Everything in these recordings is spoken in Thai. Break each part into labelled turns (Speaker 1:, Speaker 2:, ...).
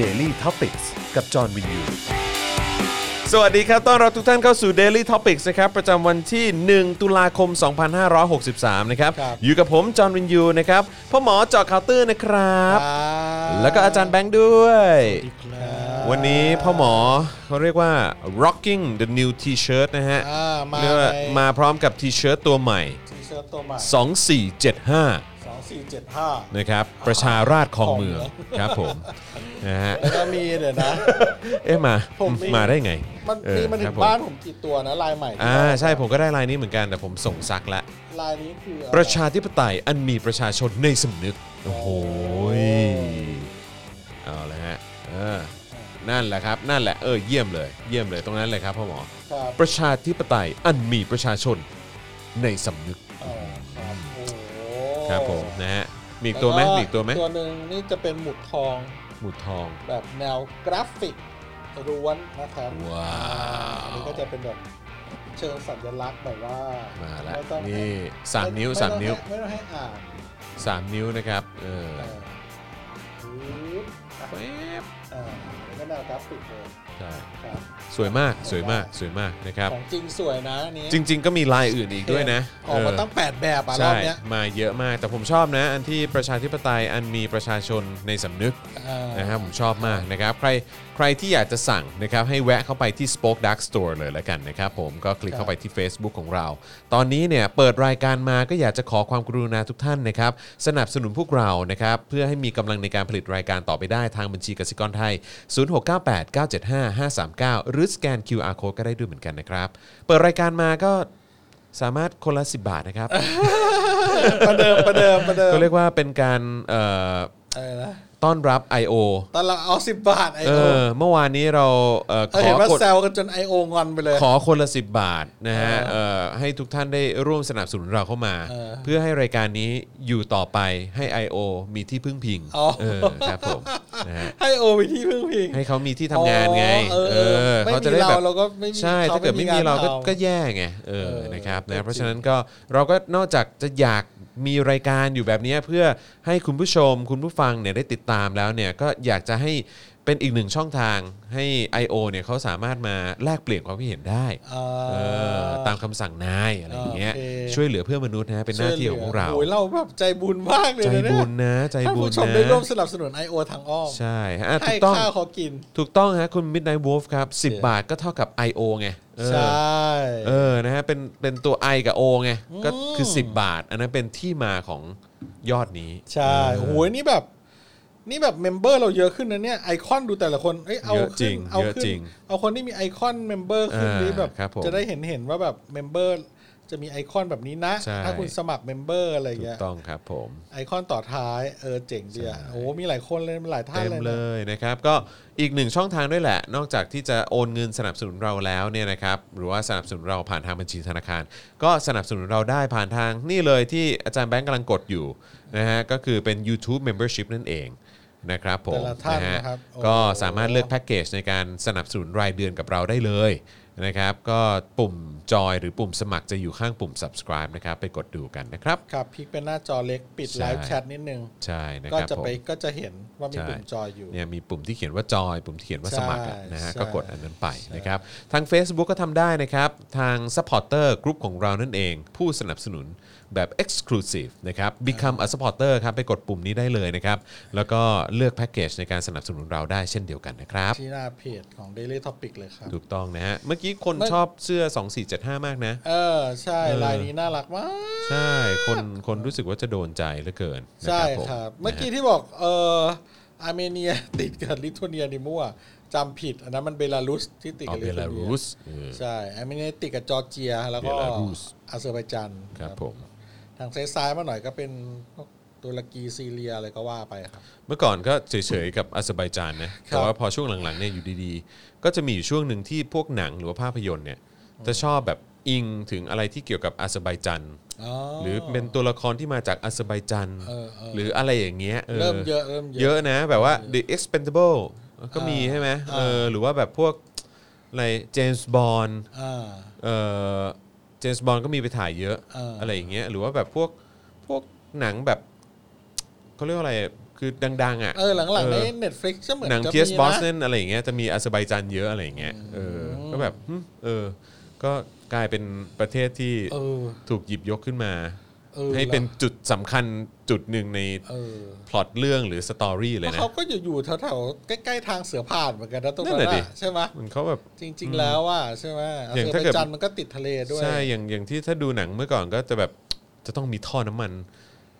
Speaker 1: Daily t o p i c กกับจอห์นวินยู
Speaker 2: สวัสดีครับต้อนรับทุกท่านเข้าสู่ Daily Topics นะครับประจำวันที่ 1 ตุลาคม 2563 นะครับ
Speaker 3: ครับ
Speaker 2: อยู่กับผม จอห์นวินยูนะครับพ่อหมอเจอข่าวตื้นนะครับ แล้วก็อาจารย์แบงค์ด้วย วันนี้พ่อหมอเขาเรียกว่า rocking the new t-shirt นะฮะ
Speaker 3: อ่ามา
Speaker 2: เรียกว่า
Speaker 3: ใน
Speaker 2: มาพร้อมกับ t-shirt ตัวใหม่
Speaker 3: ทีเชิร์ตตัวใหม่
Speaker 2: 2475
Speaker 3: สองสี่เจ็ดห้า
Speaker 2: นะครับ ประชาราษฎร์คลองเมืองครับผมนะฮะ
Speaker 3: แล้วก็มีเดี๋ยวนะ
Speaker 2: เอ๊ะมา
Speaker 3: ผมมี
Speaker 2: มาได้ไง
Speaker 3: มัน
Speaker 2: เออ
Speaker 3: มีมัน
Speaker 2: ค
Speaker 3: ถึ
Speaker 2: รับ
Speaker 3: ง
Speaker 2: ผ
Speaker 3: บ้านผมกี่ตัวนะลายใหม่ที่
Speaker 2: อ่า
Speaker 3: บ้น
Speaker 2: ใช่ผมก็ได้ลายนี้เหมือนกัน แต่ผมส่งซักแล้ว
Speaker 3: ลายนี้คืออไ
Speaker 2: ประชาธิปไตยอันมีประชาชนในสำนึก โอ้โหยเอาละฮะเออนั่นแหละครับ นั่นแหละเออเยี่ยมเลย เยี่ยมเลยตรงนั้นเลยครับพ่อหมอ
Speaker 3: ครับ
Speaker 2: ประชาธิปไตยอันมีประชาชนในสำนึก
Speaker 3: เออครับ
Speaker 2: ครับ
Speaker 3: โอ้โห
Speaker 2: ผมนะฮะมีอีกตัวไหม
Speaker 3: แล้
Speaker 2: มีอีกตัวไหม
Speaker 3: ตัวหนึ่งนี่จะเป็นหมุดทอง
Speaker 2: หมุดทอง
Speaker 3: แบบแนวกราฟิกล้วนนะครับ
Speaker 2: ว้าว
Speaker 3: อันนี้ก็จะเป็นแบบเชิงสัญลักษณ์แบบว่า
Speaker 2: มา
Speaker 3: มา
Speaker 2: ละนี่สามนิ้วสามนิ้ว
Speaker 3: ไม่ต้องให้อ่าน
Speaker 2: สามนิ้วนะครับเออ
Speaker 3: เออปึ๊บ
Speaker 2: แป๊บ
Speaker 3: อ่ะอ่าแล้วก็แนวกราฟิกเลย
Speaker 2: ใช่
Speaker 3: ครับ
Speaker 2: สวยมากสวยมากสวยมากนะครับ
Speaker 3: ของจริงสวยนะอันนี้
Speaker 2: จริง ๆ ก็มีลายอื่นอีกด้วยนะ
Speaker 3: ออกมา
Speaker 2: เ
Speaker 3: ตั้ง 8 แบบอ่ะรอ
Speaker 2: ใช่
Speaker 3: บเนี้ย
Speaker 2: มาเยอะมากแต่ผมชอบนะ อันที่ประชาธิปไตยอันมีประชาชนในสำนึก
Speaker 3: อ่า
Speaker 2: นะครับผมชอบมากนะครับ ใครใครที่อยากจะสั่งนะครับให้แวะเข้าไปที่ Spoke Dark Store เลยแล้วกันนะครับผมก็คลิกเข้าไปที่ Facebook ของเรา ตอนนี้เนี่ยเปิดรายการมาก็อยากจะขอความกรุณาทุกท่านนะครับ สนับสนุนพวกเรานะครับ เพื่อให้มีกำลังในการผลิตรายการต่อไปได้ทางบัญชีกสิกรไทย 0698975539 หรือสแกน QR code ก็ได้ด้วยเหมือนกันนะครับเปิดรายการมาก็สามารถคนละ 10 บาทนะครับ
Speaker 3: ประเดิมประเดิมประเดิม
Speaker 2: ก็เรียกว่าเป็นการเอ่อ
Speaker 3: อะไรนะ
Speaker 2: ต้อนรับ I.O.
Speaker 3: ตอนเราเอา 10 บาทไอ
Speaker 2: เอ
Speaker 3: โอ
Speaker 2: อเมื่อวานนี้เราเอ่อ
Speaker 3: เออ
Speaker 2: ข
Speaker 3: เห็
Speaker 2: อน
Speaker 3: ว่าก
Speaker 2: ด
Speaker 3: แซวกันจนไอโองอนไปเลย
Speaker 2: ขอคนละ 10 บาทนะฮะเอ่อให้ทุกท่านได้ร่วมสนับสนุนเราเข้ามา
Speaker 3: เออ
Speaker 2: เพื่อให้รายการนี้อยู่ต่อไปให้ I.O. มีที่พึ่งพิง
Speaker 3: อ๋อ
Speaker 2: เออครับผมนะฮะ
Speaker 3: ให้โอไปที่พึ่งพิง
Speaker 2: ให้เขามีที่ทำงานไง
Speaker 3: อ๋อเออเออไม่
Speaker 2: เขาจะ
Speaker 3: มี
Speaker 2: ได้
Speaker 3: เรา
Speaker 2: แบบ
Speaker 3: เราก็ไม่มี
Speaker 2: ใช่ถ้าเกิดไม่มีเราก็
Speaker 3: ขทำ
Speaker 2: ก็แย่ไงเออ
Speaker 3: เออ
Speaker 2: นะครับ
Speaker 3: จริ
Speaker 2: นะ
Speaker 3: ง
Speaker 2: เพราะฉะนั้นก็เราก็นอกจากจะอยากมีรายการอยู่แบบนี้เพื่อให้คุณผู้ชมคุณผู้ฟังเนี่ยได้ติดตามแล้วเนี่ยก็อยากจะให้เป็นอีกหนึ่งช่องทางให้ I.O. เนี่ยเขาสามารถมาแลกเปลี่ยนความคิดเห็นได้
Speaker 3: อ่า
Speaker 2: เออตามคำสั่งนายอะไรอย่างเงี้ย
Speaker 3: โอเค
Speaker 2: ช่วยเหลือเพื่อนมนุษย์นะฮะเป็นหน้าที่ของพวกเรา
Speaker 3: โอ้ยเราแบบใจบุญมากเลย
Speaker 2: ใจ
Speaker 3: นะเนี่ย
Speaker 2: บุญนะใจ
Speaker 3: ท่าน
Speaker 2: บุญ
Speaker 3: ผู้ชม
Speaker 2: นะ
Speaker 3: ได้ร่วมสนับสนุน I.O. ทางอ้อม
Speaker 2: ใช่ฮะอ่ะถู
Speaker 3: ให้
Speaker 2: กต้อง
Speaker 3: ข้าวเขากิน
Speaker 2: ถูกต้องฮะคุณ Midnight Wolf ครับ 10
Speaker 3: เออ
Speaker 2: บาทก็เท่ากับ I.O. ไงเออ
Speaker 3: ใช่
Speaker 2: เออนะฮะเป็นเป็นตัว I กับ O ไงก็คือ 10 บาท อันนั้นเป็นที่มาของยอดนี้
Speaker 3: ใช่โอ้โหนี่แบบ นี่แบบเมมเบอร์เราเยอะขึ้นนะเนี่ยไอคอนดูแต่ละคนเอ้ยเอา
Speaker 2: เยอะจริ
Speaker 3: ขึ้น
Speaker 2: ง
Speaker 3: เอา
Speaker 2: เยอะ
Speaker 3: ขึ้
Speaker 2: จริ
Speaker 3: น
Speaker 2: ง
Speaker 3: เอาคนที่มีไอคอนเมมเบอร์ขึ้น
Speaker 2: อ่า
Speaker 3: นี่แบบ
Speaker 2: ครับผม
Speaker 3: จะได้เห็นเห็นว่าแบบเมมเบอร์จะมีไอคอนแบบนี้นะ
Speaker 2: ใช่
Speaker 3: ถ้าคุณสมัครเมมเบอร์อะไรอย่าง
Speaker 2: ถู
Speaker 3: เงี้
Speaker 2: ก
Speaker 3: ย
Speaker 2: ต้องครับผม
Speaker 3: ไอคอนต่อท้ายเออเจ๋งดีอะโอ้โหมีหลายคนเลยมีหลายท่าน
Speaker 2: เต็ม
Speaker 3: เลย
Speaker 2: เล
Speaker 3: นะ
Speaker 2: ยนะครับ ก็อีกหนึ่งช่องทางด้วยแหละ นอกจากที่จะโอนเงินสนับสนุนเราแล้วเนี่ยนะครับ หรือว่าสนับสนุนเราผ่านทางบัญชีธนาคาร ก็สนับสนุนเราได้ผ่านทางนี่เลยที่อาจารย์แบงค์กำลังกดอยู่นะฮะก็คือเป็น YouTube Membership นั่นเองนะครับผม
Speaker 3: แต่ละท่าน
Speaker 2: ฮ
Speaker 3: นะครับโอ้
Speaker 2: ก็สามารถเลือกแพ็กเกจในการสนับสนุนรายเดือนกับเราได้เลยนะครับ ก็ปุ่มจอยหรือปุ่มสมัครจะอยู่ข้างปุ่ม subscribe นะครับไปกดดูกันนะครับ
Speaker 3: ครับพลิกเป็นหน้าจอเล็กปิด
Speaker 2: ใช่
Speaker 3: ไลฟ์แชทนิดนึง
Speaker 2: ใช่นะ
Speaker 3: ก็
Speaker 2: ครับ
Speaker 3: จะ
Speaker 2: ผม
Speaker 3: ไปก็จะเห็นว่ามี
Speaker 2: ใช่
Speaker 3: ปุ่มจอยอยู่
Speaker 2: เนี่ยมีปุ่มที่เขียนว่าจอย ปุ่มที่เขียนว่า
Speaker 3: ใช่
Speaker 2: สมัครอะนะฮะ
Speaker 3: ใช่
Speaker 2: ก็กดอันนั้นไปนะครับทาง Facebook ก็ทำได้นะครับ ทาง Supporter กลุ่มของเรานั่นเอง ผู้สนับสนุนแบบ Exclusive นะครับ Become a supporter ครับไปกดปุ่มนี้ได้เลยนะครับ แล้วก็เลือกแพ็กเกจในการสนับสนุนเราได้เช่นเดียวกันนะครับ
Speaker 3: ที่หน้าเพจของ Daily Topic เลยครับ
Speaker 2: ถูกต้องนะฮะ เมื่อกี้คน
Speaker 3: เมื่อ
Speaker 2: ชอบเสื้อ 2475 มากนะ
Speaker 3: เออใช่
Speaker 2: เออ
Speaker 3: ลายนี้น่ารักมาก
Speaker 2: ใช่คนคนรู้สึกว่าจะโดนใจเหลือเกินนะ
Speaker 3: ใช่
Speaker 2: ผม
Speaker 3: ครับ เมื่อกี้ที่บอกเอออาร์เมเนีย ติดกับลิทัวเนียนี่มั่วจำผิด อันนั้นมันเบลารุสที่ติด
Speaker 2: อ๋อ
Speaker 3: กับ
Speaker 2: เบ
Speaker 3: ลิทั
Speaker 2: ลาว
Speaker 3: เนี
Speaker 2: รุ
Speaker 3: ย
Speaker 2: สเออ
Speaker 3: ใช่อาร์เมเนียติดกับจอร์เจีย แล้วก็
Speaker 2: เบลารุส
Speaker 3: อาเซอร์ไบจัน
Speaker 2: ครับผม
Speaker 3: ทางซ้ายๆมาหน่อยก็เป็นพวกตุรกีซีเรียอะไรก็ว่าไปครับ
Speaker 2: เมื่อก่อนก็เฉยๆกับอาเซอร์ไบจานนะ
Speaker 3: ครับ
Speaker 2: แต่ว่าพอช่วงหลังๆเนี่ยอยู่ดีๆ ก็จะมีอยู่ช่วงหนึ่งที่พวกหนังหรือว่าภาพยนตร์เนี่ยจะชอบแบบอิงถึงอะไรที่เกี่ยวกับอาเซอร์ไบจาน
Speaker 3: อ๋อ
Speaker 2: หรือเป็นตัวละครที่มาจากอาเซอร์ไบจาน
Speaker 3: เออเออ
Speaker 2: หรืออะไรอย่างเงี้ย
Speaker 3: เริ่มเยอะเริ่มเยอะ
Speaker 2: เยอะนะแบบว่า The Expendable ก็มีใช่ไหม
Speaker 3: อ่า
Speaker 2: เออหรือว่าแบบพวกอะไรเจมส์บอน
Speaker 3: อ่า
Speaker 2: เอ่อจมส์บอนก็มีไปถ่ายเยอะ
Speaker 3: เอออ
Speaker 2: ไรอย่างเงี้ยหรือว่าแบบพวกพวกหนังแบบเขาเรียกว่าอะไร คือดังๆอ่ะ
Speaker 3: เออหลังๆใน
Speaker 2: เออ
Speaker 3: Netflix ก็เหมือน
Speaker 2: หนัง
Speaker 3: จะ
Speaker 2: เทียส
Speaker 3: มี
Speaker 2: บอสเน
Speaker 3: นะ
Speaker 2: นอะไรอย่างเงี้ยจะมีอาเซอร์ไบจานเยอะอะไรอย่างเงี้ยเออก็แบบหึเออ ก็กลายเป็นประเทศที่
Speaker 3: เออ
Speaker 2: ถูกหยิบยกขึ้นมา
Speaker 3: เออ
Speaker 2: ให้เป็น
Speaker 3: เหรอ
Speaker 2: จุดสำคัญจุดหนึ่งใน
Speaker 3: เออ
Speaker 2: พล็อตเรื่องหรือสตอรี่เล
Speaker 3: แล้
Speaker 2: ยว นะ
Speaker 3: เขาก็อยู่ๆแถวๆใกล้ๆทางเสือผ่านเหมือนกันนะตรงนั้น
Speaker 2: นั่นแหละดิ
Speaker 3: อะใช่ไหม
Speaker 2: มันเขาแบบ
Speaker 3: จริง ๆ แล้วอ่ะใช่ไหมอา
Speaker 2: อย่าง
Speaker 3: เซอร์
Speaker 2: ถ้า
Speaker 3: ไบ
Speaker 2: เกิด
Speaker 3: จันมันก็ติดทะเลด้วย
Speaker 2: ใช่อย่างอย่างที่ถ้าดูหนังเมื่อก่อนก็จะแบบจะต้องมีท่อน้ำมัน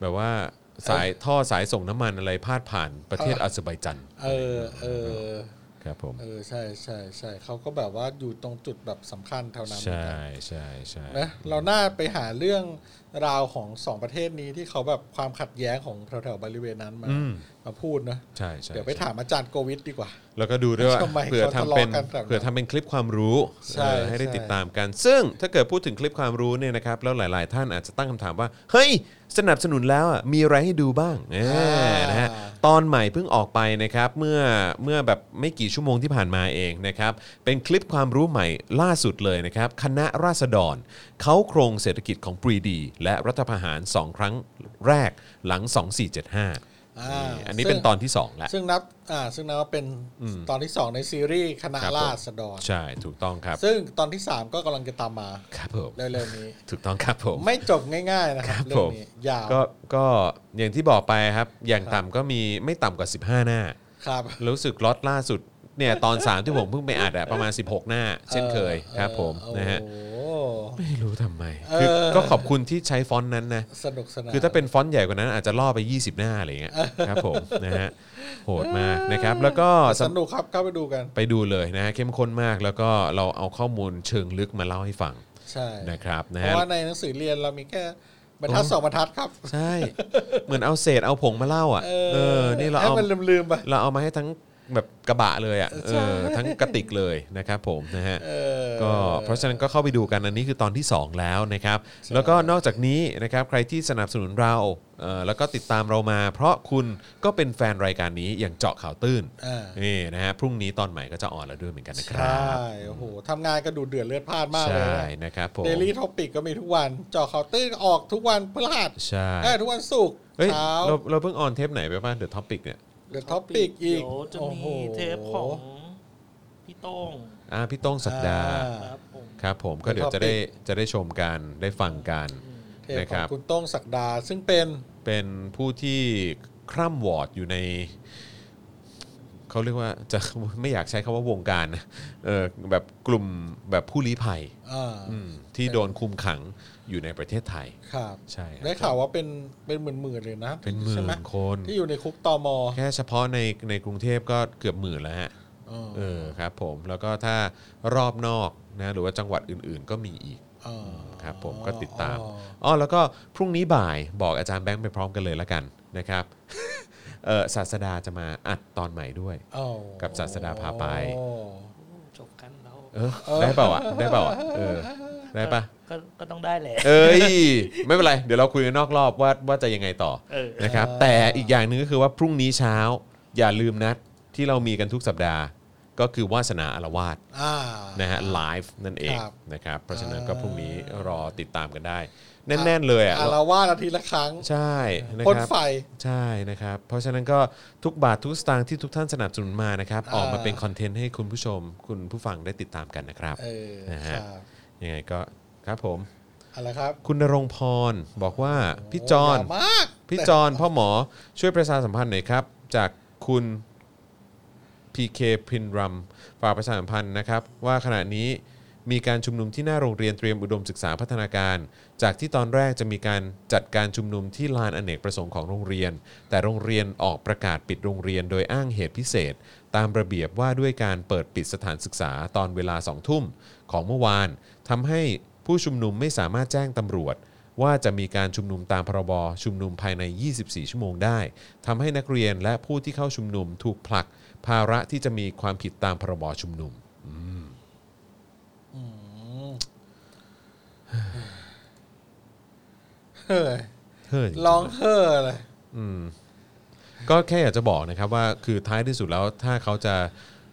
Speaker 2: แบบว่าสายท่อสายส่งน้ำมันอะไรพาดผ่านประเทศ
Speaker 3: เออ
Speaker 2: อาเซอร์ไบจัน
Speaker 3: เออเออ
Speaker 2: ครับผม
Speaker 3: เออใช่ใช่ใช่เขาก็แบบว่าอยู่ตรงจุดแบบสำคัญแถวนั้นเหมือน
Speaker 2: ใช่
Speaker 3: กัน
Speaker 2: ใช่ใช่
Speaker 3: นะเราน่าไปหาเรื่องราวของสองประเทศนี้ที่เขาแบบความขัดแย้งของแถวๆบริเวณนั้นมา มาพูดนะ
Speaker 2: ใช่ใช่
Speaker 3: เดี๋ยวไปถามอาจารย์โกวิทดีกว่า
Speaker 2: แล้วก็ดูด้วยว่า
Speaker 3: ทำไม
Speaker 2: เผื่อทำเป็น
Speaker 3: เขาทะเลาะกันแบบนั้น
Speaker 2: เผื่อทำเป็นคลิปความรู้
Speaker 3: ใช่
Speaker 2: เออให้ได้
Speaker 3: ใช่
Speaker 2: ติดตามกัน ซึ่งถ้าเกิดพูดถึงคลิปความรู้เนี่ยนะครับ แล้วหลาย ๆ ท่านอาจจะตั้งคำถามว่า เฮ้ย สนับสนุนแล้วอ่ะมีอะไรให้ดูบ้างแหมนะฮะ ตอนใหม่เพิ่งออกไปนะครับเมื่อเมื่อแบบไม่กี่ชั่วโมงที่ผ่านมาเองนะครับเป็นคลิปความรู้ใหม่ล่าสุดเลยนะครับคณะราษฎรเขาโครงเศรษฐกิจของปรีดี และรัฐประหาร 2 ครั้งแรกหลัง 2475
Speaker 3: อ่า
Speaker 2: นี่อันนี้
Speaker 3: ซึ่ง
Speaker 2: เป็นตอนที่ 2 แล้ว
Speaker 3: ซึ่งนับอ่าซึ่งนับว่าเป็นตอนที่สองในซีรีส์คณะราษฎร
Speaker 2: ใช่ถูกต้องครับ
Speaker 3: ซึ่งตอนที่สามก็กำลังจะตามมา
Speaker 2: ครับผม
Speaker 3: เร็วๆนี้
Speaker 2: ถูกต้องครับผม
Speaker 3: ไม่จบง่าย ๆ นะค
Speaker 2: ค
Speaker 3: รั
Speaker 2: รั
Speaker 3: บบ เรื่
Speaker 2: ผ
Speaker 3: อง
Speaker 2: ม
Speaker 3: นี้ยาว
Speaker 2: ก็ก็อย่างที่บอกไปครับ อย่างต่ำก็มีไม่ต่ำกว่า 15 หน้า
Speaker 3: ครับ
Speaker 2: รู้สึกล็อตล่าสุดเนี่ยตอน 3 ที่ผมเพิ่งไปอัดอะประมาณ 16 หน้า เช่นเคยครับผม
Speaker 3: เออ
Speaker 2: นะฮะ
Speaker 3: โอ้โห
Speaker 2: ไม่รู้ทำไมคือ
Speaker 3: เออ
Speaker 2: ก็ขอบคุณที่ใช้ฟอนต์นั้นนะ
Speaker 3: สนุกสนาน
Speaker 2: คือถ้าเป็นฟอนต์ใหญ่กว่านั้นอาจจะล่อไป 20 หน้าอะไรเงี้ยครับผมนะฮะโหดมากนะครับ แล้วก็
Speaker 3: ส
Speaker 2: สำ
Speaker 3: นุกครับเข้าไปดูกัน
Speaker 2: ไปดูเลยนะฮะเข้มข้นมากแล้วก็เราเอาข้อมูลเชิงลึกมาเล่าให้ฟัง
Speaker 3: ใช่
Speaker 2: นะครับนะ
Speaker 3: เพ
Speaker 2: ฮะ
Speaker 3: ราะว่าในหนังสือเรียนเรามีแค่บรรทัดสองบรรทัดครับ
Speaker 2: ใช่ เหมือนเอาเศษเอาผงมาเล่าอ่ะเออนี่เรา
Speaker 3: ให้
Speaker 2: เอา
Speaker 3: มันลืมๆไป
Speaker 2: เราเอามาให้ทั้งแบบกระบะเลยอ่ะเอ
Speaker 3: ใช่
Speaker 2: อทั้งกระติกเลยนะครับผมนะฮะ
Speaker 3: เออ
Speaker 2: ก็เพราะฉะนั้นก็เข้าไปดูกันอันนี้คือตอนที่ 2 แล้วนะครับ แล้วก็นอกจากนี้นะครับใครที่สนับสนุนเราเอ่อแล้วก็ติดตามเรามา เพราะคุณก็เป็นแฟนรายการนี้อย่างเจาะข่าวตื้น
Speaker 3: เออ
Speaker 2: นี่นะฮะพรุ่งนี้ตอนใหม่ก็จะออนแล้วด้วยเหมือนกันนะค
Speaker 3: ใช
Speaker 2: รั่ บ
Speaker 3: โอ้โหทำงานกระดูดเดือดเลือดพล่านมากเลย
Speaker 2: ใช่นะครับผม
Speaker 3: เดลี่ท็อปิกก็มีทุกวันเจอเขาวตื้นออกทุกวันพฤหัส
Speaker 2: ใช่
Speaker 3: เอ้ยทุกวันศุกร์
Speaker 2: เฮ้ย
Speaker 3: เช้า
Speaker 2: เราเราเพิ่งออนเทปไหนไปบ้างเดอะท็อปิกเนี่ย
Speaker 3: เดือดท็อปิกอีก
Speaker 4: เดี๋ยวจะ
Speaker 3: โอ้
Speaker 4: มี
Speaker 3: โห
Speaker 4: เทปของพี่โต้ง
Speaker 2: อ่าพี่โต้องสัปดาห์
Speaker 3: อ่
Speaker 4: ครับผม
Speaker 2: ครับผมก็เดี๋ยวจะได้จะได้ชมกันได้ฟังกัน
Speaker 3: เทป
Speaker 2: นะค
Speaker 3: ของ
Speaker 2: รับ
Speaker 3: คุณโต้งศักดา ซึ่งเป็น
Speaker 2: เป็นผู้ที่คร่ำวอร์ดอยู่ใน เขาเรียกว่าจะไม่อยากใช้คำว่าวงการนะ เออแบบกลุ่มแบบผู้ลี้ภัย
Speaker 3: อ่า
Speaker 2: อืมที่โดนคุมขังอยู่ในประเทศไทย
Speaker 3: ครับ
Speaker 2: ใช่ครับ
Speaker 3: ได้ข่าวว่าเป็นเป็นหมื่นๆเลยนะ
Speaker 2: เป็นหมื่
Speaker 3: ใช่ไ
Speaker 2: นคน
Speaker 3: ที่อยู่ในคุกตม
Speaker 2: แค่เฉพาะในในกรุงเทพก็เกือบหมื่นแล้วฮะ
Speaker 3: เออ
Speaker 2: เออครับผมแล้วก็ถ้ารอบนอกนะหรือว่าจังหวัดอื่นๆ ก็มีอีก
Speaker 3: เออ
Speaker 2: ครับผมก็ติดตาม
Speaker 3: อ๋อ
Speaker 2: อ๋อแล้วก็พรุ่งนี้บ่ายบอกอาจารย์แบงค์ไปพร้อมกันเลยละกันนะครับ เออศาสดาจะมาอัดตอนใหม่ด้วย
Speaker 3: อ้าว
Speaker 2: กับศาสดาพาไป
Speaker 3: โอ้
Speaker 4: จบกันแล้ว
Speaker 2: เออได้เปล่าอ่ะได้เปล่าอ่ะเอ อได้ปะ
Speaker 4: ก็ก็ต้องได้แหละ
Speaker 2: เอ้ยไม่เป็นไร เดี๋ยวเราคุยกันนอกรอบว่าว่าจะยังไงต่อ
Speaker 4: เออ
Speaker 2: นะครับ
Speaker 3: อ่า
Speaker 2: แต่อีกอย่างหนึ่งก็คือว่าพรุ่งนี้เช้า อย่าลืมนัดที่เรามีกันทุกสัปดาห์ ก็คือวาสนาอารวาส
Speaker 3: อ่า
Speaker 2: นะฮะไลฟ์นั่นเอง
Speaker 3: ครับ
Speaker 2: นะครับ เพราะฉะนั้นก็
Speaker 3: อ่า
Speaker 2: พรุ่งนี้รอติดตามกันได้ แน่น ๆ เลยอ่ะ
Speaker 3: อารวาสอาทิตย์ละครั้ง
Speaker 2: ใช่นะ
Speaker 3: พ่น
Speaker 2: ครับ
Speaker 3: ไฟ
Speaker 2: ใช่นะครับ เพราะฉะนั้นก็ทุกบาททุกสตางค์ที่ทุกท่านสนับสนุนมานะครับ
Speaker 3: อ่า
Speaker 2: ออกมาเป็นคอนเทนต์ให้คุณผู้ชม คุณผู้ฟังได้ติดตามกันนะครับ
Speaker 3: เออ
Speaker 2: นะ
Speaker 3: ค
Speaker 2: ฮะ
Speaker 3: รับ
Speaker 2: ยังไงก็ครับผม
Speaker 3: เอาละครับ
Speaker 2: คุณณรงค์พรบอกว่าพี่จอน
Speaker 3: โยาวมาก
Speaker 2: พี่จอนพ่อหมอช่วยประชาสัมพันธ์หน่อยครับ จากคุณ PK พินรัมฝากประชาสัมพันธ์นะครับ ว่าขณะนี้มีการชุมนุมที่หน้าโรงเรียนเตรียมอุดมศึกษาพัฒนาการ จากที่ตอนแรกจะมีการจัดการชุมนุมที่ลานอเนกประสงค์ของโรงเรียน แต่โรงเรียนออกประกาศปิดโรงเรียนโดยอ้างเหตุพิเศษ ตามระเบียบว่าด้วยการเปิดปิดสถานศึกษาตอนเวลาสองทุ่มของเมื่อวานทำให้ผู้ชุมนุมไม่สามารถแจ้งตำรวจ ว่าจะมีการชุมนุมตามพรบชุมนุมภายใน 24 ชั่วโมงได้ทำให้นักเรียนและผู้ที่เข้าชุมนุมถูกผลัก ภาระที่จะมีความผิดตามพรบชุมนุม
Speaker 3: เฮ้ย
Speaker 2: เฮ้ย
Speaker 3: ร้องเฮ้อเลย
Speaker 2: ก็แค่อยากจะบอกนะครับว่าคือท้ายที่สุดแล้วถ้าเขาจะ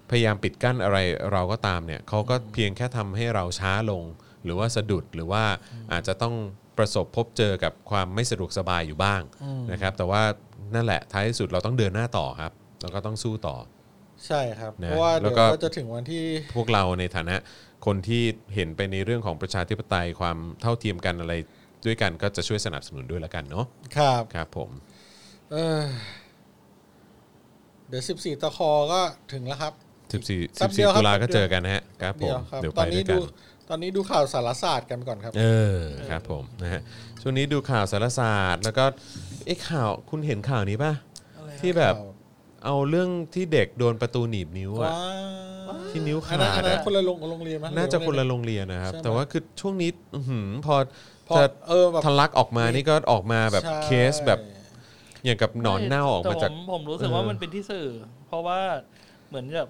Speaker 2: พยายามปิดกั้นอะไรเราก็ตามเนี่ยเขาก็เพียงแค่ทำให้เราช้าลง หรือว่าสะดุดหรือว่าอาจจะต้องประสบพบเจอกับความไม่สะดวกสบายอยู่บ้างนะครับ แต่ว่า นั่นแหละท้ายที่สุดเราต้องเดินหน้าต่อครับ แล้วก็ต้องสู้ต่อ
Speaker 3: ใช่ครับ
Speaker 2: นะ
Speaker 3: เพราะว่า
Speaker 2: แล้
Speaker 3: เดี๋ยว ว
Speaker 2: ก็
Speaker 3: ก็จะถึงวันที่
Speaker 2: พวกเราในฐานะคนที่เห็นไปในเรื่องของประชาธิปไตยความเท่าเทียมกันอะไรด้วยกันก็จะช่วยสนับสนุนด้วยละกันเนาะ
Speaker 3: ครับ
Speaker 2: ครับผม
Speaker 3: เออเดี๋ยวสิบสี่ตะคอก็ถึงแล้วครับ
Speaker 2: 14
Speaker 3: แป๊บเดียว
Speaker 2: 14
Speaker 3: ครับ
Speaker 2: ตุลาก็
Speaker 3: แป๊บเดียว
Speaker 2: เจอกันนะฮะครับผ
Speaker 3: เดี๋
Speaker 2: ม
Speaker 3: ยวครับ
Speaker 2: เดี๋ยว
Speaker 3: ต
Speaker 2: ไป
Speaker 3: อน
Speaker 2: ด้
Speaker 3: นี้
Speaker 2: วยกั
Speaker 3: ดู
Speaker 2: น
Speaker 3: ตอนนี้ดูข่าวสารศาสตร์กันก่อนครับ
Speaker 2: เออครับผมนะฮะช่วงนี้ดูข่าวสารศาสตร์ แล้วก็ไอ้ข่าวคุณเห็นข่าวนี้ป่ะ
Speaker 4: อะไรนะ
Speaker 2: ที่แบบเอาเรื่องที่เด็กโดนประตูหนีบนิ้วอะ
Speaker 3: ว้า
Speaker 2: ที่นิ้วขาด
Speaker 3: อันนั้นอันนั้น
Speaker 2: อะ
Speaker 3: คนละโรงโรงเรียนมั้ย
Speaker 2: น่าจะคนละโรงเรียนนะครับ
Speaker 3: ใช่ไหม
Speaker 2: แต่ว่าคือช่วงนี้อื้อหือพอ
Speaker 3: พอ
Speaker 2: จะ
Speaker 3: เออแบบ
Speaker 2: ทะลักออกมานี่ก็ออกมาแบบ
Speaker 3: ใช่
Speaker 2: เคสแบบอย่างกับหนอนเน่าออกมาจาก
Speaker 4: แต่ผมผมรู้สึกว่า
Speaker 2: เออ
Speaker 4: มันเป็นที่สื่อ เพราะว่าเหมือนแบบ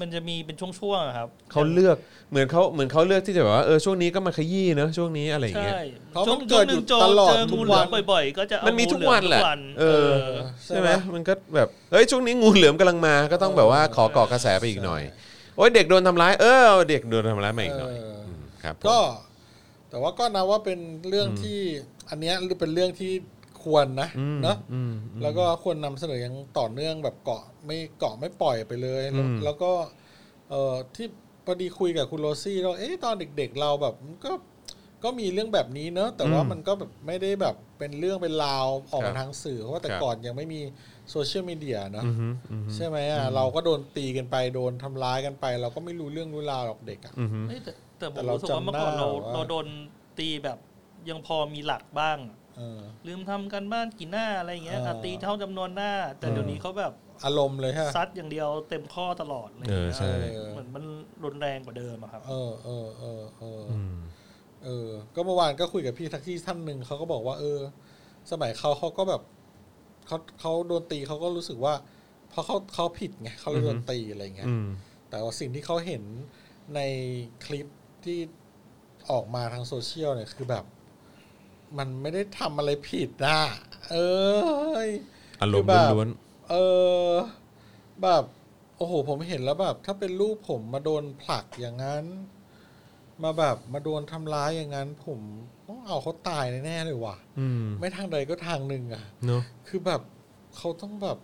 Speaker 4: มันจะมีเป็นช่วงๆอะครับ
Speaker 2: เขาเลือกเหมือนเขาเหมือนเขาเลือกที่จะแบบว่าเออช่วงนี้ก็มาขยี้เนอะช่วงนี้อะไรอย่างเงี้ย
Speaker 4: ใช่
Speaker 3: เพราะ
Speaker 4: ช่
Speaker 3: มั
Speaker 4: วง
Speaker 3: น
Speaker 4: ช่
Speaker 3: เกิ
Speaker 4: ว
Speaker 3: ด
Speaker 4: ง
Speaker 3: อ
Speaker 4: หนึ่
Speaker 3: ยู่
Speaker 4: งเจอ
Speaker 3: ตลอด
Speaker 4: เจอ
Speaker 3: ทุก
Speaker 4: งูเหลื
Speaker 3: วั
Speaker 4: อน มบ่อยๆ ก็จะเอา
Speaker 2: มันมีทุก
Speaker 4: งูเหลือ
Speaker 2: วันแหละ
Speaker 4: ทุกวัน
Speaker 2: เออ
Speaker 4: เออ
Speaker 2: ใช่ไหมมันก็แบบเอ้ยช่วงนี้งูเหลือมกำลังมาก็ต้องแบบว่าขอก่อกระแสไปอีกหน่อย โอ้ยเด็กโดนทำร้ายเออเด็กโดนทำร้ายมาอีกหน่อย
Speaker 3: เอออื
Speaker 2: มครับผม
Speaker 3: ก็ แต่ว่าก็นะว่าเป็นเรื่องที่ อันเนี้ยเป็นเรื่องที่ควรนะ
Speaker 2: อืม
Speaker 3: เนาะ
Speaker 2: อืม
Speaker 3: แล้วก็ควรนำเสนออย่างต่อเนื่องแบบเกาะไม่เกาะไม่ปล่อยไปเลยแล้ว
Speaker 2: อืม
Speaker 3: แล้วก็ เออที่พอดีคุยกับคุณโรซี่เราเอ๊ะตอนเด็ก ๆ เราแบบมันก็ก็มีเรื่องแบบนี้เนอะแต่ว่ามันก็แบบไม่ได้แบบเป็นเรื่องเป็นราวออก
Speaker 2: ครั
Speaker 3: มา
Speaker 2: บ
Speaker 3: ทางสื่อเพราะว่าแต่
Speaker 2: ครับ
Speaker 3: ก่อนยังไม่มีโซเชียลมีเดียเนอะ
Speaker 2: อือฮึอือฮึ
Speaker 3: ใช่ไหมอ่ะเราก็โดนตีกันไปโดนทำร้ายกันไป เราก็ไม่รู้เรื่องรู้ราวหรอกเด็กอ่ะ
Speaker 2: อือฮึ
Speaker 4: เฮ้ยแต่แต่ผ
Speaker 3: แต่
Speaker 4: ม
Speaker 3: เรา
Speaker 4: รู้สึกว่าเมื่อก่อน
Speaker 3: จำได้
Speaker 4: เรา
Speaker 3: ว่า
Speaker 4: เราโดนตีแบบยังพอมีหลักบ้าง
Speaker 3: เออ
Speaker 4: ลืมทำกันบ้านกี่หน้าอะไรอย่างเงี้ย
Speaker 3: อ่า
Speaker 4: อ่ะตีเท่าจำนวนหน้า แต่เดี๋ยวนี้เขาแบบ
Speaker 3: อารมณ์เลยฮะ
Speaker 4: ซัดอย่างเดียวเต็มข้อตลอดอะไรอย่าง
Speaker 2: เอ
Speaker 4: เงี้
Speaker 2: อย ใช่
Speaker 4: เออเหมือนมันรุนแรงกว่าเดิมอะครับ
Speaker 3: เออเออเออเออ
Speaker 2: อืม
Speaker 3: เออ ก็เมื่อวานก็คุยกับพี่แท็กซี่ท่านหนึ่งเขาก็บอกว่า เออ สมัยเขาเขาก็แบบเขาเขาโดนตีเขาก็รู้สึกว่าเพราะเขาเขาผิดไงเขาเลยโดนตีอะไรเงี้ย
Speaker 2: อืม
Speaker 3: แต่ว่าสิ่งที่เขาเห็นในคลิปที่ออกมาทางโซเชียลเนี่ยคือแบบ มันไม่ได้ทำอะไรผิดนะเอย
Speaker 2: อารมณ์ล้วน
Speaker 3: เออ แบบ โอ้โห ผมเห็นแล้วแบบ ถ้าเป็นรูปผมมาโดนผลักอย่างนั้น มาแบบมาโดนทำร้ายอย่างนั้น ผมต้องเอาเขาตายแน่ๆเลยว่ะ
Speaker 2: ๆ อืม
Speaker 3: ไม่ทางใดก็ทางหนึ่งอะ
Speaker 2: เนาะ
Speaker 3: คือแบบเขาต้องแบบ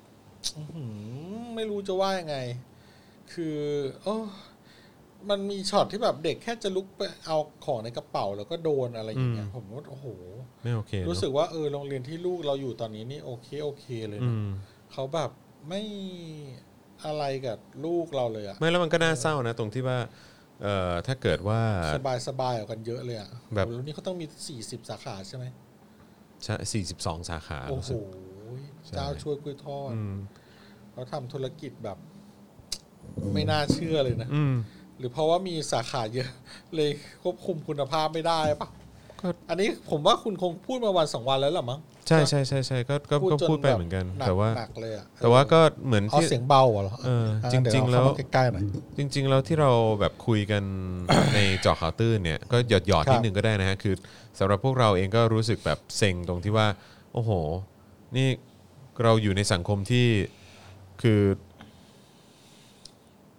Speaker 3: อื้อหือไม่รู้จะว่ายังไง คือโอ้มันมีช็อตที่แบบเด็กแค่จะลุกไปเอาของในกระเป๋าแล้วก็โดนอะไรอย่างเงี้ย ผมก็โอ้โห
Speaker 2: ไม่โอเคเนอะ
Speaker 3: รู้สึกว่าเออโรงเรียนที่ลูกเราอยู่ตอนนี้นี่โอเคโอเคเลย
Speaker 2: อื
Speaker 3: นะ
Speaker 2: ม
Speaker 3: เขาแบบไม่อะไรกับลูกเราเลยอะ
Speaker 2: ไม่แล้วมันก็น่าเศร้านะ ตรงที่ว่าเอ่อถ้าเกิดว่า
Speaker 3: สบายสบายๆกว่ากันเยอะเลยอะ
Speaker 2: แบบ
Speaker 3: โอ้โหนี่เขาต้องมี 40 สาขาใช่ไหม
Speaker 2: ใช่42 สาขา
Speaker 3: โอ้
Speaker 2: รู้
Speaker 3: โห
Speaker 2: สึก ใช่
Speaker 3: เจ้าช่วยกล้วยทอด
Speaker 2: อืม
Speaker 3: เขาทำธุรกิจแบบ ไม่น่าเชื่อเลยนะ
Speaker 2: อืม
Speaker 3: หรือเพราะว่ามีสาขาเยอะ เลยควบคุมคุณภาพไม่ได้ปะ
Speaker 2: ก็
Speaker 3: อันนี้ผมว่าคุณคงพูดมาวันสองวันแล้วหรอมั้ง
Speaker 2: ใช่ใช่ใช่ใช่ก็ก็ก็
Speaker 3: จน
Speaker 2: พูดไป
Speaker 3: แบบ
Speaker 2: เหมือนกัน
Speaker 3: ห
Speaker 2: แต่ว่า
Speaker 3: หนักเลยอะ
Speaker 2: แต่ว่าก็เหมือน
Speaker 3: เอา
Speaker 2: ที่
Speaker 3: เสียงเบาเหรอ
Speaker 2: เออ
Speaker 3: อ่ะ
Speaker 2: จริงๆ
Speaker 3: เดี๋ยเอา
Speaker 2: แล้ว
Speaker 3: เข้ามาใกล้ๆหน่อย
Speaker 2: จริง ๆ แล้วที่เราแบบคุยกัน ในเจอข่าวตื้นเนี่ยก็หยอดหยอด
Speaker 3: ครับ
Speaker 2: นิดนึงก็ได้นะฮะคือสำหรับพวกเราเองก็รู้สึกแบบเซ็งตรงที่ว่า โอ้โห นี่เราอยู่ในสังคมที่คือ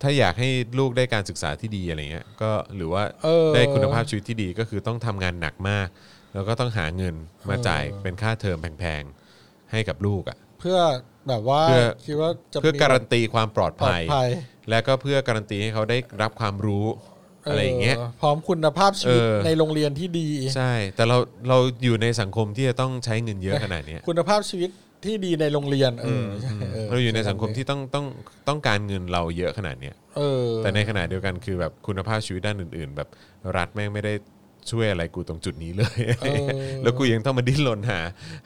Speaker 2: ถ้าอยากให้ลูกได้การศึกษาที่ดีอะไรเงี้ยก็หรือว่า
Speaker 3: เออ
Speaker 2: ได้คุณภาพชีวิตที่ดีก็คือต้องทำงานหนักมาก แล้วก็ต้องหาเงินมาจ่ายเป็นค่าเทอมแพงๆให้กับลูกอ่ะ
Speaker 3: เพื่อแบบว่า
Speaker 2: เพื่อ
Speaker 3: คิดว่าจะ
Speaker 2: เพื่อ
Speaker 3: มี
Speaker 2: การันตีความปลอด
Speaker 3: ปลอด
Speaker 2: ภัย
Speaker 3: ภัย
Speaker 2: และก็เพื่อการันตีให้เขาได้รับความรู้อะไรอย่างเงี้ย
Speaker 3: พร้อมคุณภาพชีวิต
Speaker 2: เออ
Speaker 3: ในโรงเรียนที่ดี
Speaker 2: ใช่ แต่เราเราอยู่ในสังคมที่จะต้องใช้เงินเยอะขนาดเนี้ย
Speaker 3: คุณภาพชีวิตที่ดีในโรงเรียนเออใช่เออ
Speaker 2: เราอยู่ในสังคมที่ต้องต้องต้องการเงินเราเยอะขนาดเนี้ย
Speaker 3: เออ
Speaker 2: แต่ในขณะเดียวกันคือแบบคุณภาพชีวิตด้านอื่น ๆ แบบรัฐแม่งไม่ได้ช่วยอะไรกูตรงจุดนี้เลย
Speaker 3: เออ
Speaker 2: แล้วกูยังต้องมาดิ้นรนหา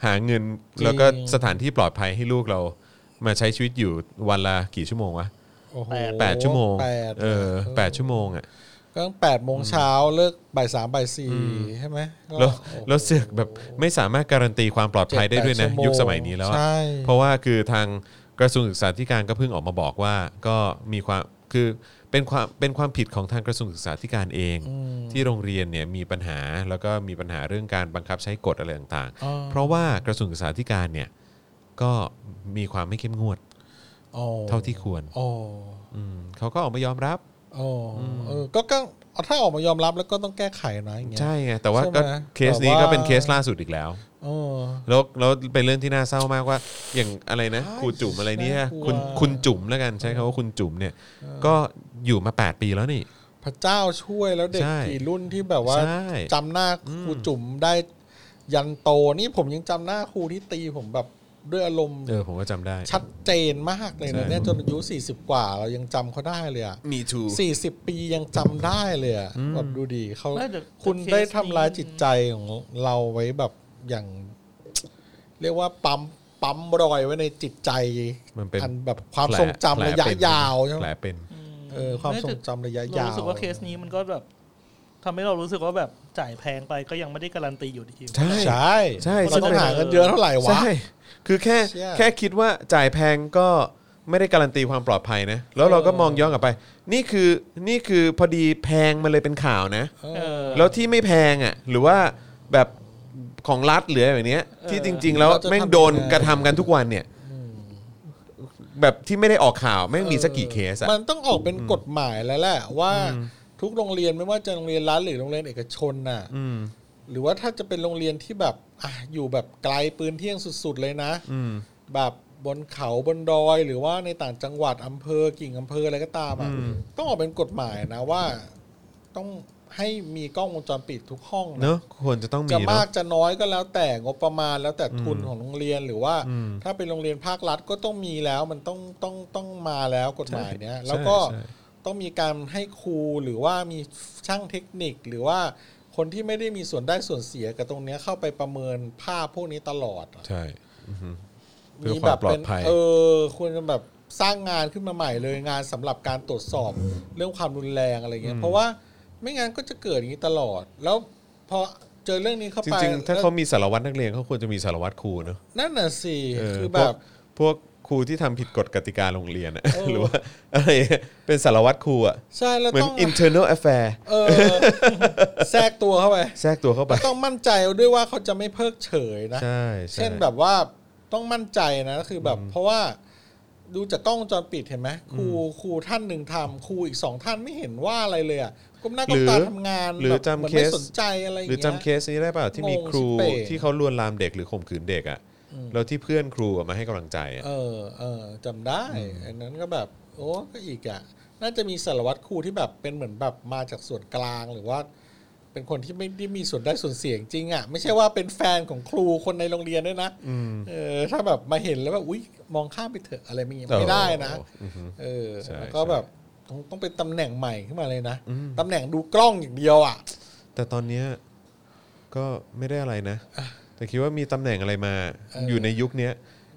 Speaker 2: หาเงิน
Speaker 3: จริง
Speaker 2: แล้วก็สถานที่ปลอดภัยให้ลูกเรา มาใช้ชีวิตอยู่วันละกี่ชั่วโมงวะ
Speaker 3: โอ้โห
Speaker 2: แปดชั่วโมง
Speaker 3: แปด
Speaker 2: เออแปดชั่วโมงอ่ะ
Speaker 3: ก็ตั้งแปดโมงเช้าเลิกบ่ายสามบ่ายสี่ใช่ไหมก็
Speaker 2: แล้ว
Speaker 3: โอ้โห
Speaker 2: แล้วเสือกแบบไม่สามารถการันตีความปลอดภัยได้ด้วยนะ
Speaker 3: เจ็แปชั่โง
Speaker 2: ยุคสมัยนี้แล้วอะ
Speaker 3: ใช่
Speaker 2: เพราะว่าคือทางกระทรวงศึกษาธิการก็เพิ่งออกมาบอกว่าก็มีความคือเป็นความเป็นความผิดของทางกระทรวงศึกษาธิการเอง ที่โรงเรียนเนี่ยมีปัญหาแล้วก็มีปัญหาเรื่องการบังคับใช้กฎอะไรต่าง
Speaker 3: อ๋อ
Speaker 2: ๆ เพราะว่ากระทรวงศึกษาธิการเนี่ยก็มีความไม่เข้มงวด
Speaker 3: อ๋อ
Speaker 2: เท่าที่ควร
Speaker 3: โอ้
Speaker 2: อืมเขาก็ออกมายอมรับ
Speaker 3: โอ้เออก็ก็ถ้าออกมายอมรับแล้วก็ต้องแก้ไขนะอย่างเงี้ย
Speaker 2: ใช่ไงแต่ว่า
Speaker 3: ใช่ไหม
Speaker 2: ก็เคสนี้
Speaker 3: แต่ว่า
Speaker 2: ก็เป็นเคสล่าสุดอีกแล้ว
Speaker 3: เออ
Speaker 2: แล้วแล้วเป็นเรื่องที่น่าเศร้ามากว่า อย่างอะไรนะ
Speaker 3: ใช่
Speaker 2: ครูจุ๋มอะไรเนี่ย
Speaker 3: น่ากลัว
Speaker 2: คุณคุณจุ๋มแล้วกันใช้คำว่าคุณจุ๋มเนี่ย ก็อยู่มา 8 ปีแล้วนี่
Speaker 3: พระเจ้าช่วยแล้วเด็ก
Speaker 2: ใช่
Speaker 3: กี่รุ่นที่แบบว่า
Speaker 2: ใช่
Speaker 3: จำหน้าครูจุ๋มได้ยันโตนี่ผมยังจำหน้าครูที่ตีผมแบบด้วยอารมณ์
Speaker 2: เออผมก็จำได้
Speaker 3: ชัดเจนมากเลยนะ
Speaker 2: ใช่
Speaker 3: เนี่ยจนอายุ40 กว่าเรายังจำเขาได้เลยอะ
Speaker 2: มีทู
Speaker 3: สี่สิบปียังจำได้เลยอะแบบดูดีเขา
Speaker 4: ไม่แต่
Speaker 3: คุณ
Speaker 4: แต่เคส
Speaker 3: ได้ทำร้ายจิต
Speaker 4: นี้
Speaker 3: ใจของเราไว้แบบอย่าง เรียกว่าปั๊มปั๊มรอยไว้ในจิตใจ
Speaker 2: มันเป็น
Speaker 3: อันแบบความทรงจำ
Speaker 2: แผล
Speaker 3: ระยะ
Speaker 2: แผลเป็น
Speaker 3: ยาวใช่ไหม
Speaker 2: แผลเป็น
Speaker 3: เออความทรงจำระยะ
Speaker 4: เรา
Speaker 3: ยาว
Speaker 4: รู้สึกว่าเคสนี้มันก็แบบทำให้เรารู้สึกว่าแบบจ่ายแพงไปก็ยังไม่ได้การันตีอยู่ดี
Speaker 2: ใช่
Speaker 3: ใช่
Speaker 2: ใช่
Speaker 3: เราต้องหาเงินเดือนเท่าไหร่วะ
Speaker 2: ใช่ คือแค่
Speaker 3: เชี่ย
Speaker 2: แค่คิดว่าจ่ายแพงก็ไม่ได้การันตีความปลอดภัยนะ แล้วเราก็
Speaker 3: เออ
Speaker 2: มองย้อนกลับไป นี่คือนี่คือพอดีแพงมันเลยเป็นข่าวนะ
Speaker 4: เออ
Speaker 2: แล้วที่ไม่แพงอ่ะหรือว่าแบบของรัฐหรืออะไรแบบเนี้ย ที่จริง ๆ แล้ว
Speaker 3: เราจะ
Speaker 2: แม่ง
Speaker 3: ทำ
Speaker 2: โดน
Speaker 3: ยังไง
Speaker 2: กระทำกันทุกวันเนี่ย แบบที่ไม่ได้ออกข่าวแม่งมีสักกี่เคสอ่ะ
Speaker 3: มันต้องออกเป็นกฎหมายแล้วแหละว่าทุกโรงเรียนไม่ว่าจะโรงเรียนรัฐหรือโรงเรียนเอกชนน่ะหรือว่าถ้าจะเป็นโรงเรียนที่แบบอ่ะอยู่แบบไกลปืนเที่ยงสุด ๆ เลยนะแบบบนเขาบนดอยหรือว่าในต่างจังหวัดอำเภอกิ่งอำเภออะไรก็ตามอ่ะต้องออกเป็นกฎหมายนะว่า ต้องให้มีกล้องวงจรปิดทุกห้องนะ
Speaker 2: เนอะควรจะต้องมี
Speaker 3: จะ
Speaker 2: เน
Speaker 3: มา
Speaker 2: อะ
Speaker 3: กจะน้อยก็แล้วแต่งบประมาณแล้วแต่ทุนของโรงเรียนหรือว่า ถ้าเป็นโรงเรียนภาครัฐก็ต้องมีแล้วมันต้องต้องต้องมาแล้วกฎหมายเนี้ย
Speaker 2: ใช่
Speaker 3: แล้วก็
Speaker 2: ใช่
Speaker 3: ต้องมีการให้ครูหรือว่ามีช่างเทคนิคหรือว่าคนที่ไม่ได้มีส่วนได้ส่วนเสียกับตรงเนี้ยเข้าไปประเมินภาพพวกนี้ตลอดอะ
Speaker 2: ใช่ เพื่อ
Speaker 3: มีแบ
Speaker 2: ความ
Speaker 3: บ
Speaker 2: ปลอด
Speaker 3: เป็น
Speaker 2: ภัย
Speaker 3: เออควรจะแบบสร้างงานขึ้นมาใหม่เลยงานสำหรับการตรวจสอบเรื่องความรุนแรงอะไรเงี้ยเพราะว่าไม่งั้นก็จะเกิดอย่างนี้ตลอด แล้วพอเจอเรื่องนี้เข้า
Speaker 2: จ
Speaker 3: ไป
Speaker 2: ริง ๆ ถ้า
Speaker 3: แล้ว
Speaker 2: เขามีสารวัตรนักเรียนเขาควรจะมีสารวัตรครูเนอะ
Speaker 3: นั่นน่ะสิ
Speaker 2: เออ
Speaker 3: คือแบบ
Speaker 2: พวกพวกครูที่ทำผิดกฎกติกาโรงเรียนอะหรือว่าอะไรเป็นสารวัตรครูอะ
Speaker 3: ใช่แล้ว
Speaker 2: เหมือน
Speaker 3: ต้อง
Speaker 2: internal affair
Speaker 3: เออ แทรกตัวเข้าไป
Speaker 2: แทรกตัวเข้าไป
Speaker 3: แล้วต้องมั่นใจด้วยว่าเขาจะไม่เพิกเฉยนะ
Speaker 2: ใช่ใช่
Speaker 3: เช่นแบบว่าต้องมั่นใจนะคือแบบ เพราะว่าดูจากกล้องวงจรปิดเห็นไหมครูครูท่านหนึ่งทำครูอีกสองท่านไม่เห็นว่าอะไรเลยอ่ะก้มหน้าก้มตา
Speaker 2: หรือ
Speaker 3: ทำงาน
Speaker 2: หรือ
Speaker 3: แบบ
Speaker 2: จำ
Speaker 3: เหมือน
Speaker 2: เค
Speaker 3: ไม่
Speaker 2: ส
Speaker 3: สนใจอะไรอย่าง
Speaker 2: หรือ
Speaker 3: เงี้
Speaker 2: จำ
Speaker 3: ย
Speaker 2: เคสนี้ได้เปล่าที่มี
Speaker 3: งง
Speaker 2: ครู
Speaker 3: สิเป๋
Speaker 2: ที่เขาลวนลามเด็กหรือข่มขืนเด็กอะแล้วที่เพื่อนครูอะมาให้กำลังใจอะ
Speaker 3: เออเออจำได้อันนั้นก็แบบ โอ้ก็อีกอ่ะ น่าจะมีสารวัตรครูที่แบบเป็นเหมือนแบบมาจากส่วนกลางหรือว่า เป็นคนที่ไม่ได้มีส่วนได้ส่วนเสียจริงอ่ะ ไม่ใช่ว่าเป็นแฟนของครูคนในโรงเรียนด้วยนะเออ ถ้าแบบมาเห็นแล้วแบบอุ้ยมองข้ามไปเถอะอะไรไม่งี้ไม่ได้นะ
Speaker 2: โอ้อือฮึ
Speaker 3: เออ
Speaker 2: ใช่
Speaker 3: แล้วก็
Speaker 2: ใช่
Speaker 3: แบบต้องต้องเป็นตำแหน่งใหม่ขึ้นมาเลยนะตำแหน่งดูกล้องอย่างเดียวอ่ะ
Speaker 2: แต่ตอนเนี้ยก็ไม่ได้อะไรนะ แต่คิดว่ามีตำแหน่งอะไรมา
Speaker 3: เออ
Speaker 2: อยู่ในยุคเนี้ย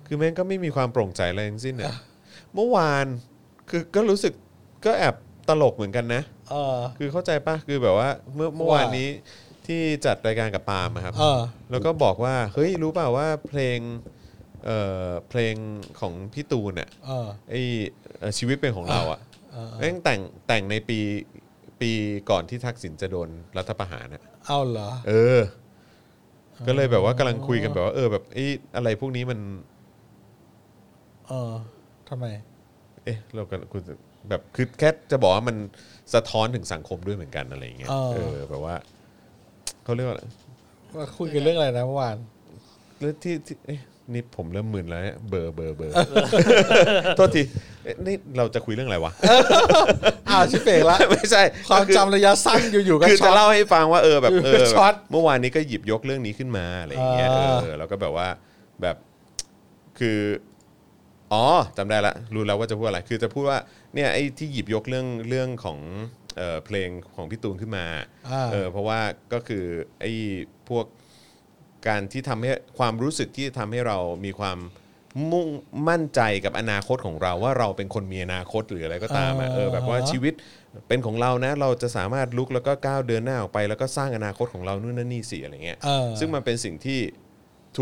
Speaker 2: คือแม่งก็ไม่มีความโปร่งใสอะไรทั้งสิ้นเนี่ยเมื่อวานคือก็รู้สึกก็แอบตลกเหมือนกันนะ
Speaker 3: เออ
Speaker 2: คือเข้าใจปะคือแบบว่าเมื่อเมื่อวานนี้ที่จัดรายการกับปาล์มอะครับ
Speaker 3: เออ
Speaker 2: แล้วก็บอกว่าเฮ้ยรู้เปล่าว่าเพลงเอ่อเพลงของพี่ตูนเนี่ย
Speaker 3: เออ
Speaker 2: ไอเอ่อชีวิตเป็นของเราอ่ะ
Speaker 3: เออ
Speaker 2: แม่งแต่งแต่งในปีปีก่อนที่ทักษิณจะโดนรัฐประหารอ่ะ
Speaker 3: เอาเหรอ
Speaker 2: เออ ก็เลยแบบว่ากำลังคุยกันแบบว่า เออแบบไอ้อะไรพวกนี้มัน
Speaker 3: เออทำไม
Speaker 2: เอ๊ะ เรากำลันคุณแบบคือแค่จะบอกว่ามันสะท้อนถึงสังคมด้วยเหมือนกันอะไรอย่างเงี้ย
Speaker 3: เออ
Speaker 2: เออแบบว่าเขาเรียกว่าอะไร
Speaker 3: ว่าคุยกันเรื่องอะไรนะเมื่อวาน
Speaker 2: แล้วที่ที่เอ๊ะนี่ผมเริ่มมึนแล้วเนี่ยเบอร์เบอร์เบอร์โทษทีเอ๊ะนี่เราจะคุยเรื่องอะไรวะ
Speaker 3: อ้าวชิเปกละ
Speaker 2: ไม่ใช่
Speaker 3: ความ
Speaker 2: ก็อ
Speaker 3: จำระยะสั้นอยู่ๆก็
Speaker 2: คือ
Speaker 3: ช็
Speaker 2: จะ
Speaker 3: อต
Speaker 2: เล่าให้ฟังว่าเออแบบเออ
Speaker 3: ช็อต
Speaker 2: เมื่อวานนี้ก็หยิบยกเรื่องนี้ขึ้นมาอะไรอย่างเงี้ยเอ
Speaker 3: อ่า
Speaker 2: อแล้วก็แบบว่าแบบคืออ๋อจำได้ละรู้แล้วว่าจะพูดอะไร คือจะพูดว่าเนี่ยไอ้ที่หยิบยกเรื่องเรื่องของเออเพลงของพี่ตูนขึ้นมา
Speaker 3: อ่า
Speaker 2: เออเพราะว่าก็คือไอ้พวกการที่ทำให้ความรู้สึกที่ทำให้เรามีความมุ่งมั่นใจกับอนาคตของเราว่าเราเป็นคนมีอนาคตหรืออะไรก็ตามอ่ะเออแบบว่า
Speaker 3: อ่าฮะ
Speaker 2: ชีวิต ชีวิตเป็นของเรานะเราจะสามารถลุกแล้วก็ก้าวเดินหน้าออกไป แล้วก็สร้างอนาคตของเรานู่นนั่นนี่สิอะไรเงี้ย
Speaker 3: เออ
Speaker 2: ซึ่งมันเป็นสิ่งที่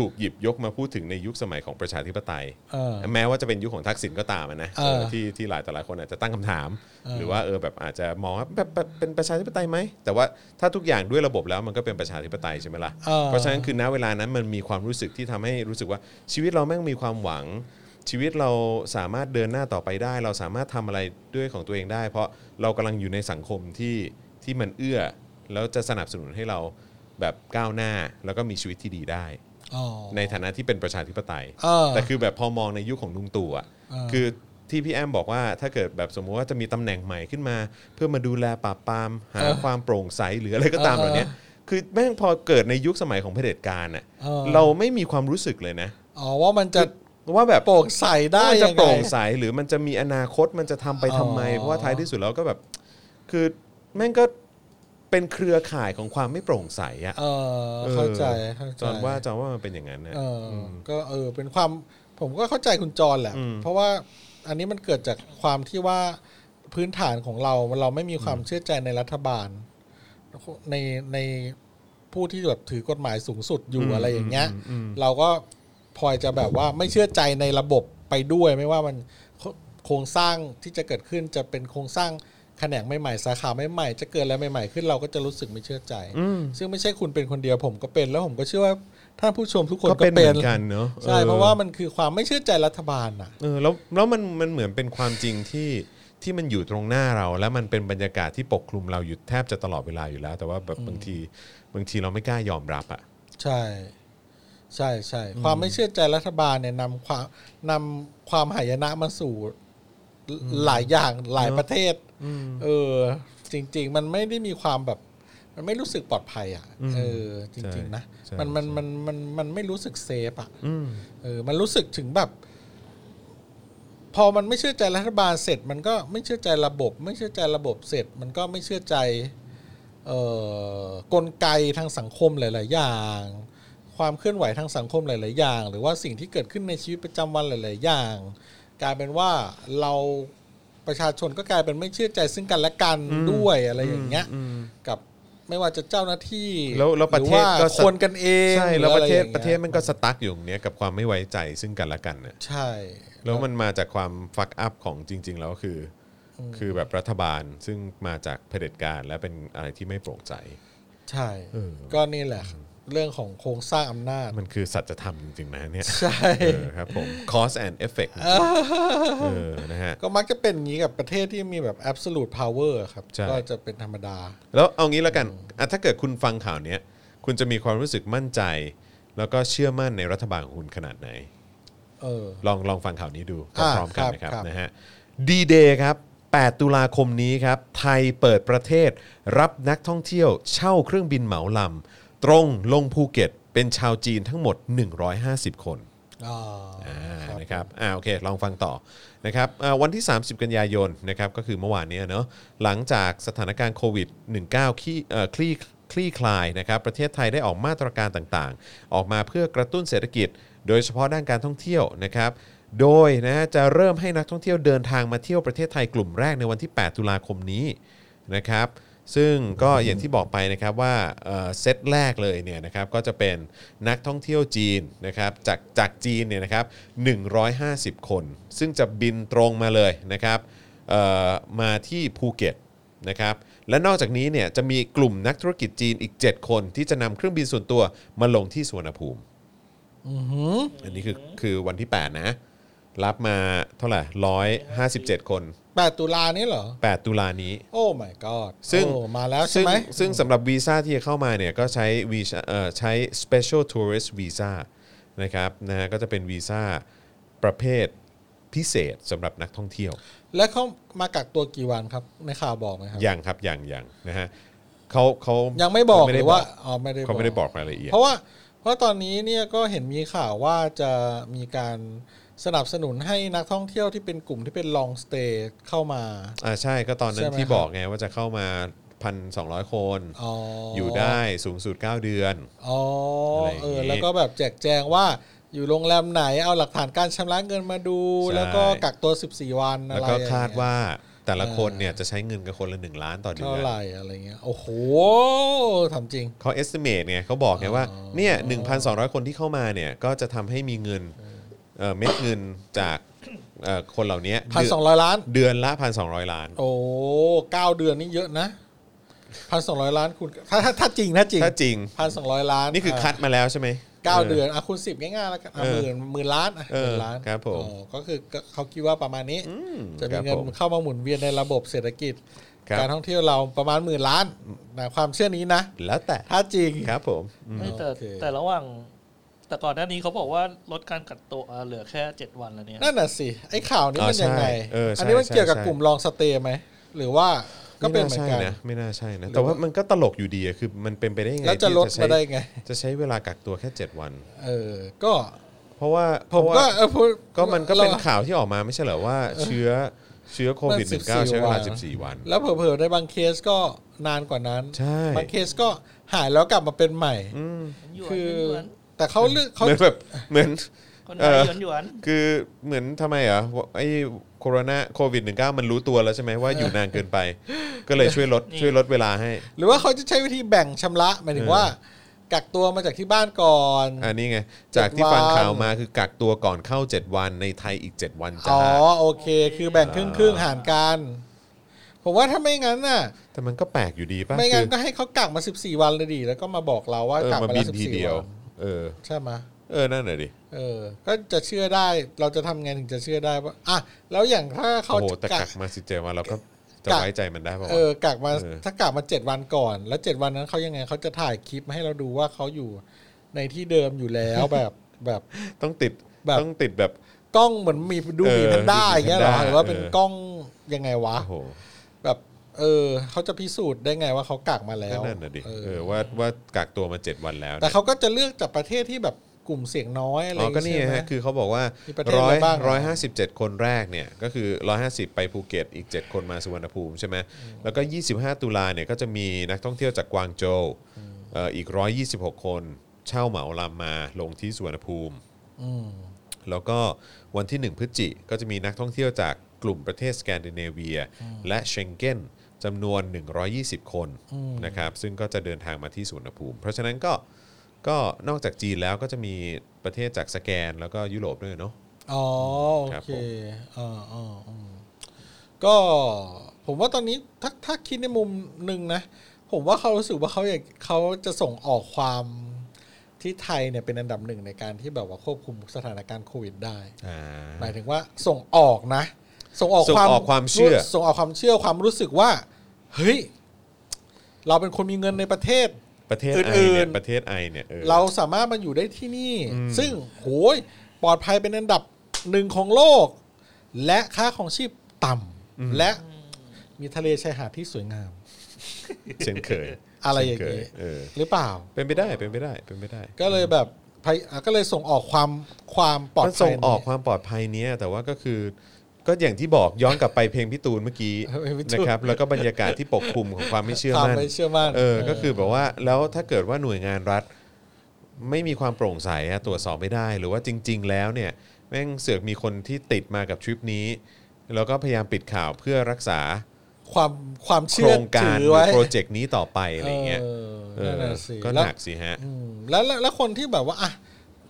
Speaker 2: ถูกหยิบยกมาพูดถึงในยุคสมัยของประชาธิปไตย
Speaker 3: เออ
Speaker 2: แม้ว่าจะเป็นยุคของทักษิณก็ตามอะนะ
Speaker 3: เออ
Speaker 2: เออที่ที่หลายต่อหลายคนอาจจะตั้งคำถาม หรือว่าเออแบบอาจจะมองว่าแบบแบบเป็นประชาธิปไตยไหมแต่ว่าถ้าทุกอย่างด้วยระบบแล้วมันก็เป็นประชาธิปไตยใช่ไหมล่ะ
Speaker 3: เออ
Speaker 2: เพราะฉะนั้นคือณเวลานั้นมันมีความรู้สึกที่ทำให้รู้สึกว่าชีวิตเราแม่งมีความหวัง ชีวิตเราสามารถเดินหน้าต่อไปได้ เราสามารถทำอะไรด้วยของตัวเองได้ เพราะเรากำลังอยู่ในสังคมที่ที่มันเอื้อ แล้วจะสนับสนุนให้เราแบบก้าวหน้าแล้วก็มีชีวิตที่ดีได้
Speaker 3: อ๋อ
Speaker 2: ในฐานะที่เป็นประชาธิปไตย
Speaker 3: เออ
Speaker 2: แต่คือแบบพอมองในยุคของลุงตู่อ่ะ
Speaker 3: เออ
Speaker 2: คือที่พี่แอมบอกว่าถ้าเกิดแบบสมมุติว่าจะมีตำแหน่งใหม่ขึ้นมา เพื่อมาดูแลปราบปรามหาความโปร่งใสหรืออะไรก็ตามเหล่านี้คือแม่งพอเกิดในยุคสมัยของเผด็จการอ่ะ
Speaker 3: เออ
Speaker 2: เราไม่มีความรู้สึกเลยนะ
Speaker 3: อ๋อว่ามันจะ
Speaker 2: ว่าแบบ
Speaker 3: โปร่งใสได้
Speaker 2: ว่ามันจะ
Speaker 3: ยัง
Speaker 2: โป
Speaker 3: ไง
Speaker 2: ร่งใสหรือมันจะมีอนาคตมันจะทำไปทำไม
Speaker 3: อ๋อ
Speaker 2: เพราะว่าท้ายที่สุดแล้วก็แบบ คือแม่งก็เป็นเครือข่ายของความไม่โปร่งใสอะ
Speaker 3: เออเข้าใจเข้าใจ
Speaker 2: จอนว่าจอนว่ามันเป็นอย่างนั้นนะ
Speaker 3: เอออก็เออเป็นความผมก็เข้าใจคุณจรแหละ
Speaker 2: อืม
Speaker 3: เพราะว่าอันนี้มันเกิดจากความที่ว่าพื้นฐานของเราเราไม่มีความเชื่อใจในรัฐบาล ในในผู้ที่แบบถือกฎหมายสูงสุดอยู่
Speaker 2: อืม
Speaker 3: อะไรอย่างเงี้ย
Speaker 2: อืมอืม
Speaker 3: เราก็พลอยจะแบบว่าไม่เชื่อใจในระบบไปด้วยไม่ว่ามันโคโครงสร้างที่จะเกิดขึ้นจะเป็นโครงสร้างแขนงใหม่ๆสาขาใหม่ๆจะเกิดอะไรใหม่ๆขึ้นเราก็จะรู้สึกไม่เชื่อใจ
Speaker 2: ม
Speaker 3: ซึ่งไม่ใช่คุณเป็นคนเดียวผมก็เป็นแล้วผมก็เชื่อว่าท่านผู้ชมทุกคน
Speaker 2: ก็
Speaker 3: ก็
Speaker 2: เป็นเห
Speaker 3: เป็
Speaker 2: มื
Speaker 3: น
Speaker 2: อนกันเนาะ
Speaker 3: ใช่
Speaker 2: ออ
Speaker 3: เพราะว่ามันคือความไม่เชื่อใจรัฐบาลน่ะ
Speaker 2: เออแล้วแล้วมันมันเหมือนเป็นความจริงที่ที่มันอยู่ตรงหน้าเรา แล้วมันเป็นบรรยากาศที่ปกคลุมเราอยู่แทบจะตลอดเวลาอยู่แล้ว แต่ว่าแบบบางทีบางทีเราไม่กล้ายอมรับอะ
Speaker 3: ใช่ ใช่ใช่ความไม่เชื่อใจรัฐบาลเนี่ยนำความนำความหายนะมาสู่หลายอย่างหลายประเทศเออ จริง ๆ มันไม่ได้มีความแบบ มันไม่รู้สึกปลอดภัยอ่ะเออ จริง ๆ นะ
Speaker 2: ใช่
Speaker 3: มันมัน
Speaker 2: ใช่
Speaker 3: มันมันมันไม่รู้สึกเซฟอ่ะ เออ มันรู้สึกถึงแบบ พอมันไม่เชื่อใจรัฐบาลเสร็จ มันก็ไม่เชื่อใจระบบ ไม่เชื่อใจระบบเสร็จ มันก็ไม่เชื่อใจ เอ่อกลไกทางสังคมหลาย ๆ อย่าง ความเคลื่อนไหวทางสังคมหลาย ๆ อย่าง หรือว่าสิ่งที่เกิดขึ้นในชีวิตประจำวันหลาย ๆ อย่าง กลายเป็นว่าเราประชาชนก็กลายเป็นไม่เชื่อใจซึ่งกันและกันด้วยอะไรอย่างเงี้ยกับไม่ว่าจะเจ้าหน้าที่
Speaker 2: แล้วแล้วประเทศ
Speaker 3: หอ
Speaker 2: ก็
Speaker 3: ว่า
Speaker 2: สะ
Speaker 3: คนกันเอง
Speaker 2: ใช่แล้วประเทศ
Speaker 3: หออไอย่างงี้ย
Speaker 2: ประเทศมันก็สตั๊กอยู่ตรงเนี้ยกับความไม่ไว้ใจซึ่งกันและกันน่ะ
Speaker 3: ใช่
Speaker 2: แล้วมันมาจากความฟักอัพของจริง ๆ แล้วคืออคือแบบรัฐบาลซึ่งมาจากเผด็จการและเป็นอะไรที่ไม่โปร่งใจ
Speaker 3: ใช่ ก็นี่แหละ เรื่องของโครงสร้างอำนาจ
Speaker 2: มันคือสัจธรรมจริง ๆ นะเนี่ย
Speaker 3: ใช่
Speaker 2: เออครับผม cause and effect จริงๆเออนะฮะ
Speaker 3: ก็มักจะเป็นอย่างนี้กับประเทศที่มีแบบ absolute power ครับ
Speaker 2: ใช่
Speaker 3: ก็จะเป็นธรรมดา
Speaker 2: แล้วเอางี้แล้วกันอ่ะถ้าเกิดคุณฟังข่าวเนี้ยคุณจะมีความรู้สึกมั่นใจ แล้วก็เชื่อมั่นในรัฐบาลของคุณขนาดไหน
Speaker 3: เออ
Speaker 2: ลองลองฟังข่าวนี้ดูพ
Speaker 3: อ่า
Speaker 2: ร้อมๆกัน
Speaker 3: ค
Speaker 2: นะครั
Speaker 3: รับ
Speaker 2: บ
Speaker 3: ครับ
Speaker 2: นะฮะดีเดย์ครับ 8 ตุลาคมนี้ครับ ไทยเปิดประเทศ รับนักท่องเที่ยว เช่าเครื่องบินเหมาลำ ตรงลงภูเก็ต เป็นชาวจีนทั้งหมด 150 คน
Speaker 3: อ่า
Speaker 2: อ่า
Speaker 3: ครับ
Speaker 2: นะครับอ่าโอเค ลองฟังต่อนะครับอ่าวันที่ 30 กันยายนนะครับก็คือเมื่อวานเนี้ยเนาะหลังจากสถานการณ์โควิด -19 คลี่เอ่อคลี่คลี่คลายนะครับประเทศไทยได้ออกมาตรการต่างๆ ออกมาเพื่อกระตุ้นเศรษฐกิจ โดยเฉพาะด้านการท่องเที่ยวนะครับ โดยนะจะเริ่มให้นักท่องเที่ยวเดินทางมาเที่ยวประเทศไทยกลุ่มแรกในวันที่ 8 ตุลาคมนี้นะครับ ซึ่งก็อย่างที่บอกไปนะครับว่าเอ่อเซตแรกเลยเนี่ยนะครับก็จะเป็นนักท่องเที่ยวจีนนะครับจากจากจีนเนี่ยนะครับ150 คน ซึ่งจะบินตรงมาเลยนะครับเอ่อมาที่ภูเก็ตนะครับและนอกจากนี้เนี่ยจะมีกลุ่มนักธุรกิจจีนอีก 7 คนที่จะนำเครื่องบินส่วนตัวมาลงที่สุวรรณภูมิ อันนี้คือคือวันที่ 8 นะ รับมาเท่าไหร่157 คน
Speaker 3: แปดตุลานี่เหรอ
Speaker 2: 8 ตุลานี้
Speaker 3: โอ้ my god
Speaker 2: ซึ่ง
Speaker 3: โอ้มาแล้วใช่
Speaker 2: ซึ่ง
Speaker 3: ไหม
Speaker 2: ซึ่งสำหรับวีซ่าที่จะเข้ามาเนี่ยก็ใช้วีซ่าเอ่อใช้ special tourist visa นะครับนะฮะก็จะเป็นวีซ่าประเภทพิเศษสำหรับนักท่องเที่ยว
Speaker 3: แล้วเขามากักตัวกี่วันครับ ในข่าวบอกไหมครับ
Speaker 2: อย่างครับอย่างอย่างนะฮะเขาเขา
Speaker 3: ยั
Speaker 2: ยัง
Speaker 3: ไม่บอก
Speaker 2: ไม่
Speaker 3: ห
Speaker 2: ได้
Speaker 3: รือว่าอ๋อไม่ได้
Speaker 2: เขาไม่ได้บอกรายละเอียด
Speaker 3: เพราะว่า เพราะตอนนี้เนี่ยก็เห็นมีข่าวว่าจะมีการสนับสนุนให้นักท่องเที่ยวที่เป็นกลุ่มที่เป็น long stay เข้ามา
Speaker 2: อ่าใช่ก็ตอนนั้
Speaker 3: ใช่
Speaker 2: น
Speaker 3: ไหม
Speaker 2: ที่
Speaker 3: ครับ
Speaker 2: บอกไงว่าจะเข้ามา 1,200 คน
Speaker 3: อ๋อ
Speaker 2: อ
Speaker 3: อ
Speaker 2: ยู่ได้สูงสุด 9 เดือน
Speaker 3: อ๋ออะไร
Speaker 2: อย่างงี้
Speaker 3: เออ แล้วก็แบบแจกแจงว่าอยู่โรงแรมไหนเอาหลักฐานการชำระเงินมาดู
Speaker 2: ใช่
Speaker 3: แล้วก็กักตัว 14 วันอะไร
Speaker 2: แล้ว
Speaker 3: อย่
Speaker 2: ก็
Speaker 3: งเงี้ย
Speaker 2: คาดว่าแต่ละคนเนี่ยจะใช้เงินกันคนละ 1 ล้านต่อเดือน
Speaker 3: เท่าไหร่อะไรเงี้ยโอ้โหทำจริง
Speaker 2: เขา estimate เนี่ยเขาบอกไงว่าเนี่ย1,200 คนที่เข้ามาเนี่ยก็จะทำให้มีเงินเอ่อเม็ดเงินจากเอ่อคนเหล่านี้
Speaker 3: พันสองร้อยล้าน
Speaker 2: เดือนละ 1,200 ล้าน
Speaker 3: โอ้เก้าเดือนนี่เยอะนะพันสองร้อยล้านคุณถ้าถ้าถ้าจริงถ้าจริง
Speaker 2: ถ้าจริง
Speaker 3: พันสองร้อยล้าน
Speaker 2: นี่คือคัดมาแล้วใช่ไหม
Speaker 3: เก้าเดือนอ่ะคุณสิบง่ายๆแล้วกันอ่ะ
Speaker 2: เอ
Speaker 3: ห
Speaker 2: อ
Speaker 3: มื่นหมื่นล้านอ่ะ
Speaker 2: เออ
Speaker 3: หมื่นล้าน
Speaker 2: ครับผม
Speaker 3: อ๋อก็คือก็เขาคิดว่าประมาณนี้ จะมี
Speaker 2: ค
Speaker 3: เงิ
Speaker 2: รับผม
Speaker 3: นเข้ามาหมุนเวียนในระบบเศรษฐกิจ
Speaker 2: ครับ
Speaker 3: การท่องเที่ยวเราประมาณหมื่นล้านนะความเชื่อนี้นะ
Speaker 2: แล้วแต่
Speaker 3: ถ้าจริง
Speaker 2: ครับผม
Speaker 4: ไม่แต่
Speaker 3: โอเค
Speaker 4: แต่ระหว่าง แต่ก่อนหน้านี้เขาบอกว่าลดการกักตัวเหลือแค่เจ็ดวันแล้วเนี่ย
Speaker 3: นั่นน่ะสิ ไอ้ข่าวนี้
Speaker 2: อ๋อ
Speaker 3: มันยังไง
Speaker 2: ใช่เออใช่
Speaker 3: อันี้มันเกี่ยวกับ
Speaker 2: ใช่
Speaker 3: กลุ่มลองสเตย์ไหม หรือว่าก็เป็นเหมือนกัน
Speaker 2: ไาใช่นะไม่น่าใช่นะ แต่ว่ามันก็ตลกอยู่ดีอะคือมันเป็นไปได้ยังไง
Speaker 3: แล้วจะลด
Speaker 2: ที่ใช้
Speaker 3: มาได้ไง
Speaker 2: จะใช้เวลากักตัวแค่ 7 วัน
Speaker 3: เออ ก็
Speaker 2: เพราะว่าเพ
Speaker 3: ผม
Speaker 2: ราะ
Speaker 3: ก็
Speaker 2: ว่า
Speaker 3: เออพูด
Speaker 2: ก็มันก็เป็นข่าวที่ออกมาไม่ใช่เหรอว่าเชื้อเชื้อโควิด
Speaker 3: มัน
Speaker 2: -19 ใช้เวลา 14 วัน
Speaker 3: แล้วเผลอๆในบางเคสก็นานกว่านั้น
Speaker 2: ใช่
Speaker 3: บางเคสก็หายแล้วกลับมาเป็นใหม่
Speaker 2: อืม
Speaker 3: คือ แต่เขาเลือกเขา
Speaker 2: เหมือนแบบเหมือน
Speaker 4: คน
Speaker 2: เอ
Speaker 4: ไทย
Speaker 2: อ
Speaker 4: หยวนหยวน
Speaker 2: คือเหมือนทำไมอ่ะไอ้โคโรนาโควิด -19 มันรู้ตัวแล้วใช่ไหมว่าอยู่นานเกินไป ก็เลยช่วยลดช่วยลดเวลาให้
Speaker 3: หรือว่าเขาจะใช้วิธีแบ่งชำระหมายถึง
Speaker 2: เออ
Speaker 3: ว่า กักตัวมาจากที่บ้านก่อน
Speaker 2: อันนี้ไง จากที่
Speaker 3: เจ็ด
Speaker 2: ฟั
Speaker 3: วัน
Speaker 2: งข่าวมาคือกักตัวก่อนเข้า 7 วันในไทยอีก 7 วันจ้า
Speaker 3: อ๋อโอเค คือแบ่งครึ่งครึ่งๆหารกัน ผมว่าถ้าไม่งั้นน่ะ
Speaker 2: แต่มันก็แปลกอยู่ดีป่ะ
Speaker 3: ไม่งั้น
Speaker 2: คือ
Speaker 3: ก็ให้เขากักมา 14 วันเลยดิแล้วก็มาบอกเราว่า
Speaker 2: เออ
Speaker 3: กัก
Speaker 2: มาบิ
Speaker 3: มาแล้
Speaker 2: น
Speaker 3: ว
Speaker 2: ที
Speaker 3: 14
Speaker 2: เดียว
Speaker 3: วัน
Speaker 2: เออ
Speaker 3: ใช่ไหมะ
Speaker 2: เออ นั่นแหละดิ
Speaker 3: เออ ก็จะเชื่อได้เราจะทำไงถึงจะเชื่อได้ว่าอ่ะแล้วอย่างถ้า
Speaker 2: โอ้
Speaker 3: เขา
Speaker 2: โห
Speaker 3: จะ
Speaker 2: แต่
Speaker 3: กั
Speaker 2: กั
Speaker 3: ก
Speaker 2: กมาสิเจวันเราก็จะ
Speaker 3: กัก
Speaker 2: ไว้ใจมันได้ป่าว
Speaker 3: เอ
Speaker 2: วะ
Speaker 3: อกักมา
Speaker 2: เออ
Speaker 3: ถ้ากักมา 7 วันก่อน แล้ว 7 วันนั้นเขายังไงเขาจะถ่ายคลิปมาให้เราดูว่าเขาอยู่ในที่เดิมอยู่แล้ว แบบแบบ
Speaker 2: ต้องติด
Speaker 3: แบบ
Speaker 2: ต้องติดแบบ
Speaker 3: กล้องเหมือนมีดู
Speaker 2: เออ
Speaker 3: มีแพนด้า
Speaker 2: ดูมี
Speaker 3: อย่างเงี้ยเหรอ
Speaker 2: Panda
Speaker 3: หรือว่าเป็น
Speaker 2: เออ
Speaker 3: กล้องยังไงวะ
Speaker 2: โอ้โห
Speaker 3: แบบเออเขาจะพิสูจน์ได้ไงว่าเขากักมาแล้ว
Speaker 2: ก็นั่นแหละดิ
Speaker 3: เออ
Speaker 2: เออว่าว่ากักตัวมา 7 วันแล้ว
Speaker 3: แต่เขาก็จะเลือกจากประเทศที่แบบกลุ่มเสี่ยงน้อยอะไร
Speaker 2: อ๋อก็นี่ไง
Speaker 3: ใช่ไหม
Speaker 2: ฮะคือเขาบอกว่า
Speaker 3: มีประเทศ
Speaker 2: ร้อย
Speaker 3: อะไรบ้างอะ
Speaker 2: ร้อยห้าสิบเจ็ดคนแรกเนี่ย ก็คือร้อยห้าสิบไปภูเก็ตอีก 7 คนมาสุวรรณภูมิใช่ไหมแล้วก็ 25 ตุลาเนี่ยก็จะมีนักท่องเที่ยวจากกวางโจวเอ่ออีก 126 คน เช่าเหมาลำมาลงที่สุวรรณภูมิ
Speaker 3: อืม
Speaker 2: แล้วก็วันที่ 1 พฤศจิก็จะมีนักท่องเที่ยวจากกลุ่มประเทศสแกนดิเนเวีย และเชงเก้นจำนวน 120 คนนะครับซึ่งก็จะเดินทางมาที่สุวรรณภูมิ เพราะฉะนั้นก็ก็นอกจากจีนแล้วก็จะมีประเทศจากสแกนแล้วก็ยุโรปด้วยเนาะ
Speaker 3: อ๋อโอ
Speaker 2: ครับ
Speaker 3: เค
Speaker 2: ผม
Speaker 3: อ่าอ่าอ่าก็ผมว่าตอนนี้ถ้าถ้าคิดในมุมหนึ่งนะ ผมว่าเขารู้สึกว่าเขาอยากเขาจะส่งออกความที่ไทยเนี่ยเป็นอันดับหนึ่งในการที่แบบว่าควบคุมสถานการณ์โควิดได้ หมายถึงว่าส่งออกนะ ส่งออก
Speaker 2: ส่งออกความเชื่อ
Speaker 3: ส่งออกความเชื่อความรู้สึกว่า เฮ้ย เราเป็นคนมีเงินในประเทศ
Speaker 2: ประเทศไอ
Speaker 3: อื่
Speaker 2: เนี่ย
Speaker 3: น
Speaker 2: ป
Speaker 3: ๆ
Speaker 2: ระเทศไอเนี่ยออ
Speaker 3: เราสามารถมาอยู่ได้ที่นี่
Speaker 2: อืม
Speaker 3: ซึ่งโหยปลอดภัยเป็นอันดับหนึ่งของโลก และค่าของชีพต่ำและมีทะเลชายหาดที่สวยงาม
Speaker 2: เช่นเคย
Speaker 3: อะไรอย่าง
Speaker 2: เช่น
Speaker 3: นี้
Speaker 2: เคยเออ
Speaker 3: หรือเปล่า
Speaker 2: เป็นไปได้เป็นไปได้เป็นไปได้
Speaker 3: ก็เลยแบบพยอ่ะก็เลยส่งออกความความปลอด
Speaker 2: มัน
Speaker 3: ภัย
Speaker 2: ส่งออกความปลอดภัยเนี้ยแต่ว่าก็คือก็อย่างที่บอกย้อนกลับไปเพลงพี่ตูนเมื่อกี้ นะครับแล้วก็บรรยากาศที่ปกคลุมของความไม่เชื่อ
Speaker 3: ความ
Speaker 2: มั่น
Speaker 3: ไม่เชื่อมั่น
Speaker 2: เออ ก็คือแบบว่า แล้วถ้าเกิดว่าหน่วยงานรัฐ ไม่มีความโปร่งใสอะตรวจสอบไม่ได้ หรือว่าจริง ๆ แล้วเนี่ย แม่งเสือกมีคนที่ติดมากับทริปนี้ แล้วก็พยายามปิดข่าวเพื่อรักษา
Speaker 3: ความความ
Speaker 2: โค
Speaker 3: เชื่
Speaker 2: ร
Speaker 3: อง
Speaker 2: การห
Speaker 3: ถือ
Speaker 2: รือ
Speaker 3: ไว้
Speaker 2: โปรเจกต์นี้ต่อไปอะไรเงี้ย
Speaker 3: เออนั่นน่ะสิ
Speaker 2: เออก็หนักสิฮะ
Speaker 3: อืมแล้วแล้วแล้วคนที่แบบว่าอ่ะ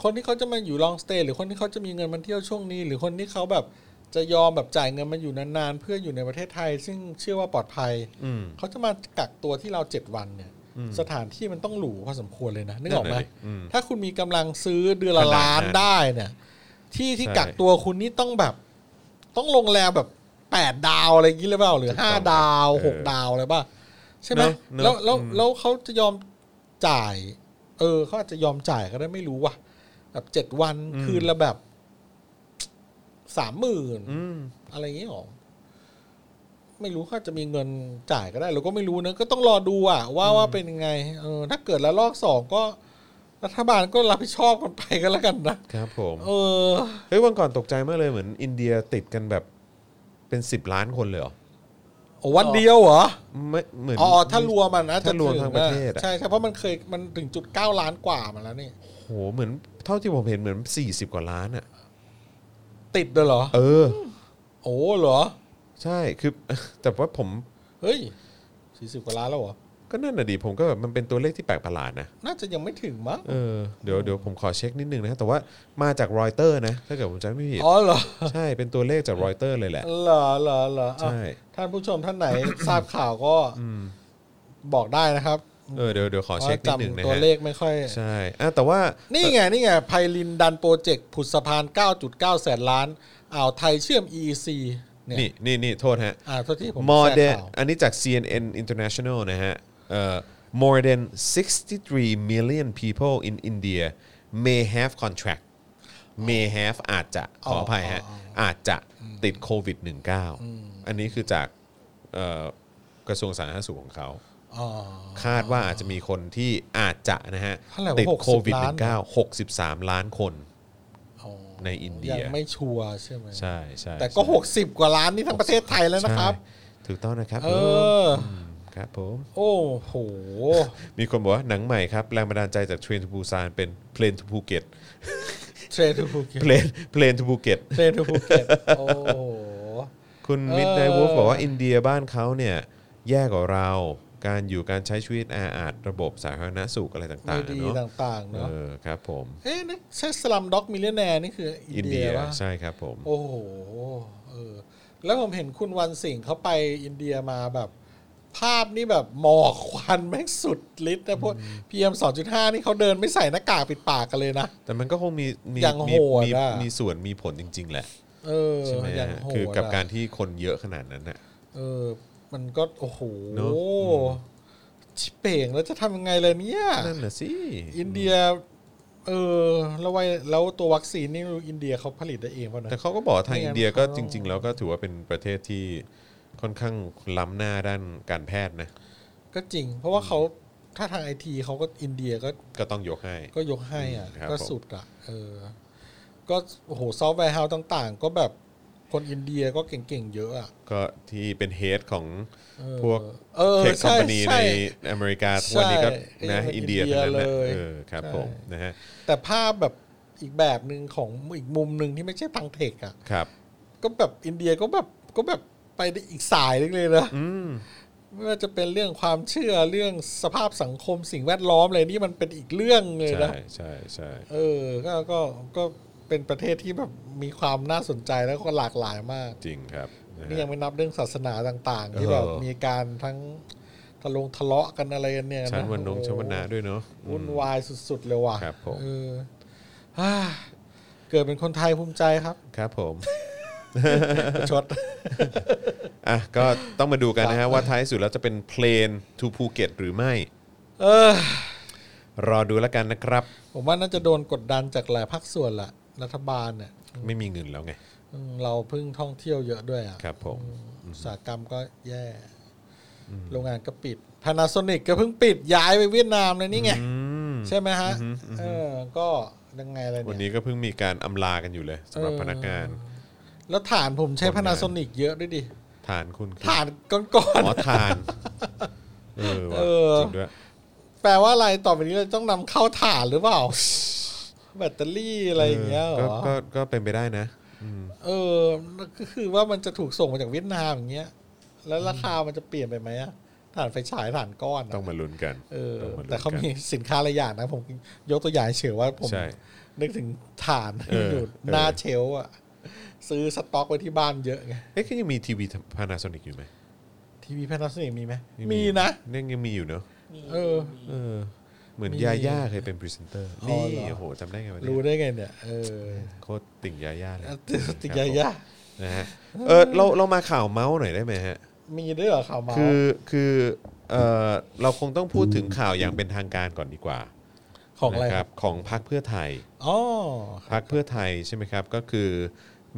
Speaker 3: คนที่เขาจะมาอยู่ลองสเตย์หรือคนที่เขาจะมีเงินมาเที่ยวช่วงนี้ หรือคนที่เขาแบบจะยอมแบบจ่ายเงินมาอยู่นานๆ เพื่ออยู่ในประเทศไทย ซึ่งเชื่อว่าปลอดภัย
Speaker 2: อืม
Speaker 3: เขาจะมากักตัวที่เราเจ็ดวันเนี่ย สถานที่มันต้องหรูพอสมควรเลยนะนึกออกไหม
Speaker 2: นั่นน่ะดิอืม
Speaker 3: ถ้าคุณมีกำลังซื้อเดือนละ
Speaker 2: ขนาดนั้น
Speaker 3: ล้านได้เนี่ย ที่ที่
Speaker 2: ใช่
Speaker 3: กักตัวคุณนี่ต้องแบบ ต้องโรงแรมแบบแปดดาวอะไรอย่างงี้หรือเปล่าหรือห้า
Speaker 2: ถูกต้อง
Speaker 3: ดาว
Speaker 2: เออ
Speaker 3: หกดาวอะไรป่ะใช่ไหม
Speaker 2: เนอะเนอะ
Speaker 3: แล้วแล้ว
Speaker 2: อืม
Speaker 3: แล้วเขาจะยอม จ่าย เออเขาอาจจะยอมจ่ายก็ได้ไม่รู้ว่ะแบบเจ็ดวัน
Speaker 2: อืม
Speaker 3: คืนละแบบสามหมื่น
Speaker 2: อืม
Speaker 3: อะไรอย่างเงี้ยหรอไม่รู้เขาจะมีเงินจ่ายก็ได้เราก็ไม่รู้นะก็ต้องรอดูอ่ะ ว่าว่าเป็นยังไง เออ ถ้าเกิดแล้วลอกสองก็ รัฐบาลก็รับผิดชอบกันไปก็แล้วกันนะครับ
Speaker 2: ผม
Speaker 3: เออ
Speaker 2: เฮ้ยวันก่อนตกใจมากเลยเหมือนอินเดียติดกันแบบเป็น 10 ล้านคนเลยเหรอ
Speaker 3: โอ้วันเดียวเหรอ
Speaker 2: ไม่เหมือน
Speaker 3: อ๋ออ๋อถ้ารวมมันนะจะ
Speaker 2: ถ้ารวมทั้งประเทศอะ
Speaker 3: ใช่ใช่เพราะมันเคยมันถึงจุดเก้าล้านกว่ามาแล้วนี่
Speaker 2: โหเหมือนเท่าที่ผมเห็นเหมือน 40 กว่าล้านอ่ะ
Speaker 3: ติดเลยเหรอ
Speaker 2: เออ
Speaker 3: โอ้เหรอ
Speaker 2: ใช่คือ แต่ว่าผม
Speaker 3: เฮ้ยสี่สิบกว่าล้านแล้วเหรอ
Speaker 2: ก็นั่นน่ะดิผมก็แบบมันเป็นตัวเลขที่แปลกประหลาดนะ
Speaker 3: น่าจะยังไม่ถึงมั้ง
Speaker 2: เออเดี๋ยวเดี๋ยวผมขอเช็คนิดนึงนะ แต่ว่ามาจากรอยเตอร์นะ ถ้าเกิดผมจำไม่ผิด
Speaker 3: อ๋อเหรอ
Speaker 2: ใช่เป็นตัวเลขจากรอยเตอร์เลยแหละ
Speaker 3: เหรอเหรอเหรออ่ะ
Speaker 2: ใช่
Speaker 3: ท่านผู้ชมท่านไหน ทราบข่าวก็บอกได้นะครับ
Speaker 2: เออเดี๋ยวเดี๋ยวขอเช็คนิดนึงนะ
Speaker 3: จำตัว
Speaker 2: ฮะ
Speaker 3: เลขไม่ค่อย
Speaker 2: ใช่อ่ะแต่ว่า
Speaker 3: นี่ไง นี่ไงไพลินดันโปรเจกต์ผุดสะพาน 9.9 แสนล้านอ่าวไทยเชื่อม EEC เนี่ย
Speaker 2: นี่นี่นี่โทษฮะ
Speaker 3: อ่าโทษที่ผม
Speaker 2: more
Speaker 3: แทร
Speaker 2: than
Speaker 3: กข่าว
Speaker 2: อันนี้จาก CNN International นะฮะเอ่อ more than 63 million people in India may have contract may have อาจจะขออภัยฮะ อาจจะติดโควิด -19 อันนี้คือจากเอ่อกระทรวงสาธารณสุขของเขา
Speaker 3: อ๋อ
Speaker 2: คาดว่าอาจจะมีคนที่อาจจะนะฮะ
Speaker 3: เท่าไหร่วะ
Speaker 2: ติดโควิด
Speaker 3: 60ล้าน
Speaker 2: -19 63 ล้านคน
Speaker 3: อ๋อ
Speaker 2: ในอินเดี
Speaker 3: ยัง
Speaker 2: ย
Speaker 3: ไม่ชัวร์ใช่ไหม
Speaker 2: ใช่ใช่
Speaker 3: แต่ก็
Speaker 2: ใช่
Speaker 3: 60 กว่าล้านนี่ทั้งประเทศไทยแล้วนะครับ
Speaker 2: ใช่ถูกต้องนะครับ
Speaker 3: เออ
Speaker 2: มครับผม
Speaker 3: โอ้โห
Speaker 2: มีคนบอกว่าหนังใหม่ครับ แรงบันดาลใจจากเทรนทูบูซานเป็นเพลนทูภู เก็ต
Speaker 3: เทรนทูภูเก็ต
Speaker 2: เพล นเพลนทูภูเก็ต
Speaker 3: เทรนทูภูเก็ตโอ้โห
Speaker 2: คุณ
Speaker 3: เออ
Speaker 2: มิดไนวูฟบอกว่าอินเดียบ้านเขาเนี่ย แย่กว่าเรา การอยู่การใช้ชีวิตแออัดระบบสาธารณสุขอะไรต่า
Speaker 3: ไม่
Speaker 2: งๆ
Speaker 3: ดี
Speaker 2: อะเนาะ
Speaker 3: ต่าง
Speaker 2: เอ
Speaker 3: ๆเนาะ
Speaker 2: อครับผม
Speaker 3: เอ๊ะนี่ใช่สลัมด็อกมิเลเนียนี่คืออิ
Speaker 2: อิ
Speaker 3: น
Speaker 2: น
Speaker 3: เดี
Speaker 2: เดียว
Speaker 3: ยะ
Speaker 2: ใช่ครับผม
Speaker 3: โอ้โหเออแล้วผมเห็นคุณวันสิงห์เขาไปอินเดียมาแบบ ภาพนี่แบบหมอกควันแม่งสุดฤทธิ์นะพวกพีเอ็มสองจุดห้านี่เขาเดินไม่ใส่หน้ากากปิดปากกันเลยนะ
Speaker 2: แต่มันก็คงมีมี
Speaker 3: ยัง
Speaker 2: มี
Speaker 3: โหด
Speaker 2: มี
Speaker 3: อะ
Speaker 2: มีส่วนมีผลจริง ๆ แหละ
Speaker 3: เออ
Speaker 2: ใช่ไหม
Speaker 3: อย่าง
Speaker 2: ฮะ
Speaker 3: โหด
Speaker 2: คือกับ
Speaker 3: ะ
Speaker 2: การที่คนเยอะขนาดนั้นน่ะ
Speaker 3: เออ มันก็โอ้โห
Speaker 2: เนอะอื
Speaker 3: ชิบเป่งแล้วจะทำยังไงเลยเนี่ย
Speaker 2: นั่นน่ะสิ
Speaker 3: อินเดีย เออแล้วไวแล้วตัววัคซีนนี่ไม่รู้อินเดียเขาผลิตได้เองป่ะนะ
Speaker 2: แต่เขาก็บอกทาง
Speaker 3: ไม่งั้น
Speaker 2: อินเดียก็
Speaker 3: เขา
Speaker 2: จริง ๆ แล้วก็ถือว่าเป็นประเทศที่ค่อนข้างล้ำหน้าด้านการแพทย์นะ
Speaker 3: ก็จริง เพราะว่าเขาถ้าทางไอทีเขาก็อินเดียก็
Speaker 2: ก็ต้องยกให้
Speaker 3: ก็ยกให้อ่ะ
Speaker 2: อืมครับ
Speaker 3: ก็
Speaker 2: ผม
Speaker 3: สุดอ่ะ เออ ก็โอ้โหซอฟต์แวร์เฮาต่างๆ ก็แบบคนอินเดียก็เก่งๆ เยอะอ่ะ
Speaker 2: ก็ที่เป็นเฮดของ
Speaker 3: เออ
Speaker 2: พวก
Speaker 3: เออ
Speaker 2: เทคคอม
Speaker 3: ใช่
Speaker 2: พานี
Speaker 3: ใช่
Speaker 2: ในอเมริกาทุกวันนี้ก็
Speaker 3: ใช่
Speaker 2: นะ
Speaker 3: เอออิ
Speaker 2: อิน
Speaker 3: นเดี
Speaker 2: เดีย
Speaker 3: ย
Speaker 2: ทั้งนั้นนะ
Speaker 3: เลย
Speaker 2: เออครับ
Speaker 3: ใช่
Speaker 2: ผมนะฮะ
Speaker 3: แต่ภาพแบบอีกแบบหนึ่งของอีกมุมหนึ่งที่ไม่ใช่ทางเทคอ่ะ
Speaker 2: ครับ
Speaker 3: ก็แบบอินเดียก็แบบก็แบบไปได้อีกสายหนึงเลยนะ
Speaker 2: อืม
Speaker 3: ไม่ว่าจะเป็นเรื่องความเชื่อเรื่องสภาพสังคมสิ่งแวดล้อมอะไรนี่มันเป็นอีกเรื่องเลย
Speaker 2: ใช่
Speaker 3: นะ
Speaker 2: ใช่ใช่
Speaker 3: เออก็ก็ก็เป็นประเทศที่แบบมีความน่าสนใจแล้วก็หลากหลายมาก
Speaker 2: จริงครับนะ
Speaker 3: นี่ยั
Speaker 2: ฮะ
Speaker 3: งไม่นับเรื่องศาสนาต่าง ๆ ที่
Speaker 2: เออ
Speaker 3: แบบมีการทั้งทะลงทะเลาะกันอะไรกันเนี่ยะ
Speaker 2: ชั้นวันนง
Speaker 3: โอ้โห
Speaker 2: ชั้นวันนาด้วยเนาะอืม
Speaker 3: วุ่นวายสุด ๆ เลยว่ะ
Speaker 2: ครับผม
Speaker 3: เออฮ่าเกิดเป็นคนไทยภูมิใจครับ
Speaker 2: ครับผม
Speaker 3: ประชด
Speaker 2: อ่ะก็ต้องมาดูกันนะ
Speaker 3: ครั
Speaker 2: ฮะ
Speaker 3: บ
Speaker 2: ว่าท้ายสุดแล้วจะเป็นเพลนทูภูเก็ตหรือไม่
Speaker 3: เออ
Speaker 2: รอดูแล้วกันนะครับ
Speaker 3: ผมว่าน่าจะโดนกดดันจากหลายภาคส่วนแหละรัฐบาลเนี่ย
Speaker 2: ไม่มีเงินแล้วไง
Speaker 3: อืมเราเพิ่งท่องเที่ยวเยอะด้วยอ่ะ
Speaker 2: ครับผม
Speaker 3: อุตสาหกรรมก็แย่ โรงงานก็ปิด Panasonic ก็เพิ่งปิดย้ายไปเวียดนามเลยนี่ไง
Speaker 2: อืม
Speaker 3: ใช่ไหมฮะ เออ ก็ยังไงอะไร
Speaker 2: วัน
Speaker 3: เนี่ย
Speaker 2: นี้ก็เพิ่งมีการอำลากันอยู่เลยสำหรับ
Speaker 3: เออ
Speaker 2: พนักงาน
Speaker 3: แล้วฐานผมใช้
Speaker 2: คนงาน
Speaker 3: Panasonic เยอะด้วยดิ
Speaker 2: ฐานคุณคือ
Speaker 3: ฐานก้อน
Speaker 2: อ๋อทาน เออว่ะ
Speaker 3: เออ
Speaker 2: จริงด้วย
Speaker 3: ๆ แปลว่าอะไรต่อไปนี้เราต้องนำเข้าฐานหรือเปล่า แบตเตอรี่อะไรอย่างเงี้ยเหร
Speaker 2: ก็
Speaker 3: อ
Speaker 2: ก็ก็เป็นไปได้นะ
Speaker 3: เออก็คือว่ามันจะถูกส่งมาจากเวียดนามอย่างเงี้ย แล้วราคามันจะเปลี่ยนไปไหมอะฐานไฟฉายฐานก้อนอะ
Speaker 2: ต้องมาลุ้นกัน
Speaker 3: เออ
Speaker 2: องลุ้นกัน
Speaker 3: แต่เขามีสินค้าหลายอย่างนะ ผมยกตัวอย่างเฉยว่าผม
Speaker 2: ใช่
Speaker 3: นึกถึงฐาน
Speaker 2: เออ
Speaker 3: อยู่
Speaker 2: เออ
Speaker 3: หน้าเชลฟ์อะซื้อสต็อกไว้ที่บ้านเยอะไง
Speaker 2: เอ๊ะก็ยังมีทีวีพานาโซนิกอยู่ไหม
Speaker 3: ทีวีพนาโซนิกมีไหม
Speaker 2: ยัง
Speaker 3: มีนะ
Speaker 2: เนี่ยยังมีอยู่เนอะ
Speaker 3: เออ
Speaker 2: เออ เหมือน
Speaker 3: มี
Speaker 2: ยาย่าเคยเป็นพรีเซนเตอร์
Speaker 3: อ๋อ
Speaker 2: นี่
Speaker 3: เหรอ
Speaker 2: โอ้โหจำได้ไงวะ
Speaker 3: รู้
Speaker 2: เนี่ย
Speaker 3: ได้ไงเนี่ย เออ
Speaker 2: โคตรติ่งยาย่าเลย
Speaker 3: ติด
Speaker 2: ครับ
Speaker 3: ยา
Speaker 2: ผม
Speaker 3: ยา
Speaker 2: นะฮะเออเราเรามาข่าวเมาส์หน่อยได้ไหมฮะ
Speaker 3: มีด้วยเหรอข่าวเมาส์
Speaker 2: คือคือเออเราคงต้องพูดถึงข่าวอย่างเป็นทางการก่อนดีกว่า
Speaker 3: ของอะไร
Speaker 2: นะ
Speaker 3: ครับ
Speaker 2: ของพรรคเพื่อไทย
Speaker 3: อ๋อ
Speaker 2: พักเพื่อไทยใช่ไหมครับ ก็คือ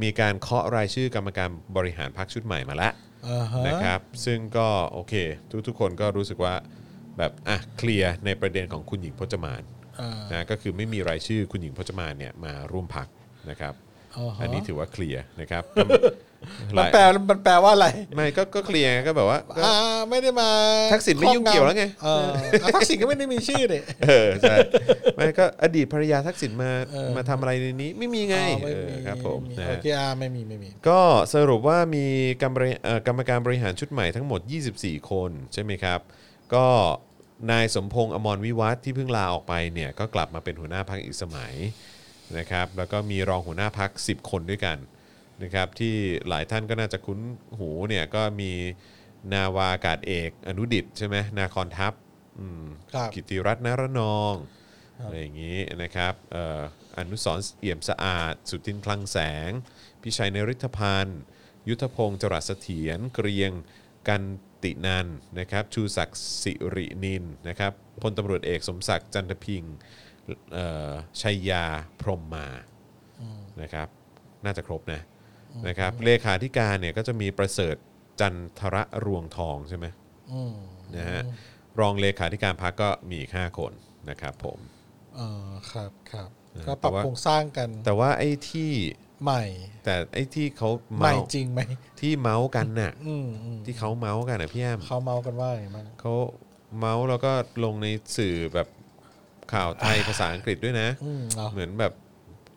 Speaker 2: มีการเคาะรายชื่อกรรมการบริหารพักชุดใหม่มาแล้ว
Speaker 3: อ่าฮะ
Speaker 2: นะครับ ซึ่งก็โอเค ทุกๆคนก็รู้สึกว่าแบบอ่ะเคลียร์ในประเด็นของคุณหญิงพจมาน
Speaker 3: อ่า
Speaker 2: นะก็คือไม่มีรายชื่อคุณหญิงพจมานเนี่ยมาร่วมพักนะครับ
Speaker 3: อั
Speaker 2: อัน
Speaker 3: น
Speaker 2: นี้
Speaker 3: นี้
Speaker 2: ถือว่าเคลียร์นะครับ
Speaker 3: มัน แปลมันแปลว่าอะไร
Speaker 2: ไม่ก็ก็เคลียร์ไงก็แบบว่าก็
Speaker 3: อ่าไม่ได้มา
Speaker 2: ทักษิณไม่ยุ่งเกี่ยวแล้วไง
Speaker 3: เอออ่ะทักษิณก็ไม่ได้มีชื่อเนี่ย
Speaker 2: เออใช่ไม่ก็อดีตภรรยาทักษิณมา
Speaker 3: เออ
Speaker 2: มาทำอะไรในนี้ไม่ มีไง
Speaker 3: อ๋อไม่
Speaker 2: เอ
Speaker 3: มี
Speaker 2: อครับผมนะ
Speaker 3: ไโอ
Speaker 2: ฮะ
Speaker 3: เคอ่าไม่มีไม่มี
Speaker 2: ก็สรุปว่ามีกรรมบริเอ่อกรรมการบริหารชุดใหม่ทั้งหมด 24 คนใช่ไหมครับ ก็นายสมพงษ์อมรวิวัฒน์ที่เพิ่งลาออกไปเนี่ยก็กลับมาเป็นหัวหน้าพักอีกสมัยนะครับ แล้วก็มีรองหัวหน้าพัก 10 คนด้วยกันนะครับที่หลายท่านก็น่าจะคุ้นหูเนี่ยก็มีนาวาอากาศเอกอนุดิตใช่ไหมนาคอนทัพอืม
Speaker 3: ครับ
Speaker 2: กิติรัตน์นรนอง อะไรอย่างนี้นะครับเอ่ออนุสรณ์เอี่ยมสะอาด สุทินคลังแสง พิชัยนริธพันธ์ ยุทธพงศ์จรัสเสถียร เกรียง กันตินันนะครับ ชูศักดิ์สิรินินนะครับ พลตำรวจเอกสมศักดิ์จันทพิง เอ่อชัยยาพรหมมานะครับ น่าจะครบนะนะครับเลขาธิการเนี่ยก็จะมีประเสริฐจันทระรวงทองใช่ไหม
Speaker 3: อืม
Speaker 2: นะฮะรองเลขาธิการพักก็มีอีกห้าคนนะครับผม
Speaker 3: เออครับครับ
Speaker 2: นะ
Speaker 3: ก็ปรับ
Speaker 2: แต่ว่า
Speaker 3: โครงสร้างกัน
Speaker 2: แต่ว่าไอ้ที่
Speaker 3: ใหม่
Speaker 2: แต่ไอ้ที่เขา
Speaker 3: ใหม่
Speaker 2: เมาส์
Speaker 3: จริงไหม
Speaker 2: ที่เมาส์กันน่ะ
Speaker 3: อืมอืม
Speaker 2: ที่เขาเมาส์กันน่ะพี่แอม
Speaker 3: เขาเมาส์กันว่าไงบ้าง
Speaker 2: เขาเมาส์แล้วก็ลงในสื่อแบบข่าวไท ย ภาษาอังกฤษด้วยนะ
Speaker 3: อืมเหรอ
Speaker 2: เหมือนแบบ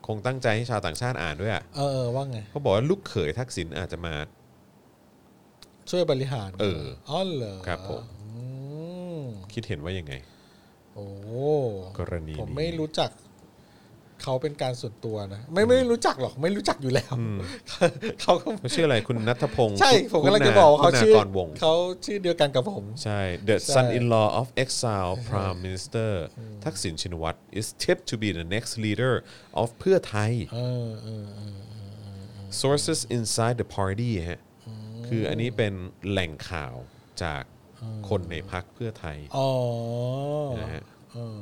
Speaker 2: คงตั้งใจให้ชาวต่างชาติอ่านด้วยอ่ะ
Speaker 3: เออเออว่าไง
Speaker 2: เขาบอกว่าลูกเขยทักษิณอาจจะมา
Speaker 3: ช่วยบริหาร
Speaker 2: เออ
Speaker 3: อ๋อเหรอ
Speaker 2: ครับผม
Speaker 3: อืม
Speaker 2: คิดเห็นว่ายังไง
Speaker 3: โอ้
Speaker 2: กรณีนี้
Speaker 3: ผมไม่รู้จักเขาเป็นการส่วนตัวนะ ไม่ไม่ได้รู้จักหรอกไม่รู้จักอยู่แล้ว เขาก็
Speaker 2: เขาชื่ออะไรคุณนัทพงศ์
Speaker 3: ใช่
Speaker 2: คุณ
Speaker 3: ผมกำลัง
Speaker 2: คุณ
Speaker 3: จะ
Speaker 2: น
Speaker 3: บอกว่าเขา
Speaker 2: คุณน
Speaker 3: ชื่อ
Speaker 2: รวงศ์
Speaker 3: เขาชื่อเดียวกันกับผม
Speaker 2: ใช่ The
Speaker 3: ใช่
Speaker 2: son-in-law of exile prime minister ทักษิณชินวัตร is tipped to be the next leader of เพื่อไทย
Speaker 3: เออเออเออ
Speaker 2: sources inside the party ฮะคืออันนี้เป็นแหล่งข่าวจากคนในพักเพื่อไทย
Speaker 3: อ๋อ
Speaker 2: นะฮะ
Speaker 3: เออ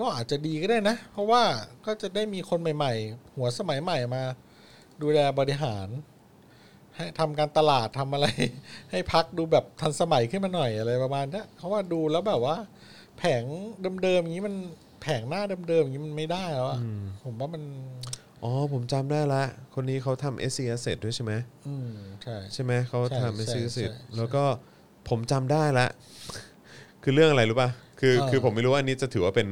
Speaker 3: ก็อาจจะดีก็ได้นะ เพราะว่าก็จะได้มีคนใหม่ ๆ หัวสมัยใหม่มา ดูแลบริหาร ให้ทำการตลาดทำอะไร ให้พักดูแบบทันสมัยขึ้นมาหน่อยอะไรประมาณเนี้ยเพราะว่าดูแล้วแบบว่า แผงเดิมๆอย่างนี้มันแผงหน้าเดิมๆอย่างนี้มันไม่ได้แล้วอะผมว่ามัน
Speaker 2: อ๋อ ผมจำได้ละ คนนี้เขาทำ s c s เสร็จด้วยใช่ไหม
Speaker 3: อืมใช่
Speaker 2: ใช่ไหมเขาทำ s
Speaker 3: ใช่
Speaker 2: c
Speaker 3: ใช่
Speaker 2: เสร็จ
Speaker 3: ใช่
Speaker 2: แล้วก็ผมจำได้ละ คือเรื่องอะไรรู้ป่ะ คือ
Speaker 3: เออ
Speaker 2: คือผมไม่รู้ว่าอันนี้จะถือว่าเป็น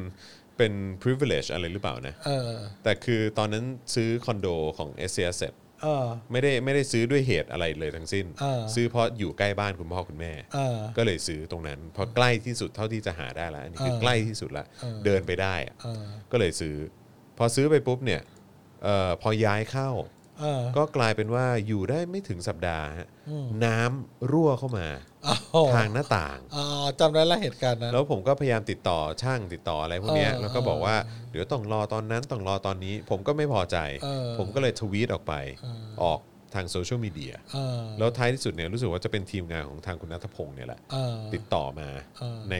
Speaker 2: เป็น privilege อะไรหรือเปล่านะ
Speaker 3: เออ
Speaker 2: แต่คือตอนนั้นซื้อคอนโดของ s c s เสร็จ
Speaker 3: เออ
Speaker 2: ไม่ได้ไม่ได้ซื้อด้วยเหตุอะไรเลยทั้งสิ้น
Speaker 3: เออ
Speaker 2: ซื้อเพราะอยู่ใกล้บ้านคุณพ่อคุณแม่
Speaker 3: เออ
Speaker 2: ก็เลยซื้อตรงนั้นเพอใกล้ที่สุดเท่าที่จะหาได้ละอันนี้คือ
Speaker 3: เออ
Speaker 2: ใกล้ที่สุดละ
Speaker 3: เออ
Speaker 2: เดินไปได้อะ
Speaker 3: เออ
Speaker 2: ก็เลยซื้อ พอซื้อไปปุ๊บเนี่ยเอ่อพอย้ายเข้า
Speaker 3: เออ
Speaker 2: ก็กลายเป็นว่าอยู่ได้ไม่ถึงสัปดาห์ฮะ
Speaker 3: อืม
Speaker 2: น้ำรั่วเข้ามา
Speaker 3: อ้าว
Speaker 2: ทางหน้าต่าง
Speaker 3: อ่าจำได้ละเหตุการณ์นะ
Speaker 2: แล้วผมก็พยายามติดต่อช่างติดต่ออะไรพวกเนี้ย
Speaker 3: เออ
Speaker 2: แล้วก็บอกว่าเดี๋ยวต้องรอตอนนั้นต้องรอตอนนี้ ผมก็ไม่พอใจ
Speaker 3: เออ
Speaker 2: ผมก็เลยทวีตออกไปออกทางโซเชียลมีเดีย
Speaker 3: เออ
Speaker 2: แล้วท้ายที่สุดเนี่ยรู้สึกว่าจะเป็นทีมงานของทางคุณนัทพงศ์เนี่ยแหละ
Speaker 3: เออ
Speaker 2: ติดต่อมา
Speaker 3: เออ
Speaker 2: ใน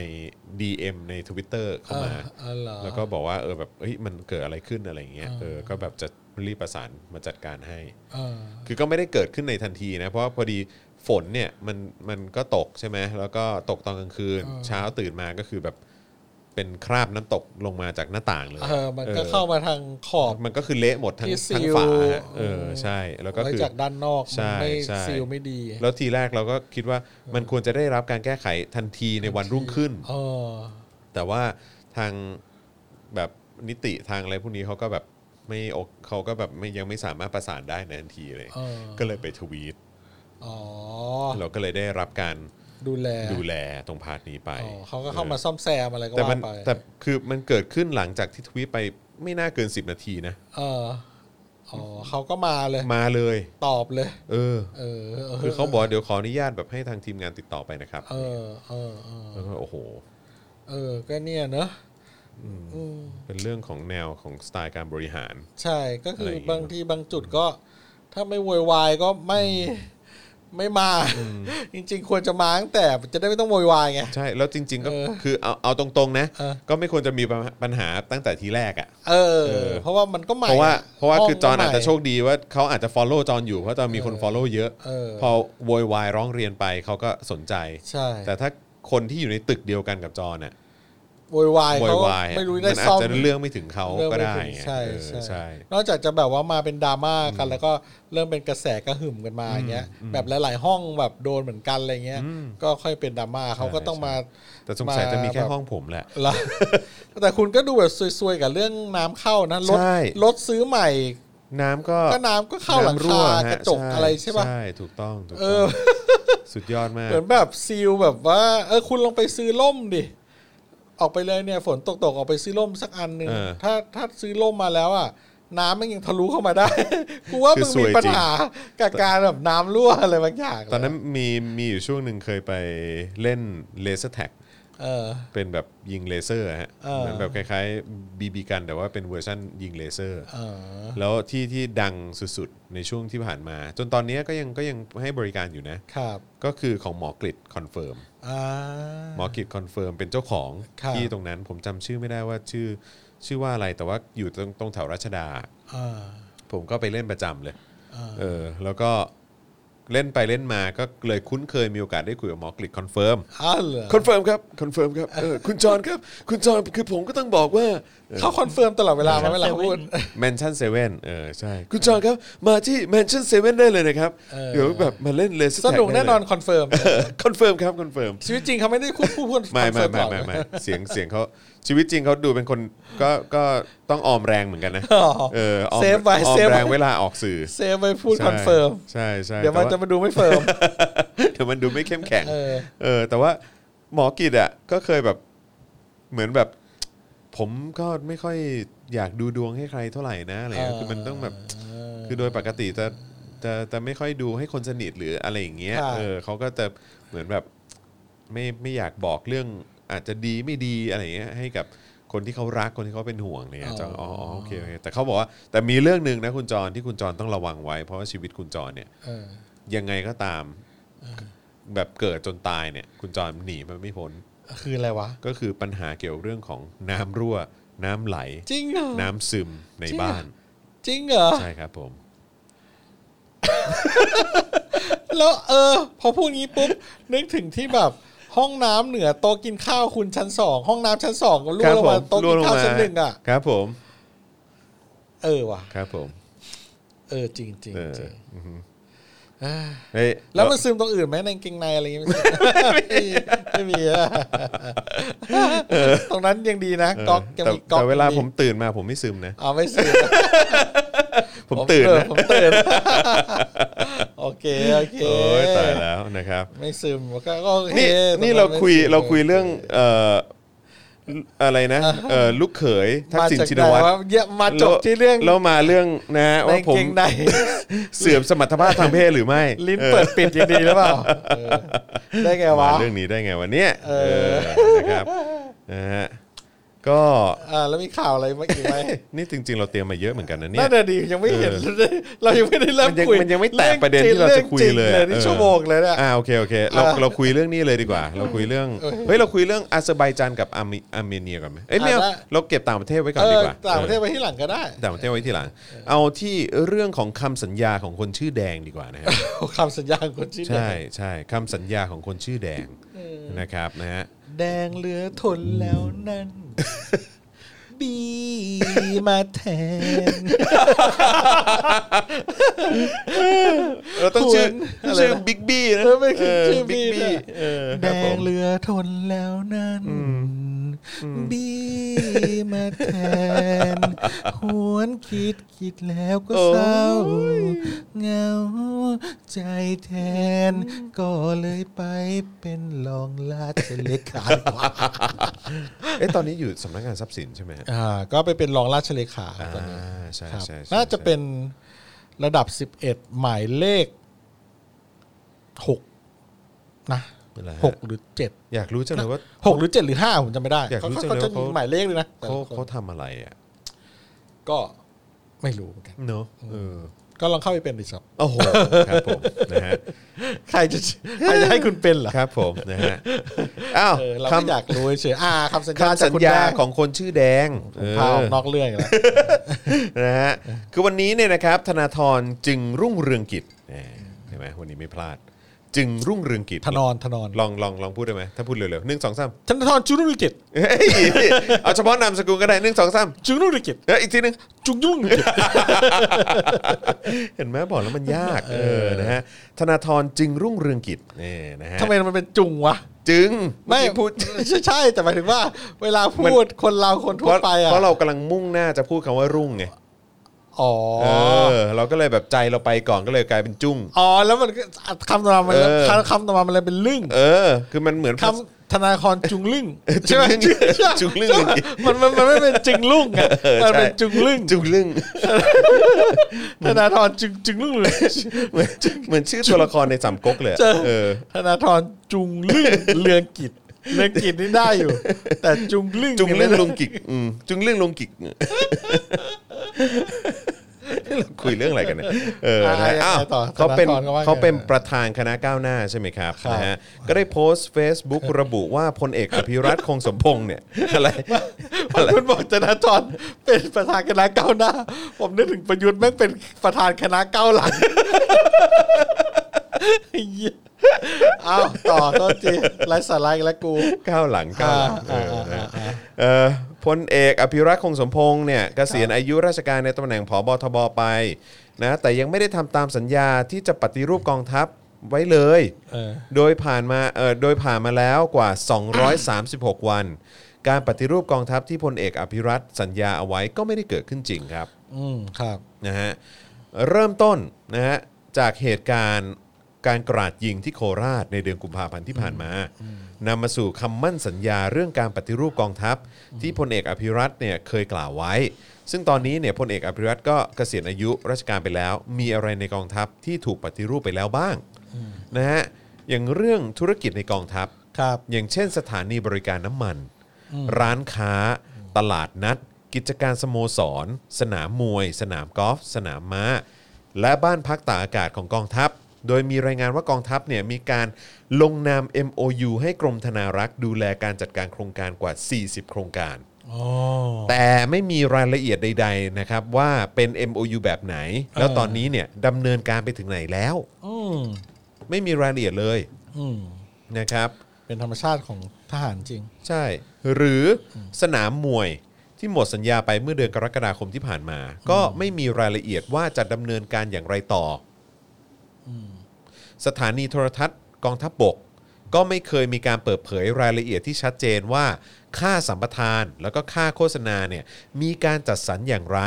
Speaker 2: DM ใน Twitter เข้ามา
Speaker 3: เออเหรอ
Speaker 2: แล้วก็บอกว่าเออแบบเฮ้ยมันเกิดอะไรขึ้นอะไรอย่างเงี้ยเออก็แบบจะรีบประสานมาจัดการให้
Speaker 3: เออ
Speaker 2: คือก็ไม่ได้เกิดขึ้นในทันทีนะเพราะว่าพอดีฝนเนี่ยมันมันก็ตกใช่ไหมแล้วก็ตกตอนกลางคืน เช้าตื่นมาก็คือแบบเป็นคราบน้ำตกลงมาจากหน้าต่างเลย
Speaker 3: เออ มันก็
Speaker 2: ออ
Speaker 3: เข้ามาทางขอบ
Speaker 2: มันก็คือเละหมดทั้ง
Speaker 3: ที่ซิล
Speaker 2: ทั้งฝาฮะเออใช่แล้วก็
Speaker 3: ไว้
Speaker 2: คือ
Speaker 3: จากด้านนอก
Speaker 2: ใช่
Speaker 3: มันไม่
Speaker 2: ใช่
Speaker 3: ซีลไม่ดี
Speaker 2: แล้วทีแรกเราก็คิดว่ามันควรจะได้รับการแก้ไขทันทีในวันรุ่งขึ้น
Speaker 3: เออ
Speaker 2: แต่ว่าทางแบบนิติทางอะไรพวกนี้เขาก็แบบไม่โอเคเขาก็แบบไม่ยังไม่สามารถประสานได้ในทันทีเลย
Speaker 3: เออ
Speaker 2: ก็เลยไปทวีต
Speaker 3: อ๋อ
Speaker 2: เราก็เลยได้รับการ
Speaker 3: ดูแล
Speaker 2: ดูแลตรงพาร์ทนี้ไป
Speaker 3: อ๋อเขาก็เข้ามาซ่อมแซมอะไรก็
Speaker 2: แต่มั
Speaker 3: ว่าน ไป
Speaker 2: แต่คือมันเกิดขึ้นหลังจากที่ทวีตไปไม่น่าเกิน 10 นาทีนะ
Speaker 3: เอออ๋อเขาก็มาเลย
Speaker 2: มาเลย
Speaker 3: ตอบเลย
Speaker 2: เออ
Speaker 3: เออ เออ
Speaker 2: คือเขาบอกว่าเดี๋ยวขออนุญาตแบบให้ทางทีมงานติดต่อไปนะครับ
Speaker 3: เออ เออ เออ
Speaker 2: แล้วก็โอ้โห
Speaker 3: เออ ก็เนี่ยเนอะอืม
Speaker 2: เป็นเรื่องของแนวของสไตล์การบริหาร
Speaker 3: ใช่ก็คือะไร อ
Speaker 2: อย่างงี้
Speaker 3: บางทีบางจุดก็ ถ้าไม่โวยวายก็ไม่ ไม่มา จริง ๆ ควรจะมาตั้งแต่จะได้ไม่ต้องโวยวายไง
Speaker 2: ใช่แล้วจริง ๆ ก็
Speaker 3: เออ
Speaker 2: คือเอาเอาตรงๆนะ
Speaker 3: เออ ก็
Speaker 2: ก็ไม่ควรจะมีปัญหาปัญหาตั้งแต่ทีแรกอ่ะ
Speaker 3: เออ
Speaker 2: เออ
Speaker 3: เพราะว่ามันก็ใหม่
Speaker 2: เพราะว่าเพราะว่าคือจอห์น
Speaker 3: ห้ง
Speaker 2: อาจ
Speaker 3: ก็ใหม่
Speaker 2: จะโชคดีว่าเขาอาจจะ follow จอห์นอยู่เพราะจอห์นมีคน follow เยอะ
Speaker 3: เออ
Speaker 2: พอโวยวายร้องเรียนไปเขาก็สนใจ
Speaker 3: ใช่
Speaker 2: แต่ถ้าคนที่อยู่ในตึกเดียวกันกับจอห์นอ่ะ
Speaker 3: โวยวาย
Speaker 2: โว
Speaker 3: เขา
Speaker 2: ยวายอะ
Speaker 3: ไม่รู้
Speaker 2: มั
Speaker 3: ได้
Speaker 2: นอา
Speaker 3: ซ่
Speaker 2: จ
Speaker 3: อม
Speaker 2: จะเรื่องไม่ถึงเขา
Speaker 3: เรื่อง
Speaker 2: ก็
Speaker 3: ไม่
Speaker 2: ได้
Speaker 3: ถึง
Speaker 2: ไง
Speaker 3: ใช่
Speaker 2: เออ
Speaker 3: ใช่
Speaker 2: ใช่
Speaker 3: นอกจากจะแบบว่ามาเป็นดราม่ากัน แล้วก็เริ่มเป็นกระแสกระหึ่มกันมาอย่างเงี้ย แบบหลาย ๆ ห้องแบบโดนเหมือนกันอะไรเงี้ย ก็ค่อยเป็นดราม่าเขาก็ต้อง
Speaker 2: ใช่
Speaker 3: มา
Speaker 2: แต่สงสัยจะมีแค่
Speaker 3: มาแบบ
Speaker 2: ห้องผมแหละ
Speaker 3: เหรอ แต่คุณก็ดูแบบซวยๆกับเรื่องน้ำเข้านะรถ
Speaker 2: ใช่
Speaker 3: รถซื้อใหม่
Speaker 2: น้ำก็
Speaker 3: ก็น้ำก็เข้าหลัง
Speaker 2: น้ำรั่
Speaker 3: คาว ก
Speaker 2: ฮ
Speaker 3: ระจกอะไรใช่ป่ะ
Speaker 2: ใช่ถูกต้องถูก
Speaker 3: เอ
Speaker 2: ต้อ
Speaker 3: อ
Speaker 2: งสุดยอดมาก
Speaker 3: เหมือนแบบซีลแบบว่า เออคุณลองไปซื้อล่มดิ ออกไปเลยเนี่ย ฝนตกๆออกไปซื้อล่มสักอันหนึ่ง
Speaker 2: เออ
Speaker 3: ถ้าถ้าซื้อล่มมาแล้วอ่ะ น้ำมันยังทะลุเข้ามาได้ กูว่ามึ
Speaker 2: คื
Speaker 3: ง
Speaker 2: อซวย
Speaker 3: มีปัญ
Speaker 2: จริง
Speaker 3: หากับการแบบน้ำรั่วอะไรบางอย่าง
Speaker 2: ตอนนั้นมีมีอยู่ช่วงหนึ่งเคยไปเล่นเลเซอร์แท็ก
Speaker 3: เออ
Speaker 2: เป็นแบบยิงเลเซอร์ฮะ
Speaker 3: เออ
Speaker 2: เหมือนแบบคล้ายๆบีบีกันแต่ว่าเป็นเวอร์ชันยิงเลเซอร์
Speaker 3: เออ
Speaker 2: แล้วที่ที่ดังสุดๆ ในช่วงที่ผ่านมา จนตอนเนี้ยก็ยังก็ยังให้บริการอยู่นะ
Speaker 3: ครับ
Speaker 2: ก็คือของหมอกริดคอนเฟิร์ม
Speaker 3: อ่า
Speaker 2: หมอกริดคอนเฟิร์มเป็นเจ้าของ
Speaker 3: ครับ
Speaker 2: ที่ตรงนั้นผมจำชื่อไม่ได้ว่าชื่อ ชื่อว่าอะไรแต่ว่าอยู่ตรงตรงแถวรัชดา
Speaker 3: อ่า
Speaker 2: ผมก็ไปเล่นประจำเลย
Speaker 3: อ่า
Speaker 2: เออ แล้วก็เล่นไปเล่นมาก็เลยคุ้นเคยมีโอกาสได้คุยกับหมอกริดคอนเฟิร์ม
Speaker 3: อ้าวเหรอ
Speaker 2: คอนเฟิร์มครับ คอนเฟิร์มครับเออคุณจอนครับ คุณจอนคือผมก็ต้องบอกว่าเออ
Speaker 3: เขาคอนเฟิร์มตลอดเวลาไหมาเวลาเขาพูด
Speaker 2: แมนชั่นเซเว่นเออ ใช่ คุณจอนครับ มาที่แมนชั่นเซเว่นได้เลยนะครับ
Speaker 3: เออ
Speaker 2: เดี๋ยวแบบมาเล่นเลย
Speaker 3: สนุกแน่นอนคอนเฟิร์ม
Speaker 2: คอนเฟิร์มครับ คอนเฟิร์ม
Speaker 3: ชีวิตจริงเขาไม่ได้พูดพูดพูด
Speaker 2: ไม่
Speaker 3: ค
Speaker 2: ไม่
Speaker 3: อนเฟิ
Speaker 2: ไม่
Speaker 3: ร์
Speaker 2: ไม่
Speaker 3: ตลอด
Speaker 2: ไม่เสียงเสียงเขาชีวิตจริงเขาดูเป็นคนก็ก็ต้องออมแรงเหมือน กันนะ
Speaker 3: อ๋อ
Speaker 2: เออออม
Speaker 3: เซฟไว้
Speaker 2: ออม
Speaker 3: เซฟไว้
Speaker 2: แรงเวลาออกสื่อ
Speaker 3: เซฟไปพูดคอนเฟิร์ม
Speaker 2: ใช่ใช่
Speaker 3: เดี๋ยวมัน
Speaker 2: แต่
Speaker 3: จะมาดูไม่เฟิร์ม
Speaker 2: เดี๋ยวมันดูไม่เข้มแข็ง
Speaker 3: เออ
Speaker 2: เออแต่ว่าหมอกิจอ่ะก็เคยแบบเหมือนแบบ ผมก็ไม่ค่อยอยากดูดวงให้ใครเท่าไหร่นะอะไรเงี้ย
Speaker 3: เออ
Speaker 2: คือมันต้องแบบคือโดยปกติจะจะจะไม่ค่อยดูให้คนสนิทหรืออะไรอย่างเงี้ย
Speaker 3: ค่ะ
Speaker 2: เออเขาก็จะเหมือนแบบไม่ไม่อยากบอกเรื่องอาจจะดีไม่ดีอะไรเงี้ยให้กับคนที่เขารักคนที่เขาเป็นห่วงเนี่ยจะอ๋ออ๋อโอเคโอเคแต่เขาบอกว่าแต่มีเรื่องหนึ่งนะคุณจรที่คุณจรต้องระวังไว้ เพราะว่าชีวิตคุณจรเนี่ย
Speaker 3: เออ
Speaker 2: ยังไงก็ตามแบบเกิดจนตายเนี่ย คุณจอนหนีมันไม่พ้น
Speaker 3: คืออะไรวะ
Speaker 2: ก็คือปัญหาเกี่ยวเรื่องของน้ำรั่ว น้ำไหล
Speaker 3: จริงเหรอ
Speaker 2: น้ำซึมใน
Speaker 3: จริงเหรอ
Speaker 2: บ้าน
Speaker 3: จริงเหรอ
Speaker 2: ใช่ครับผม
Speaker 3: แล้วเออ พอพูดงี้ปุ๊บ นึกถึงที่แบบห้องน้ำเหนือโต๊ะกินข้าวคุณชั้นสองห้องน้ำชั้นสองก็ล่
Speaker 2: คว รับ
Speaker 3: งลง
Speaker 2: ผม
Speaker 3: มาโต๊ะ
Speaker 2: ล่ว
Speaker 3: กิ
Speaker 2: ง
Speaker 3: น
Speaker 2: ลง
Speaker 3: ข้าว
Speaker 2: มา
Speaker 3: ชั้นหนึ่งอ่ะ
Speaker 2: ครับผม
Speaker 3: เออว่ะ
Speaker 2: ครับผม
Speaker 3: เออจริงจริง
Speaker 2: เออ
Speaker 3: จริง
Speaker 2: อือฮึ
Speaker 3: เอ้ย
Speaker 2: เฮ้ย
Speaker 3: แล้วมันซึมตรงอื่นไหมในกางเกงในอะไรอย่างเงี้ยไม่มีไม่มีอะตรงนั้นยังดีนะ
Speaker 2: เออ
Speaker 3: ก๊อกยัง
Speaker 2: แต่
Speaker 3: มีก๊อก
Speaker 2: แต่เวลาผม
Speaker 3: ดี
Speaker 2: ตื่นมาผมไม่ซึมนะ
Speaker 3: อ๋อไม่ซึม
Speaker 2: ผมตื่น
Speaker 3: เออ
Speaker 2: นะ
Speaker 3: ผม ตื่นโอเคโอเค
Speaker 2: โอ้ยตายแล้วนะครับ
Speaker 3: ไม่ซึมก็ก็โอเค
Speaker 2: นี่
Speaker 3: ตง
Speaker 2: นี่เราคุย
Speaker 3: ไม่ซึม
Speaker 2: เราคุยเรื่องเอ่ออะไรนะเอ่อลูกเขยทักษิณชินวัตร
Speaker 3: มาจากไหะเยอะมาจบที่เรื่อง
Speaker 2: แล้วมาเรื่องนะ
Speaker 3: ใน
Speaker 2: ว่าผม
Speaker 3: เกงใน
Speaker 2: เสื่อมสมรรถภาพทางเพศหรือไม่
Speaker 3: ลิ้น
Speaker 2: ออ
Speaker 3: เปิดปิดยังดีหรือเปล่าเออได้ไง
Speaker 2: มาว
Speaker 3: ะ
Speaker 2: เรื่องนี้ได้ไงวันเนี้ย
Speaker 3: เออ
Speaker 2: เออนะครับนะฮะก็
Speaker 3: อ่าแล้วมีข่าวอะไรมาอีกไหม
Speaker 2: นี่จริง ๆ เราเตรียมมาเยอะเหมือนกันนะเนี่
Speaker 3: น่าย จะดียังไม่เห็น เรายังไม่ได้เริ่ม
Speaker 2: มันยัง
Speaker 3: คุย
Speaker 2: มันยังไม่แตะประเด็นที่เราจะคุยเลย
Speaker 3: รื่องจริงนี่
Speaker 2: เออ
Speaker 3: ชั่วโมงเลยเนี่ย
Speaker 2: อ่าโอเคโอเคเรา
Speaker 3: อ่ะ
Speaker 2: เราคุยเรื่องนี้เลยดีกว่า เราคุยเรื่องเฮ้ยเราคุยเรื่องอาเซอร์ไบจานกับอาร์เมอาร์เมเนียก่อนไหมเอ้ยไม่เอา
Speaker 3: อ่ะได้
Speaker 2: เราเก็บต่างประเทศไว้ก่อน
Speaker 3: เอ
Speaker 2: ดี
Speaker 3: อก
Speaker 2: ว่า
Speaker 3: ต่างประเทศ
Speaker 2: เอ
Speaker 3: ไปที่หลังก็ได้
Speaker 2: อต่างประเทศไว้ทีหลัง เอาที่เรื่องของคำสัญญาของคนชื่อแดงดีกว่านะฮะ
Speaker 3: คำสัญญาของคนชื่อแด
Speaker 2: ใช่
Speaker 3: ง
Speaker 2: ใช่คำสัญญาของคนชื่อแดงนะครับนะฮะ
Speaker 3: แดงเหลือทนแล้วนั่ น บีมาแทน
Speaker 2: เราต้องชื่อ
Speaker 3: คุณ
Speaker 2: ชื่อ
Speaker 3: อะไรนะ
Speaker 2: บิ๊กบี้นะ
Speaker 3: เออไม่คือชื่อ
Speaker 2: บิ๊กบี้เออค
Speaker 3: แด
Speaker 2: รับผ
Speaker 3: ง
Speaker 2: ม
Speaker 3: เหลือทนแล้วนั้นบีมาแท น หวนคิดคิดแล้วก็เศร้าเหงาใจแทน ก็เลยไปเป็นรองราชเลขาดีกว่า
Speaker 2: เอ้ยตอนนี้อยู่สำนักงานทรัพย์สินใช่ไหมฮะ
Speaker 3: อ่าก็ไปเป็นรองราชเลขา
Speaker 2: อ่า
Speaker 3: ตอนนี้
Speaker 2: ใช่
Speaker 3: ครับ
Speaker 2: ใช่ใช่
Speaker 3: น่าจะเป็นระดับ 11 หมายเลข 6 นะ
Speaker 2: อะไรฮะ
Speaker 3: 6 หรือ 7
Speaker 2: อยากรู้จังเลยว่า
Speaker 3: หกหรือเจ็ดหรือห้าผมจำไม่ได้
Speaker 2: อยากรู้จัง
Speaker 3: เขา
Speaker 2: เลย
Speaker 3: จะ
Speaker 2: ว่า
Speaker 3: มี
Speaker 2: เขา
Speaker 3: หมายเลขเลยนะแต่
Speaker 2: เขา
Speaker 3: ละคน
Speaker 2: เขาทำอะไรอ่ะ
Speaker 3: ก็ไม่รู้เหมือนกัน
Speaker 2: เนาะเออ
Speaker 3: ก็ลองเข้าไปเป็นดิครับ
Speaker 2: โอ้โหครับผมนะฮะ
Speaker 3: ใครจะใครจะให้คุณเป็นเหรอ
Speaker 2: ครับผมนะฮะอ้าว
Speaker 3: เออเราก็
Speaker 2: คำ
Speaker 3: อยากรู้เฉยๆอ่าคำสัญญา
Speaker 2: คำสัญญาของคนชื่อแดงเออ
Speaker 3: พาออกนอกเรื่องอีกแล้ว
Speaker 2: นะฮะคือวันนี้เนี่ยนะครับธนาธรจึงรุ่งเรืองกิจแหมเห็นไหมวันนี้ไม่พลาด จึงรุ่งเรืองกิจ
Speaker 3: ธนอนธนอน
Speaker 2: ลองลองลองพูดได้ไหมถ้าพูดเร็วๆหนึ่งสองสาม
Speaker 3: ธนทรจุลนุกิจ
Speaker 2: เฮ้ยเอาเฉพาะนามสกุลก็ได้หนึ่งสองสาม
Speaker 3: จุลนุกิจ
Speaker 2: เอ้ยอีกทีหนึง
Speaker 3: จุงจุลนุกิจ
Speaker 2: เห็นไหมบอกแล้วมันยากเออนะฮะธนาธรจึงรุ่งเรืองกิจนี่นะฮะ
Speaker 3: ทำไมมันเป็นจุงวะ
Speaker 2: จึง
Speaker 3: ไม่
Speaker 2: เอกี้พูด
Speaker 3: ใช่ใช่แต่หมายถึงว่า เวลาพูดคนเราคน
Speaker 2: เพ
Speaker 3: ทั่ว
Speaker 2: ราะ
Speaker 3: ไปอ่ะ
Speaker 2: เพราะเรากำลังมุ่งหน้าจะพูดคำว่ารุ่งไง
Speaker 3: อ๋อ
Speaker 2: เออเราก็เลยแบบใจเราไปก่อนก็เลยกลายเป็นจุ้ง
Speaker 3: อ๋อแล้วมันก็คำต่อมามัน
Speaker 2: เออ
Speaker 3: คำต่อมามันเลยเป็นลึ่ง
Speaker 2: เออ คือมันเหมือน
Speaker 3: คำธนาครจุง ลึ่งใช่ไหม
Speaker 2: จุงลึ่ง
Speaker 3: ใช่
Speaker 2: จุงลึ่ง
Speaker 3: ใช่มันมันมันไม่เป็นจึงลุ่งอ่ะมันเป็นจุงลึ่ง
Speaker 2: จุ้งลึ่ง
Speaker 3: ธนาธรจุงจุงลึ่งเลย
Speaker 2: เหมือนเหมือนชื่อตัวละครในสามก๊กเลยอะเออ
Speaker 3: ธนาธรจุงลึ่งเรืองกิจเรืองกิจนี่ได้อยู่ แต่จุ งลึ่ง
Speaker 2: จุงเรื่อง
Speaker 3: นี่ย
Speaker 2: ลงกิกอืมจุงเรื่องลงกิก เราคุยเรื่องอะไรกันเนี่ยเออนะ
Speaker 3: อ่ะ
Speaker 2: อ้าว
Speaker 3: ยังไงต่อ
Speaker 2: เขาเป็น
Speaker 3: ธนาธรก็ว่าไง
Speaker 2: เขาเป็นประธานคณะก้าวหน้าใช่ไหมครับ
Speaker 3: ครับ
Speaker 2: นะฮะก็ได้โพสต์ Facebook ระบุว่าพลเอกอภิรัตคงสมพงษ์เนี่ยอะไร
Speaker 3: คุณบอกจนาจรเป็นประธานคณะก้าวหน้า ผมนึกถึงประยุทธ์แม่งเป็นประธานคณะก้าวหลัง ไอ้เหี้ยอ้าวต่อโทษทีไร้สาระอีกแล้วกู
Speaker 2: ก้าวหลังก้าวหลังเอ
Speaker 3: อ่า
Speaker 2: อ
Speaker 3: อ่าอ่า
Speaker 2: นะเอ่อพลเอกอภิรักษ์คงสมพงษ์เนี่ยเกษียณอายุราชการในตำแหน่งผบทบไปนะแต่ยังไม่ได้ทำตามสัญญาที่จะปฏิรูปกองทัพไว้เลย
Speaker 3: เออ
Speaker 2: โดยผ่านมาเอ่อโดยผ่านมาแล้วกว่า 236 วัน การปฏิรูปกองทัพที่พลเอกอภิรัตน์สัญญาเอาไว้ก็ไม่ได้เกิดขึ้นจริงครับ
Speaker 3: อืมครับ
Speaker 2: นะฮะเริ่มต้นนะฮะจากเหตุการณ์การกราดยิงที่โคราชในเดือนกุมภาพันธ์ที่ผ่านมานำมาสู่คำมั่นสัญญาเรื่องการปฏิรูปกองทัพ ที่พลเอกอภิรัตน์เนี่ยเคยกล่าวไว้ ซึ่งตอนนี้เนี่ยพลเอกอภิรัตน์ก็เกษียณอายุราชการไปแล้ว มีอะไรในกองทัพที่ถูกปฏิรูปไปแล้วบ้างนะฮะอย่างเรื่องธุรกิจในกองทัพ
Speaker 3: ครับ
Speaker 2: อย่างเช่นสถานีบริการน้ำมัน ร้านค้า ตลาดนัด กิจการสโมสร สนามมวย สนามกอล์ฟสนามม้า และบ้านพักตากอากาศของกองทัพ โดยมีรายงานว่ากองทัพเนี่ยมีการลงนาม MOU ให้กรมธนารักษ์ดูแลการจัดการโครงการกว่า 40 โครงการ
Speaker 3: อ๋อ
Speaker 2: แต่ไม่มีรายละเอียดใด ๆ นะครับ ว่าเป็น MOU แบบไหน แล้วตอนนี้เนี่ยดำเนินการไปถึงไหนแล้ว
Speaker 3: อืม
Speaker 2: ไม่มีรายละเอียดเลย
Speaker 3: อืม
Speaker 2: นะครับ
Speaker 3: เป็นธรรมชาติของทหารจริง
Speaker 2: ใช่ หรือสนามมวยที่หมดสัญญาไปเมื่อเดือนกรกฎาคมที่ผ่านมา ก็ไม่มีรายละเอียดว่าจะดำเนินการอย่างไรต่ออสถานีโทรทัศน์กองทัพบบก ก็ไม่เคยมีการเปิดเผยรายละเอียดที่ชัดเจนว่า ค่าสัมปทานแล้วก็ค่าโฆษณาเนี่ยมีการจัดสรรอย่างไร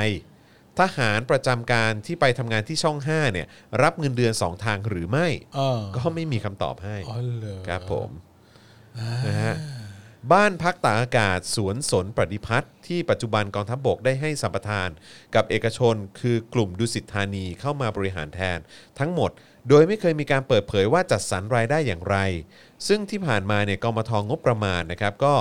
Speaker 2: ทหารประจำการที่ไปทำงานที่ช่อง 5 เนี่ย รับเงินเดือน 2 ทางหรือไม่
Speaker 3: เออ
Speaker 2: ก็ไม่มีคำตอบให้
Speaker 3: อ๋อเหรอ
Speaker 2: ครับผมนะฮะบ้านพักตากอากาศสวนสนปฏิพัฒน์ที่ปัจจุบันกองทัพบบกได้ให้สัมปทาน กับเอกชนคือกลุ่มดุสิตธานีเข้ามาบริหารแทน ทั้งหมด โดยไม่เคยมีการเปิดเผยว่าจัดสรรรายได้อย่างไร ซึ่งที่ผ่านมาเนี่ยกมทงบประมาณนะครับก็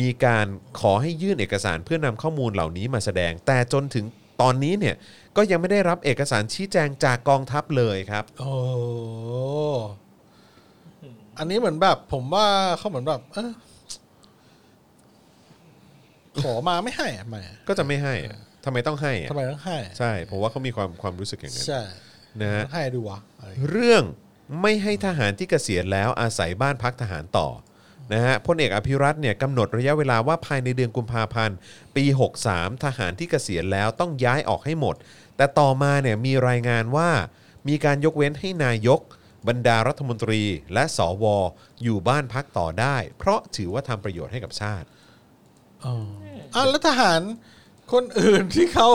Speaker 2: มีการขอให้ยื่นเอกสารเพื่อนำข้อมูลเหล่านี้มาแสดง แต่จนถึงตอนนี้เนี่ยก็ยังไม่ได้รับเอกสารชี้แจงจากกองทัพเลยครับ
Speaker 3: โอ้อันนี้เหมือนแบบ ผมว่าเขาเหมือนแบบเออขอมาไม่ให้อะแหม
Speaker 2: ก็จะไม่ให้อะทำไมต้องให้อะ
Speaker 3: ทำไมต้องให้อะ
Speaker 2: ใช่ ผมว่าเขามีความความรู้สึกอย่างนั้น
Speaker 3: ใช่
Speaker 2: นะฮะ
Speaker 3: ต้องให้ดูวะอะไรอย่างเงี้ย
Speaker 2: เรื่องไม่ให้ทหารที่เกษียณแล้วอาศัยบ้านพักทหารต่อนะฮะพลเอกอภิรัตน์เนี่ยกำหนดระยะเวลาว่าภายในเดือนกุมภาพันธ์ปี 63 ทหารที่เกษียณแล้วต้องย้ายออกให้หมด แต่ต่อมาเนี่ยมีรายงานว่า มีการยกเว้นให้นายก บรรดารัฐมนตรีและสวอยู่บ้านพักต่อได้ เพราะถือว่าทำประโยชน์ให้กับชาติ
Speaker 3: อ่ะแล้วทหาร คนอื่นที่เขา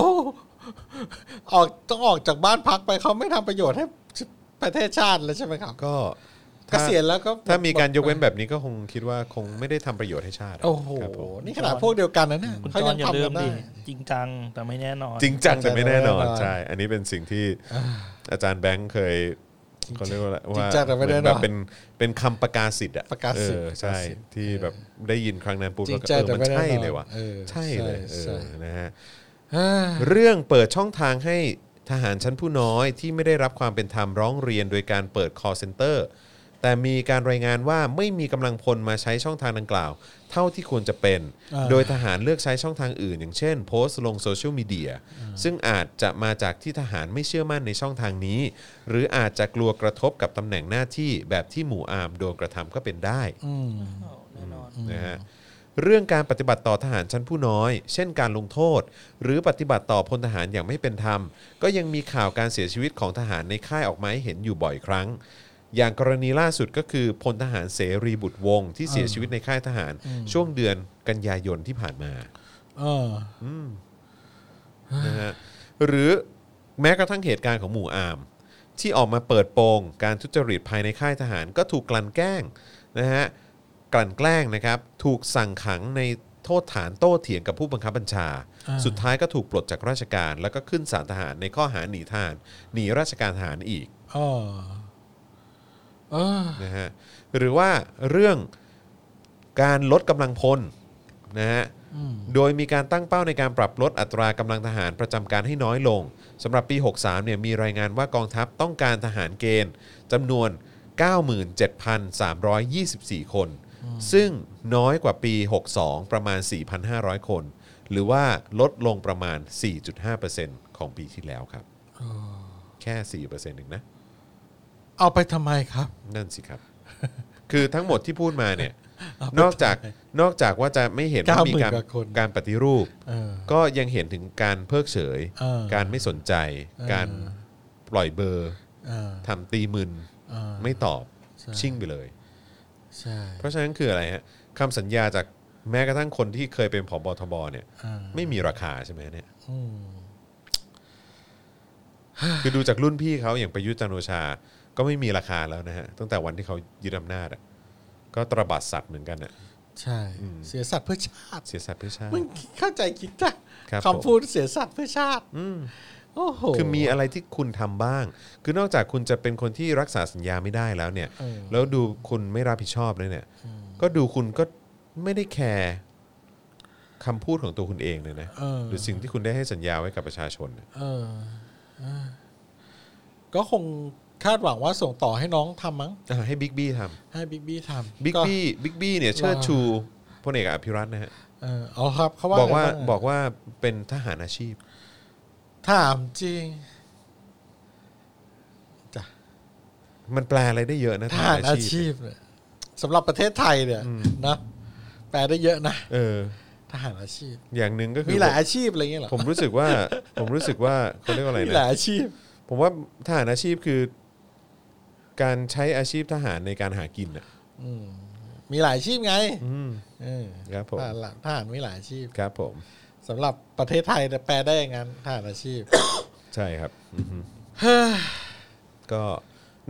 Speaker 3: ออกต้องออกจากบ้านพักไปเขาไม่ทำประโยชน์ให้ประเทศชาติแล้วใช่ไหมครับ
Speaker 2: ก็
Speaker 3: เกษียณแล้วก็
Speaker 2: ถ้ามีการยกเว้นแบบนี้ก็คงคิดว่าคงไม่ได้ทำประโยชน์ให้ชาติะ
Speaker 3: โอ้โห
Speaker 2: ครับผม
Speaker 3: นี่ขนาดพวกเดียวกันนะเนี่ย
Speaker 4: คุณ
Speaker 3: เขา
Speaker 4: จอ
Speaker 3: ยั
Speaker 4: น
Speaker 3: ง
Speaker 4: อย่าลื
Speaker 3: ทำกั
Speaker 4: ม
Speaker 3: นได้
Speaker 4: ดิจริงจังแต่ไม่แน่นอน
Speaker 2: จริงจังแต่ไม่แน่นอน
Speaker 3: จริงจังแต่ไม่แน่นอน
Speaker 2: ใช่อันนี้เป็นสิ่งที่อาจารย์แบงค์เคยเขาเรียกว่าอะไร
Speaker 3: จริ
Speaker 2: ว่าง
Speaker 3: จังแต่ไม่แน่นอน
Speaker 2: เหแบบเป็นเป็นคำประกาศสิทธิ์อะ
Speaker 3: ประกาศสิทธิ์
Speaker 2: เออใช่
Speaker 3: ประกาศสิทธิ์
Speaker 2: ที่แบบได้ยินครั้งนั้นปุ๊บ
Speaker 3: จริ
Speaker 2: แล้ว
Speaker 3: ง
Speaker 2: ก็
Speaker 3: จั
Speaker 2: เอง อ
Speaker 3: แต่
Speaker 2: มัน
Speaker 3: ไม่แน่
Speaker 2: ใช่เล
Speaker 3: นอน
Speaker 2: ยว่ะ
Speaker 3: เออ
Speaker 2: ใช่เลยเอ
Speaker 3: ใช่
Speaker 2: อนะฮะเรื่องเปิดช่องทางให้ทหารชั้นผู้น้อยที่ไม่ได้รับความเป็นธรรมร้องเรียนโดยการเปิด call center แต่มีการรายงานว่าไม่มีกำลังพลมาใช้ช่องทางดังกล่าว เท่าที่ควรจะเป็น
Speaker 3: อ่า
Speaker 2: โดยทหารเลือกใช้ช่องทางอื่น อย่างเช่น โพสต์ลงโซเชียลมีเดียซึ่งอาจจะมาจากที่ทหารไม่เชื่อมั่นในช่องทางนี้ หรืออาจจะกลัวกระทบกับตำแหน่งหน้าที่แบบที่หมู่อาร์มโดนกระทำก็เป็นได้
Speaker 3: อืม
Speaker 4: แน่นอน
Speaker 2: นะฮะเรื่องการปฏิบัติต่อทหารชั้นผู้น้อย เช่นการลงโทษ หรือปฏิบัติต่อพลทหารอย่างไม่เป็นธรรม ก็ยังมีข่าวการเสียชีวิตของทหารในค่ายออกมาให้เห็นอยู่บ่อยครั้ง อย่างกรณีล่าสุดก็คือพลทหารเสรีบุตรวงศ์ที่เสียชีวิตในค่ายทหาร ช่วงเดือนกันยายนที่ผ่านมา
Speaker 3: เออ
Speaker 2: นะฮะหรือแม้กระทั่งเหตุการณ์ของหมู่อาม ที่ออกมาเปิดโปงการทุจริตภายในค่ายทหารก็ถูกกลั่นแกล้งนะฮะกลั่นแกล้งนะครับ ถูกสั่งขังในโทษฐานโต้เถียงกับผู้บังคับบัญชา
Speaker 3: อ่า
Speaker 2: สุดท้ายก็ถูกปลดจากราชการ แล้วก็ขึ้นศาลทหารในข้อหาหนีทหารหนีราชการทหารอีก
Speaker 3: เออเออ
Speaker 2: นะฮะหรือว่าเรื่องการลดกำลังพล นะฮะ
Speaker 4: อืม
Speaker 2: โดยมีการตั้งเป้าในการปรับลดอัตรากำลังทหารประจำการให้น้อยลงสำหรับปี 63เนี่ยมีรายงานว่ากองทัพต้องการทหารเกณฑ์จำนวน 97,324 คน ซึ่งน้อยกว่าปี 62 ประมาณ 4,500 คน หรือว่าลดลงประมาณ 4.5%ของปีที่แล้วครับ แค่ 4%เองนะ
Speaker 3: เอาไปทำไมครับ
Speaker 2: นั่นสิครับ คือทั้งหมดที่พูดมาเนี่ย นอกจากนอกจากว่าจะไม่เห็นว่ามีการ
Speaker 3: 90,000กว่าคน
Speaker 2: การปฏิรูป
Speaker 3: เออ
Speaker 2: ก็ยังเห็นถึงการเพิกเฉย
Speaker 3: เออ
Speaker 2: การไม่สนใจ
Speaker 3: เออ
Speaker 2: การปล่อยเบอร์
Speaker 3: เออ
Speaker 2: ทำตีมึน
Speaker 3: เออ
Speaker 2: ไม่ตอบ
Speaker 3: ใช่
Speaker 2: ชิ่งไปเลย
Speaker 3: ใช่
Speaker 2: เพราะฉะนั้นคืออะไรฮะคำสัญญาจากแม้กระทั่งคนที่เคยเป็นผบทบเนี่ย
Speaker 3: เออ
Speaker 2: ไม่มีราคาใช่ไหมเนี่ย
Speaker 3: อืม
Speaker 2: คือดูจากรุ่นพี่เขาอย่างประยุทธ์จันทร์โอชา ก็ไม่มีราคาแล้วนะฮะ ตั้งแต่วันที่เขายึดอำนาจอะก็ตระบัดสัตว์เหมือนกันอ่ะ
Speaker 3: ใช่
Speaker 2: อืม
Speaker 3: เสียสัตว์เพื่อชาติ
Speaker 2: เสียสัตว์เพื่อชาติ
Speaker 3: มึงเข้าใจคิดจ้ะ
Speaker 2: ครับ
Speaker 3: คำพูดเสียสัตว์เพื่อชาติ
Speaker 2: อืม
Speaker 3: โอ้โห
Speaker 2: คือมีอะไรที่คุณทำบ้าง คือนอกจากคุณจะเป็นคนที่รักษาสัญญาไม่ได้แล้วเนี่ย
Speaker 3: เออ
Speaker 2: แล้วดูคุณไม่รับผิดชอบเลยเนี่ย ก็ดูคุณก็ไม่ได้แคร์คำพูดของตัวคุณเองเลยนะ
Speaker 3: เออ
Speaker 2: หรือสิ่งที่คุณได้ให้สัญญาไว้กับประชาชนเนี่ย
Speaker 3: เออเออ ก็คงคาดหวังว่าส่งต่อให้น้องทำมั้ง
Speaker 2: อ่ะให้บิ๊กบี้ทำ
Speaker 3: ให้บิ๊กบี้ทำ
Speaker 2: บิ๊กบี้ บิ๊กบี้เนี่ยเชิดชูพลเอกอภิรัตน์นะฮะ
Speaker 3: เออเอาครับเขาว่า
Speaker 2: บอกว่า
Speaker 3: ไงงะ
Speaker 2: บอกว่าเป็นทหารอาชีพ
Speaker 3: ถามจริงจ้ะ
Speaker 2: มันแปลอะไรได้เยอะนะ
Speaker 3: ทหารอาชีพเนี่ยสำหรับประเทศไทยเนี่ยนะแปลได้เยอะนะ
Speaker 2: เออ
Speaker 3: ทหารอาชีพ
Speaker 2: อย่างหนึ่งก็คื
Speaker 3: มีหลายอาชีพอะไรเงี้ยเหรอ
Speaker 2: ผมรู้สึกว่า ผมรู้สึกว่าเขาเรียกว่าอะไร
Speaker 3: มี
Speaker 2: นะ
Speaker 3: หลายอาชีพ
Speaker 2: ผมว่าทหารอาชีพคือ การใช้อาชีพทหารในการหากินอ่ะ
Speaker 3: อืมมีหลายอาชีพไง
Speaker 2: อืม
Speaker 3: เออ
Speaker 2: ครับผม
Speaker 3: ทหารทหารมีหลายอาชีพ
Speaker 2: ครับผม
Speaker 3: สำหรับประเทศไทยเนี่ยแปลได้อย่างนั้นทหารอาชีพ
Speaker 2: ใช่ครับอือ ฮึก็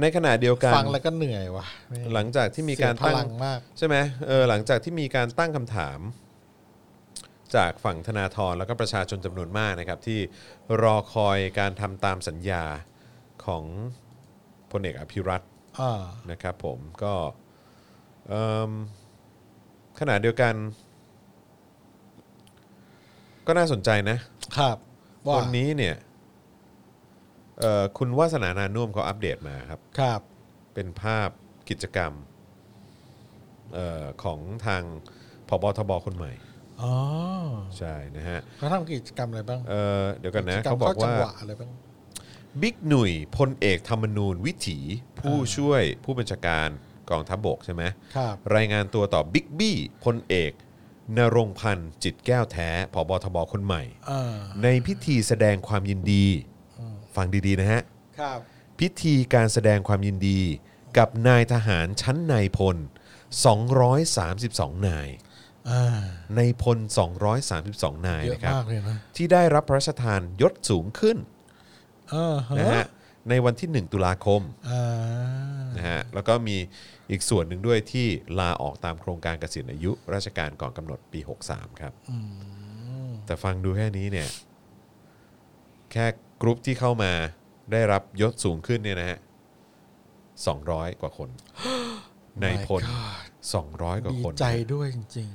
Speaker 2: ในขณะเดียวกัน
Speaker 3: ฟังแล้วก็เหนื่อยว่ะแม่ง
Speaker 2: หลังจากที่มีการ
Speaker 3: เสียพ
Speaker 2: ตั้ง
Speaker 3: ลังมาก
Speaker 2: ใช่ไหมเออหลังจากที่มีการตั้งคำถาม จากฝั่งธนาธรแล้วก็ประชาชนจำนวนมากนะครับ ที่รอคอยการทำตามสัญญาของพลเอกอภิรัตน์
Speaker 3: อ่า
Speaker 2: นะครับผมก็เอิ่มขณะเดียวกัน ก็น่าสนใจนะครับ
Speaker 3: ว่า
Speaker 2: วันนี้เนี่ยเอ่อคุณวาสนานานุ่วมเขาอัปเดตมาครับ
Speaker 3: ครับ
Speaker 2: เป็นภาพกิจกรรมเออของทางพบทบคนใหม่
Speaker 3: อ๋อ
Speaker 2: ใช่นะฮะ
Speaker 3: เขาทำกิจกรรมอะไรบ้าง
Speaker 2: เอ่อเดี๋ยวกันนะ
Speaker 3: จรรม
Speaker 2: เขาบอก
Speaker 3: จัง
Speaker 2: ว่า
Speaker 3: หวะอะไรบ้าง
Speaker 2: บิ๊กหนุ่ยพลเอกธรรมนูญวิถี ผู้ช่วยผู้บัญชาการกองทัพบบกใช่ไหม
Speaker 3: ครับ
Speaker 2: รายงานตัวต่อบิ๊กบี้พลเอกนรงพันธ์จิตแก้วแท้ผบทบคนใหม่
Speaker 3: อ่า
Speaker 2: ในพิธีแสดงความยินดี
Speaker 3: อืม
Speaker 2: ฟังดีๆนะฮะ
Speaker 3: ครับ
Speaker 2: พิธีการแสดงความยินดี กับนายทหารชั้นนายพล 232 นาย
Speaker 3: อ่า
Speaker 2: ในพล 232 นาย
Speaker 3: เยอะ
Speaker 2: นะครับ
Speaker 3: มากเลยนะ
Speaker 2: ที่ได้รับพระราชทานยศสูงขึ้น
Speaker 3: อ่าฮ
Speaker 2: นะฮะในวันที่ 1 ตุลาคม
Speaker 3: อ่า
Speaker 2: นะฮะแล้วก็มีอีกส่วนหนึ่งด้วยที่ลาออกตามโครงการเกษียณอายุราชการก่อนกำหนดปี 63 ครับ แต่ฟังดูแค่นี้เนี่ย แค่กรุ๊ปที่เข้ามาได้รับยศสูงขึ้นเนี่ยนะฮะ200 กว่าคน ในพล
Speaker 3: My God
Speaker 2: 200 กว่า
Speaker 3: ดี
Speaker 2: คน
Speaker 3: ใจด้วยจริง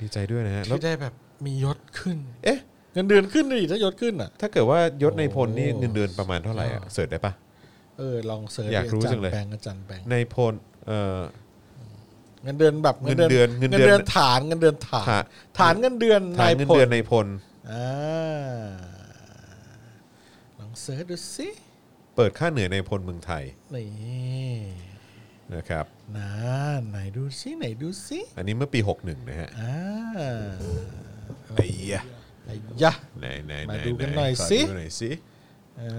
Speaker 2: ดีใจด้วยนะฮะ
Speaker 3: ๆ
Speaker 2: แล้ว
Speaker 3: ที่ได้แบบมียศขึ้น
Speaker 2: เอ๊ะ
Speaker 3: เงินเดือนขึ้นดิถ้ายศขึ้นอ่ะ
Speaker 2: ถ้าเกิดว่ายศในพลนี่
Speaker 3: โอ้
Speaker 2: เงินเดือนประมาณเท่าไหร่อะเสิร์ชได้ปะ
Speaker 3: เออ ลองเสิร์ช
Speaker 2: อยากรู้
Speaker 3: ดิ
Speaker 2: จังเลย
Speaker 3: อาาแบงค์อาจารย์แบงค์
Speaker 2: ในพลเอ่อ
Speaker 3: เงินเดือนแบบ
Speaker 2: เงิ
Speaker 3: เงิ
Speaker 2: น
Speaker 3: น
Speaker 2: เดือนเงินเดือน
Speaker 3: เดือนฐานเงินเดือนฐาน
Speaker 2: ฐาน
Speaker 3: ฐานเงินเดือน
Speaker 2: ฐาน
Speaker 3: ย
Speaker 2: เงิน
Speaker 3: พล
Speaker 2: เดือนในพล
Speaker 3: อ่าลองเสิร์ชดูสิ
Speaker 2: เปิดค่าเหนื่อยในพลเมืองไทย
Speaker 3: นี่
Speaker 2: นะครับ
Speaker 3: นะไหนดูสิไหนดูสิ
Speaker 2: อันนี้เมื่อปี 61 นะฮะ
Speaker 3: อ่า
Speaker 2: ไอ้ยะ
Speaker 3: ไอ้ยะ
Speaker 2: ไหนไหน
Speaker 3: มา
Speaker 2: ไ
Speaker 3: ดูกันหน่อย
Speaker 2: ข
Speaker 3: สิ
Speaker 2: ดูหน่อยสิ
Speaker 3: อ่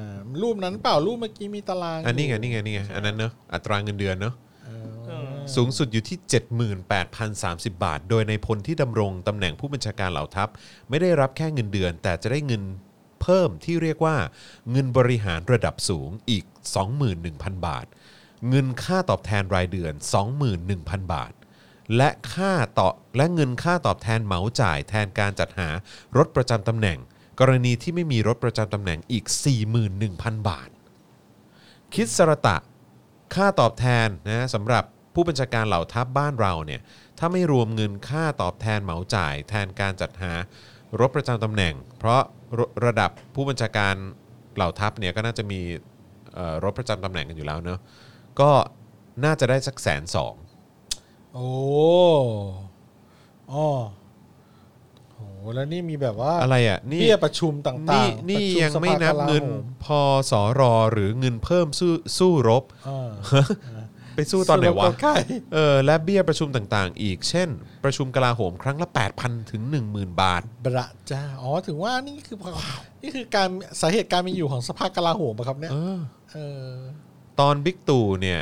Speaker 3: ารูปนั้นเปล่ารูปเมื่อกี้มีตาราง
Speaker 2: อันนี้ไงนี่ไงนี่ไงอันนั้นเนอะอัตราเงินเดือนเนอะ
Speaker 3: เอา
Speaker 4: เออ
Speaker 2: สูงสุดอยู่ที่ 78,030 บาท โดยในพลที่ดำรงตำแหน่งผู้บัญชาการเหล่าทัพ ไม่ได้รับแค่เงินเดือน แต่จะได้เงินเพิ่มที่เรียกว่า เงินบริหารระดับสูงอีก 21,000 บาท เงินค่าตอบแทนรายเดือน 21,000 บาท และค่าต่อและเงินค่าตอบแทนเหมาจ่ายแทนการจัดหารถประจำตำแหน่ง กรณีที่ไม่มีรถประจำตำแหน่งอีก 41,000 บาท คิดสรตะ ค่าตอบแทนนะสำหรับ ผู้บัญชาการเหล่าทัพบ้านเราเนี่ยถ้าไม่รวมเงินค่าตอบแทนเหมาจ่าย แทนการจัดหารถประจำตำแหน่ง เพราะระระดับผู้บัญชาการเหล่าทัพเนี่ยก็น่าจะมีเอ่อรถประจำตำแหน่งกันอยู่แล้วเนอะก็น่าจะได้สักแสนสอง
Speaker 3: โอ้อ๋อโหแล้วนี่มีแบบว่า
Speaker 2: อะไรอ่ะนี่
Speaker 3: เบี้ยประชุมต่าง
Speaker 2: นี่
Speaker 3: ๆ
Speaker 2: นี่
Speaker 3: ป
Speaker 2: ยัง
Speaker 3: ระชุสภา
Speaker 2: ไม่นับ
Speaker 3: กลา
Speaker 2: เงิน
Speaker 3: โหม
Speaker 2: พอสอรอหรือเงินเพิ่มสู้สู้รบ
Speaker 3: อ่า
Speaker 2: ไปสู้ตอนไหน
Speaker 3: สรุป
Speaker 2: วะ
Speaker 3: ก็ใกล้
Speaker 2: เออและเบี้ยประชุมต่างๆ อีก เช่น ประชุมกลาโหมครั้งละ 8,000 ถึง 10,000 บาท
Speaker 3: พระเจ้าอ๋อถึงว่านี่คือนี่คือการสาเหตุการมีอยู่ของสภากลาโหมปะครับเนี่ย
Speaker 2: เออ
Speaker 3: เออ
Speaker 2: ตอนบิ๊กตู่เนี่ย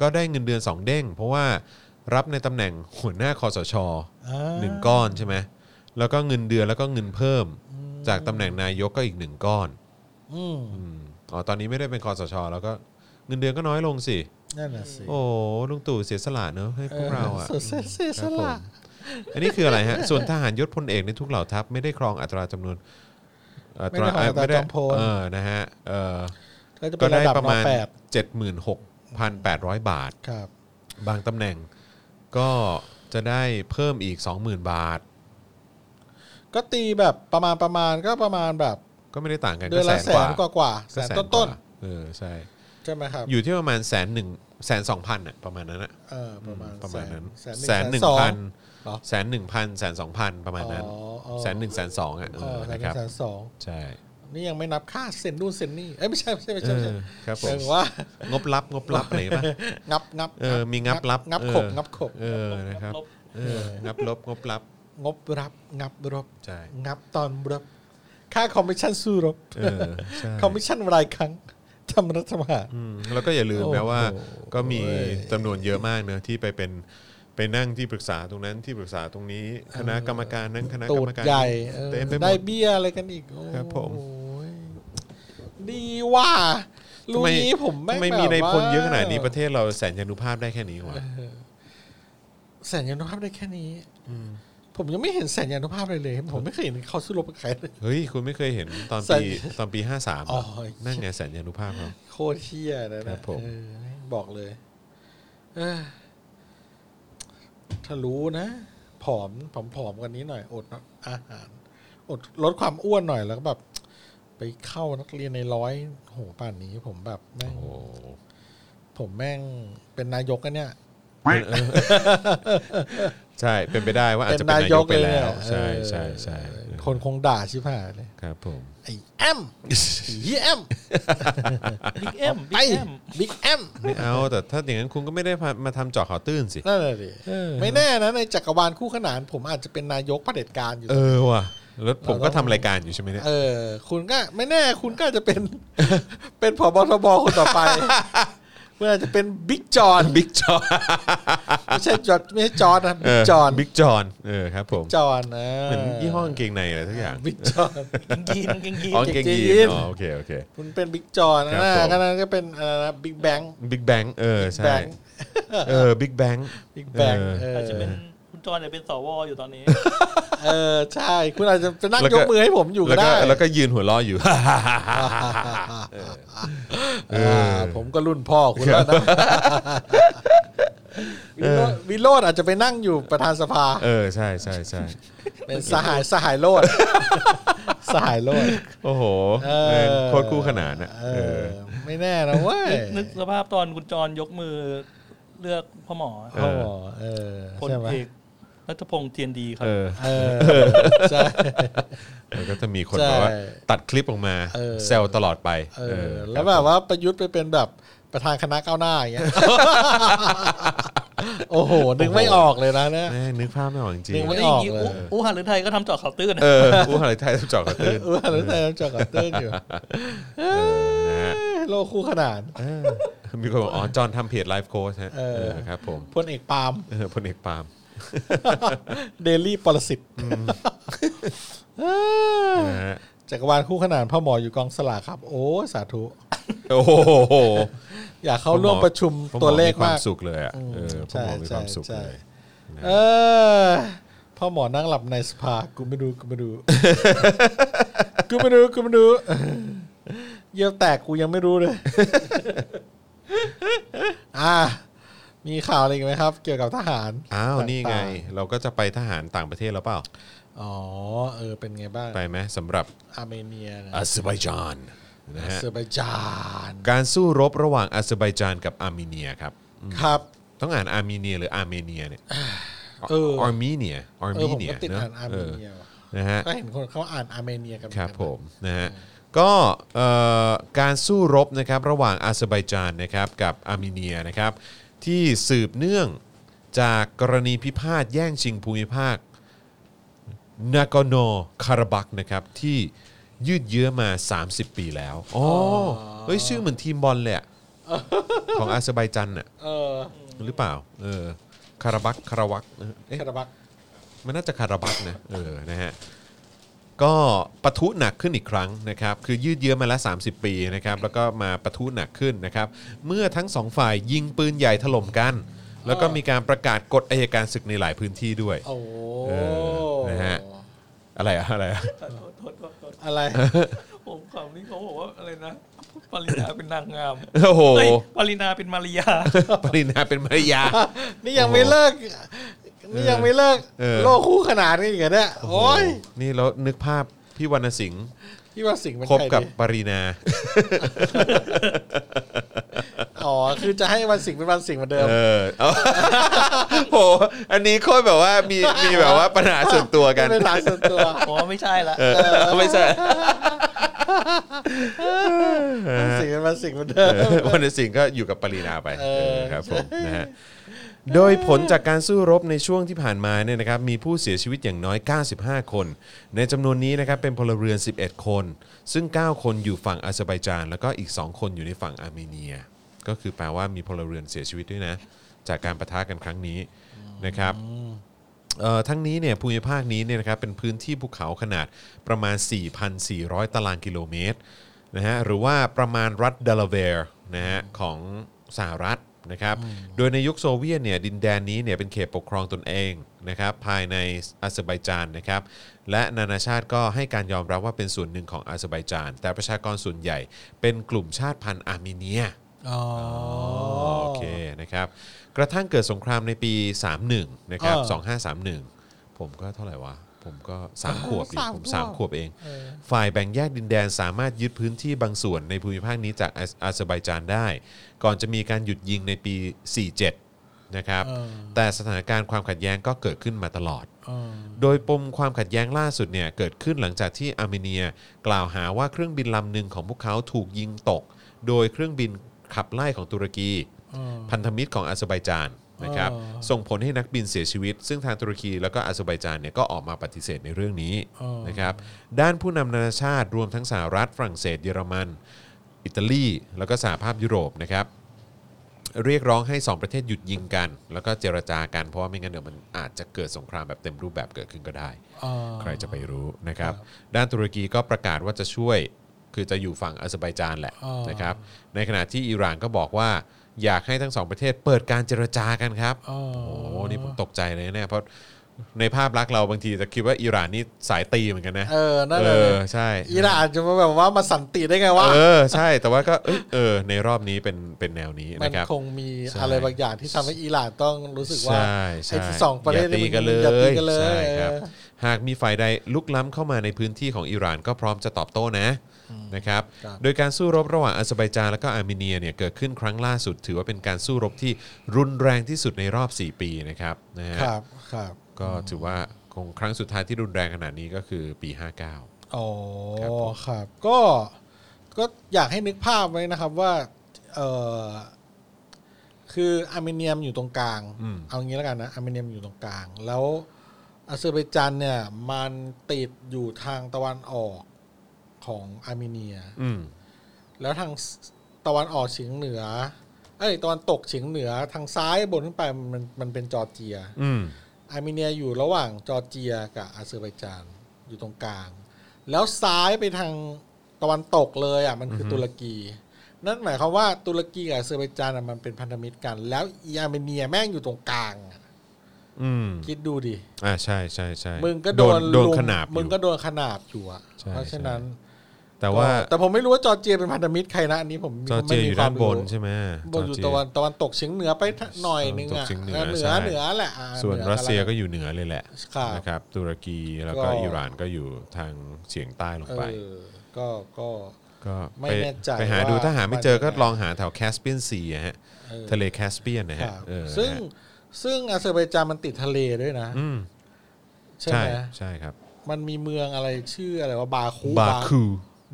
Speaker 2: ก็ได้เงินเดือน 2 เด้ง เพราะว่ารับในตำแหน่งหัวหน้าคอสช
Speaker 3: อ่า
Speaker 2: หนึ่งก้อนใช่ไหมแล้วก็เงินเดือนแล้วก็เงินเพิ่ม จากตำแหน่งนายกก็อีกหนึ่งก้อน
Speaker 3: อืม
Speaker 2: อืมอ๋อตอนนี้ไม่ได้เป็นคอสช แล้วก็เงินเดือนก็น้อยลงสิ
Speaker 3: นั่นน่ะสิ
Speaker 2: โอ้ลุงตู่เสียสละเนอะให้พวกเราอ่ะ
Speaker 3: เสียสละเสียส
Speaker 2: ครั
Speaker 3: ละ
Speaker 2: บผม อันนี้คืออะไรฮะ ส่วนทหารยศพลเอกในทุกเหล่าทัพไม่ได้ครองอัตราจำนวนอัตราเอ่อไม่ได้เออนะฮะเออ
Speaker 3: ก็จะเป็
Speaker 2: ก็
Speaker 3: น
Speaker 2: ได้
Speaker 3: ระดับ
Speaker 2: ประ
Speaker 3: น
Speaker 2: มาณ
Speaker 3: แปด
Speaker 2: 76,800 บาท
Speaker 3: ครับ
Speaker 2: บางตำแหน่งก็จะได้เพิ่มอีก 20,000 บาท
Speaker 3: ก็ตีแบบประมาณประมาณก็ประมาณแบบ
Speaker 2: ก็ไม่ได้ต่างกัน
Speaker 3: เดื
Speaker 2: ก็
Speaker 3: อน
Speaker 2: แส
Speaker 3: ละ
Speaker 2: น
Speaker 3: แส
Speaker 2: กว่าน
Speaker 3: กว่ากว่าแส
Speaker 2: ก็
Speaker 3: นต้น
Speaker 2: เออใช่
Speaker 3: ๆใช่ไหมครับ
Speaker 2: อยู่ที่ประมาณแสนหนึ่งแสนสองพันอ่ะประมาณนั้นอ่ะ
Speaker 3: เออประมาณ
Speaker 2: ประมาณนั้นแส
Speaker 3: แส
Speaker 2: นห
Speaker 3: นห
Speaker 2: นึ่ง
Speaker 3: นึ่
Speaker 2: พั
Speaker 3: งพั
Speaker 2: น
Speaker 3: น เหรอ
Speaker 2: แสนหนึ่งพันแสนสองพันประมาณนั้น
Speaker 3: อ๋ออ๋อ
Speaker 2: แสนหนึ่งแสนสองอ่ะเอ
Speaker 3: เอ
Speaker 2: อ
Speaker 3: อแสน
Speaker 2: นะ
Speaker 3: ห
Speaker 2: ค
Speaker 3: นึ่
Speaker 2: รับ
Speaker 3: งแสนสอง
Speaker 2: ใช่
Speaker 3: นี่ยังไม่นับค่าเซ็นนู่นเซ็นนี่เอ้ยไม่ใช่ไม่ ใช่ไม่
Speaker 2: เอ
Speaker 3: ใช่ไม่ใช่
Speaker 2: อครับผ
Speaker 3: แต่
Speaker 2: ม
Speaker 3: ว่าง
Speaker 2: บลับงบลับอะไรป่ะ
Speaker 3: งับ งับ
Speaker 2: เออมีงับลับ
Speaker 3: งับ
Speaker 2: เออ
Speaker 3: ขบงับขบ
Speaker 2: เออนะครับ
Speaker 4: ลบ
Speaker 2: เอองับลบงบลับ
Speaker 3: งบรับงับรบ
Speaker 2: ใช่
Speaker 3: งับตอนรบค่าคอมมิชชั่นสู้รบ
Speaker 2: เออใช่
Speaker 3: คอมมิชชั่นรายครั้ง ทำรัฐประหาร
Speaker 2: อืมแล้วก็อย่าลืม
Speaker 3: โอ้โห
Speaker 2: นะว่า ก็มี
Speaker 3: เว้ย
Speaker 2: จำนวนเยอะมากเนอะที่ไปเป็นไปนั่งที่ปรึกษาตรงนั้นที่ปรึกษาตรงนี้ คณะกรรมการนั้นคณะ
Speaker 3: ตู
Speaker 2: กร
Speaker 3: ด
Speaker 2: รมการ
Speaker 3: ใหญ่
Speaker 2: นี้
Speaker 3: เออ
Speaker 2: เต็มไปหม
Speaker 3: ได้
Speaker 2: ด
Speaker 3: เบี้ยอะไรกันอีกโอ้
Speaker 2: ครับผม
Speaker 3: โหยดีว่ารู้
Speaker 2: ทำไม
Speaker 3: นี้ผมแง
Speaker 2: ทำไม่
Speaker 3: แบบ
Speaker 2: มีในพล
Speaker 3: ว่
Speaker 2: เยอะขนาดนี้ประเทศเราแสนยานุภาพได้แค่นี้วะ
Speaker 3: แสนยานุภาพได้แค่นี้ผมยังไม่เห็นแสนยานุภาพเลยเลย ผมไม่เคยเห็นเขาสู้รบกับใครเลย
Speaker 2: เฮ้ยคุณไม่เคยเห็นตอน
Speaker 3: แสน
Speaker 2: ปีตอนปีห้าสาม
Speaker 3: อ๋อ
Speaker 2: นั่นไงแสนยานุภาพครับ
Speaker 3: โคตรเที่ยนะ
Speaker 2: ครั
Speaker 3: นะ
Speaker 2: บผม
Speaker 3: เออบอกเลยเอ้ยถ้ารู้นะผอมผอมผอมกันนี้หน่อย อดอาหาร อดลดความอ้วนหน่อยแล้วก็แบบ ไปเข้านักเรียนในร้อยโหป่านนี้ ผมแบบแม่
Speaker 2: โอ้
Speaker 3: ง
Speaker 2: โห
Speaker 3: ผมแม่งเป็นนายกกันเนี่ย
Speaker 2: เออใช่เป็นไปได้ว่าอาจจะเป็นนายกไปแล้ว ใช่ใช่ใช่
Speaker 3: เออคนคงด่าชิบหายเลย
Speaker 2: ครับผม
Speaker 3: ไอ้แอมไอ้เหี้ยแอม
Speaker 4: บิ๊กเอ็ม
Speaker 3: ไป
Speaker 4: บิ๊กเอ็ม
Speaker 3: บิ๊ กแอม
Speaker 2: ไม่เอาแต่ถ้าอย่างนั้นคุณก็ไม่ได้มาทำเจาะข่าวตื้นสิ
Speaker 3: นั่นแหละดิ
Speaker 2: เออ
Speaker 3: ไม่แน่นะในจักรวาลคู่ขนาน ผมอาจจะเป็นนายกเผด็จการอยู่
Speaker 2: เออว่ะแล้วผมก็
Speaker 3: เราต้
Speaker 2: ทำ
Speaker 3: อง
Speaker 2: รายการอยู่ใช่ไหมเนี่ย
Speaker 3: เออ คุณก็ไม่แน่คุณก็อาจจะเป็น เป็นผบทบคนต่อ ไปคุณอาจจะเป็นบิ๊กจอน
Speaker 2: บิ๊กจอน
Speaker 3: ไม่ใช่จอนไม่ใช่จอนนะบิ๊กจอน
Speaker 2: บิ๊กจอนเออครับผม
Speaker 3: จอนนะ
Speaker 2: เหมือนยี่ห้อกางเกงในอะไรทุกอย่าง
Speaker 3: บิ๊กจ อน
Speaker 4: ยินยิงยิน
Speaker 2: อ๋อเกงยี
Speaker 3: เกงยี
Speaker 2: น
Speaker 3: น
Speaker 2: อ๋อโอเคโอเค
Speaker 3: คุณเป็นบิ๊กจอน
Speaker 2: ครับ
Speaker 3: นะ
Speaker 2: ผม
Speaker 3: ก็นั้นก็เป็นเอ่อบิ๊กแบง
Speaker 2: บิ๊กแบงเออ
Speaker 3: Big
Speaker 2: ใช่
Speaker 3: Bang
Speaker 2: เออบิ๊กแบง
Speaker 3: บิ๊กแบง
Speaker 2: เออ
Speaker 3: เออ
Speaker 4: อาจจะเป็นคุณจอนเนี่ยเป็นสวอยู่ ตอนนี้
Speaker 3: เออใช่ คุณอาจจะจะนั่ง
Speaker 2: แล้วก็
Speaker 3: ยกมือให้ผมอยู่
Speaker 2: แล้ว
Speaker 3: ก็
Speaker 2: ก็
Speaker 3: ได้
Speaker 2: แล้วก็ยืนหัวล้อ อยู่
Speaker 3: เออผมก็รุ่นพ่อคุณแล้วนะวิโรจน์วิโรดอาจจะไปนั่งอยู่ประธานสภา
Speaker 2: เออใช่ใช่ใช่
Speaker 3: เป็นสหายสหายโลด สหายโลด
Speaker 2: โอ้โห
Speaker 3: เอ
Speaker 2: แม่ง
Speaker 3: อ
Speaker 2: โคตรคู่ขนานอ่ะ
Speaker 3: เอ
Speaker 2: เอ
Speaker 3: อ
Speaker 2: อ
Speaker 3: ไม่แน่นะเว้ย
Speaker 4: นึกสภาพตอนคุณจอนยกมือเลือกพ่อหมอ
Speaker 2: เออ
Speaker 3: พ่อเออ
Speaker 4: พล
Speaker 3: ใช่ไหม
Speaker 4: เอกรัฐพงษ์เทียนดีครั
Speaker 2: เอบ อ
Speaker 3: เออใช่
Speaker 2: แล้วก็จะมีคน
Speaker 3: ใช่
Speaker 2: แบบว่าตัดคลิปออกมา
Speaker 3: เออ
Speaker 2: แซวตลอดไป
Speaker 3: เอ
Speaker 2: เอ
Speaker 3: อ
Speaker 2: อ
Speaker 3: แล้วแบบว่าประยุทธ์ไปเป็นแบบประธานคณะก้าวหน้าอย่างเงี้ย โอ้โห นึกไม่ออกเลยนะเนี่ย
Speaker 2: แม่งนึกภาพไม่ออกจริ
Speaker 3: นึ
Speaker 2: ง
Speaker 3: ก
Speaker 2: ๆ
Speaker 3: ไม่
Speaker 4: ไม่
Speaker 3: ออ
Speaker 4: ออก ก
Speaker 3: เลย
Speaker 4: อู้หันหรือไทยก็ทำเจาะข่าวตื้น
Speaker 2: เออผู้หาไทยต้องเจาะกระตื้น
Speaker 3: เออแล้วแต่จอกับเติ้ลอยู่
Speaker 2: นะฮะ
Speaker 3: โลกคู่ขนาน
Speaker 2: เออมีคนบอกอ๋อ จอห์นทำเพจไลฟ์โค้ชฮะ
Speaker 3: เออ
Speaker 2: เออครับผม
Speaker 3: พลเอกปาล์ม
Speaker 2: เออพลเอกปาล์ม
Speaker 3: เดลี่ปรสิตเออ
Speaker 2: นะฮะ
Speaker 3: จักรวาลคู่ขนานพ่อหมออยู่กองสลากครับ โอ้สาธุ
Speaker 2: โอ้โห
Speaker 3: อยากเข้าร่วมประชุมตัวเลข
Speaker 2: พ่อหมอมีความ
Speaker 3: าม ก
Speaker 2: สุขเลยอ่ะเออพ่อ
Speaker 3: ใช่
Speaker 2: หมอมีความสุข
Speaker 3: ใช่
Speaker 2: เลย
Speaker 3: เออพ่อหมอนั่งหลับในสภากูไม่รู้กูไม่รู้ กูไม่รู้กูไม่รู้ เยี่ยวแตกกูยังไม่รู้เลย อ่า มีข่าวอะไรอีกไหมครับ เกี่ยวกับทหาร
Speaker 2: อ้าวนี่ไง
Speaker 3: ต่า
Speaker 2: เราก็จะไปทหารต่างประเทศแล้วเปล่า
Speaker 3: ๆอ๋อเออเป็นไงบ้าง
Speaker 2: ไปไหมสำหรับ
Speaker 3: อาร์เมเนียนะ
Speaker 2: อาเซอร์ไบจานนะ
Speaker 3: อา
Speaker 2: ฮะ
Speaker 3: เซอร์ไบจาน
Speaker 2: การสู้รบระหว่างอาเซอร์ไบจานกับอาร์เมเนียครับ
Speaker 3: ครับ
Speaker 2: ต้องอ่านอาร์เมเนียหรืออาร์เมเนียเนี่ย
Speaker 3: เออ
Speaker 2: อาร์เมเนียอาร์
Speaker 3: เอ
Speaker 2: เม
Speaker 3: อผม
Speaker 2: เนีย
Speaker 3: ก็ติด
Speaker 2: เนอะ
Speaker 3: อ่านอาร์เม
Speaker 2: เออ
Speaker 3: เนียว่ะ
Speaker 2: นะฮะ
Speaker 3: ก็เห็นคนเขาอ่านอาร์เมเนียกันเหอน
Speaker 2: ค
Speaker 3: กัน
Speaker 2: รับผมนะฮะก็เอ่อการสู้รบนะครับระหว่างอาเซอร์ไบจานนะครับกับอาร์เมเนียนะครับที่สืบเนื่องจากกรณีพิพาทแย่งชิงภูมิภาคนากโนคาราบักนะครับที่ยืดเยื้อมา 30 ปีแล้วอ๋อเฮ้ยชื่อเหมือนทีมบอลเลยอะของอาเซอร์ไบจันน่ะ
Speaker 3: เออ
Speaker 2: หรือเปล่าเออคาราบักคาราวักเอ๊ะ
Speaker 3: คาราบัก
Speaker 2: มันน่าจะคาราบักนะเออนะฮะก็ปะทุหนักขึ้นอีกครั้งนะครับคือยืดเยื้อมาแล้ว 30 ปีนะครับแล้วก็มาปะทุหนักขึ้นนะครับเมื่อทั้งสองฝ่ายยิงปืนใหญ่ถล่มกัน แล้วก็มีการประกาศกฎอายการศึกในหลายพื้นที่ด้วย
Speaker 3: โอ้โห
Speaker 2: เออนะฮะ อะไรอะอะไรอะ
Speaker 4: โทษโทษโทษโทษ
Speaker 3: อะไร
Speaker 4: ผมข่าวนี้เขาบอกว่าอะไรนะปรินาเป็นนางงาม
Speaker 2: โอ้โห
Speaker 4: เฮ้ยปรินาเป็นมาร ยา
Speaker 2: ปรินาเป็นมารยา
Speaker 3: นี่ยังไม่เลิก นี่ยังไม่เลิก
Speaker 2: เออ
Speaker 3: โลกคู่ขนานกันอีกเหรอเนี่ยโอ้ย
Speaker 2: นี่แล้วนึกภาพพี่วรรณสิงห์
Speaker 3: พี่ว่าสิงห์เป็น
Speaker 2: คบ
Speaker 3: ใคร
Speaker 2: กับ
Speaker 3: ดี
Speaker 2: ปรินา
Speaker 3: อ๋อ คือจะให้วันสิงห์เป็นวันสิงห์เหมือนเดิม
Speaker 2: เออ เอาโหอันนี้โคตรแบบว่ามีมีแบบว่าปัญหาส่วนตัวกัน
Speaker 3: เป็นหลานส่วนตัว
Speaker 4: อ๋อไม่ใช่ละ
Speaker 2: เออไม่ใช่
Speaker 3: วันสิงห์เป็นวันสิงห์เหมือนเดิม
Speaker 2: วันสิงห์ก็อยู่กับปรีนาไป
Speaker 3: เออ
Speaker 2: เออครับผมนะฮะโดยผลจากการสู้รบในช่วงที่ผ่านมาเนี่ยนะครับมีผู้เสียชีวิตอย่างน้อย 95 คน ในจำนวนนี้นะครับเป็นพลเรือน 11 คน ซึ่ง 9 คนอยู่ฝั่งอาเซอร์ไบจาน แล้วก็อีก 2 คนอยู่ในฝั่งอาร์เมเนีย ก็คือแปลว่ามีพลเรือนเสียชีวิตด้วยนะ จากการประทะกันครั้งนี้นะครับ เอ่อทั้งนี้เนี่ยภูมิภาคนี้เนี่ยนะครับเป็นพื้นที่ภูเขาขนาดประมาณ 4,400 ตารางกิโลเมตรนะฮะหรือว่าประมาณรัฐเดลาแวร์นะฮะของสหรัฐนะครับโดยในยุคโซเวียตเนี่ยดินแดนนี้เนี่ยเป็นเขตปกครองตนเองนะครับภายในอาเซอร์ไบจานนะครับและนานาชาติก็ให้การยอมรับว่าเป็นส่วนหนึ่งของอาเซอร์ไบจาน แต่ประชากรส่วนใหญ่เป็นกลุ่มชาติพันธุ์อาร์เมเนีย
Speaker 3: อ๋อ
Speaker 2: โอเคนะครับกระทั่งเกิดสงครามในปี 31 นะครับ
Speaker 3: เอ
Speaker 2: 2531 ผมก็เท่าไหร่วะ ผมก็ 3 ขวบดิ
Speaker 3: สาม
Speaker 2: ผม
Speaker 3: ขวบ
Speaker 2: 3 ขวบเอง ฝ่ายแบ่งแยกดินแดนสามารถยึดพื้นที่บางส่วนในภูมิภาคนี้จากอาอาเซอร์ไบจานได้ ก่อนจะมีการหยุดยิงในปี 47 นะครับ แต่สถานการณ์ความขัดแย้งก็เกิดขึ้นมาตลอด โดยปมความขัดแย้งล่าสุดเนี่ยเกิดขึ้นหลังจากที่อาร์เมเนียกล่าวหาว่าเครื่องบินลำหนึ่งของพวกเขาถูกยิงตก โดยเครื่องบินขับไล่ของตุรกี พันธมิตรของอาเซอร์ไบจานนะครับ
Speaker 3: อ๋อ
Speaker 2: ส่งผลให้นักบินเสียชีวิต ซึ่งทางตุรกีแล้วก็อาเซอร์ไบจานเนี่ยก็ออกมาปฏิเสธในเรื่องนี้
Speaker 3: อ๋อ
Speaker 2: นะครับด้านผู้นำนานาชาติรวมทั้งสหรัฐฝรั่งเศสเยอรมัน อิตาลีแล้วก็สหภาพยุโรปนะครับ เรียกร้องให้ 2 ประเทศหยุดยิงกัน แล้วก็เจรจากันเพราะว่าไม่งั้นเดี๋ยวมันอาจจะเกิดสงครามแบบเต็มรูปแบบเกิดขึ้นก็ได้ ใครจะไปรู้นะครับ ด้านตุรกีก็ประกาศว่าจะช่วย คือจะอยู่ฝั่งอาเซอร์ไบจานแหละ
Speaker 3: อ๋อ
Speaker 2: นะครับ ในขณะที่อิหร่านก็บอกว่า อยากให้ทั้งสองประเทศเปิดการเจรจากันครับ
Speaker 3: อ๋อ
Speaker 2: โอ้โหนี่ผมตกใจเลยนะเนี่ยเพราะในภาพลักษณ์เราบางทีจะคิดว่าอิหร่านนี่สายตีเหมือนกันนะ
Speaker 3: เออนั่น
Speaker 2: เอ
Speaker 3: เลย
Speaker 2: อใช่
Speaker 3: อิหร่านจะมาแบบว่ามาสันติได้ไงวะ
Speaker 2: เออใช่แต่ว่าก็เอ้ยเออในรอบนี้เป็นเป็นแนวนี้
Speaker 3: มั
Speaker 2: นะ
Speaker 3: น
Speaker 2: ครับ
Speaker 3: คงมี
Speaker 2: ใช่
Speaker 3: อะไรบางอย่างที่ทำให้อิหร่านต้องรู้สึกว่า
Speaker 2: ใช่ใช่
Speaker 3: ไอ้สองประเทศ
Speaker 2: อย่าตี
Speaker 3: นี่
Speaker 2: กั
Speaker 3: มัน
Speaker 2: เลย
Speaker 3: อย่าตีกันเลย
Speaker 2: ใช่ครับ
Speaker 3: เออ
Speaker 2: หากมีฝ่ายใดลุกล้ำเข้ามาในพื้นที่ของอิหร่านก็พร้อมจะตอบโต้นะนะครับ
Speaker 3: ครับ
Speaker 2: โดยการสู้รบระหว่างอาเซอร์ไบจานและก็อาร์เมเนียเนี่ยเกิดขึ้นครั้งล่าสุด ถือว่าเป็นการสู้รบที่รุนแรงที่สุดในรอบ 4 ปีนะครับนะฮะ
Speaker 3: ครับครับ
Speaker 2: ก็ถือว่าคงครั้งสุดท้ายที่รุนแรงขนาดนี้ก็คือปี 59
Speaker 3: อ๋อ
Speaker 2: ครับผม
Speaker 3: ครับ ก็ก็อยากให้นึกภาพไว้นะครับว่าเออคืออาร์เมเนียมอยู่ตรงกลาง เอางี้แล้วกันนะอาร์เมเนียมอยู่ตรงกลาง แล้วอาเซอร์ไบจานเนี่ยมันติดอยู่ทางตะวันออกของอาร์เมเนีย
Speaker 2: อืม
Speaker 3: แล้วทางสตะวันออกเฉียงเหนือ เอ้ยตะวันตกเฉียงเหนือทางซ้ายบนขึ้นไปมันมันเป็นจอร์เจีย
Speaker 2: อืม
Speaker 3: อาร์เมเนียอยู่ระหว่างจอร์เจียกับอาเซอร์ไบจานอยู่ตรงกลาง แล้วซ้ายไปทางตะวันตกเลยอ่ะมันคืออตุรกี นั่นหมายความว่าตุรกีกับอาเซอร์ไบจานอะมันเป็นพันธมิตรกัน แล้วอีอาร์เมเนียแม่งอยู่ตรงกลางอะ
Speaker 2: อืม
Speaker 3: คิดดูดิ
Speaker 2: อ่าใช่ใช่ใช่
Speaker 3: มึงก็โดน
Speaker 2: โดน
Speaker 3: ลุม
Speaker 2: ขนาบอยู่
Speaker 3: มึงก็โดนขนาบอยู่อะ
Speaker 2: ใช่
Speaker 3: เพราะฉะนั้น
Speaker 2: แต่ว่า
Speaker 3: ก็แต่ผมไม่รู้ว่าจอร์เจียเป็นพันธมิตรใครนะอันนี้ผม
Speaker 2: จอร์เจีย
Speaker 3: ไม่มี
Speaker 2: อยู่
Speaker 3: คว
Speaker 2: ด้าม นบ
Speaker 3: รู้
Speaker 2: นใช่ไหม
Speaker 3: บนอยู่
Speaker 2: จร์เจี
Speaker 3: ตะวันตะวันตกเฉียงเหนือไปทะหน่อยนึงอ่ะ
Speaker 2: ตะวันตกเฉียงเหนือใช่
Speaker 3: เหนือเหนือแหละอ่า
Speaker 2: ส่วน
Speaker 3: เหอ
Speaker 2: รัสเซีย
Speaker 3: อะไร
Speaker 2: ก็อยู่เหนือเลยแหละ
Speaker 3: ครับ
Speaker 2: นะครับตุรกีแล้วก็อิหร่านก็อยู่ทางเฉียงใต้ลง
Speaker 3: เอ
Speaker 2: ไป
Speaker 3: อก็ก็
Speaker 2: ก็
Speaker 3: ไม่
Speaker 2: ไป
Speaker 3: แน่ใจ
Speaker 2: ไปหาดู
Speaker 3: ว่า
Speaker 2: ถ้าหาไม่เจอก็
Speaker 3: มันยังไง
Speaker 2: ลองหาแถวแคสเปียนซีอะฮะ
Speaker 3: เออ
Speaker 2: ทะเลแคสเปียนนะ
Speaker 3: ค
Speaker 2: ฮะ
Speaker 3: รับ
Speaker 2: เออ
Speaker 3: ซึ่ง
Speaker 2: นะฮะ
Speaker 3: ซึ่งอาเซอร์ไบจานมันติดทะเลด้วยนะ
Speaker 2: อืม
Speaker 3: ใช่
Speaker 2: ใช่
Speaker 3: ไหม
Speaker 2: ใช่ครับ
Speaker 3: มันมีเมืองอะไรชื่ออะไรว่าบาคู
Speaker 2: บาคู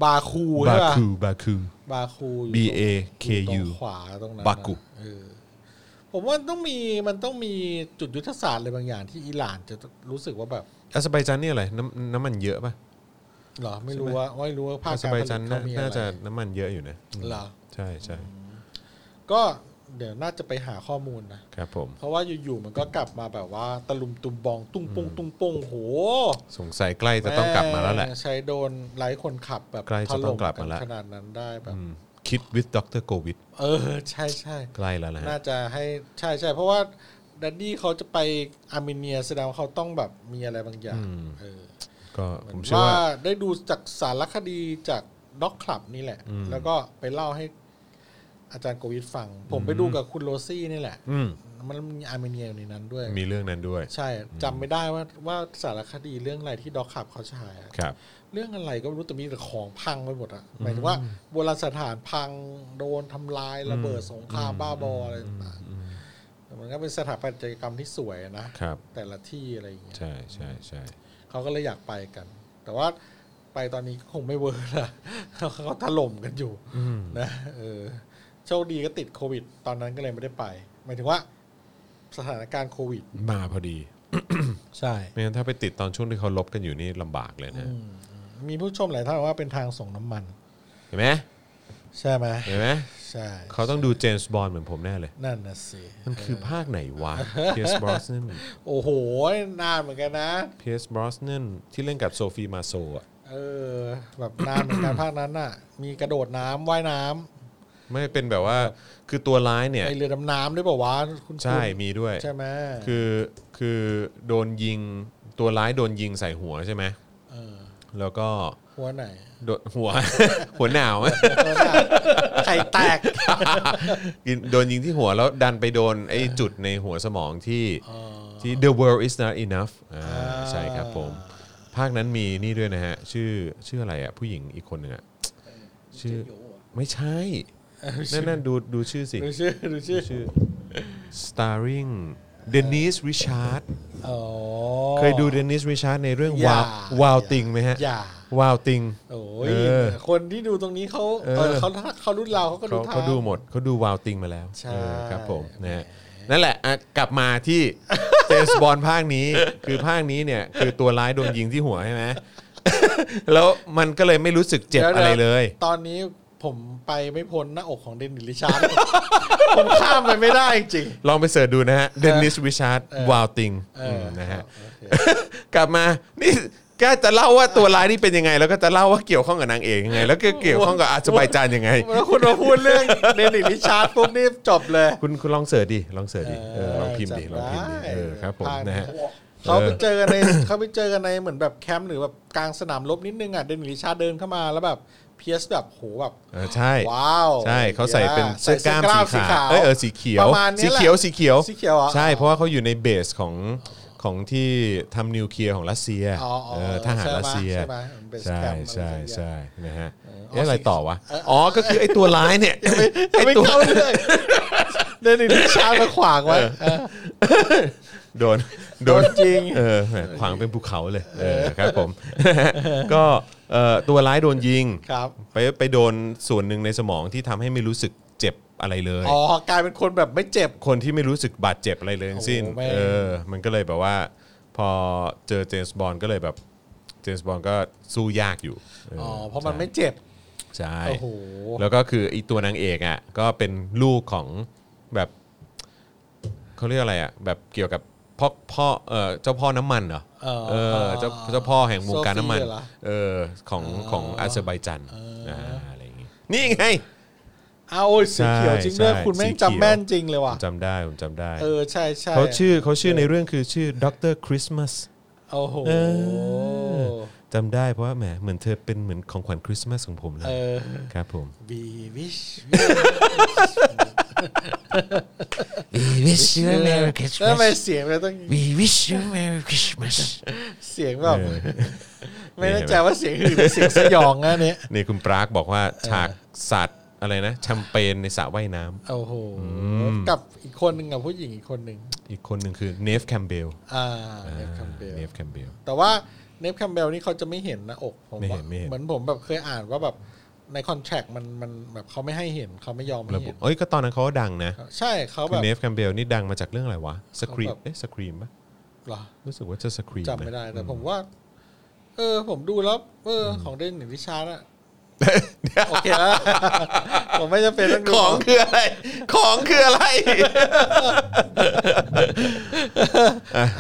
Speaker 3: บาคู
Speaker 2: บา
Speaker 3: ใช่ป่ะ
Speaker 2: คูบาคู
Speaker 3: บาคูอยู่
Speaker 2: B A K
Speaker 3: ตรง
Speaker 2: U
Speaker 3: ขวาตรงนั้น
Speaker 2: บากุ
Speaker 3: น่ะเออผมว่าต้องมีมันต้องมีจุดยุทธศาสตร์อะไรบางอย่างที่อิหร่านจะรู้สึกว่าแบบ
Speaker 2: อาเซอร์ไบจานนี่อะไรน้ำน้ำมันเยอะป่ะ
Speaker 3: เหรอไม่รู้ว่าไม่รู้ว่าภาค
Speaker 2: อาเซอ์ไบ
Speaker 3: การรผลิ
Speaker 2: จา
Speaker 3: ต
Speaker 2: น
Speaker 3: เขามีอะ
Speaker 2: น่า
Speaker 3: ไร
Speaker 2: จะน้ำมันเยอะอยู่นะอืม
Speaker 3: เหรอ
Speaker 2: ใช่ใช่
Speaker 3: ก็เดี๋ยวน่าจะไปหาข้อมูลนะ
Speaker 2: ครับผม
Speaker 3: เพราะว่าอยู่ๆมันก็กลับมาแบบว่าตะลุมตุมบองตุ้งปุ้งตุ้งปุ้งโห
Speaker 2: สงสัยใกล้จะต้องกลับมาแล้วแหละ
Speaker 3: ม่ใช้โดรนไลฟ์คนขับแบบ
Speaker 2: ใกล้จะต้องกลับมาแล้ว
Speaker 3: ถนนขนาดนั้นได้แบบ
Speaker 2: อืมคิดวิดด็อกเตอร์โควิด
Speaker 3: เออใช่ใช่
Speaker 2: ใกล้แล้วนะฮะ
Speaker 3: น่าจะให้ใช่ใช่เพราะว่าดัดดี้เขาจะไปอาร์เมเนียแสดงว่าเขาต้องแบบมีอะไรบางอย่าง
Speaker 2: อืม
Speaker 3: เออ
Speaker 2: ก็ผมเชื่อ
Speaker 3: ว่า
Speaker 2: ว่า
Speaker 3: ได้ดูจากสารคดีจากด็อกคลับนี่แหละ
Speaker 2: อืม
Speaker 3: แล้วก็ไปเล่าให้อาจารย์โกวิทฟัง ผมไปดูกับคุณโรซี่นี่แหละ
Speaker 2: อืม
Speaker 3: มันมีอาร์เมเนียอยู่ในนั้นด้วย
Speaker 2: มีเรื่องนั้นด้วย
Speaker 3: ใช่จำไม่ได้ว่าว่าสารคดีเรื่องอะไรที่ด็อกคลับเขาฉายอะ
Speaker 2: ครับ
Speaker 3: เรื่องอะไรก็ไม่รู้แต่มีแต่ของพังไปหมดอะหมายถึงว่าโบราณสถานพังโดนทำลายระเบิดสงครามบ้าบออะไรต่างๆแต่มันก็เป็นสถาปัตยกรรมที่สวยอะนะครับ แต่ละที่อะไรอย่างเงี้ย
Speaker 2: ใช่ใช่ใช่
Speaker 3: เขาก็เลยอยากไปกัน แต่ว่าไปตอนนี้ก็คงไม่เวิร์ละ เขาถล่มกันอยู่นะเออโชคดีก็ติดโควิด ตอนนั้นก็เลยไม่ได้ไป หมายถึงว่า สถานการณ์โควิด
Speaker 2: มาพอดี
Speaker 3: ใช่
Speaker 2: ไม่งั้นถ้าไปติดตอนช่วงที่เขาลบกันอยู่นี่ลำบากเลยนะ
Speaker 3: มีผู้ชมหลายท่านบอกว่าเป็นทางส่งน้ำมัน
Speaker 2: เห็นไหม
Speaker 3: ใช่ไหม
Speaker 2: เห็นไหม
Speaker 3: ใช่
Speaker 2: เขาต้องดูเจมส์บอลเหมือนผมแน่เลย
Speaker 3: นั่นนะสิ
Speaker 2: มันคือภาคไหนวะ เพียร์สบรอสเน น
Speaker 3: โอ้โห นานเหมือนกันนะ
Speaker 2: เพียร์สบรอสเนนที่เล่นกับโซฟีมาโซอ่ะ
Speaker 3: เออ แบบนานเหมือนกัน ภาคนั้นน่ะ มีกระโดดน้ำว่ายน้ำ
Speaker 2: ไม่เป็นแบบว่าคือตัวร้ายเนี่ย
Speaker 3: ไอเรือดำน้ำด้วยเปล่าวะคุณ
Speaker 2: ใช่
Speaker 3: คุณ
Speaker 2: มีด้วย
Speaker 3: ใช่ไหม
Speaker 2: คือคือโดนยิงตัวร้ายโดนยิงใส่หัวใช่ไหม
Speaker 3: เออ
Speaker 2: แล้วก็
Speaker 3: หัว ไหน
Speaker 2: โดนหัว หัวหนาว
Speaker 3: หัวหน้าไข่แตก
Speaker 2: ยิงโดนยิงที่หัวแล้วดันไปโดนไอ้จุดในหัวสมองที่ที่ the world is not enough อ่าใช่ครับผม ภาคนั้นมีนี่ด้วยนะฮะ ชื่อชื่ออะไรอ่ะ ผู้หญิงอีกคนหนึ่งอ่ะ ชื่อไม่ใช่ นั่นนั่นดูดูชื่อสิ
Speaker 3: ดูชื่อดูชื่อ
Speaker 2: ชื่อ starring Denise Richard
Speaker 3: อ๋อ
Speaker 2: เคยดู Denise Richard ในเรื่อง
Speaker 3: อ
Speaker 2: วา
Speaker 3: ย่า
Speaker 2: ววาวติงไหมฮะ
Speaker 3: อย่าว
Speaker 2: าวติง
Speaker 3: โอ้ย
Speaker 2: เออ
Speaker 3: คนที่ดูตรงนี้เขา
Speaker 2: เออ
Speaker 3: เออเขาเขารุ่นเราเขาก็
Speaker 2: เขา
Speaker 3: ทง
Speaker 2: เขาดูหมดเขาดูวาวติงมาแล้ว
Speaker 3: ใช่
Speaker 2: เออครับผมนะฮะนั่นแหละอ่ะกลับมา ที่ เจมส์บอลภาคนี้ คือภาคนี้เนี่ย คือตัวร้ายโดนยิงที่หัวใช่ไหม แล้วมันก็เลยไม่รู้สึกเจ็บอะไรเลย
Speaker 3: ตอนนี้ผมไปไม่พ้นหน้าอกของเดนนิสลิชา ร์ด ผมข้ามไปไม่ได้จริง
Speaker 2: ลองไปเสิร์ชดูนะฮะเดนนิสวิชาร์ดวาวติง
Speaker 3: เอออื
Speaker 2: นะฮะ
Speaker 3: โอเค
Speaker 2: กลับมานี่ก็จะเล่าว่าตัวร้ายนี่เป็นยังไง แล้วก็จะเล่าว่าเกี่ยวข้องกับนางเอกยังไง แล้วก็เกี่ยวข้องกับอาซาบายจานยังไง
Speaker 3: แล้วคุณมาพูดเรื่องเดนนิสลิชาร์ดปุ๊บนี่จบเลย
Speaker 2: คุณคุณลองเสิร์ชดิลองเสิร์ชดิเออลองพิมพ์ดิ
Speaker 3: จำ
Speaker 2: ลองพิมพ์ดิ
Speaker 3: ได้
Speaker 2: เออครับผม
Speaker 3: ผ่า
Speaker 2: นะฮะ
Speaker 3: เขาไปเจอกันใน เขาไปเจอกันในเหมือนแบบแคมป์หรือแบบกลางสนามรบนิดนึงอ่ะเดนนิลิชาเดินเข้ามาแล้วแบบเพียสแบบโหแบบ
Speaker 2: เออใช่
Speaker 3: ว้าว
Speaker 2: ใช่เขาใส่เป็นเสื้อกล้ามสีขาว
Speaker 3: เอ
Speaker 2: เอ้ยเอ
Speaker 3: อ
Speaker 2: อสีเขียว
Speaker 3: ประมาณเนี้
Speaker 2: สี
Speaker 3: ยแหละ
Speaker 2: เขียวสีเขียว
Speaker 3: สีเขียวเหรอ
Speaker 2: ใช่เพราะว่าเขาอยู่ในเบสของของที่ทำนิวเคลียร์ของรัสเซีย
Speaker 3: อ๋ออ๋อ
Speaker 2: เออทหารรัสเซีย
Speaker 3: ใช่ไหมมันเป็น
Speaker 2: ใช่
Speaker 3: scam
Speaker 2: ใช่
Speaker 3: อะไรสักอย่าง
Speaker 2: ใช่นะฮะ
Speaker 3: เอออ๋อ
Speaker 2: เอ๊ะอะไร
Speaker 3: สี
Speaker 2: ต่อวะอ๋อก็คือไอ้ตัวร้ายเนี่ยไอ้
Speaker 3: ไม่
Speaker 2: ตัว
Speaker 3: เข้าเลยเดนนิลิชามาขวางไว้เออ
Speaker 2: โดน
Speaker 3: โดนจริง
Speaker 2: เออแหมขวางเป็นภูเขาเลยเออครับผม ก็เอ่อตัวร้ายโดนยิง
Speaker 3: ครับ
Speaker 2: ไปไปโดนส่วนหนึ่งในสมองที่ทำให้ไม่รู้สึกเจ็บอะไรเลย
Speaker 3: อ๋อกลายเป็นคนแบบไม่เจ็บ
Speaker 2: คนที่ไม่รู้สึกบาดเจ็บอะไรเลยทั้งสิ้น
Speaker 3: โอ้โหแม่ง
Speaker 2: เออ มันก็เลยแบบว่า พอเจอเจมส์บอลก็เลยแบบ เจมส์บอลก็สู้ยากอยู่
Speaker 3: อ๋อเพราะมันไม่เจ็บ
Speaker 2: ใช่
Speaker 3: โอ้โห
Speaker 2: แล้วก็คือไอีตัวนางเอกอ่ะ ก็เป็นลูกของแบบเขาเรียกอะไรอ่ะ แบบเกี่ยวกับพ่อพ่อเออเจ้าพ่อน้ำมันเหรอ
Speaker 3: เออ
Speaker 2: เออ เจ้าเจ้าพ่อแห่งวงการน้ำมัน
Speaker 3: โซฟีเหรอ
Speaker 2: เออ ของของอาเซอร์ไบจันนะอะไรอย่างงี้ นี่ไง
Speaker 3: อ้าวโอ้ยสีเขียว
Speaker 2: ใช่
Speaker 3: จริงด้วย
Speaker 2: ใช่
Speaker 3: คุณแม่ง
Speaker 2: สีเขียว
Speaker 3: จำแม่นจริงเลย
Speaker 2: ผ
Speaker 3: ว่ะ
Speaker 2: มจำได้ ผมจำได้
Speaker 3: เออใช่ใช่
Speaker 2: เขาชื่อเขาชื่อในเรื่องคือชื่อด็อกเตอร์คริสต์มาส
Speaker 3: โอ้โห
Speaker 2: จำได้เพราะว่าแหมเหมือนเธอเป็นเหมือนของขวัญคริสต์มาสของผมเล
Speaker 3: เอยอ
Speaker 2: ครับผม
Speaker 3: we wish
Speaker 2: We wish you a merry
Speaker 3: แล้วทำไมเสียงมันต้อง
Speaker 2: We wish you a merry Christmas
Speaker 3: เสียงแบบไม่แน่ใจว่าเสียงอื่นหรือเสียงสยองนะเนี่ย
Speaker 2: นี่คุณปรากบอกว่าฉากสัตว์อะไรนะแชมเปญในสระว่ายน้
Speaker 3: โอ้โหกับอีกคนหนึ่งกับผู้หญิงอีกคนหนึ่ง
Speaker 2: ำอีกคนหนึ่งคือเนฟแคมเบล
Speaker 3: อ่าเนฟคัมเบล
Speaker 2: เนฟแคมเบล
Speaker 3: แต่ว่าเนฟคัมเบลนี่เขาจะไม่เห็นหน้าอกผม
Speaker 2: ไม่เห็
Speaker 3: ว่าน
Speaker 2: ไม่เห็น
Speaker 3: เหมือนผมแบบเคยอ่านว่าแบบในคอนแทคมันมันแบบเขาไม่ให้เห็นเขาไม่ยอมให้
Speaker 2: ระบุ
Speaker 3: เห็น
Speaker 2: เอ้ยก็ตอนนั้นเขาก็ดังนะ
Speaker 3: ใช่เขา
Speaker 2: คื
Speaker 3: แบ
Speaker 2: อบ เนฟแคมเบลนี่ดังมาจากเรื่องอะไรวะสครีม
Speaker 3: เขาแบบ
Speaker 2: เอ๊ะสครีมปะ
Speaker 3: เหรอ
Speaker 2: รู้สึกว่าจะสครีม
Speaker 3: จำไม่ได้แต่ผมว่า เออ ผมดูแล้ว เออ ของเดนหนึ่งวิชาร์ดอะ โอเคแล้ว ผมไม่จำเป็นต้องดู
Speaker 2: ของคืออะไร ของคืออะไร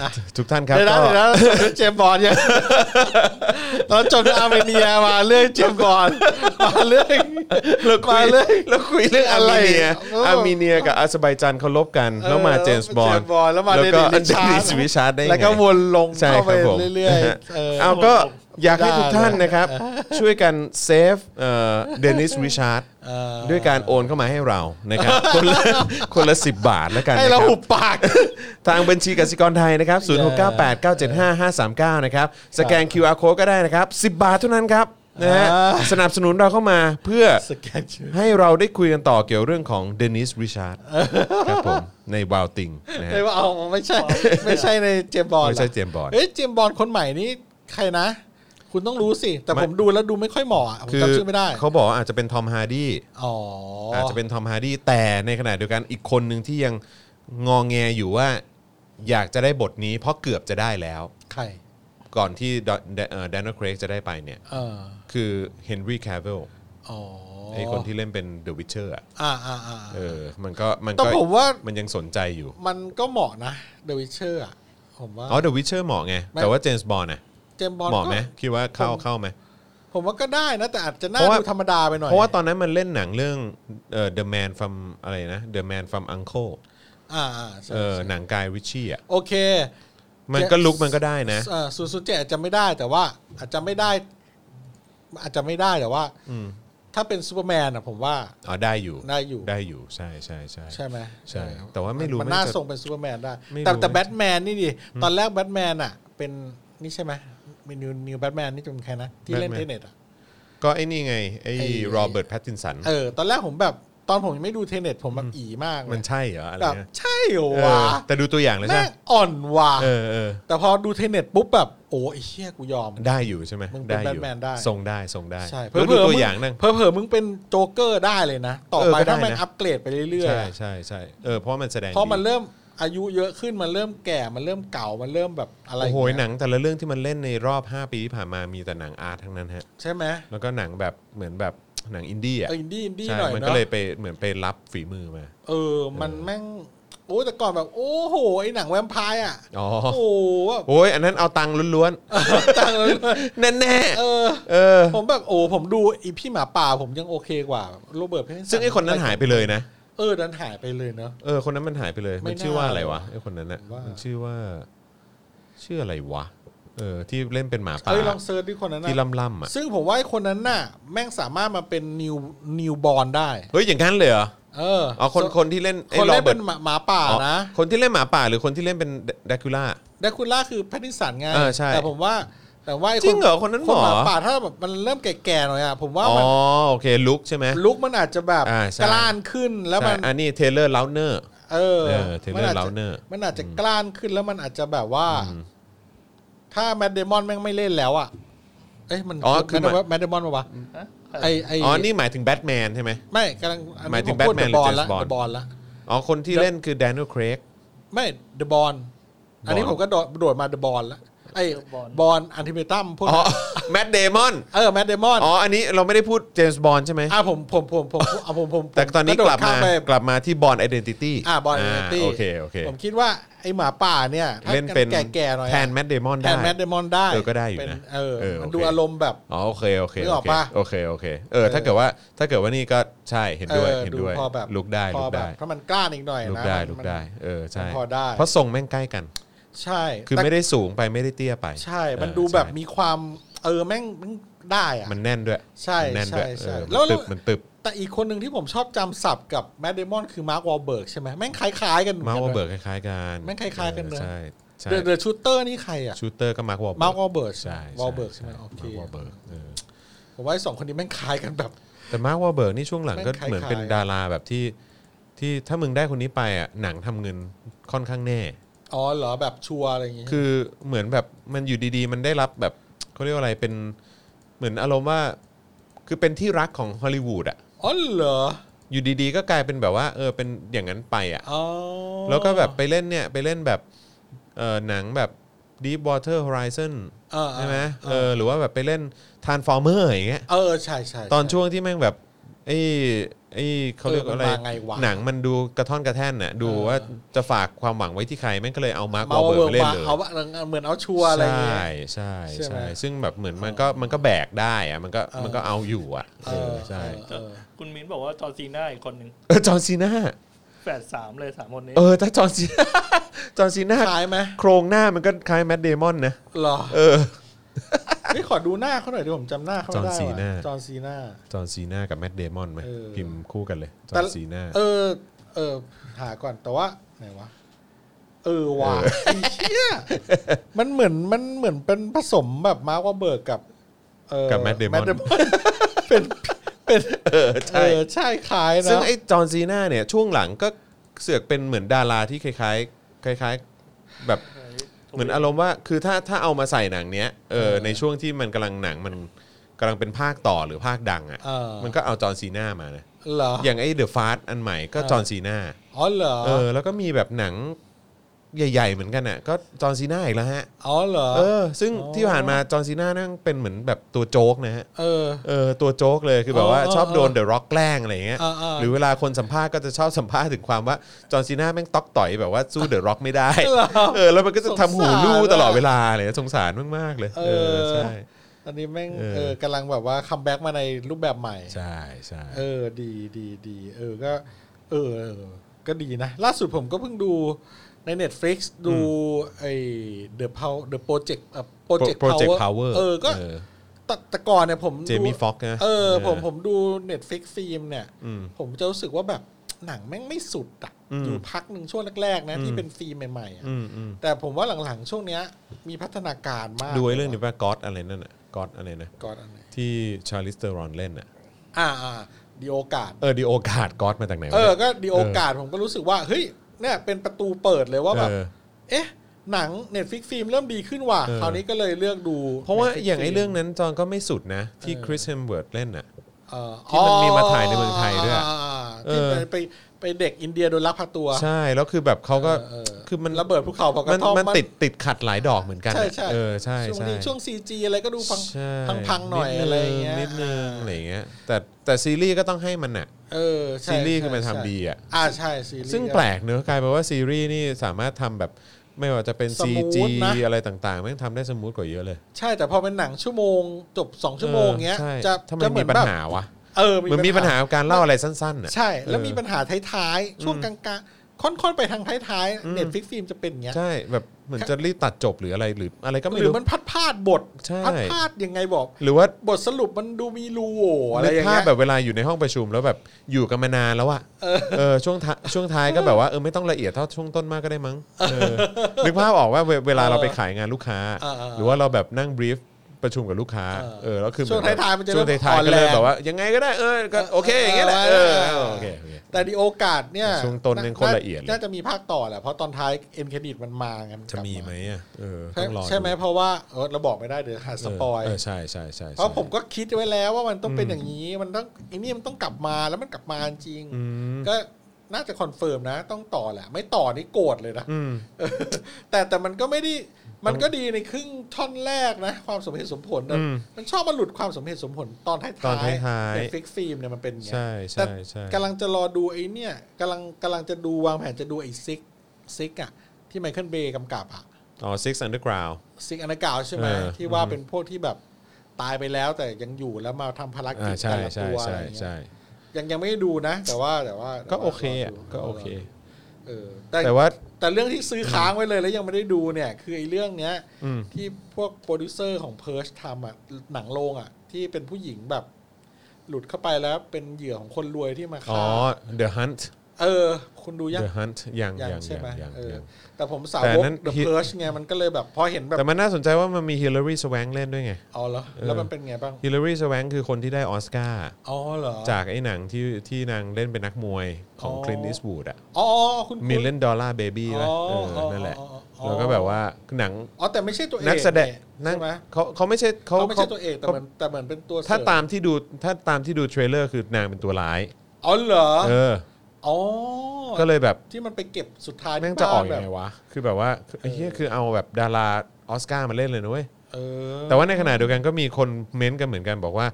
Speaker 2: อ่ะทุกท่านครับ
Speaker 3: เดี๋ยวนะ
Speaker 2: ก็
Speaker 3: เดี๋ยวนะจบด้วยเจมส์บอลยัง ตอนจบด้วยอาร์เมเนียมาเรื่องเจมส์บอล มาเรื่อง
Speaker 2: แล้วคุ
Speaker 3: มายเรื่อง
Speaker 2: แล้วคุยเรื่องอาร์เมเนีย
Speaker 3: เออ
Speaker 2: อาร์เมเนียกับอาเซอร์ไบจานเขาลบกัน แล้วมาเจมส์บอน
Speaker 3: เจมส์บอนด์แล้วมา
Speaker 2: แล้วก็เด
Speaker 3: Dennis
Speaker 2: นิส
Speaker 3: Richard
Speaker 2: วิชาร์ดได้ไง
Speaker 3: แล้วก็วนลง
Speaker 2: ใช่
Speaker 3: เข้า
Speaker 2: ค
Speaker 3: ไป
Speaker 2: รับผม
Speaker 3: เรื่อย
Speaker 2: นะฮะ
Speaker 3: ๆเออ
Speaker 2: เอาก็อยากให้ทุกท่าน
Speaker 3: ได้
Speaker 2: นะครับ ช่วยกันเซฟเอ่อเดนิสวิชาร์ด
Speaker 3: เออ
Speaker 2: ด้วยการโอนเข้ามาให้เรานะครับ คนละคนละสิบบาทแล้วกัน
Speaker 3: ให้
Speaker 2: นะค
Speaker 3: เรา
Speaker 2: รับ
Speaker 3: หุบปาก
Speaker 2: ทางบัญชีกสิกรไทยนะครับ 0698 975 539 นะครับ สแกน QR code ก็ได้นะครับ 10 บาทเท่านั้นครับนะฮะ
Speaker 3: อ่า
Speaker 2: สนับสนุนเราเข้ามาเพื่อ
Speaker 3: สแกนชื่อ
Speaker 2: ให้เราได้คุยกันต่อเกี่ยวเรื่องของเดนิสริชาร์ดครับผม ในวาวติงนะฮะ
Speaker 3: ไม่ว่าเอาไม่ใช่ ไม่ใช่ในเจมส์บอลหรอ
Speaker 2: ไม่ใช่เจมส์บอนด์
Speaker 3: เอ้ยเจมส์บอลคนใหม่นี่ใครนะ คุณต้องรู้สิ แต่
Speaker 2: ไม่
Speaker 3: ผมดูแล้วดูไม่ค่อยเหมาะอะผม
Speaker 2: คื
Speaker 3: จำชื่อไม่ได้
Speaker 2: เขาบอกว่าอาจจะเป็นทอมฮาร์ดี้
Speaker 3: อ๋ออ
Speaker 2: อาจจะเป็นทอมฮาร์ดี้แต่ในขณะเดียวกันอีกคนหนึ่งที่ยังงองแงอยู่ว่า อยากจะได้บทนี้เพราะเกือบจะได้แล้ว
Speaker 3: ใคร
Speaker 2: ก่อนที่แดนนอลเครกจะได้ไปเนี่ย
Speaker 3: เออ
Speaker 2: คือเฮนรี่แคเวล
Speaker 3: อ๋อ
Speaker 2: ไอคนที่เล่นเป็นเดอะวิเชอร์
Speaker 3: อ่าอ่าอ่า
Speaker 2: เออมันก็มัน
Speaker 3: แต่
Speaker 2: ก็
Speaker 3: ผมว่า
Speaker 2: มันยังสนใจอยู่
Speaker 3: มันก็เหมาะนะเดวิเชอร์อะผมว่า
Speaker 2: อ๋อเดอะวิเชอร์เหมาะไง
Speaker 3: ไม่
Speaker 2: แต่ว่าเจมส์บอนด์อ่ะ
Speaker 3: เจมส์บอล
Speaker 2: เหมาะไหม
Speaker 3: ก็
Speaker 2: คิดว่าเข้าเข้าไหม
Speaker 3: ผมว่าก็ได้นะ แต่อาจจะหน้า
Speaker 2: เพราะว่า
Speaker 3: ดูธรรมดาไปหน่อย
Speaker 2: เพราะว่าตอนนั้นมันเล่นหนังเรื่องเอ่อ The Man from อะไรนะ The Man from Uncle
Speaker 3: อ่าอ่าใช่
Speaker 2: เออหนังกายริชชี่อ่ะ
Speaker 3: โอเค
Speaker 2: มันก็ลุกมันก็ได้นะ
Speaker 3: ศูนย์ศูนย์เจ็ดอาจจะไม่ได้แต่ว่า อาจจะไม่ได้ อาจจะไม่ได้แต่ว่า
Speaker 2: อืม
Speaker 3: ถ้าเป็นซูเปอร์แมนอะผมว่า
Speaker 2: อ๋อได้อยู่
Speaker 3: ได้อยู่
Speaker 2: ได้อยู่ใช่ใช่ใช่
Speaker 3: ใช่ไหม
Speaker 2: ใช่แต่ว่าไม่รู้
Speaker 3: มันน่า
Speaker 2: มันจะ
Speaker 3: ส่งเป็นซูเปอร์แมนได้
Speaker 2: ไม่
Speaker 3: แต่
Speaker 2: รู้
Speaker 3: แต่
Speaker 2: นะ
Speaker 3: แบทแมนนี่ดิตอนแรกแบทแมนอะเป็นนี่ใช่ไหมมีนิวนิวแบทแมนนี่จะเป็นใครนะ ที่เล่นเทเน็ตอะ
Speaker 2: ก็ไอ้นี่ไง ไอ้
Speaker 3: ไอ้
Speaker 2: โรเบิร์ตแพตตินสัน
Speaker 3: เออ ตอนแรกผมแบบ ตอนผมยังไม่ดูเทเน็ตผมแบบอีมากเลย
Speaker 2: มันใช่เหรออะไร
Speaker 3: แบบ
Speaker 2: เงี้ย
Speaker 3: ใช่เหรอ
Speaker 2: เอ
Speaker 3: วะ
Speaker 2: อแต่ดูตัวอย่างแล้วใช่
Speaker 3: แม่
Speaker 2: ไหม
Speaker 3: งอ่อนว่ะ
Speaker 2: เออเออ
Speaker 3: แต่พอดูเทเน็ตปุ๊บแบบโอ้ไอ้เชี่ยกูยอม
Speaker 2: ได้อยู่ใช่ไหม
Speaker 3: มึงเป็น
Speaker 2: ได้อยู่
Speaker 3: Batman ได้
Speaker 2: ทรงได้ทรงได้
Speaker 3: ใช่เผล
Speaker 2: แล้ว
Speaker 3: อๆ
Speaker 2: ดู
Speaker 3: มึ
Speaker 2: ตัวอย่างนั่ง
Speaker 3: เผลอๆมึงเป็นโจ๊กเกอร์ได้เลยนะ ต่อ
Speaker 2: เออ
Speaker 3: ไป
Speaker 2: ก็ได้
Speaker 3: ถ้ามัน
Speaker 2: นะ
Speaker 3: อัปเกรดไปเรื่อย
Speaker 2: ใช่ใช่ใช่เออเพราะมันแสดง
Speaker 3: ๆเพราะมัน
Speaker 2: ดี
Speaker 3: เริ่มอายุเยอะขึ้นมันเริ่มแก่มันเริ่มเก่ามันเริ่มแบบอะไร
Speaker 2: โอ้โห
Speaker 3: ย่า
Speaker 2: ห
Speaker 3: งเงี้ย
Speaker 2: นังแต่ละเรื่องที่มันเล่นในรอบ 5 ปีที่ผ่านมามีแต่หนังอาร์ตทั้งนั้นฮะ
Speaker 3: ใช่ไหม
Speaker 2: แล้วก็หนังแบบเหมือนแบบหนังอินดี้อ่ะ
Speaker 3: เอออินดี้อินดี้
Speaker 2: ใช่
Speaker 3: หน่อย
Speaker 2: มันก็
Speaker 3: เนาะ
Speaker 2: เลยไปเหมือนไปรับฝีมือมา
Speaker 3: เออ มันแม่งโอ้แต่ก่อนแบบโอ้โหไอหนังแวมไพร์อ่ะ
Speaker 2: อ๋อ
Speaker 3: โอ้โหแบบ
Speaker 2: โอ้ยอันนั้นเอาตังค์ล้วน
Speaker 3: ตังเลย
Speaker 2: ๆ แน่แน่
Speaker 3: เออ
Speaker 2: ๆเออ
Speaker 3: ผมแบบโอ้ผมดูไอพี่หมาป่าผมยังโอเคกว่าโรเบิร์ตเพ
Speaker 2: ซึ่งไอ้คนนั้นหายไปเลยนะ
Speaker 3: เออดันหายไปเลยเนาะ
Speaker 2: เออ คนนั้นมันหายไปเลย
Speaker 3: ไม่
Speaker 2: มัน
Speaker 3: น่า
Speaker 2: ชื่อว่าอะไรวะไอ้คนนั้นน่ะ
Speaker 3: ว่ามั
Speaker 2: มันชื่อว่า ชื่ออะไรวะ เออ ที่เล่นเป็นหมาป่า
Speaker 3: เอ้ยลองเซิร์ชดิคนนั้น
Speaker 2: ที่
Speaker 3: นะ
Speaker 2: ล่ำล่ำๆอ่ะ
Speaker 3: ซึ่งผมว่าไอ้คนนั้นน่ะ แม่งสามารถมาเป็นนิวนิวบอลได้
Speaker 2: เฮ้ย อย่างนั้นเลยเหรอ
Speaker 3: เออ
Speaker 2: อ๋อ คน
Speaker 3: ส่ว
Speaker 2: คนที่เล่นไอ้
Speaker 3: คน
Speaker 2: โร
Speaker 3: เล่น
Speaker 2: เบิ
Speaker 3: เป็
Speaker 2: ร์ต
Speaker 3: นหมาหมาป่า
Speaker 2: อ๋อ
Speaker 3: นะ
Speaker 2: คนที่เล่นหมาป่า หรือคนที่เล่นเป็นแดคูล่า
Speaker 3: แดคูล่าคือแพทตินสันไง
Speaker 2: เออใช่
Speaker 3: แต่ผมว่าแต่ว่าไ
Speaker 2: จริงเหรอคนนั้น
Speaker 3: คนหมา
Speaker 2: หรอ
Speaker 3: ป่าถ้าแบบมันเริ่มแก่ๆหน่อยอ่ะผมว่า
Speaker 2: อ๋อ
Speaker 3: มัน
Speaker 2: โอเค ลุกใช่ไหม
Speaker 3: ลุกมันอาจจะแบบ
Speaker 2: อ่าใช่
Speaker 3: กล้านขึ้นแล้ว
Speaker 2: ใช่
Speaker 3: มัน
Speaker 2: อันนี้เทเลอร์ลาวเนอร์
Speaker 3: เออ
Speaker 2: เออ Taylor
Speaker 3: มัอาจจะ
Speaker 2: Lautner
Speaker 3: มันอาจจะกล้านขึ้นแล้วมันอาจจะแบบว่า ถ้าแมดเดมอนแม่งไม่เล่นแล้วอ่ะเอ้ยมัน
Speaker 2: อ๋อคือหมาย
Speaker 3: แมดเดมอนปะวะ
Speaker 4: ฮะ
Speaker 3: ไอไอ
Speaker 2: อ๋อ นี่หมายถึงแบทแมนใช่ไหม
Speaker 3: ไม่กำลังอัน
Speaker 2: หมาย
Speaker 3: นี้
Speaker 2: ถึง
Speaker 3: ผมพูด
Speaker 2: Batman หรื
Speaker 3: บ
Speaker 2: อ
Speaker 3: อล
Speaker 2: James
Speaker 3: ละ
Speaker 2: Bond
Speaker 3: บอลละ
Speaker 2: อ๋อ คนที่เล่นคือแดเนียลเครก
Speaker 3: ไม่เดอะบอลอันนี้
Speaker 2: Bond
Speaker 3: ผมก็โดดโดดมาเดอะบอลแล้วไอ้
Speaker 4: Bond
Speaker 3: บอลอันติเมตัมพวก
Speaker 2: อ๋อ
Speaker 3: นั้
Speaker 2: แม
Speaker 3: น
Speaker 2: ดเดมอน
Speaker 3: เออแมดเดมอน
Speaker 2: อ๋อ อันนี้เราไม่ได้พูดเจมส์บอลใช่ไหม
Speaker 3: อ่ะผมผมผมผมอ่ะผมผม
Speaker 2: แต่ตอนนี้
Speaker 3: ระโด
Speaker 2: ก
Speaker 3: ด
Speaker 2: ลับ
Speaker 3: ข้
Speaker 2: มา
Speaker 3: ไป
Speaker 2: กลับมาที่บอลไอดีนิตี้
Speaker 3: อ่ะบอลเนตี้
Speaker 2: โอเค โอเค
Speaker 3: ผมคิดว่าไอ้หมาป่าเนี่ยถ้า
Speaker 2: เล่นเป็น
Speaker 3: แก่ๆหน่อยอะ
Speaker 2: แทนแมดเดมอน
Speaker 3: แท
Speaker 2: ได้
Speaker 3: นแมดเดมอนได้
Speaker 2: เออก็ได้อยู่
Speaker 3: เป็น
Speaker 2: นะ
Speaker 3: เออ
Speaker 2: เออ
Speaker 3: มัน
Speaker 2: โอเค
Speaker 3: ดูอารมณ์แบบ
Speaker 2: อ๋อ โอเค โอเค
Speaker 3: นึก
Speaker 2: โอ
Speaker 3: ออก
Speaker 2: เค
Speaker 3: ปะ
Speaker 2: โอเค โอเค เออ ถ้าเกิดว่า ถ้าเกิดว่านี่ก็ใช่ เห็นด้วย
Speaker 3: เออ
Speaker 2: เห็น
Speaker 3: ดู
Speaker 2: ด้วย
Speaker 3: พอแบบ
Speaker 2: ลุกได้
Speaker 3: พ
Speaker 2: ลุ
Speaker 3: อก แบ
Speaker 2: ได้
Speaker 3: บถ้ามันกล้านอีกหน่อย
Speaker 2: ลุก
Speaker 3: นะ
Speaker 2: ได้
Speaker 3: มัน
Speaker 2: ลุกได้ เออ ใช่
Speaker 3: มันพอได้
Speaker 2: เพราะทรงแม่งใกล้กัน
Speaker 3: ใช่
Speaker 2: คือ
Speaker 3: แต่
Speaker 2: ไม่ได้สูงไปไม่ได้เตี้ยไป
Speaker 3: ใช่ มัน
Speaker 2: เออ
Speaker 3: ดูแบบ
Speaker 2: ใช่
Speaker 3: มีความ เออแม่งแม่งได้อะ
Speaker 2: มันแน่นด้วย
Speaker 3: ใช่
Speaker 2: มันแน่นด้วย
Speaker 3: ใช่ใช่
Speaker 2: เออ
Speaker 3: แล้ว
Speaker 2: มันตึบมันตึบ
Speaker 3: แต่อีกคนหนึ่งที่ผมชอบจำศัพท์กับแมดเดมอนคือมาร์ควอลเบิร์กใช่ไหมแม่งคล้ายๆกันหอน
Speaker 2: มาร์
Speaker 3: น
Speaker 2: ว
Speaker 3: นะ
Speaker 2: เบิร์กคล้ายๆกัน
Speaker 3: แม่งคล้ายๆกันเลย
Speaker 2: ใช่ใช่
Speaker 3: เดอะเดอะชูเตอร์นี่ใครอ่ะ
Speaker 2: ชูเตอร์ก็มาร์ว
Speaker 3: มาร์คว
Speaker 2: เบิ
Speaker 3: อ
Speaker 2: ร์ก
Speaker 3: ลเบิร์ก
Speaker 2: ใช่
Speaker 3: วอลเบิร์กใช่ไหมโอเค
Speaker 2: มาร์วเบิร์ก
Speaker 3: ผมว่าไอ้สองคนนี้แม่งคล้ายกันแบบ
Speaker 2: แต่มาร์วเบิร์กนี่ช่วงหลังก็
Speaker 3: แม่งคล้ายๆ
Speaker 2: เหมือนเป็นดาราแบบที่ที่ถ้ามึงได้คนนี้ไปอ่ะหนังทำเงินค่อนข้างแน่
Speaker 3: อ๋อเหรอแบบชัวร์อะไรอย่างงี้
Speaker 2: คือเหมือนแบบมันอยู่ดีๆ มันได้รับแบบเขาเรียกว่าอะไรเป็นเหมือนอารมณ์ว่า คือเป็นที่รักของฮอลลีวูดอ่ะ
Speaker 3: อ๋อเหรอ
Speaker 2: อยู่ดีๆ ก็กลายเป็นแบบว่าเออเป็นอย่างนั้นไปอ่ะ
Speaker 3: อ๋อ
Speaker 2: แล้วก็แบบไปเล่นเนี่ยไปเล่นแบบเออหนังแบบ Deep Water Horizon
Speaker 3: อ่าๆ
Speaker 2: ใช่ไหมเอ
Speaker 3: เออ
Speaker 2: อหรือว่าแบบไปเล่น Transformer อย่างเงี้ย
Speaker 3: เออใช่ใช่ใช่
Speaker 2: ตอนช่วงที่แม่งแบบไอ้ไอ้เขาเรียกว่าอะไร
Speaker 3: เออมันมาไงวะ
Speaker 2: หนังมันดูกระท่อนกระแท่นน่ะดู
Speaker 3: เออ
Speaker 2: ว่าจะฝากความหวังไว้ที่ใครแม่งก็เลยเอามาร์คว
Speaker 3: มา
Speaker 2: อล
Speaker 3: ร์ควอล
Speaker 2: เบิร์ก
Speaker 3: เบิร์ก
Speaker 2: เล่น
Speaker 3: มา
Speaker 2: เลย
Speaker 3: เอาว่าเหมือนเอาชัวร์อะไรอย่างงี้
Speaker 2: ใช่ใช่
Speaker 3: ใช่ไหม
Speaker 2: ใช่ซึ่งแบบเหมือนมันก็มันก็แบกได้อะมันก็
Speaker 3: เออ
Speaker 2: มันก็เอาอยู่อ่ะเออใช่
Speaker 3: เออ
Speaker 4: คุณมิ้นบอกว่าจอร์นซีน่าอีกคนหนึ่ง
Speaker 2: เออจอห์นซีน่า
Speaker 4: แฝดสามเลยสามคนนี้
Speaker 2: เออถ้าจอห์นซี น่าจอห์นซีน่า
Speaker 3: คล้ายไหม
Speaker 2: โครงหน้ามันก็คล้ายแมดเดมอนนะ
Speaker 3: เหรอ
Speaker 2: เออ
Speaker 3: นี่ขอดูหน้าเขาหน่อยดิผมจำหน้าเขาไม่
Speaker 2: จอห์น
Speaker 3: ได้
Speaker 2: ซีน่า
Speaker 3: ว่ะจอห์นซีน่า
Speaker 2: จอห์นซีนากับแมดเดมอนไหม
Speaker 3: เออ
Speaker 2: พิมพ์คู่กันเลย จอห์นซีนา
Speaker 3: เออ เออ หาก่อนแต่ว่าไหนวะ เออว่ะไอ้เชี่ยมันเหมือนมันเหมือนเป็นผสมแบบมาร์ควาเบิร์กกับ เออ
Speaker 2: กับ Matt Damon
Speaker 3: Matt เป็นเป็น
Speaker 2: เออ
Speaker 3: เอ
Speaker 2: ใช่
Speaker 3: อใช่คล้ายนะ
Speaker 2: ซึ่งไอ้จอห์นซีนาเนี่ยช่วงหลังก็เสือกเป็นเหมือนดาราที่คล้ายๆคล้ายๆ แบบเหมือนอารมณ์ว่าคือถ้าถ้าเอามาใส่หนังเนี้ยเออในช่วงที่มันกำลังหนังมันกำลังเป็นภาคต่อหรือภาคดังอ่ะ
Speaker 3: เออ
Speaker 2: มันก็เอาจอห์นซีนามานะ
Speaker 3: เหรอ
Speaker 2: อย่างไอ้เดอะฟาสอันใหม่ก็จอห์นซีนา
Speaker 3: อ๋อเหรอ
Speaker 2: เออแล้วก็มีแบบหนังใหญ่ ๆ เหมือนกันอ่ะก็จอห์นซีนาอีกแล้วฮะ
Speaker 3: อ๋อเหรอ
Speaker 2: เออ ซึ่ง
Speaker 3: อ๋อ
Speaker 2: ที่ผ่านมาจอห์นซีน่านั่งเป็นเหมือนแบบตัวโจ๊กนะฮะ
Speaker 3: เออ
Speaker 2: เออ ตัวโจ๊กเลย คือแบบว่า
Speaker 3: อ๋อ
Speaker 2: ชอบโดน
Speaker 3: อ๋อ
Speaker 2: เดอะร็อกแกล้งอะไรอย่างเงี้ย
Speaker 3: อ่าอ่า
Speaker 2: หรือเวลาคนสัมภาษณ์ก็จะชอบสัมภาษณ์ถึงความว่าจอห์นซีน่าแม่งตอกต่อยแบบว่าสู้เดอะร็อกไม่ได้
Speaker 3: เหรอ
Speaker 2: เออ แล้วมันก็จะทำหูลู่
Speaker 3: สงสารอะ
Speaker 2: ตลอดเวลาเลยนะสงสารมากๆเลย เออ
Speaker 3: เออ
Speaker 2: ใช่
Speaker 3: ตอนนี้แม่ง
Speaker 2: เออ
Speaker 3: เออกำลังแบบว่าคัมแบ็กมาในรูปแบบใหม่
Speaker 2: ใช่ใช่
Speaker 3: เออดีดีดีเออก็เออเออ ก็ดีนะ ล่าสุดผมก็เพิ่งดูใน Netflix ดูไอ้ The Power The Project อ่ะ Project
Speaker 2: โปรเจกต์
Speaker 3: Power
Speaker 2: พาวเวอร์
Speaker 3: เออก็แต่แต่ก่อนเนี่ยผม
Speaker 2: เจมี่ฟ็อกนะ
Speaker 3: เออผมผมดู Netflix ฟิล์มเนี่ย
Speaker 2: อืม
Speaker 3: ผมจะรู้สึกว่าแบบหนังแม่งไม่สุดอ่ะ
Speaker 2: อืม
Speaker 3: อยู่พักหนึ่งช่วงแรกๆนะ
Speaker 2: อืม
Speaker 3: ที่เป็นฟิล์มใหม่ๆอะ
Speaker 2: อืมอืม
Speaker 3: แต่ผมว่าหลังๆ ช่วงเนี้ย มีพัฒนาการมาก
Speaker 2: ดูไอ้เรื่องนี้ป่ะก็อดอะไรนั่นน่ะก็อดอะไรนะ
Speaker 3: ก่อนอันไหน
Speaker 2: ที่ชาลิสเตอรอนเล่นน่ะ
Speaker 3: อ่าอ่าดีโอกาส
Speaker 2: เออดีโอกาสก็อดมาจากไหนวะ
Speaker 3: เออ
Speaker 2: นี่ย
Speaker 3: ก็ดีโอกาสผมก็รู้สึกว่า เฮ้ย เนี่ยเป็นประตูเปิดเลยว่าแบบ
Speaker 2: เออ
Speaker 3: เอ๊ะ หนังเน็ตฟิกฟิล์มเริ่มดีขึ้นว่ะ
Speaker 2: เออ
Speaker 3: คราวนี้ก็เลยเลือกดู
Speaker 2: เพราะว่า
Speaker 3: Netflix
Speaker 2: อย่างไอ้
Speaker 3: ฟิล์ม
Speaker 2: เรื่องนั้นจอนก็ไม่สุดนะ ที่คริสเฮมเวิร์ดเล่นน่ะ
Speaker 3: เออ
Speaker 2: ที่มันมีมาถ่ายในเมืองไทยด้วยอะ
Speaker 3: อ่าอ่าอ่าที่ไป
Speaker 2: เออ
Speaker 3: ไปไปเด็กอินเดียโดนลักพาตัว
Speaker 2: ใช่แล้วคือแบบเขาก็
Speaker 3: เ
Speaker 2: คือมัน
Speaker 3: ระเบิดภูเขาเผาก
Speaker 2: มั
Speaker 3: ระ
Speaker 2: น
Speaker 3: ท่อม
Speaker 2: มันติดติดขัดหลายดอกเหมือนกัน
Speaker 3: ใช่
Speaker 2: น่ะ
Speaker 3: ใช่
Speaker 2: เออใช่
Speaker 3: ช่วง
Speaker 2: ใช่
Speaker 3: นี้ช่วงซีจีอะไรก็ดูพัง
Speaker 2: ใช่
Speaker 3: พังพังๆหน่อยอะไรอย่างเงี้ย
Speaker 2: นิดนึงอะไรอย่างเงี้ยแต่แต่ซีรีส์ก็ต้องให้มันน่ะ
Speaker 3: เออใช่
Speaker 2: ซีรีส์คือมัน
Speaker 3: ใช่
Speaker 2: ทำดีอ่ะ
Speaker 3: อ่าใช่ซีรีส์
Speaker 2: ซึ่งแปลกเนอะกลายเป็นว่าซีรีส์นี่สามารถทำแบบไม่ว่าจะเป็น
Speaker 3: สมูท
Speaker 2: CG
Speaker 3: นะ
Speaker 2: อะไรต่างๆแม่งทำได้สมูทกว่าเยอะเลย
Speaker 3: ใช่แต่พอเป็นหนังชั่วโมงจบสองชั่วโมงเงี้ย
Speaker 2: ใช่
Speaker 3: จะ
Speaker 2: ทำไม
Speaker 3: จะเหมื
Speaker 2: มี
Speaker 3: อน
Speaker 2: ปัญ
Speaker 3: แบบ
Speaker 2: หาวะ
Speaker 3: เออ
Speaker 2: เหมันมีปัญหากับการเล่าอะไรสั้นๆน่ะ
Speaker 3: ใช่แล้ว
Speaker 2: เออ
Speaker 3: มีปัญหาท้ายๆช่วงกลางๆค่อนๆไปทางท้าย
Speaker 2: อืม
Speaker 3: ๆเน็ตฟิกฟิล์มจะเป็นอย่างเงี้ย
Speaker 2: ใช่แบบเหมือนจะรีบตัดจบหรืออะไรหรืออะไรก็ไม่
Speaker 3: หรือ
Speaker 2: รู้
Speaker 3: มันพัดพลาดบท
Speaker 2: ใช่
Speaker 3: พัดพลาดยังไงบอก
Speaker 2: หรือว่า
Speaker 3: บทสรุปมันดูมีรูโหว่อะไร
Speaker 2: นึก
Speaker 3: อย่าง
Speaker 2: ภาพ
Speaker 3: เงี้ย
Speaker 2: แบบเวลาอยู่ในห้องประชุมแล้วแบบอยู่กันมานานแล้วอะเออช่วงท้ายช่วงท้ายก็แบบว่าเออไม่ต้องละเอียดเท่าช่วงต้นมากก็ได้มั้งเออนึกภาพออกว่าเวเวลาเราไปขายงานลูกค้า
Speaker 3: เออเออเออ
Speaker 2: หรือว่าเราแบบนั่งบรีฟประชุมกับลูกค้า
Speaker 3: เออ
Speaker 2: เออแล้วคือ
Speaker 3: ช่วง
Speaker 2: เหอ
Speaker 3: ท้ายๆมันจะ
Speaker 2: ช่วง
Speaker 3: เริ่ม
Speaker 2: ท้ายๆก็
Speaker 3: อ่อนแรง
Speaker 2: เริ่มแบบว่ายังไงก็ได้เออก็โอเคอย่างเงี้ยแหละเอ
Speaker 3: เอ
Speaker 2: อ
Speaker 3: อ
Speaker 2: โอเคโอเค
Speaker 3: แต่ดีโอกาสเนี่ย
Speaker 2: ช่วงต้นเนี่ยโคตรละเอียดเลย
Speaker 3: น่าจะมีภาคต่อแหละเพราะตอนท้ายเอ็นเครดิตมันมากัน
Speaker 2: จะมีไหมอะเออ
Speaker 3: ใช่
Speaker 2: ต้องรอดู
Speaker 3: ใช่ไหมเพราะว่าเออเราบอกไม่ได้เดี๋ยวหาสปอย
Speaker 2: เออใช่ใช่ใช่ใช่
Speaker 3: เพราะผมก็คิดไว้แล้วว่ามันต้องเป็นอย่างนี้มันต้องไอ้นี่มันต้องกลับมาแล้วมันกลับมาจริง
Speaker 2: อืม
Speaker 3: ก็น่าจะคอนเฟิร์มนะ ต้องต่อแหละ ไม่ต่อนี่โกรธเลยนะ
Speaker 2: อืม
Speaker 3: แต่แต่มันก็ไม่ได้มันก็ดีในครึ่งท่อนแรกนะ ความสมเหตุสมผลนะ
Speaker 2: อืม
Speaker 3: มันชอบมาหลุดความสมเหตุสมผลตอนท้ายๆ
Speaker 2: ตอนท้ายๆ
Speaker 3: เป็นฟิกฟิล์มเนี่ยมันเป็นอย่างเงี้ย
Speaker 2: ใช่
Speaker 3: แต่
Speaker 2: ใช่ใช่
Speaker 3: กำลังจะรอดูไอ้เนี่ยกำลังกำลังจะดูวางแผนจะดูไอ้ซิกซิกอะที่ไมเคิลเบย์กำกับอะ
Speaker 2: อ๋อ Six Underground
Speaker 3: ซิกอันเก่าใช่ไหม
Speaker 2: เออ
Speaker 3: ที่ว่าเป็นพวกที่แบบตายไปแล้วแต่ยังอยู่แล้วมาทำภารกิ
Speaker 2: อ่า
Speaker 3: จ
Speaker 2: ใช่
Speaker 3: แต่ละ
Speaker 2: ใช่
Speaker 3: ตัวอะ
Speaker 2: ใช่
Speaker 3: ไรอย่าง
Speaker 2: ใช่
Speaker 3: เงี้ยยังยังไม่ได้ดูนะ แต่ว่าแต่ว่า
Speaker 2: ก็โอเคอ่ะ
Speaker 3: รดู
Speaker 2: ก็โอเค
Speaker 3: ร เออแต่
Speaker 2: แต่ว่า
Speaker 3: แต่เรื่องที่ซื้อค้างไว้เลยแล้วยังไม่ได้ดูเนี่ย คือไอ้เรื่องเนี้ย
Speaker 2: อืม
Speaker 3: ที่พวกโปรดิวเซอร์ของเพิร์ชทำอ่ะหนังโรงอ่ะ ที่เป็นผู้หญิงแบบ หลุดเข้าไปแล้วเป็นเหยื่อของคนรวยที่มา
Speaker 2: อ๋
Speaker 3: ฆ่า
Speaker 2: อ The Hunt
Speaker 3: เออ คุณดูยัง
Speaker 2: The Hunt ยัง
Speaker 3: ยัง
Speaker 2: ยัง
Speaker 3: ใช่ไหม
Speaker 2: ยัง
Speaker 3: เออ
Speaker 2: ยัง
Speaker 3: แต่ผมสา
Speaker 2: แต่
Speaker 3: วก
Speaker 2: นั้น
Speaker 3: The
Speaker 2: ฮิ
Speaker 3: Purge ไงมันก็เลยแบบพอเห็นแบบ
Speaker 2: แต่มันน่าสนใจว่ามันมีฮิลลารีสแวงเล่นด้วยไง
Speaker 3: อ๋อเหรอแล้วมันเป็นไงบ้าง
Speaker 2: ฮิลลารีสแวงคือคนที่ได้ออสการ์
Speaker 3: อ๋อเหรอ
Speaker 2: จากไอ้หนังที่ที่นางเล่นเป็นนักมวยของคลินอิสวูดอะ
Speaker 3: อ๋อคุณ
Speaker 2: มิลเลนดอลลาร์เบบี้
Speaker 3: อ๋
Speaker 2: ป่ะ
Speaker 3: อ
Speaker 2: เออ
Speaker 3: อ๋อ
Speaker 2: นั่นแหละ
Speaker 3: อ๋ออ๋อ
Speaker 2: แล้วก็แบบว่าหนัง
Speaker 3: อ๋อแต่ไม่ใช่ตัวเอก
Speaker 2: นักแสดง
Speaker 3: เนี่ยใช่ไหม
Speaker 2: เขาเขาไม่ใช่เขา
Speaker 3: เขาไม่ใช่ตัวเอกแต่
Speaker 2: ขา
Speaker 3: เหมือนแต่เหมือนเป็นตัวเสริม
Speaker 2: ถ้าตามที่ดูถ้าตามที่ดูเทรลเลอร์คือนางเป็นตัวร้าย
Speaker 3: อ๋อเหรอ
Speaker 2: เออ
Speaker 3: อ๋อ
Speaker 2: ก็เลยแบบ
Speaker 3: ที่มันไปเก็บสุดท้ายที่
Speaker 2: แม่งจะออก
Speaker 3: บ้า
Speaker 2: ยั
Speaker 3: น
Speaker 2: ง
Speaker 3: แบบ
Speaker 2: ไงวะ คือแบบว่าไอ้เหี้ยคือเอาแบบดาราออสการ์มาเล่นเลยนะเว้ย
Speaker 3: เออ
Speaker 2: แต่ว่าในขณะเดียวกันก็มีคนเม้นต์กันเหมือนกันบอกว่า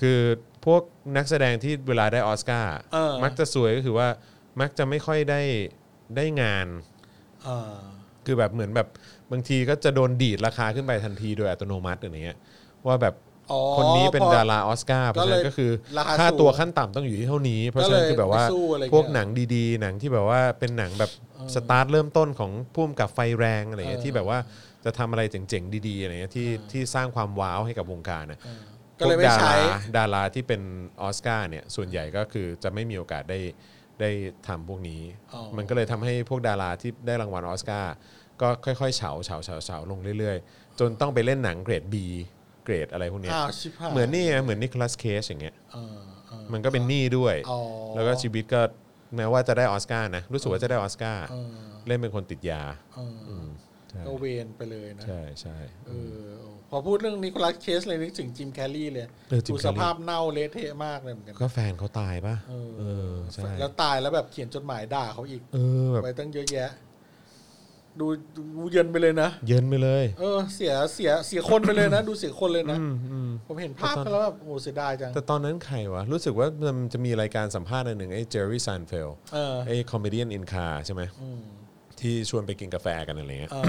Speaker 2: คือพวกนักแสดงที่เวลาได้ออสการ์
Speaker 3: เออ
Speaker 2: มักจะสวยก็คือว่ามักจะไม่ค่อยได้ได้งาน
Speaker 3: อ่า
Speaker 2: คือแบบเหมือนแบบบางทีก็จะโดนดีดราคาขึ้นไปทันทีโดยอัตโนมัติอย่างเงี้ยว่าแบบ
Speaker 3: อ๋อ
Speaker 2: คนนี้เป็น
Speaker 3: พอ
Speaker 2: ดาราออสการ์เพราะฉะนั้นก็คือ
Speaker 3: ราคา
Speaker 2: ค่า
Speaker 3: สูง
Speaker 2: ตัวขั้นต่ำต้องอยู่ที่เท่านี้ เพราะฉะนั้นคือแบบว่า
Speaker 3: ก็เลยไปสู้อะไรเงี้ย
Speaker 2: พวกหนังดีๆ หนังที่แบบว่าเป็นหนังแบบสตาร์ทเริ่มต้นของพุ่มกับไฟแรงอะไรเงี้ย
Speaker 3: เออ
Speaker 2: ที่แบบว่าจะทำอะไรเจ๋งๆดีๆอะไรเงี้ยที่ที่สร้างความว้าวให้กับวงการนะ
Speaker 3: ก็เลยไม่ใช้
Speaker 2: พวกดาราดาราที่เป็นออสการ์เนี่ยส่วนใหญ่ก็คือจะไม่มีโอกาสได้ได้ทำพวกนี้
Speaker 3: อ๋อ
Speaker 2: มันก็เลยทำให้พวกดาราที่ได้รางวัลออสการ์ก็ค่อยๆเฉาเฉาเฉาเฉาลงเรื่อยๆ จนต้องไปเล่นหนังเกรด B เกรดอะไรพวกเนี้ย
Speaker 3: อ้าวชิบหาย
Speaker 2: เหมือนนี่ไงเหมือนนิโคลัสเคสอย่างเงี้ย
Speaker 3: เออเออ
Speaker 2: มันก็เป็นหนี้ด้วย
Speaker 3: อ๋อ
Speaker 2: แล้วก็ชีวิตก็แม้ว่าจะได้ออสการ์นะรู้สึกว่าจะได้ออสการ์
Speaker 3: เออ
Speaker 2: เล่นเป็นคนติดยา
Speaker 3: เอออ
Speaker 2: อืมใช่
Speaker 3: ก็เวนไปเลยนะ
Speaker 2: ใช่ใช่
Speaker 3: เออพอพูดเรื่องนิโคลัสเคสเลยนึกถึงจิมแคลรี่เลย
Speaker 2: เออจิม
Speaker 3: ดู
Speaker 2: แคลรี่
Speaker 3: สภาพเน่าเละเทะมากเลยเหมือนกัน
Speaker 2: ก็แฟนเขาตายป่ะ
Speaker 3: เออ
Speaker 2: เออใช่
Speaker 3: แล้วตายแล้วแบบเขียนจดหมายด่าเขาอีก
Speaker 2: เออแบบ
Speaker 3: ไปตั้งเยอะแยะ ดูดูเย็นไปเลยนะ
Speaker 2: เย็นไปเลย
Speaker 3: เออ เสียเสียเสียคนไปเลยนะ ดูเสียคนเลยนะ
Speaker 2: อืมอืม
Speaker 3: ผมเห็นภาพไปแล้วแบบโอ้เสียดายจัง
Speaker 2: แต่ตอนนั้นใครวะ รู้สึกว่ามันจะมีรายการสัมภาษณ์อันหนึ่งไอ้เจอร์รี่ซานเฟล
Speaker 3: เออ
Speaker 2: ไอ้คอมเมดี้อินคาใช่ไหม
Speaker 3: อืม
Speaker 2: ที่ชวนไปกินกาแฟกันอะไรเงี้ย
Speaker 3: เออ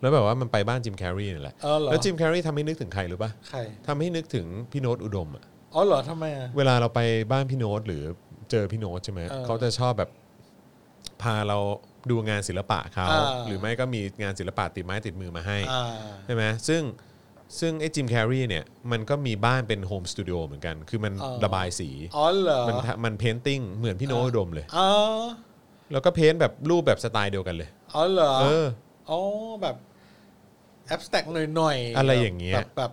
Speaker 2: แล้วแบบว่ามันไปบ้านจิมแคร์รีนี่แหละ
Speaker 3: เออเหรอ
Speaker 2: แล้วจิมแคร์รีทำให้นึกถึงใครหรือปะ
Speaker 3: ใคร
Speaker 2: ทำให้นึกถึงพี่โน้ตอุดมอะ
Speaker 3: อ๋อเหรอทำไมอ่ะ
Speaker 2: เวลาเราไปบ้านพี่โน้ตหรือเจอพี่โน้ตใช่ไหม
Speaker 3: เออ
Speaker 2: เขาจะชอบแบบพาเราดูงานศิลปะเขา
Speaker 3: อ่า
Speaker 2: หรือไม่ก็มีงานศิลปะติดไม้ติดมือมาให้
Speaker 3: อ่า
Speaker 2: ใช่ไหมซึ่งซึ่งไอ้จิมแคร์รีเนี่ยมันก็มีบ้านเป็นโฮมสตูดิโอเหมือนกัน คือมัน
Speaker 3: เออ
Speaker 2: ระบายสี
Speaker 3: อ๋อเหรอ
Speaker 2: มันทะมันเพนติ้งเหมือนพี่โนตอุดมเลย
Speaker 3: อ๋อ
Speaker 2: แล้วก็เพ้นท์แบบรูปแบบสไตล์เดียวกันเลย
Speaker 3: อ๋อเหรอ
Speaker 2: เออ
Speaker 3: อ๋อแบบแอบสแต็กหน่อยๆ
Speaker 2: อะไรอย่างเงี้ย
Speaker 3: แบบแบบ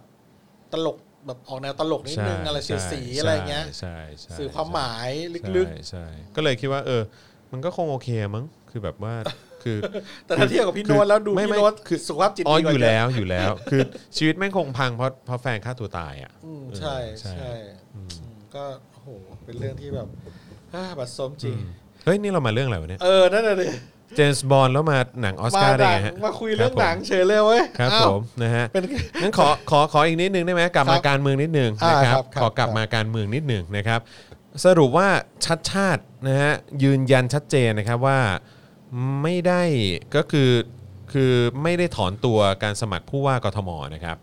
Speaker 3: ตลกแบบออกแนวตลกนิดนึงอะไรเสียดสี
Speaker 2: ใช่
Speaker 3: อะไรเงี้ย
Speaker 2: ใช่ใช่
Speaker 3: สื่อความหมายลึก
Speaker 2: ใช่ใช่ก็เลยคิดว่า เออ มันก็คงโอเคมั้งคือแบบว่าคือ
Speaker 3: ๆ แต่ถ้าเทียบกับพี่โน้ตแล้วดู
Speaker 2: ไม่
Speaker 3: พี่
Speaker 2: ไม่
Speaker 3: โน้ต
Speaker 2: คือ
Speaker 3: สุขภาพจิต
Speaker 2: อ๋อ
Speaker 3: ดี
Speaker 2: อ
Speaker 3: กว่า
Speaker 2: ยู่
Speaker 3: เย
Speaker 2: แล้ว
Speaker 3: อะ
Speaker 2: อยู่แล้ว คือ ชีวิตแม่งคงพังเพราะเพราะแฟนฆ่าตัวตายอ่ะ
Speaker 3: อืมใช่
Speaker 2: เออใช่
Speaker 3: ใช่อืมก็โอ้โหเป็นเรื่องที่แบบ อ่าบัดซบจริง
Speaker 2: เฮ้ย นี่เรามาเรื่องอะไรวะเนี่ย
Speaker 3: เออ นั่นน่ะดิ
Speaker 2: เจมส์บอลแล้วมาหนังออสกา
Speaker 3: มา
Speaker 2: ร์ได้
Speaker 3: หนัง
Speaker 2: ไงฮะ
Speaker 3: มาคุยเรื่อง
Speaker 2: บผม
Speaker 3: หนังเฉยเลยเว้ย
Speaker 2: ครับ
Speaker 3: อ้าว
Speaker 2: ผมนะฮะ
Speaker 3: เป็น
Speaker 2: งั้นขอขอขออีกนิดนึงได้ไหมกลับมา
Speaker 3: ครับ
Speaker 2: การเมืองนิดนึง
Speaker 3: อ่า
Speaker 2: นะครั
Speaker 3: ครับ บครับ
Speaker 2: ขอกลับ
Speaker 3: ครับ
Speaker 2: มาการเมืองนิดนึงนะครับ สรุปว่าชัดชาตินะฮะยืนยันชัดเจนนะครับว่าไม่ได้ก็คือคือไม่ได้ถอนตัวการสมัครผู้ว่ากทมนะครับ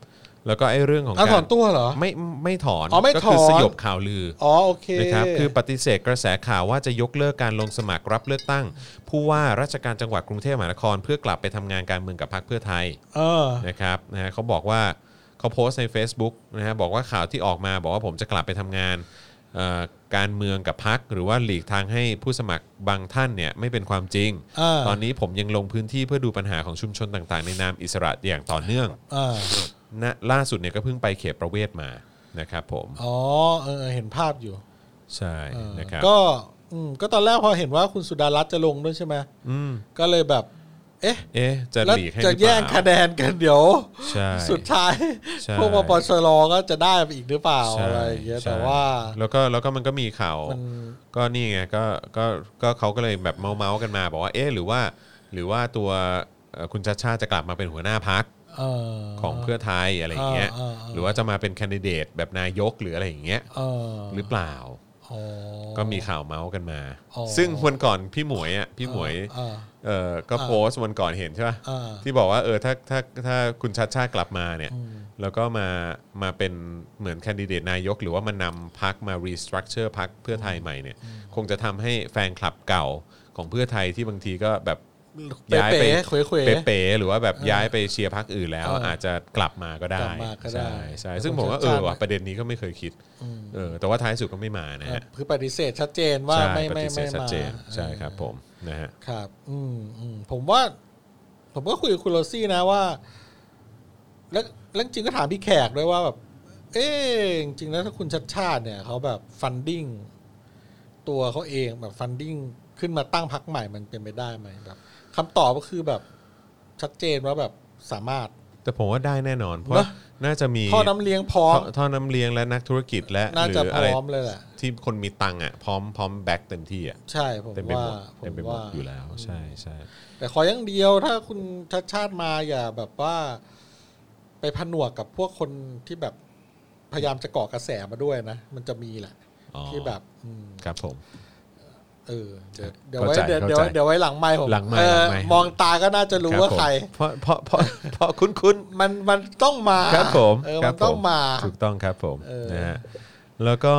Speaker 2: แล้วก็ไอ้เรื่องของ
Speaker 3: เอา
Speaker 2: การ
Speaker 3: ถอนตัวเหรอ
Speaker 2: ไม่ไม่ถอน
Speaker 3: อ๋อไม่
Speaker 2: ก็คื
Speaker 3: ถอน
Speaker 2: สยบข่าวลืออ
Speaker 3: อ๋อโอเค
Speaker 2: นะครับคือปฏิเสธกระแสข่าวว่าจะยกเลิกการลงสมัครรับเลือกตั้ง ผู้ว่าราชการจังหวัดกรุงเทพมหานคร เพื่อกลับไปทำงานการเมืองกับพรรคเพื่อไทย
Speaker 3: เออ
Speaker 2: นะครับนะฮะเขาบอกว่าเขาโพสต์ใน Facebook นะฮะบอกว่าข่าวที่ออกมาบอกว่าผมจะกลับไปทำงานเอ่อการเมืองกับพัก หรือว่าหลีกทางให้ผู้สมัครบางท่านเนี่ยไม่เป็นความจริง
Speaker 3: อ่า
Speaker 2: ตอนนี้ผมยังลงพื้นที่เพื่อดูปัญหาของชุมชนต่างๆ ในนามอิสระอย่างต่อเนื่อง
Speaker 3: อ่า
Speaker 2: นะล่าสุดเนี่ยก็เพิ่งไปเขตประเวศมานะครับผม
Speaker 3: อ๋อเออเห็นภาพอยู่
Speaker 2: ใช่
Speaker 3: เออ
Speaker 2: นะครับ
Speaker 3: ก็อืมก็ตอนแรกพอเห็นว่าคุณสุดารัตน์จะลงด้วยใช่ไหม
Speaker 2: อืม
Speaker 3: ก็เลยแบบ เอ๊ะ
Speaker 2: เอ๊ะจะ
Speaker 3: แล้ว
Speaker 2: หลีกให้ห
Speaker 3: จะ
Speaker 2: รือเป
Speaker 3: แย่งคะ
Speaker 2: ล่า
Speaker 3: แนนกันเดี๋ยว
Speaker 2: ใช่
Speaker 3: สุดท้าย
Speaker 2: ใช่
Speaker 3: พวกปปชรก็จะได้ไปอีกหรือเปล่า
Speaker 2: ใช่
Speaker 3: อะไรอย่างเงี้ย
Speaker 2: ใช่
Speaker 3: แต่ว่า
Speaker 2: แล้วก็แล้วก็มันก็มีข่าว
Speaker 3: มัน
Speaker 2: ก็นี่ไงก็ก็ก็เขาก็เลยแบบเมาเมาส์ๆกันมา บอกว่าเอ๊ะหรือว่า หรือว่าตัวเอ่อคุณชาติชาติจะกลับมาเป็นหัวหน้าพัก
Speaker 3: เออ
Speaker 2: ของเพื่อไทยอะไรอย่างเงี้ย
Speaker 3: อ่าอ่า
Speaker 2: หรือว่าจะมาเป็นแคนดิเดตแบบนายกหรืออะไรอย่างเงี้ย
Speaker 3: เออ
Speaker 2: หรือเปล่า
Speaker 3: อ๋อ
Speaker 2: ก็มีข่าวเมาส์กันมา
Speaker 3: อ๋อ
Speaker 2: ซึ่งวันก่อนพี่หมวยอ่ะพี่หมวย
Speaker 3: อ่า
Speaker 2: เออก็โพสต์วันก่อนเห็นใช่ป่ะ
Speaker 3: อ่า
Speaker 2: ที่บอกว่าเออถ้าถ้าถ้าคุณชาติชาติกลับมาเนี่ย
Speaker 3: อืม
Speaker 2: แล้วก็มามาเป็นเหมือนแคนดิเดตนายก หรือว่ามานำพักมารีสตรัคเจอร์พักเพื่อไทยใหม่เนี่ยคงจะทำให้แฟนคลับเก่า ของเพื่อไทยที่บางทีก็แบบ
Speaker 3: เป๊
Speaker 2: ย้ายไป
Speaker 3: ะๆเขวเขว
Speaker 2: เป๋ๆหรือว่าแบบย้ายไปเชียร์พักอื่นแล้ว
Speaker 3: เอออ
Speaker 2: อาจจะกลับมาก็ได้
Speaker 3: กลับมาก็ได้
Speaker 2: ใช่ใช่
Speaker 3: แต่
Speaker 2: ซึ่ง
Speaker 3: ผ
Speaker 2: ผ
Speaker 3: ม
Speaker 2: มว่า
Speaker 3: จะ
Speaker 2: เออ
Speaker 3: จ้าง
Speaker 2: ว่ะประเด็นนี้ก็ไม่เคยคิดเออแต่ว่าท้ายสุดก็ไม่มานะฮะ
Speaker 3: คือปฏิเสธชัดเจนว่า
Speaker 2: ใช่
Speaker 3: ไม่
Speaker 2: ป
Speaker 3: ไม่
Speaker 2: ฏิเส
Speaker 3: ไม่
Speaker 2: ธชัด
Speaker 3: มา
Speaker 2: เจนใช่ครับผมนะฮะ
Speaker 3: ครับ อืมอืมผมว่า ผมก็คุยกับคุณโรซี่นะว่า แล้วแล้วจริงก็ถามพี่แขกด้วยว่าแบบ เอ๊ะจริงๆแล้วถ้าคุณชัดชาติเนี่ยเขาแบบฟันดิ้งตัวเขาเองแบบฟันดิ้งขึ้นมาตั้งพักใหม่มันเป็นไปได้ไหมแบบคำตอบก็คือแบบชัดเจนว่าแบบสามารถ
Speaker 2: แต่ผมว่าได้แน่นอน เพราะ
Speaker 3: เนอะ
Speaker 2: น่าจะมี
Speaker 3: ท่อน้ำเลี้ยงพร้อม
Speaker 2: ท่อท่อน้ำเลี้ยงและนักธุรกิจและ
Speaker 3: น่า
Speaker 2: หรื
Speaker 3: จะ
Speaker 2: อ
Speaker 3: พ
Speaker 2: อะไร
Speaker 3: ร้อมเลยแหละ
Speaker 2: ที่คนมีตังค์อ่ะพร้อมพร้อมแบ็กเต็มที่อ่ะ
Speaker 3: ใช่ผม
Speaker 2: เต็มไป
Speaker 3: ว่า
Speaker 2: หมด
Speaker 3: ผ
Speaker 2: เต็ม
Speaker 3: ม
Speaker 2: ไปหมด
Speaker 3: ว่า
Speaker 2: อยู่แล้วใช่ใช่
Speaker 3: แต่ขออย่างเดียวถ้าคุณชัดชาติมาอย่าแบบว่า ไปผนวกกับพวกคนที่แบบพยายามจะก่อกระแสมาด้วยนะ มันจะมีแหละ
Speaker 2: อ๋อ
Speaker 3: ที่แบบอืม
Speaker 2: ครับผม
Speaker 3: เออเดี๋ยวเดี๋ยวไว้
Speaker 2: เข้าใจ
Speaker 3: เดี๋ยวเดี๋ยว
Speaker 2: เข้าใจ
Speaker 3: เดี๋ยวไว้หลังไม้ผม
Speaker 2: หลังไมค์
Speaker 3: เอ
Speaker 2: ห
Speaker 3: อ
Speaker 2: ลังไมค์
Speaker 3: มองตาก็น่าจะรู้ว่า
Speaker 2: บผม
Speaker 3: ใคร
Speaker 2: เพราะเพราะเพราะ เพราะคุ้นคุ้นๆ
Speaker 3: มันมันต้องมา
Speaker 2: ครับผม
Speaker 3: เออ
Speaker 2: ค
Speaker 3: มั
Speaker 2: รับ
Speaker 3: นต้องมา
Speaker 2: ถูกต้องครับผม
Speaker 3: เออ
Speaker 2: นะฮะแล้วก็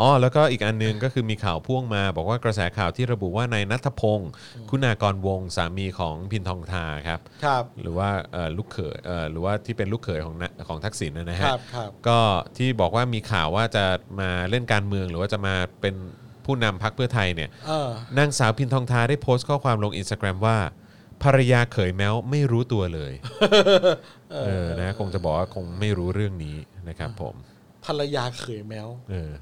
Speaker 2: อ๋อแล้วก็อีกอันหนึงก็คือมีข่าวพ่วงมา บอกว่ากระแสข่าวที่ระบุว่านายนัทพงศ์คุณากรวงศ์สามีของพินทองทาครับ
Speaker 3: ครับ
Speaker 2: หรือว่าเอ่อลูกเขยเอ่อหรือว่าที่เป็นลูกเขยของนะของทักษิณนะนะ
Speaker 3: ค
Speaker 2: ฮะ
Speaker 3: รับครับ
Speaker 2: ก็ที่บอกว่ามีข่าวว่าจะมาเล่นการเมือง หรือว่าจะมาเป็นผู้นำพักเพื่อไทยเนี่ย
Speaker 3: เออน
Speaker 2: างสาวพินทองทาได้โพสต์ข้อความลงอินสตาแกรมว่า ภรรยาเขยแม้วไม่รู้ตัวเลย เออนะคงจะบอกว่าคงไม่รู้เรื่องนี้นะครับผม
Speaker 3: ภรรยาเขยแมว
Speaker 2: เออ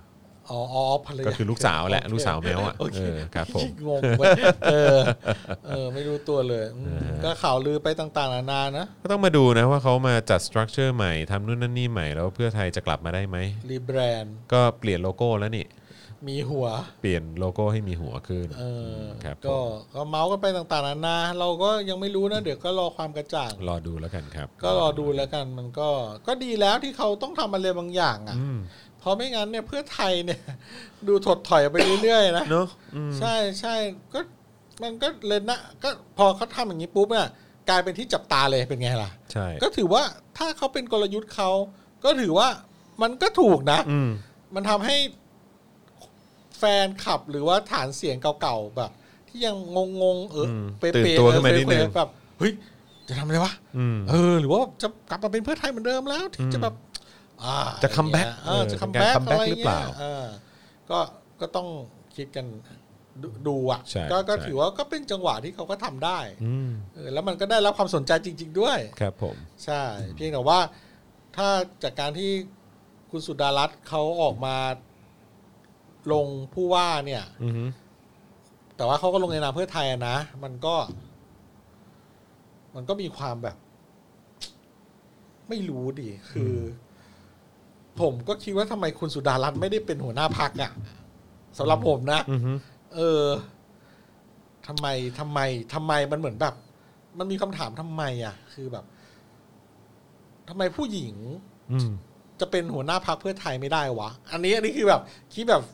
Speaker 3: อ๋ออ๋อภรรยา
Speaker 2: ก็คือลูกสาวแหละ
Speaker 3: โอเค
Speaker 2: ลูกสาวแมวอ่ะ
Speaker 3: โเค
Speaker 2: เออครับผม
Speaker 3: งงเว้ยเออ เออ ไม่รู้ตัวเลยอืมก็ข่าวลือไปต่างๆนานานะ
Speaker 2: ก็ต้องมาดูนะว่าเขามาจัดสตรัคเจอร์ใหม่ทำนู่นนั่นนี่ใหม่ แล้วเพื่อไทยจะกลับมาได้ไหม
Speaker 3: รีแบรนด์
Speaker 2: ก็เปลี่ยนโลโก้แล้วนี่
Speaker 3: มีหัว
Speaker 2: เปลี่ยนโลโก้ให้มีหัวขึ้น
Speaker 3: เออ
Speaker 2: ครับผ
Speaker 3: ก็
Speaker 2: ม
Speaker 3: ก็เมาส์กันไปต่างๆนานา เราก็ยังไม่รู้นะ เดี๋ยวก็รอความกระจ่าง
Speaker 2: รอดูแล้วกันครับ
Speaker 3: ก็รอดูแล้วกัน มันก็ ก็ดีแล้วที่เขาต้องทำอะไรบางอย่างอ่ะ
Speaker 2: อืม
Speaker 3: เพราะไม่งั้นเนี่ยเพื่อไทยเนี่ย ดูถดถอยไปเรื่อยๆนะ
Speaker 2: เนอะอืม
Speaker 3: ใช่ใช่ก็มันก็เลยนะ ก็พอเขาทำอย่างนี้ปุ๊บเนี่ยกลายเป็นที่จับตาเลยเป็นไงล่ะ
Speaker 2: ใช่
Speaker 3: ก็ถือว่าถ้าเขาเป็นกลยุทธ์เขาก็ถือว่ามันก็ถูกนะ
Speaker 2: อืม
Speaker 3: มันทำให้แฟนขับหรือว่าฐานเสียงเก่าๆแบบ ที่ยังงงงๆเออ
Speaker 2: อืม
Speaker 3: เป๊ะ
Speaker 2: ตื่น
Speaker 3: ๆ
Speaker 2: ตัวขึ้นมานิดนึง
Speaker 3: เออเป๊ะๆแบบเฮ้ยจะทำอะไรวะ
Speaker 2: อืม
Speaker 3: เออ หรือว่าจะกลับมาเป็นเพื่อไทยเหมือนเดิมแล้ว ที่จะแบบอ่า
Speaker 2: จะ comeback
Speaker 3: เออจะคัมแบ็
Speaker 2: เออก เป็นการ comeback
Speaker 3: อะไร
Speaker 2: หรือเป
Speaker 3: เงี้
Speaker 2: ล่าย
Speaker 3: เออก็ก็ต้องคิดกันดูดูอ่ะ
Speaker 2: ใช่
Speaker 3: ก็ก็
Speaker 2: ใช่
Speaker 3: ถือว่าก็เป็นจังหวะที่เขาก็ทำได้
Speaker 2: อืม
Speaker 3: เออแล้วมันก็ได้รับความสนใจจริง ๆ ด้วย
Speaker 2: ครับผม
Speaker 3: ใช่ เพียงแต่ว่าถ้าจากการที่คุณสุดารัตน์เขาออกมาลงผู้ว่าเนี่ย
Speaker 2: อือฮึ
Speaker 3: แต่ว่าเขาก็ลงในนามเพื่อไทยอะนะ มันก็ มันก็มีความแบบ ไม่รู้ดิคือ ผมก็คิดว่าทำไมคุณสุดารัตน์ไม่ได้เป็นหัวหน้าพักอะ่ะสำหรับผมนะ
Speaker 2: อือฮึ
Speaker 3: เออทำไมทำไมทำไมมันเหมือนแบบ มันมีคำถามทำไมอ่ะ คือแบบทำไมผู้หญิง
Speaker 2: อืม
Speaker 3: จะเป็นหัวหน้าพักเพื่อไทยไม่ได้วะ อันนี้อันนี้คือแบบ คิดแบบ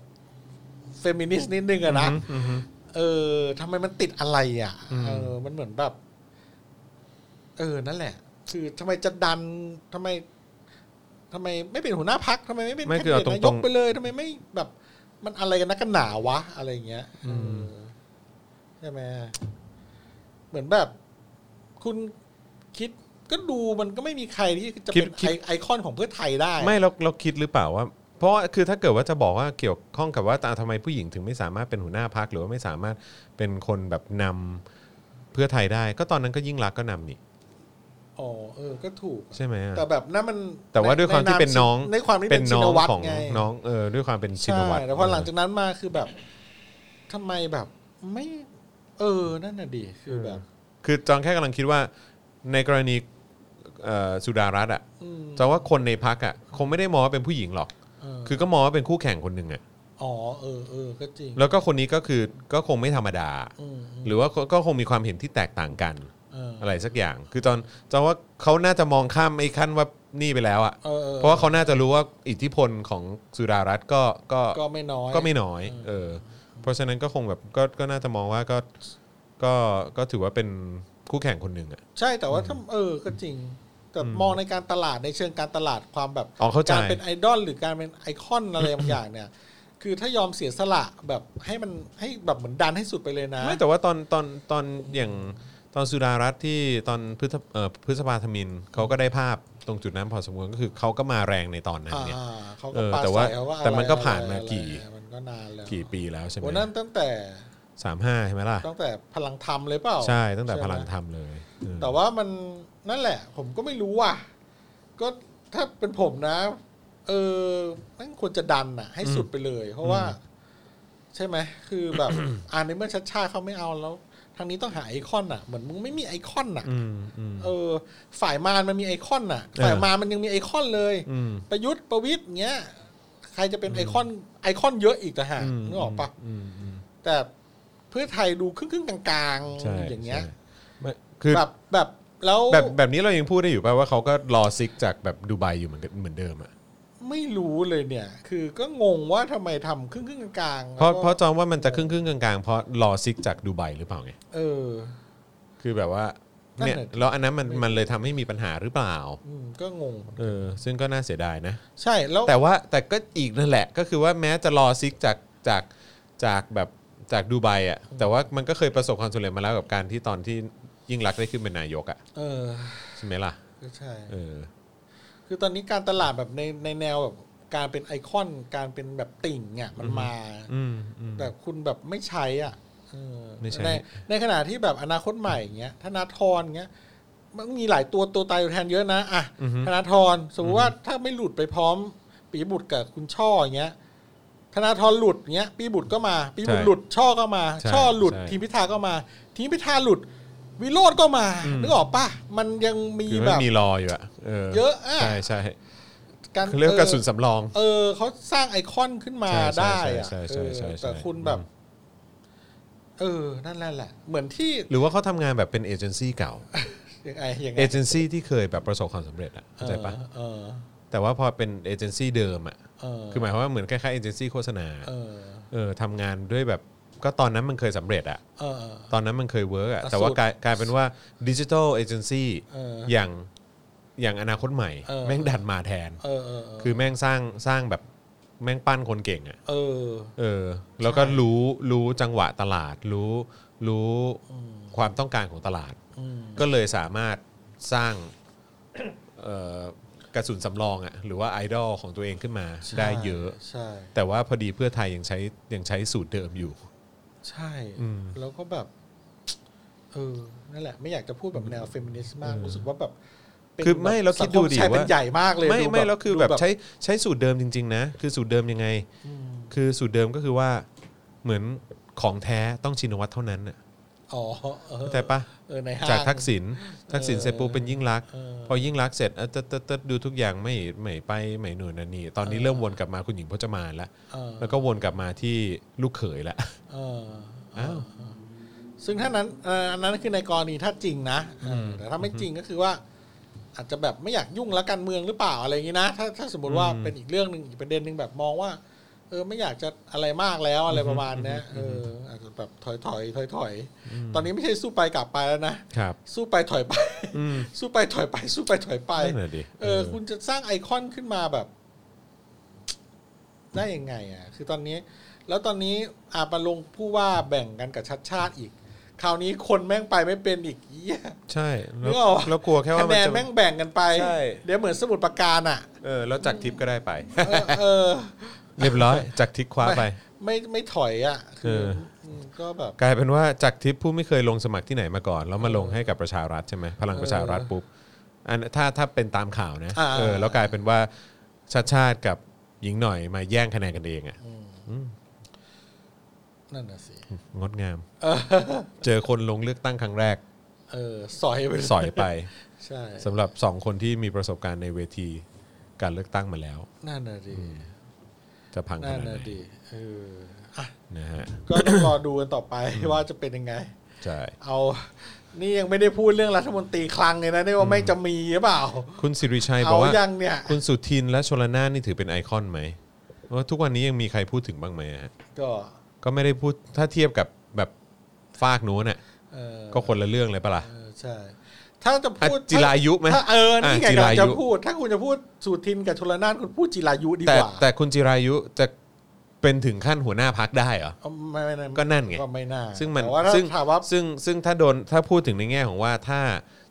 Speaker 3: เฟมินิสต์นิดนึงอะนะ เออทำไมมันติดอะไรอ่ะ
Speaker 2: อืม
Speaker 3: เออ มันเหมือนแบบ เออ นั่นแหละ คือทำไมจะดันทำไมทำไมไม่เป็นหัวหน้าพักทำไมไม่เป็น
Speaker 2: ไม่
Speaker 3: แคน
Speaker 2: คือ
Speaker 3: ดิ
Speaker 2: เอา
Speaker 3: เดตนาย
Speaker 2: ตร
Speaker 3: ก
Speaker 2: งๆ
Speaker 3: ไปเลยทำไมไม่แบบ มันอะไรกันนักกันหนาวะ อะไรอย่างเงี้ยเอออใช่ไหมเหมือนแบบ คุณคิดก็ดูมันก็ไม่มีใครที่จะเป็น
Speaker 2: คิด
Speaker 3: ไอไอคอนของเพื่อไทยได้
Speaker 2: ไม่เราเราคิดหรือเปล่าว่า เพราะว่าคือถ้าเกิดว่าจะบอกว่าเกี่ยวข้องกับว่าอ่ะทำไมผู้หญิงถึงไม่สามารถเป็นหัวหน้าพักหรือว่าไม่สามารถเป็นคนแบบนำเพื่อไทยได้ ก็ตอนนั้นก็ยิ่งรักษณ์ก็นำนี่
Speaker 3: อ๋อเออ ก็ถูก
Speaker 2: ใช่ไหมอะ
Speaker 3: แต่แบบนั่นมัน
Speaker 2: แต่ว่าด้วยความที่เป็นน้อง
Speaker 3: ในความที่เป็นชิ
Speaker 2: น้
Speaker 3: น
Speaker 2: อง
Speaker 3: วัตร
Speaker 2: ของ
Speaker 3: ไง
Speaker 2: น้องเออด้วยความเป็นชินวัตร
Speaker 3: ใช่แต่พอหลังจากนั้นมาคือแบบทำไมแบบไม่ เออ นั่นน่ะดีคือแบบ
Speaker 2: คือจองแค่กำลังคิดว่าในกรณีเอ่อสุดารัตน์อ่ะ
Speaker 3: อืม
Speaker 2: จองว่าคนในพักอ่ะคงไม่ได้มองว่าเป็นผู้หญิงหรอก
Speaker 3: เออ
Speaker 2: คือก็มองว่าเป็นคู่แข่งคนหนึ่งอ่ะ
Speaker 3: อ๋อเออเออก็จริง
Speaker 2: แล้วก็คนนี้ก็คือก็คงไม่ธรรมดา
Speaker 3: อืมอืม
Speaker 2: หรือว่าก็ก็คงมีความเห็นที่แตกต่างกัน
Speaker 3: เออ
Speaker 2: อะไรสักอย่าง คือจอนจอนว่าเขาน่าจะมองข้ามไอ้ขั้นว่านี่ไปแล้วอะ
Speaker 3: เออออ
Speaker 2: เพราะว่าเขาน่าจะรู้ว่าอิทธิพลของสุดารัตน์ก็ก็
Speaker 3: ก็ไม่น้อย
Speaker 2: ก็ไม่น้อย เออ เพราะฉะนั้นก็คงแบบก็ก็น่าจะมองว่าก็ก็ก็ถือว่าเป็นคู่แข่งคนหนึ่งอะ
Speaker 3: ใช่แต่ว่าถ้าเออ ก็จริง แต่มองในการตลาดในเชิงการตลาดความแบบ
Speaker 2: อ๋อเข้าใจ
Speaker 3: การเป็นไอดอลหรือการเป็นไอคอนอะไรบางอย่างเนี่ย คือถ้ายอมเสียสละแบบให้มันให้แบบเหมือนดันให้สุดไปเลยนะ
Speaker 2: ไม่แต่ว่าตอนตอนตอนอย่างตอนสุดารัตน์ที่ตอนพฤษเอ่อพฤษภาธมินเขาก็ได้ภาพตรงจุดนั้นพอสมควรก็คือเขาก็มาแรงในตอนนั้นเนี่ย
Speaker 3: อ่าเขา
Speaker 2: เอ
Speaker 3: ก็
Speaker 2: อ
Speaker 3: ปลา
Speaker 2: แต่ว่า
Speaker 3: ใส่เขก็อะไร
Speaker 2: แต่มันก็
Speaker 3: อะไร
Speaker 2: ผ่านมากี่
Speaker 3: อะไรมันก็นานแล้ว
Speaker 2: กี่ปีแล้วใช่ไหม
Speaker 3: วันนั้นตั้งแต่
Speaker 2: สามห้าใช่ไหมล่ะ
Speaker 3: ตั้งแต่พลังธรรมเลยเปล่า
Speaker 2: ใช่ตั้งแต่พลัง
Speaker 3: ใช่ไหม
Speaker 2: ธรรมเลยเออ
Speaker 3: แต่ว่ามันนั่นแหละ ผมก็ไม่รู้อ่ะก็ถ้าเป็นผมนะ เออแมันควรจะดันอ่ะ ให้สุดไปเลย เพราะว่า ใช่ไหมคือแบบ อ่านในเมื่อชัดชาติเขาไม่เอาแล้ว ทางนี้ต้องหาไอคอนอ่ะเหมือนมึงไม่มีไอคอนอ่ะ
Speaker 2: อืมอืม
Speaker 3: เออ ฝ่ายมารมันมีไอคอนอ่ะ ฝ่ายมารมันยังมีไอคอนเลย
Speaker 2: อืม
Speaker 3: ประยุทธ์ประวิตย์เงี้ย ใครจะเป็นไอคอนไอคอนเยอะอีกต่างหาก
Speaker 2: ม
Speaker 3: นึกออกปะ
Speaker 2: มอืม
Speaker 3: แต่เพื่อไทยดูครึ่งครึ่งๆกลาง
Speaker 2: ใช่
Speaker 3: ๆอย่างเงี้ย
Speaker 2: ใช่ไม่คือ
Speaker 3: แบบแบบแล้ว
Speaker 2: แบบแบบนี้เรายังพูดได้อยู่ป่ะว่าเขาก็รอซิกจากแบบดูไบอยู่เหมือนกันเหมือนเดิมอ่ะ
Speaker 3: ไม่รู้เลยเนี่ย คือก็งงว่าทำไมทำครึ่งครึ่งๆกลางๆ
Speaker 2: เพราะ
Speaker 3: แล้วก็
Speaker 2: เพราะจองว่ามันจะครึ่งครึ่งๆกลางๆเพราะรอซิกจากดูไบหรือเปล่าไง
Speaker 3: เออ
Speaker 2: คือแบบว่า
Speaker 3: นั่น
Speaker 2: เนี่ย
Speaker 3: แหละ
Speaker 2: แล้วอันนั้นมันมันเลยทำให้มีปัญหาหรือเปล่า
Speaker 3: อืมก็งง
Speaker 2: เออซึ่งก็น่าเสียดายนะ
Speaker 3: ใช่แล้ว
Speaker 2: แต่ว่าแต่ก็อีกนั่นแหละก็คือว่าแม้จะรอซิกจากจากจากแบบจากดูไบอ่ะแต่ว่ามันก็เคยประสบความสำเร็จมาแล้วกับการที่ตอนที่ยิ่งรักษณ์ได้ขึ้นเป็นนายกอ่ะ
Speaker 3: เออ
Speaker 2: ใช่ไหมล่ะ
Speaker 3: ก็ใช่
Speaker 2: เออ
Speaker 3: คือตอนนี้การตลาดแบบในในแนวแบบการเป็นไอคอนการเป็นแบบติ่งอ่ะมันมา
Speaker 2: อืมอืม
Speaker 3: แต่คุณแบบไม่ใช้อ่ะเออ
Speaker 2: ไม่ใช้
Speaker 3: ในขณะที่แบบอนาคตใหม่อย่างเงี้ยธนาธรอย่างเงี้ย มันมีหลายตัวตัวตายตัวแทนเยอะนะอ่ะธนาธรสมมติว่าถ้าไม่หลุดไปพร้อม ปีบุตรกับคุณช่ออย่างเงี้ยธนาธรหลุดอย่างเงี้ย ปีบุตรก็มา ปีบุตรหลุดช่อก็มา
Speaker 2: ใช่
Speaker 3: ช่อหลุด
Speaker 2: ใช่
Speaker 3: ทีมพิธาก็มา ทีมพิธาหลุด วิโรดก็มา
Speaker 2: อืม
Speaker 3: นึกออกปะมันยังมี
Speaker 2: คือ
Speaker 3: แบ
Speaker 2: มัน
Speaker 3: บ
Speaker 2: มีรออยู่อ่ะเออ
Speaker 3: เยอะอะ
Speaker 2: ใช่ใช่
Speaker 3: การ
Speaker 2: เขาเรียกว่ากระสุน
Speaker 3: เออ
Speaker 2: สำรอง
Speaker 3: เออเขาสร้างไอคอนขึ้นมา
Speaker 2: ใช่ใช่
Speaker 3: ได้อะ
Speaker 2: ใช่ใช่ใช่ใช่
Speaker 3: เออ
Speaker 2: ใช่
Speaker 3: แต่คุณแบบ เออ นั่นแหละแหละ เหมือนที่
Speaker 2: หรือว่าเขาทำงานแบบเป็นเอเจนซี่เก่า
Speaker 3: ยังไงยังไง
Speaker 2: เอเจนซี่ที่เคยแบบประสบความสำเร็จอ่ะเข้าใจปะ
Speaker 3: เออ
Speaker 2: แต่ว่าพอเป็นเอเจนซี่เดิมอ่ะ
Speaker 3: เออ
Speaker 2: คือหมายความว่าเหมือนคล้ายๆเอเจนซี่โฆษณา
Speaker 3: เออ
Speaker 2: เออทำงานด้วยแบบก็ตอนนั้นมันเคยสำเร็จอ่ะ
Speaker 3: เออ
Speaker 2: ตอนนั้นมันเคยเวิร์กอะ
Speaker 3: อ่ะ
Speaker 2: แต่ว่า
Speaker 3: สูตร
Speaker 2: กลายกลายเป็นว่าดิจิทัลเอเจนซี่
Speaker 3: เออ
Speaker 2: อ
Speaker 3: อย่าง
Speaker 2: อย่างอนาคตใหม่
Speaker 3: เออ
Speaker 2: แม่งดันมาแทน
Speaker 3: เออเออ
Speaker 2: คือแม่งสร้างสร้างแบบแม่งปั้นคนเก่งอะ
Speaker 3: เออ
Speaker 2: เออ แล้วก็รู้รู้จังหวะตลาด รู้รู้ความต้องการของตลาด
Speaker 3: อืม
Speaker 2: ก็เลยสามารถสร้างเอ่อกระสุนสำรองอะหรือว่าไอดอลของตัวเองขึ้นมาได้เยอะ
Speaker 3: ใช่
Speaker 2: แต่ว่าพอดีเพื่อไทยยังใช้ยังใช้สูตรเดิมอยู่
Speaker 3: ใช่ แล้วก็แบบ เออ นั่นแหละ ไม่อยากจะพูดแบบแนวเฟมินิสต์มาก รู้สึกว่าแบบเป็น
Speaker 2: คือไม่
Speaker 3: บบ
Speaker 2: แล้วคิดดูดิ
Speaker 3: สังมชยเป็น
Speaker 2: ว่า
Speaker 3: ใหญ่มากเลย
Speaker 2: ไม่
Speaker 3: ดู
Speaker 2: ไม่แล้วคือแบบ
Speaker 3: ดู
Speaker 2: ใช้ใช้สูตรเดิมจริง ๆ นะ คือสูตรเดิมยังไง
Speaker 3: อืม
Speaker 2: คือสูตรเดิมก็คือว่าเหมือนของแท้ต้องชินวัตรเท่านั้นน่ะ
Speaker 3: อ๋อเออ
Speaker 2: เข้าใจปะ
Speaker 3: เออในห้าง
Speaker 2: จากทักษิณทักษิณเสร็จปุ๊บเป็นยิ่งรักษณ์
Speaker 3: เออ
Speaker 2: พอยิ่งรักษณ์เสร็จเอ่อเตดเตดเตดดูทุกอย่างไม่ไม่ไปไม่หนุนนนนี่ตอนนี้เริ่มวนกลับมาคุณหญิงพจมานละ
Speaker 3: เออ
Speaker 2: แล้วก็วนกลับมาที่ลูกเขยละ
Speaker 3: เออ
Speaker 2: อ้าว
Speaker 3: ซึ่งถ้านั้นเอ่ออันนั้นคือในกรณีถ้าจริงนะเออแต่ถ้าไม่จริงก็คือว่า อาจจะแบบไม่อยากยุ่งแล้วการเมืองหรือเปล่าอะไรอย่างนี้นะถ้าถ้าสมมติว่าเป็นอีกเรื่องหนึ่งอีกประเด็นหนึ่งแบบมองว่า เออไม่อยากจะอะไรมากแล้วอะไรประมาณเนี้ยเอออาจจะแบบถอยถอยถอยถอยๆตอนนี้ไม่ใช่สู้ไปกลับไปแล้วนะครับ สู้ไปถอยไป
Speaker 2: อืม
Speaker 3: สู้ไปถอยไป สู้ไปถอยไป
Speaker 2: นั่นแหละดิ
Speaker 3: เออคุณจะสร้างไอคอนขึ้นมาแบบ ได้ยังไงอ่ะ คือตอนนี้ แล้วตอนนี้อาปาลงผู้ว่าแบ่งกันกับชัดชาติอีก คราวนี้คนแม่งไปไม่เป็นอีกเหี้ย
Speaker 2: ใช่แล้
Speaker 3: นึ
Speaker 2: ว
Speaker 3: กออก
Speaker 2: แล้วกลัวแค่ว่า
Speaker 3: คะ
Speaker 2: มั
Speaker 3: แน
Speaker 2: น
Speaker 3: น
Speaker 2: จะ
Speaker 3: แม่งแบ่งกันไป
Speaker 2: ใช่
Speaker 3: เดี๋ยวเหมือนสมุดประการอ่ะ
Speaker 2: เออแล้วจากทิปก็ได้ไป
Speaker 3: เออเออ
Speaker 2: เรียบร้อยจากทิปคว้าไป
Speaker 3: ไม่ไม่ถอยอ่ะ คือ
Speaker 2: เออ
Speaker 3: มก็แบบ
Speaker 2: กลายเป็นว่าจากทิพย์ผู้ไม่เคยลงสมัครที่ไหนมาก่อน แล้วมาลงให้กับประชารัฐใช่ไหมพลังประชารัฐปุ๊บอันถ้าถ้าเป็นตามข่าวนะ
Speaker 3: อ่า
Speaker 2: เออแล้วกลายเป็นว่าชาติชาติกับหญิงหน่อยมาแย่งคะแนนกันเองอะ
Speaker 3: นั่นน่ะสิ
Speaker 2: งดงาม เจอคนลงเลือกตั้งครั้งแรก
Speaker 3: เออ สอยไปเล
Speaker 2: สอยไป
Speaker 3: ใช่
Speaker 2: สำหรับสองคนที่มีประสบการณ์ในเวทีการเลือกตั้งมาแล้ว
Speaker 3: นั่นน่ะดี
Speaker 2: จะพังข
Speaker 3: นั่น
Speaker 2: นาดไหน
Speaker 3: น่ะดีเอออ่ะ
Speaker 2: นะฮะ
Speaker 3: ก็ต้องรอดูกันต่อไปว่าจะเป็นยังไง
Speaker 2: ใช่
Speaker 3: เอา นี่ยังไม่ได้พูดเรื่องรัฐมนตรีคลังเลยนะนี่ว่าไม่จะมีหรือเปล่า
Speaker 2: คุณสิริชัยบ
Speaker 3: เอา
Speaker 2: อกว่า
Speaker 3: ยังเนี่ย
Speaker 2: คุณสุทินและชลนานนี่ถือเป็นไอคอนไหมว่าทุกวันนี้ยังมีใครพูดถึงบ้างไหมฮะ
Speaker 3: ก็
Speaker 2: ก็ไม่ได้พูดถ้าเทียบกับแบบฟากนู้นน่ะ
Speaker 3: เออ
Speaker 2: ก็คนละเรื่องเลยปะล่ะ
Speaker 3: เออใช่ ถ้าจะพูด
Speaker 2: อ่ะจิรายุไหม
Speaker 3: ถ้าเออนี่ไง
Speaker 2: อ่ะจิราก
Speaker 3: ำลัง
Speaker 2: ยุ
Speaker 3: จะพูด ถ้าคุณจะพูดสูตรทินกับชลนานคุณพูดจิรายุดี
Speaker 2: แต่
Speaker 3: กว่า
Speaker 2: แต่คุณจิรายุจะ เป็นถึงขั้นหัวหน้าพักได้เหรอ
Speaker 3: เอาไม่ไม่ไม่
Speaker 2: ก็นั่นไง
Speaker 3: ก็ไม่น่า
Speaker 2: ซึ่งมัน
Speaker 3: แต่ว่าถ้า
Speaker 2: ซึ่ง
Speaker 3: ถามว่า
Speaker 2: ซึ่งซึ่งถ้าโดนถ้าพูดถึงในแง่ของว่าถ้า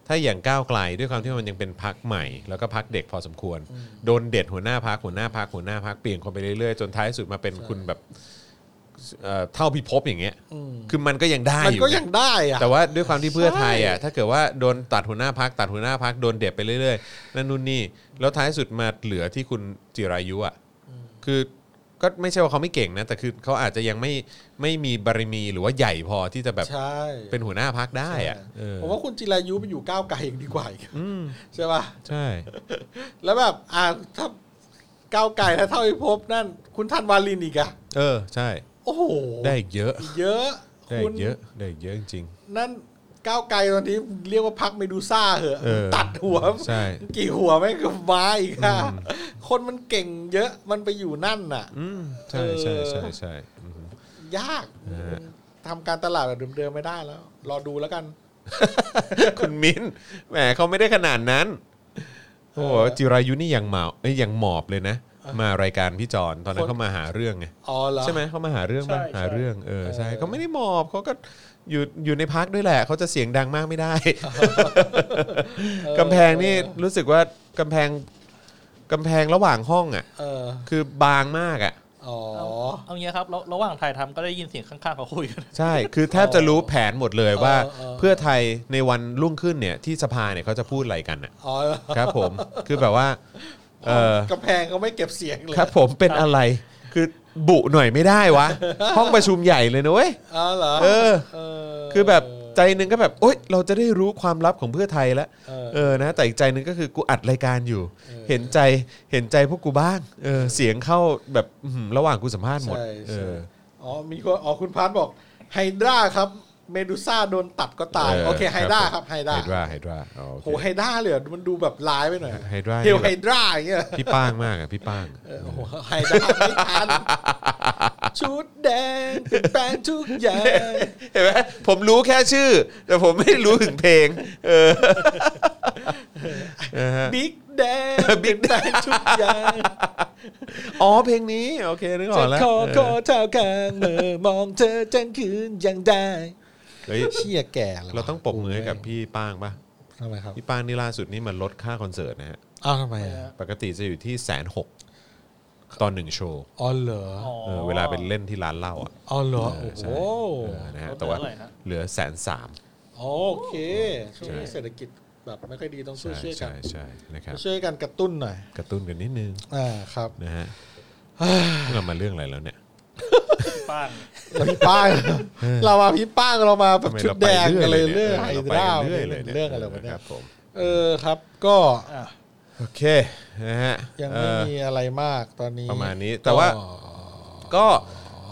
Speaker 2: ถ้าอย่างก้าวไกลด้วยความที่มันยังเป็นพักใหม่ แล้วก็พักเด็กพอสมควร โดนเด็ดหัวหน้าพักหัวหน้าพักหัวหน้าพักเปลี่ยนคนไปเรื่อยๆ จนท้ายสุดมาเป็นคุณแบบเอ่อเท่าพิภพอย่างเงี้ย
Speaker 3: อืม
Speaker 2: คือมันก็ยังได้
Speaker 3: มัน
Speaker 2: อยู่
Speaker 3: ก็
Speaker 2: ไง
Speaker 3: ยังได้อะ
Speaker 2: แต่ว่าด้วยความที่เพื่อไทยอ่ะ
Speaker 3: ใช่
Speaker 2: ถ้าเกิดว่าโดนตัดหัวหน้าพักตัดหัวหน้าพักโดนเด็บไปเรื่อยๆนั่นนู่นนี่แล้วท้ายสุดมาเหลือที่คุณจิรายุอ่ะคือก็ไม่ใช่ว่าเขาไม่เก่งนะ แต่คือเขาอาจจะยังไม่ไม่มีบารมีหรือว่าใหญ่พอที่จะแบบ
Speaker 3: ใช่
Speaker 2: เป็นหัวหน้าพักได้อ่ะเออ
Speaker 3: ผมว่าคุณจิรายุไปอยู่ก้าวไกลยังดีกว่าอีก
Speaker 2: อืม
Speaker 3: ใช่ป่ะ
Speaker 2: ใช่
Speaker 3: แล้วแบบอ่าถ้าก้าวไกลถ้าเท่าพิภพนั่น คุณทันวาลินอีกอะ
Speaker 2: เออใช่
Speaker 3: โอ้โห
Speaker 2: ได้อีกเยอะ
Speaker 3: เยอะ
Speaker 2: ได้
Speaker 3: คุ
Speaker 2: อี
Speaker 3: ณ
Speaker 2: กเยอะได้อีกเยอะจริง
Speaker 3: นั่นก้าวไกลตอนนี้เรียกว่าพักเมดูซ่าเหอะ
Speaker 2: เออ
Speaker 3: ตัดหัว
Speaker 2: ใช่
Speaker 3: กี่หัวไม่งก็มาอีกอะ
Speaker 2: อืม
Speaker 3: คนมันเก่งเยอะมันไปอยู่นั่นน่ะ
Speaker 2: ๆอืมใช่ใช่ใช่ใช่อืม
Speaker 3: ยาก
Speaker 2: เออ
Speaker 3: ทำการตลาดแบบเดิมๆไม่ได้แล้ว รอดูแล้วกัน
Speaker 2: คุณมิ้นแหมเขาไม่ได้ขนาดนั้นโอ้โหจิรายุนี่ยังเมาเอ้ยยังหมอบเลยนะ มารายการพี่จอนตอนนั้
Speaker 3: คน น
Speaker 2: เขามาหาเรื่องไง
Speaker 3: อ๋อเหรอ
Speaker 2: ใช่ไหมเขามาหาเรื่อง
Speaker 4: ใช่
Speaker 2: บ้าง
Speaker 4: ใช่
Speaker 2: หาเรื่องเออใช่
Speaker 3: เออ
Speaker 2: เขาไม่ได้หมอบเขาก็อยู่อยู่ในพักด้วยแหละเขาจะเสียงดังมากไม่ได้
Speaker 3: เออก
Speaker 2: ำแพงนี่รู้สึกว่ากำแพงกำแพงระหว่างห้องอ่ะ
Speaker 3: เออ
Speaker 2: คือบางมากอ่ะ
Speaker 3: อ๋อ
Speaker 4: เอาเอางี้ครับแล้วระหว่างถ่ายทำก็ได้ยินเสียงข้างๆเขาคุยกัน
Speaker 2: ใช่ คือแทบจะรู้แผนหมดเลยว่า
Speaker 3: เออเออ
Speaker 2: เพื่อไทยในวันรุ่งขึ้นเนี่ยที่สภาเนี่ยเขาจะพูดอะไรกันอ่ะ
Speaker 3: อ๋อเหรอ
Speaker 2: ครับ ผมคือแบบว่าเออ
Speaker 3: กำแพงก็ไม่เก็บเสียงเลย
Speaker 2: ครับผมเป็นอะไรคือบุหน่อยไม่ได้ว ะ ห้องประชุมใหญ่เลยนะเว้ย
Speaker 3: อ๋อเหรอ
Speaker 2: เออ
Speaker 3: เออ
Speaker 2: คือแบบใจหนึงก็แบบโอ๊ยเราจะได้รู้ความลับของเพื่อไทยแล้ว
Speaker 3: เออ
Speaker 2: เออนะ แต่อีกใจหนึงก็คือกูอัดรายการอยู่
Speaker 3: เออ
Speaker 2: เห็นใจเห็นใจพวกกูบ้างเออเสียงเข้าแบบอื้อหือระหว่างกูสัมภาษณ์หมด
Speaker 3: ใช่
Speaker 2: เอ
Speaker 3: ใช่
Speaker 2: อ
Speaker 3: อ๋อ มีคนอ๋อ คุณพาร์ทบอกไฮดราครับ เมดูซ่าโดนตัดก็ตาย
Speaker 2: เออ
Speaker 3: โอเคไฮดรา
Speaker 2: ค
Speaker 3: ค
Speaker 2: รั
Speaker 3: รับ บไฮดรา
Speaker 2: ไฮดราไฮดราอ๋อโอเค
Speaker 3: โหไฮดราเลยเหรอมันดูแบบร้ายไปหน่อย
Speaker 2: ไฮดรา
Speaker 3: เฮลไฮ
Speaker 2: นี่แบบ
Speaker 3: ดราอย่างเงี้ย
Speaker 2: พี่ป้างมากอะพี่ป้าง
Speaker 3: เออโอ้โหไฮดราไม่ทันชุดแดงเป็นแปลงทุกอย่าง
Speaker 2: เห็นไหมผมรู้แค่ชื่อ แต่ผมไม่รู้ถึงเพลงเออนะฮะ
Speaker 3: บิ๊กแด งเป็นแปลงทุกอย่าง
Speaker 2: อ๋อเพลงนี้โอเคนึกอ
Speaker 3: จะ
Speaker 2: อกแล้ว
Speaker 3: ขอ
Speaker 2: เออ
Speaker 3: ขอเท้ากลางเมื่อมองเธอจังคืนยังได้
Speaker 2: เฮ้ย
Speaker 3: เชี่ยแก่แล้ว
Speaker 2: เราต้องปรบมือให้กับพี่ป้างปะ
Speaker 3: ทำไมครับ
Speaker 2: พี่ป้างนี่ล่าสุดนี่มันลดค่าคอนเสิร์ตนะฮะ
Speaker 3: อ้าวทำไมอ่ะ
Speaker 2: ปกติจะอยู่ที่แสนหกตอนหนึ่งโชว์
Speaker 3: อ๋อเหรอ
Speaker 4: อ๋อ
Speaker 2: เออเวลาเป็นเล่นที่ร้านเหล้าอ่ะ
Speaker 3: อ๋อเหรอ
Speaker 2: เอ
Speaker 3: โอ้
Speaker 2: อ
Speaker 3: โห
Speaker 2: ใช่เออนะฮะ
Speaker 4: ลดเหลือ
Speaker 2: แต่ว่า
Speaker 4: เท่าไหร่ฮะ
Speaker 2: เหลือแสนสาม
Speaker 3: โอเค ช่วงนี้เศรษฐกิจแบบไม่ค่อยดีต้องช่ว
Speaker 2: ใช่
Speaker 3: ยช่วยกั
Speaker 2: ใช่
Speaker 3: น
Speaker 2: ใช่นะครับ
Speaker 3: ช่วยกันกระตุ้นหน่อย
Speaker 2: กระตุ้นกันนิดนึง
Speaker 3: อ่าครับ
Speaker 2: นะฮะนี่เรามาเรื่องอะไรแล้วเนี่ย
Speaker 4: ป้าน
Speaker 3: แล้วพี่ป้าง เรามาพี่ป้างเรามาแบบชุดแดงกันเลยเรื่องไฮดรา
Speaker 2: เรื่อยๆเลย ยนี่ย
Speaker 3: เรื่องอะไรวะเนี่ย
Speaker 2: ครับผม
Speaker 3: เออครับ ก็
Speaker 4: อ่ะ
Speaker 2: โอเคนะฮะ
Speaker 3: ยัง
Speaker 2: เอ่
Speaker 3: ไม่
Speaker 2: อ
Speaker 3: มีอะไรมากตอนนี้
Speaker 2: ประมาณนี้แต่ว่าก็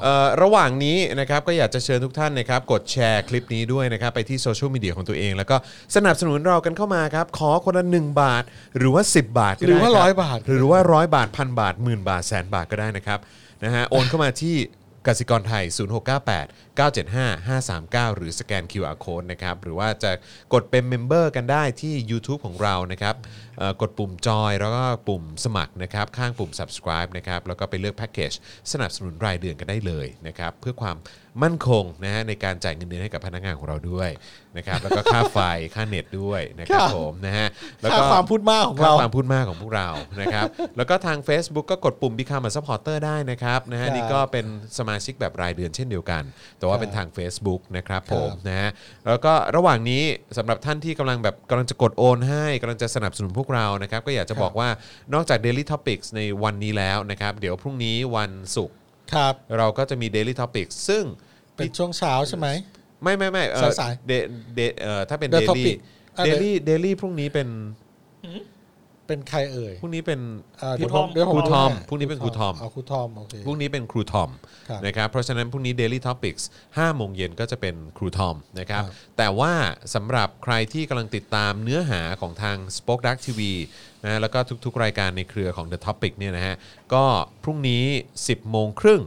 Speaker 2: เอ่อระหว่างนี้นะครับก็อยากจะเชิญทุกท่านนะครับกดแชร์คลิปนี้ด้วยนะครับไปที่โซเชียลมีเดียของตัวเอง แล้วก็สนับสนุนเรากันเข้ามาครับ ขอคนละ 1 บาท หรือว่า 10 บาทก็
Speaker 3: ห
Speaker 2: ได้
Speaker 3: รือว่า
Speaker 2: คบ
Speaker 3: ร้อยบาท
Speaker 2: หรือว่า 100 บาทพันบาทหมื่นบาทแสนบาทก็ได้นะครับนะฮะโอนเข้ามาที่ กสิกรไทย 0698 975 539 หรือสแกน QR Code นะครับหรือว่าจะกดเป็นเมมเบอร์กันได้ที่ YouTube ของเรานะครับเอ่อกดปุ่มจอยแล้วก็ปุ่มสมัครนะครับข้างปุ่ม subscribe นะครับแล้วก็ไปเลือกแพ็กเกจสนับสนุนรายเดือนกันได้เลยนะครับเพื่อความมั่นคงนะฮะในการจ่ายเงินเดือนให้กับพนักงานของเราด้วยนะครับแล้วก็ค่าไฟ ค่าเน็ตด้วยนะครับผมนะฮะแล้ว
Speaker 3: ค่า
Speaker 2: ก็
Speaker 3: ความพูดมากของเรา
Speaker 2: ความพูดมากของพวกเรา นะครับ แล้วก็ทาง Facebook ก็กดปุ่ม Become a supporter ได้นะครับนะฮะ
Speaker 3: ครับ
Speaker 2: นี่ก็เป็นสมาชิกแบบรายเดือนเช่นเดียวกัน แต่ว่าเป็นทาง Facebook นะครับผมนะฮะแล้วก็ระหว่างนี้สำหรับท่านที่กำลังแบบกำลังจะกดโอนให้กำลังจะสนับสนุนพวกเรานะครับก็อยากจะ
Speaker 3: ครับ
Speaker 2: บอกว่านอกจาก Daily Topics ในวันนี้แล้วนะครับ เดี๋ยวพรุ่งนี้วันศุกร์
Speaker 3: ครับ
Speaker 2: เราก็จะมี Daily Topics ซึ่ง
Speaker 3: เป็นช่วงเช้าใช่ไหม
Speaker 2: ไม่ไม่ไม่เอ่อ
Speaker 3: สาย
Speaker 2: เดเดเอ่อถ้าเป็น
Speaker 3: The
Speaker 2: Daily
Speaker 3: Topic อ่ะ
Speaker 2: Daily Daily พรุ่งนี้เป็น
Speaker 3: เป็นใครเอ่ย
Speaker 2: พรุ่งนี้เป็น
Speaker 3: อ่า
Speaker 4: ครู
Speaker 3: เดี๋ยว
Speaker 4: ทอม
Speaker 3: เดี๋ยวผ
Speaker 2: ครูทอม
Speaker 3: ให้
Speaker 2: พรุ่งนี้เป็นครูทอม
Speaker 3: เอาครูทอมโอเค
Speaker 2: พรุ่งนี้เป็นครูทอม
Speaker 3: ครับ
Speaker 2: นะครับ เพราะฉะนั้นพรุ่งนี้ Daily Topics 5โมงเย็นก็จะเป็นครูทอมนะครับ
Speaker 3: ครับ
Speaker 2: แต่ว่าสำหรับใครที่กำลังติดตามเนื้อหาของทาง Spoke Dark TV นะแล้วก็ทุกๆ รายการในเครือของ The Topic เนี่ยนะฮะ ก็พรุ่งนี้ 10 โมงครึ่ง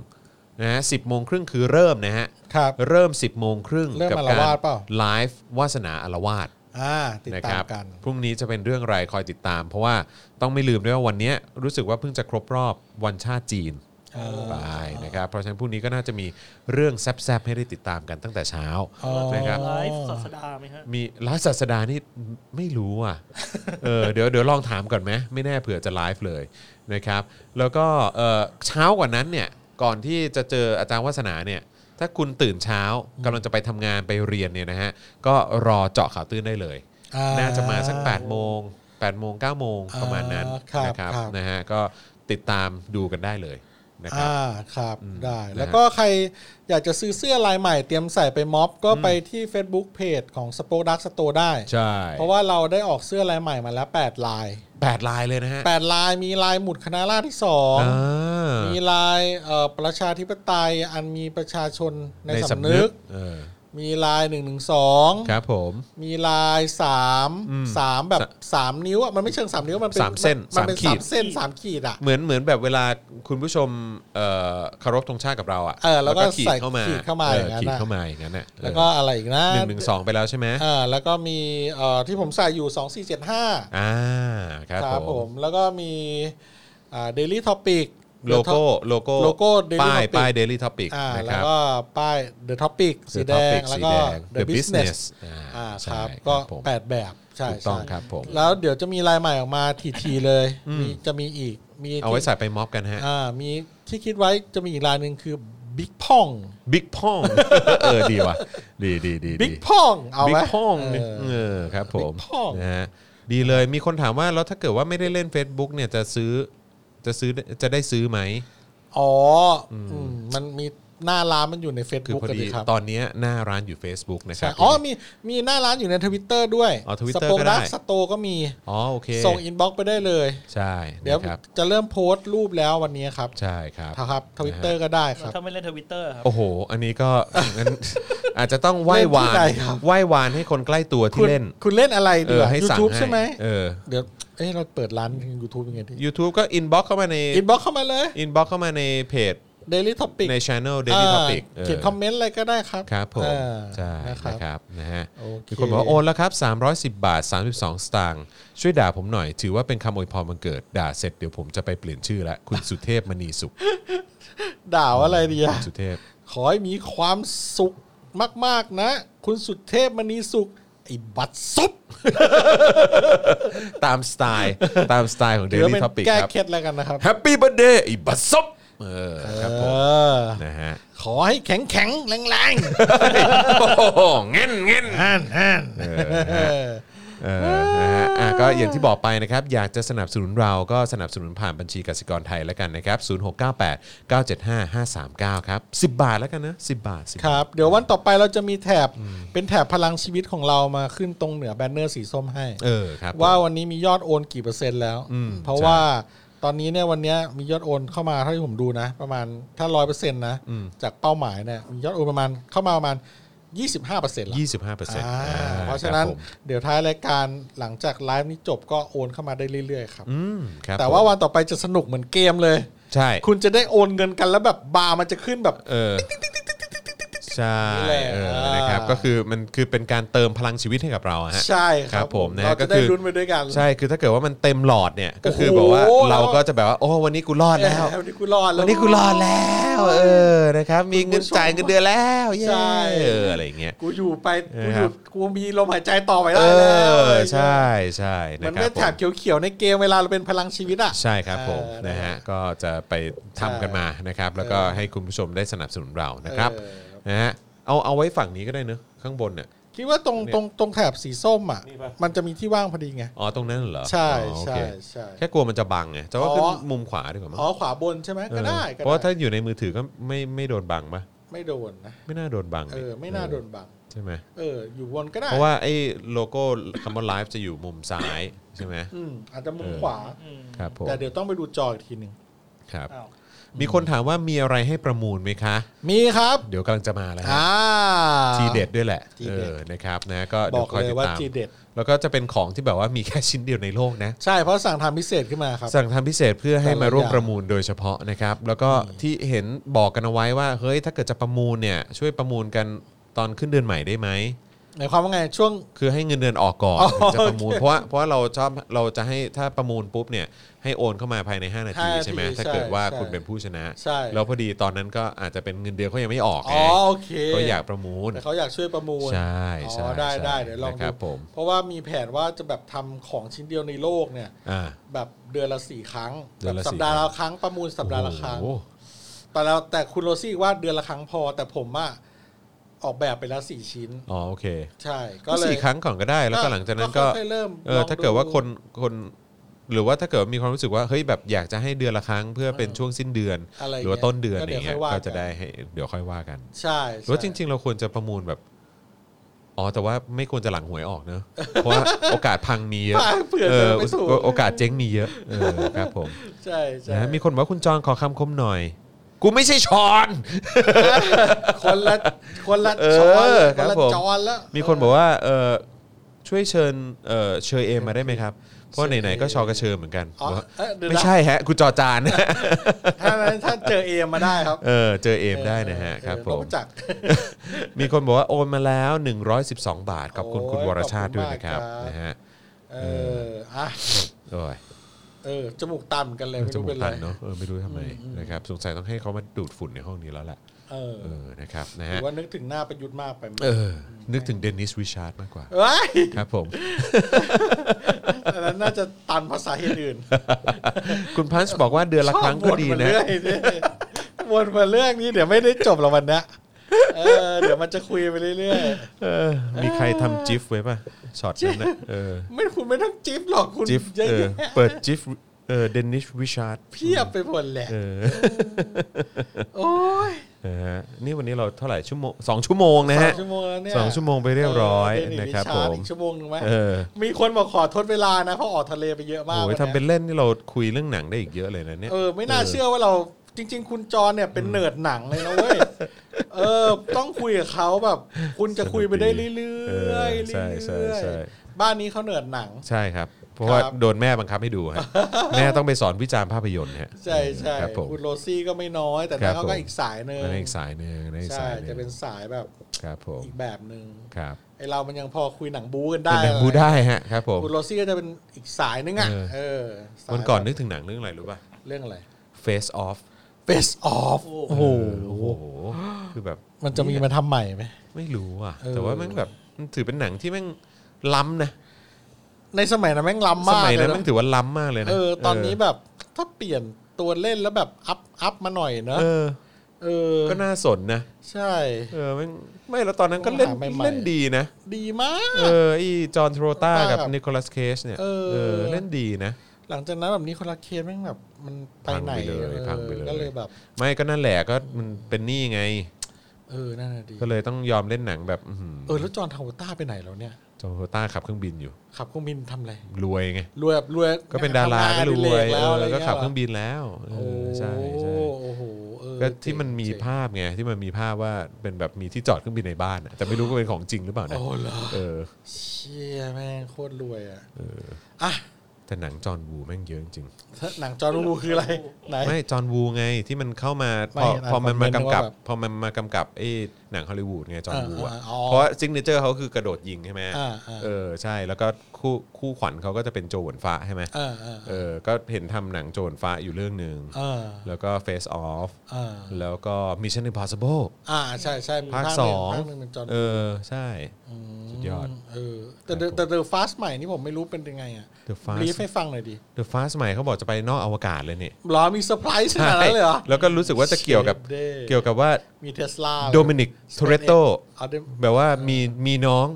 Speaker 2: นะฮะ10 โมงครึ่งคือเริ่มนะฮะ
Speaker 3: ครับ
Speaker 2: เริ่ม 10 โมงครึ่ง
Speaker 3: เริ่ม
Speaker 2: กั
Speaker 3: อา
Speaker 2: การร
Speaker 3: วาสเปล่า
Speaker 2: ไลฟ์วาสนาอารวาส
Speaker 3: อ่าติด
Speaker 2: นะ
Speaker 3: ตา
Speaker 2: ครั
Speaker 3: ม
Speaker 2: บ
Speaker 3: กัน
Speaker 2: พรุ่งนี้จะเป็นเรื่องอะไรคอยติดตาม เพราะว่าต้องไม่ลืมด้วยว่าวันเนี้ยรู้สึกว่าเพิ่งจะครบรอบวันชาติจีน ไปนะครับ เพราะฉะนั้นพรุ่งนี้ก็น่าจะมีเรื่องแซบๆให้ได้ติดตามกันตั้งแต่เช้า
Speaker 3: อ๋อ
Speaker 2: นะครับ
Speaker 4: ไลฟ์ศาสดาไหมฮะ
Speaker 2: มีไลฟ์ศาสดานี่ไม่รู้อ่ะ เออเดี๋ยวเดี๋ยวลองถามก่อนไหมไม่แน่เผื่อจะไลฟ์เลยนะครับ แล้วก็เอ่อเช้ากว่านั้นเนี่ยก่อนที่จะเจออาจารย์วัฒนาเนี่ย ถ้าคุณตื่นเช้ากำลังจะไปทำงานไปเรียนเนี่ยนะฮะก็รอเจาะข่าวตื้นได้เลย
Speaker 3: อ่
Speaker 2: น่าจะมาสัก8โมง8โมง9โมงประมาณนั้น
Speaker 3: อ่าค
Speaker 2: นะครั
Speaker 3: รับ
Speaker 2: บ
Speaker 3: ครับ
Speaker 2: นะฮะก็ติดตามดูกันได้เลยนะครับ
Speaker 3: อ่าครับ
Speaker 2: อืม
Speaker 3: ได้
Speaker 2: นะฮะ
Speaker 3: แล้วก็ใครอยากจะซื้อเสื้อลายใหม่เตรียมใส่ไปม็อบก็ไปที่ Facebook Page ของ Spoke Dark Store ได้
Speaker 2: ใช่
Speaker 3: เพราะว่าเราได้ออกเสื้อลายใหม่มาแล้ว 8 ลาย
Speaker 2: 8ลายเลยนะฮะ
Speaker 3: 8 ลายมีลายหมุดคณะราษฎรที่2
Speaker 2: อ่า
Speaker 3: มีลายเอ่อประชาธิปไตยอันมีประชาชนใน
Speaker 2: ใน
Speaker 3: สำ
Speaker 2: สำนึ
Speaker 3: นึ
Speaker 2: ก
Speaker 3: ก
Speaker 2: เออ
Speaker 3: มีลาย 1 1
Speaker 2: ค
Speaker 3: 2
Speaker 2: รับผม
Speaker 3: มีลาย
Speaker 2: อืม
Speaker 3: 3 3แบบ 3 นิ้วอะมันไม่เชิง 3 นิ้ว มันเป็น
Speaker 2: สามเส้น
Speaker 3: มันเป็น
Speaker 2: สามขีด
Speaker 3: สามเส้นสามขีดอ่ะ
Speaker 2: เหมือนเหมือนแบบเวลาคุณผู้ชมเอ่อเคารพธงชาติกับเราอ่ะ
Speaker 3: เออแล้วก็
Speaker 2: ขี
Speaker 3: ใส่
Speaker 2: ดเข้ามา
Speaker 3: ขีดเข้ามา
Speaker 2: อ
Speaker 3: อ
Speaker 2: อย่าง
Speaker 3: นั้น
Speaker 2: ขีด
Speaker 3: น่ะ
Speaker 2: เข้ามาอย่างนั้นน่ะ
Speaker 3: แล้วก็อะไรอีกนะ
Speaker 2: หนึ่งหนึ่งสองไปแล้วใช่ไหม
Speaker 3: อ่าแล้วก็มีเอ่อที่ผมใส่อยู่ 2475
Speaker 2: อ่าครับ
Speaker 3: ครับ
Speaker 2: ผ
Speaker 3: ผม ม แล้วก็มีเดลี่ท็อปิก
Speaker 2: โลโก้โลโก้
Speaker 3: โลโก้ Daily
Speaker 2: ป้าย
Speaker 3: Topic
Speaker 2: ป้าย Daily Topic
Speaker 3: อ่า
Speaker 2: นะค
Speaker 3: แล้ว
Speaker 2: รับ
Speaker 3: ก็ป้าย The Topic สี
Speaker 2: The
Speaker 3: แดง
Speaker 2: Topic
Speaker 3: แล้ว
Speaker 2: สี
Speaker 3: ก็
Speaker 2: แดง
Speaker 3: The
Speaker 2: The
Speaker 3: Business
Speaker 2: Business
Speaker 3: อ่า
Speaker 2: อ่า
Speaker 3: ครับ
Speaker 2: ใช่
Speaker 3: ก็
Speaker 2: ผม
Speaker 3: แปดแบบใช่
Speaker 2: ถูกต้อง
Speaker 3: ใช่
Speaker 2: ครับผม
Speaker 3: แล้วเดี๋ยวจะมีลายใหม่ออกมาทีๆเลยมีจะมีอีกมี
Speaker 2: เอาไว้ใส่ไปม็อบกันฮะ
Speaker 3: อ่ามีที่คิดไว้จะมีอีกลายหนึ่งคือบิ๊กพ่อง
Speaker 2: บิ๊กพ่ อง เออดีว่ะดีดีดี
Speaker 3: บิ๊กพ่องเอา
Speaker 2: บิ๊
Speaker 3: ไหม
Speaker 2: กพ่องเนี่ย
Speaker 3: เออ
Speaker 2: เออครับผม
Speaker 3: Big Pong
Speaker 2: นะฮะดีเลยมีคนถามว่าแล้วถ้าเกิดว่าไม่ได้เล่น Facebook เนี่ยจะซื้อจะซื้อจะได้ซื้อไหม
Speaker 3: อ๋อออืมมันมีหน้าร้านมันอยู่ใน
Speaker 2: คือ
Speaker 3: Facebook
Speaker 2: พอดี
Speaker 3: กันครับ
Speaker 2: ตอนเนี้ยหน้าร้านอยู่ Facebook นะครั
Speaker 3: ใช่
Speaker 2: บ
Speaker 3: อ๋อมีมีหน้าร้านอยู่ในทวิตเตอร์ด้วย
Speaker 2: อ๋อ Twitter
Speaker 3: สปง
Speaker 2: ก็ได้
Speaker 3: รักสโตก็มี
Speaker 2: อ๋อโอเค
Speaker 3: ส่งอินบ็อกซ์ไปได้เลย
Speaker 2: ใช่
Speaker 3: เดี๋ยว
Speaker 2: นะครับ
Speaker 3: จะเริ่มโพสต์รูปแล้ววันนี้ครับ
Speaker 2: ใช่ครับ
Speaker 3: ครับทวิตเตอร์ก็ได้ครับ
Speaker 4: ถ้าไม่เล่นทวิตเตอร์ครับ
Speaker 2: โอ้โห อันนี้ก็ งั้นอาจจะต้องไหว้วาน
Speaker 3: เล่นที่ไหนครับ
Speaker 2: ไหว้วานให้คนใกล้ตัว
Speaker 3: คุ
Speaker 2: ที่
Speaker 3: ณ
Speaker 2: เล่น
Speaker 3: คุณเล่นอะไร
Speaker 2: เอ
Speaker 3: ดี
Speaker 2: อ
Speaker 3: วะ
Speaker 2: ให้สั่ง
Speaker 3: YouTube
Speaker 2: ให้
Speaker 3: ใช่ไหม
Speaker 2: เออ
Speaker 3: เดี๋ยวเอ้ยเราเปิดร้าน YouTube ยังไงดี
Speaker 2: YouTube ก็อินบ็อกเข้ามาใน
Speaker 3: อินบ็อกเข้ามาเลย
Speaker 2: อินบ็อกเข้ามาในเพจ
Speaker 3: Daily Topic
Speaker 2: ใน Channel Daily
Speaker 3: อ่า
Speaker 2: Topic
Speaker 3: เขียนคอมเมนต์อะไรก็ได้ครับ
Speaker 2: ครับผม
Speaker 3: อ่า
Speaker 2: ใช่
Speaker 3: นะ
Speaker 2: นะ
Speaker 3: ครั
Speaker 2: ค
Speaker 3: บ
Speaker 2: รับนะฮะ
Speaker 3: โอเค
Speaker 2: มีคนบอกว่าโอนแล้วครับ 310 บาท 32 สตางค์ช่วยด่าผมหน่อย ถือว่าเป็นคำอวยพรบังเกิด ด่าเสร็จเดี๋ยวผมจะไปเปลี่ยนชื่อละคุณสุเทพมณีสุ ข
Speaker 3: ด่าว่าอะไรดี
Speaker 2: คุ
Speaker 3: อะ
Speaker 2: ณสุเทพ
Speaker 3: ขอให้มีความสุขมาก ๆ นะ คุณสุดเทพมณีสุข ไอ้บัตรซุป
Speaker 2: ตามสไต ล์ตามสไตล์ของ
Speaker 3: เดี๋ยว
Speaker 2: Daily
Speaker 3: เป็น
Speaker 2: Topic
Speaker 3: แก้
Speaker 2: ครับ
Speaker 3: เคล็ดแล้วกันนะครับ
Speaker 2: Happy Birthday อีบัสซบเออครับผ
Speaker 3: เอ
Speaker 2: ม
Speaker 3: อ
Speaker 2: นะฮะ
Speaker 3: ขอให้แข็งแข็งๆแรงแรง
Speaker 2: โอ้โหเงินเงิน
Speaker 3: ๆฮั่นฮั่น
Speaker 2: เออ
Speaker 3: เออ
Speaker 2: เออนะฮะอ่ะก็อย่างที่บอกไปนะครับ อยากจะสนับสนุนเราก็สนับสนุนผ่านบัญชีกสิกรไทยแล้วกันนะครับ 0698 975 539 ครับ 10 บาทแล้วกันนะ 10 บาท10
Speaker 3: ครับเดี๋ยววันต่อไปเราจะมีแถบเป็นแถบพลังชีวิตของเรามาขึ้นตรงเหนือแบนเนอร์สีส้มให้
Speaker 2: เออครับผม
Speaker 3: ว่าวันนี้มียอดโอนกี่เปอร์เซ็นต์แล้ว
Speaker 2: อืม
Speaker 3: เพราะ
Speaker 2: ใช่
Speaker 3: ว่าตอนนี้เนี่ยวันเนี้ยมียอดโอนเข้ามาเท่าที่ผมดูนะ ประมาณถ้าร้อยเปอร์เซ็นต์นะจากเป้าหมายเนี่ยมียอดโอนประมาณเข้ามาประมาณ 25เปอร์เซ็นต์ละ
Speaker 2: 25เปอร์เซ็นต์
Speaker 3: อ่าเพราะฉะนั้นเดี๋ยวท้ายรายการหลังจากไลฟ์นี้จบก็โอนเข้ามาได้เรื่อยๆครับ
Speaker 2: อืมครับ
Speaker 3: แต่ว่า
Speaker 2: ผม
Speaker 3: วันต่อไปจะสนุกเหมือนเกมเลย
Speaker 2: ใช่
Speaker 3: คุณจะได้โอนเงินกันแล้วแบบบาร์มันจะขึ้นแบบ
Speaker 2: เออใช่
Speaker 3: นี่แหละ
Speaker 2: เออนะครับก็คือมันคือเป็นการเติมพลังชีวิตให้กับเราอะฮะ
Speaker 3: ใช่ค
Speaker 2: ครั
Speaker 3: รับบ
Speaker 2: ผมนะ
Speaker 3: เรา
Speaker 2: ก็คื
Speaker 3: จะได้
Speaker 2: อ
Speaker 3: รุ้นไปด้วยกัน
Speaker 2: ใช่ คือถ้าเกิดว่ามันเต็มหลอดเนี่ย ก็คือ
Speaker 3: โอ้
Speaker 2: แบ
Speaker 3: โห
Speaker 2: บว่า
Speaker 3: แล้
Speaker 2: เรา
Speaker 3: ว
Speaker 2: ก็จะแบบว่า โอ้ วันนี้กูรอดแล้ว
Speaker 3: เออวันนี้กูรอดแล้ว
Speaker 2: วันนี้กูรอดแล้ว เออ นะครับ มีเงินจ่ายเงินเดือนแล้ว
Speaker 3: ใช่
Speaker 2: เย้ เออ อะไรอย่างเงี้ย
Speaker 3: กูอยู่ไป
Speaker 2: เอ
Speaker 3: กู
Speaker 2: อ
Speaker 3: อ
Speaker 2: ครั
Speaker 3: ยู่
Speaker 2: บ
Speaker 3: กูมีลมหายใจต่อไป
Speaker 2: เอ
Speaker 3: ได้แล้ว
Speaker 2: อ ใช่ ใช่
Speaker 3: มั
Speaker 2: นะค
Speaker 3: น
Speaker 2: รั
Speaker 3: เป็
Speaker 2: บ
Speaker 3: น
Speaker 2: ผ
Speaker 3: แถบ
Speaker 2: ม
Speaker 3: เขียวๆในเกมเวลาเราเป็นพลังชีวิตอ่ะ
Speaker 2: ใช่ครับผม
Speaker 3: เออ
Speaker 2: นะฮะ ก็จะไปทำกันมานะครับ แล้วก็ให้คุณผู้ชมได้สนับสนุนเรา นะครับ
Speaker 3: เออครับ
Speaker 2: นะฮะ เอา เอาไว้ฝั่งนี้ก็ได้เนอะข้างบนเนี่ย
Speaker 3: คิดว่าตรงตรงตรงแถบสีส้มอ่ะ
Speaker 4: นี่ปะ
Speaker 3: มันจะมีที่ว่างพอดีไง
Speaker 2: อ๋อ ตรงนั้นเหรอ
Speaker 3: ใช่
Speaker 2: อ๋อโอ
Speaker 3: ใช่
Speaker 2: เค
Speaker 3: ใช่
Speaker 2: แค่กลัวมันจะบังไง จะว่าขึ้น
Speaker 3: อ๋อ
Speaker 2: มุมขวาดีกว่ามั้ง
Speaker 3: อ๋อขวาบนใช่ไหมก็ได้
Speaker 2: เออ
Speaker 3: ก็
Speaker 2: เพราะว่า
Speaker 3: ได้
Speaker 2: ถ้าอยู่ในมือถือก็ไม่ ไม่โดนบังปะ
Speaker 3: ไม่โดนนะ
Speaker 2: ไม่น่าโดนบัง
Speaker 3: เอ
Speaker 2: ดิ
Speaker 3: อไม่น่าโดนบัง
Speaker 2: ใช่ไหม
Speaker 3: เออ อยู่บนก็ได้
Speaker 2: เพราะว่าไอ้โลโก้คำว่าไลฟ์จะอยู่มุมซ้าย ใช่ไหม
Speaker 3: อืมอาจจะมุมขวา
Speaker 4: อืม
Speaker 2: ครับผม
Speaker 3: แต่เดี๋ยวต้องไปดูจออีกทีหนึ่ง
Speaker 2: ครับ
Speaker 4: อ้าว
Speaker 2: มีคนถามว่ามีอะไรให้ประมูลไหมคะ
Speaker 3: มีครับ
Speaker 2: เดี๋ยวกำลังจะมาแล้วฮะ
Speaker 3: อ่า
Speaker 2: ทีเด็ดด้วยแหละ
Speaker 3: ที
Speaker 2: เอ
Speaker 3: เด็ด
Speaker 2: อนะครับนะก็
Speaker 3: บ
Speaker 2: เดี๋ย
Speaker 3: อ
Speaker 2: ว
Speaker 3: ก
Speaker 2: คอย
Speaker 3: เล
Speaker 2: ติ
Speaker 3: ย
Speaker 2: ด
Speaker 3: ว่า
Speaker 2: ตาม
Speaker 3: ทีเด็ด
Speaker 2: แล้วก็จะเป็นของที่แบบว่ามีแค่ชิ้นเดียวในโลกนะ
Speaker 3: ใช่เพราะสั่งทำพิเศษขึ้นมาครับ
Speaker 2: สั่งทำพิเศษเพื่อให้
Speaker 3: แต่ละ
Speaker 2: มาร่วม
Speaker 3: อย่าง
Speaker 2: ประมูลโดยเฉพาะนะครับ แล้วก็ที่เห็นบอกกันเอาไว้ว่าเฮ้ยถ้าเกิดจะประมูลเนี่ยช่วยประมูลกันตอนขึ้นเดือนใหม่ได้ไหม
Speaker 3: หมายความว่าไงช่วง
Speaker 2: คือให้เงินเดือนออกก่อน
Speaker 3: อ๋อ
Speaker 2: ถึงจะประมูลเพราะว่าเพราะว่าเราชอบเราจะให้ถ้าประมูลปุ๊บเนี่ยให้โอนเข้ามาภายใน 5 นาที
Speaker 3: ห้านาที
Speaker 2: ใช่ไหม
Speaker 3: ใช่
Speaker 2: ถ้าเกิดว่า
Speaker 3: ใช่
Speaker 2: คุณเป็นผู้ชนะ
Speaker 3: ใช่
Speaker 2: แล้วพอดีตอนนั้นก็อาจจะเป็นเงินเดือนเขายังไม่ออก
Speaker 3: อ๋
Speaker 2: ไง
Speaker 3: อโอเค
Speaker 2: ก็อยากประมูล
Speaker 3: แต่เขาอยากช่วยประมูล
Speaker 2: ใช่ใช่
Speaker 3: อ๋อได้
Speaker 2: ใช่
Speaker 3: ได้เดี๋ยวลอง
Speaker 2: นะค
Speaker 3: ดู
Speaker 2: รับผม
Speaker 3: เพราะว่ามีแผนว่าจะแบบทำของชิ้นเดียวในโลกเนี่ย
Speaker 2: อ่า
Speaker 3: แบบเดือนละสี่ครั้ง
Speaker 2: เดื
Speaker 3: แบ
Speaker 2: อน
Speaker 3: บ
Speaker 2: ละสี่
Speaker 3: สัปดาห์ละครั้งประมูลสัปดาห์ละครั้ง
Speaker 2: โอ้โห
Speaker 3: แต่เราแต่คุณโรซี่ว่าเดือนละครั้งพอ แต่ผมอะออกแบบไปแล้วสี่ชิ้น
Speaker 2: อ๋อโอเค
Speaker 3: ใช่ ก็
Speaker 2: ก็
Speaker 3: เลย
Speaker 2: สี่ครั้งก่อนก็ได้ แล้วก็หลังจากนั้นก็
Speaker 3: ค่อยๆเริ่ม
Speaker 2: เออ
Speaker 3: ลง
Speaker 2: ถ้าเกิดว่าคนคนหรือว่าถ้าเกิดมีความรู้สึกว่าเฮ้ยแบบอยากจะให้เดือนละครั้งเพื่อเป็นช่วงสิ้นเดือน
Speaker 3: อะไร
Speaker 2: หรือว่าต้นเดือน
Speaker 3: ก็
Speaker 2: อะไร
Speaker 3: ดี๋ว
Speaker 2: เงี้ย
Speaker 3: ค่ว่า
Speaker 2: ก็จะได้ให้เดี๋ยวค่อยว่ากัน
Speaker 3: ใช่
Speaker 2: หรือว่าจริง ๆ เราควรจะประมูลแบบ อ๋อ แต่ว่าไม่ควรจะหลังหวยออกเนอะ เพราะว่าโอกาสพังมีเยอะ
Speaker 3: ๆ เผื่อ
Speaker 2: เอ
Speaker 3: จะ
Speaker 2: อ
Speaker 3: ไปสู่
Speaker 2: โอกาสเจ๊งมีเยอะเออครับผม
Speaker 3: ใช่ใช่
Speaker 2: นะมีคนบอกว่าคุณจอนขอคำคมหน่อย กูไม่ใช่ชอน
Speaker 3: คนละคนละ
Speaker 2: เอ
Speaker 3: จ
Speaker 2: อ
Speaker 3: อนละ
Speaker 2: ค
Speaker 3: ค
Speaker 2: รั
Speaker 3: น
Speaker 2: บ
Speaker 3: ละ
Speaker 2: ผม
Speaker 3: จอนแล้ว
Speaker 2: มีคนบอกว่าเออช่วยเชิญเออเชยเอมมาได้ไหมครับ เพราะไหน ๆ ก็ชอกระเชอเหมือนกัน
Speaker 3: อ๋อ
Speaker 2: บอกว่า
Speaker 3: เอ้ยเดี๋ยว
Speaker 2: ไม่
Speaker 3: นะ
Speaker 2: ใช่ฮะกูจอจาน
Speaker 3: ถ้านั้นถ้าเจอเอมมาได้ครับ
Speaker 2: เออเจอเอมได้นะฮะครับ
Speaker 3: เออ
Speaker 2: ผ
Speaker 3: น
Speaker 2: ม
Speaker 3: กจักร
Speaker 2: มีคนบอกว่าโอนมาแล้ว 112 บาทขอบคุณคุณวรชาติด้วยนะครับนะฮะ
Speaker 3: เอออ่ะ
Speaker 2: โอ้ย
Speaker 3: เออจมูกต่ำกันเลย
Speaker 2: เออ
Speaker 3: ไม่
Speaker 2: จ
Speaker 3: รู้
Speaker 2: มู
Speaker 3: เป็
Speaker 2: ก
Speaker 3: นไร
Speaker 2: ตันเนาะเออไม่รู้ทำไมนะครับสงสัยต้องให้เขามาดูดฝุ่นในห้องนี้แล้วแหละ
Speaker 3: เออ
Speaker 2: เออนะครับนะ
Speaker 3: หรื
Speaker 2: ฮะ
Speaker 3: อว่านึกถึงหน้าประยุทธ์มากไปไหม
Speaker 2: เออ นึกถึงเดนิสวิชาร์ดมากกว่า
Speaker 3: เอ้ย
Speaker 2: ครับผม
Speaker 3: อันนั้นน่าจะตันภาษาเหตุอื่น
Speaker 2: คุณพันช์บอกว่าเดือนละครั้งก็ดีนะ
Speaker 3: ชอบวนมาเรื่อยเนี่ยวนมาเรื่องนี้เดี๋ยวไม่ได้จบหรอกวันเนี้ยเออเดี๋ยวมันจะคุยไปเรื่อย
Speaker 2: เออ มีใครทำจิฟไว้ป่ะช็อตนั้นนะเออ
Speaker 3: ๆไม่คุณไม่ต้องจิ๊บหรอกคุณ
Speaker 2: จิฟ
Speaker 3: เย
Speaker 2: เออ
Speaker 3: อะแยะ
Speaker 2: เปิดจิฟเออเดนิสวิชาร์ด
Speaker 3: เพียบไปหมดแหละ
Speaker 2: เออ
Speaker 3: โอ้ย
Speaker 2: นะฮะนี่วันนี้เราเท่าไหร่ชั่วโมงสองชั่วโมงนะ
Speaker 3: สอ
Speaker 2: ฮะ
Speaker 3: งชั่วโมงแล้วเนี่ย
Speaker 2: สองชั่วโมงไปเรียบร้อย
Speaker 3: เเด
Speaker 2: นะ
Speaker 3: วิด
Speaker 2: ครับ
Speaker 3: ชา
Speaker 2: ผ
Speaker 3: ร์ด
Speaker 2: ม
Speaker 3: อีกชั่วโมงหนึ่งไหม
Speaker 2: เออ
Speaker 3: มีคนบอกขอทดเวลานะเพราะออกทะเลไปเยอะมาก
Speaker 2: โอ้ย
Speaker 3: วัน
Speaker 2: ทำเป็
Speaker 3: เนี้ย
Speaker 2: นเล่นนี่เราคุยเรื่องหนังได้อีกเยอะเลยนะเนี่ย
Speaker 3: เออไม่น่าเชื่อว่าเราจริง ๆ คุณจรเนี่ยเป็นเนิร์ดหนังเลยนะเว้ยเออ ต้องคุยกับเขาแบบ คุณจะคุยไปได้เรื่อยๆเรื่
Speaker 2: เออ
Speaker 3: อ
Speaker 2: ย ใช่ใช่ใช่
Speaker 3: ๆบ้านนี้เขาเนิร์ดหนัง
Speaker 2: ใช่ครับ เพราะว่า
Speaker 3: ครับ
Speaker 2: โดนแม่บังคับให้ดู ฮะ แม่ต้องไปสอนวิจารณ์ภาพยนตร์ฮะ
Speaker 3: ใช่ใช่
Speaker 2: ครับผม
Speaker 3: คุณโรซี่ก็ไม่น้อย แต่
Speaker 2: ครั
Speaker 3: นั่
Speaker 2: บ
Speaker 3: นเขา
Speaker 2: ผ
Speaker 3: ก็
Speaker 2: ม
Speaker 3: อีกสายหนึ่ง
Speaker 2: นั่นอีกสายหนึ่งนั่นอีก
Speaker 3: ใช่
Speaker 2: สายหนึ่
Speaker 3: จะ
Speaker 2: ง
Speaker 3: เป็นสายแบบ
Speaker 2: ครับผม
Speaker 3: อีกแบบหนึ่ง
Speaker 2: ครับ
Speaker 3: ไอเรามันยังพอคุยหนังบู๊กัน
Speaker 2: เป็
Speaker 3: ได้
Speaker 2: นหนังบูได้ฮะครับผม
Speaker 3: คุณโรซี่ก็จะเป็นอีกสายหนึงอ่ะ
Speaker 2: เออ
Speaker 3: เออสาย
Speaker 2: วันก่อนนึกถึงหนังเรื่องอะไรรู้ป่ะ
Speaker 3: เรื่องอะไร
Speaker 2: Face Off
Speaker 3: Face Off โอ้โห
Speaker 2: โอ้โหคือแบบ
Speaker 3: มันจะมีมาทำใหม่ไหม
Speaker 2: ไม่รู้อ่ะ
Speaker 3: เออ
Speaker 2: แต่ว่ามันแบบมันถือเป็นหนังที่แม่งล้ำนะ
Speaker 3: ในสมัยนั้นแม่ง
Speaker 2: ส
Speaker 3: ล้ำมาก
Speaker 2: มัย
Speaker 3: เล
Speaker 2: นั้น
Speaker 3: ยนะ
Speaker 2: แม่งถือว่าล้ำมากเลยนะ
Speaker 3: เออตอนนี้แบบถ้าเปลี่ยนตัวเล่นแล้วแบบอัพอัพมาหน่อยเนอะ
Speaker 2: เออ
Speaker 3: เออ
Speaker 2: ก็น่าสนนะ
Speaker 3: ใช่
Speaker 2: เออแม่งไม่แล้วตอนนั้นก็เล่น
Speaker 3: หาใหม่ๆ
Speaker 2: เล่นดีนะ
Speaker 3: ดีมาก
Speaker 2: เออไอจอห์นทรโรต้ากับ
Speaker 3: แบบ
Speaker 2: นิโคลัสเคจเนี่ย
Speaker 3: เออ
Speaker 2: เออเล่นดีนะ
Speaker 3: หลังจากนั้นแบบนี้คนละเคสแม่งแบบมันไปไหน
Speaker 2: พังไปเลย
Speaker 3: ออ
Speaker 2: พังไปเลย
Speaker 3: ก็เลยแบบ
Speaker 2: ไม่ก็นั่นแหละก็มันเป็นหนี้ไง
Speaker 3: เออนั่นน่ะดี
Speaker 2: ก็เลยต้องยอมเล่นหนังแบบอื้อหือ
Speaker 3: เออแล้วจอห์นทาวต้าไปไหนแล้วเนี่ย
Speaker 2: จอห์นโรต้าขับเครื่องบินอยู่
Speaker 3: ขับเครื่องบินทำอะไร
Speaker 2: รวยไง
Speaker 3: รวยแบบรวย
Speaker 2: ก็เป็นดารา
Speaker 3: ทำง
Speaker 2: ก็ร
Speaker 3: นอดิ
Speaker 2: ว
Speaker 3: เก
Speaker 2: ยเอ
Speaker 3: แล้วะไร
Speaker 2: อก็
Speaker 3: เงี้ย
Speaker 2: ขับเครื่องบินแล้วเอ
Speaker 3: โอ้
Speaker 2: อใช่ใช่
Speaker 3: โอ้โหเออ
Speaker 2: ก็ที่มันมี
Speaker 3: เจ๋ง
Speaker 2: ภาพไงที่มันมีภาพว่าเป็นแบบมีที่จอดเครื่องบินในบ้านอะแต่ไม่รู้ว่าเป็นของจริงหรือเปล่านะ
Speaker 3: โอ้เหรอ
Speaker 2: เออ
Speaker 3: เชี่ยแม่งโคตรรวยอ่ะอ่ะ
Speaker 2: แต่หนังจอห์นวูแม่งเยอะจริง
Speaker 3: ถ้าหนังจอห์นวูคืออะไรไหน
Speaker 2: ไม่จอห์นวูไงที่มันเข้ามาพ
Speaker 3: ไม่
Speaker 2: อ
Speaker 3: เห็นอ่าน
Speaker 2: พอมัน
Speaker 3: ค
Speaker 2: มา
Speaker 3: อมเมนต์
Speaker 2: กำกับ
Speaker 3: ว่าแบบ
Speaker 2: พอมันมากำกับไอ้หนังฮอลลีวูดไงจอห์นวูอะ
Speaker 3: อ่าอ่าอ๋อ
Speaker 2: เพราะซิงเนเจอร์เขาคือกระโดดยิงใช่ไหม
Speaker 3: อ่าอ่า
Speaker 2: เออใช่แล้วก็คู่คู่ขวัญเขาก็จะเป็นโจหวนฟ้าใช่ไหม
Speaker 3: เออเออ
Speaker 2: เออ ก็เห็นทำหนังโจรฟ้าอยู่เรื่องหนึ่ง
Speaker 3: เออ
Speaker 2: แล้วก็ Face Off
Speaker 3: เออ
Speaker 2: แล้วก็ Mission Impossible
Speaker 3: อ่าใช่ใช่มี
Speaker 2: ภาค
Speaker 3: ห
Speaker 2: ส
Speaker 3: นึ่
Speaker 2: อง
Speaker 3: ภาคหนึ่งเป็นจอห์น
Speaker 2: เออ ใช่ สุดยอด
Speaker 3: เออแต่เดอะแต่เดอะฟาสใหม่นี่ผมไม่รู้เป็นยังไงอ่ะ
Speaker 2: The
Speaker 3: รีฟ
Speaker 2: Fast
Speaker 3: ให้ฟังหน่อยดิ
Speaker 2: The Fast ใหม่เขาบอกจะไปนอกอวกาศเลยนี่
Speaker 3: หรอมีเซอร์ไพรส์ขนาดนั้นเลยเหรอ
Speaker 2: แล้วก็รู้สึกว่าจะเกี่ยวกับ
Speaker 3: Shape day
Speaker 2: เกี่ยวกับว่า
Speaker 3: มีเทสลา
Speaker 2: โดมินิกทเรโต
Speaker 3: เอา เดม
Speaker 2: แบบว่ามีมีน้อง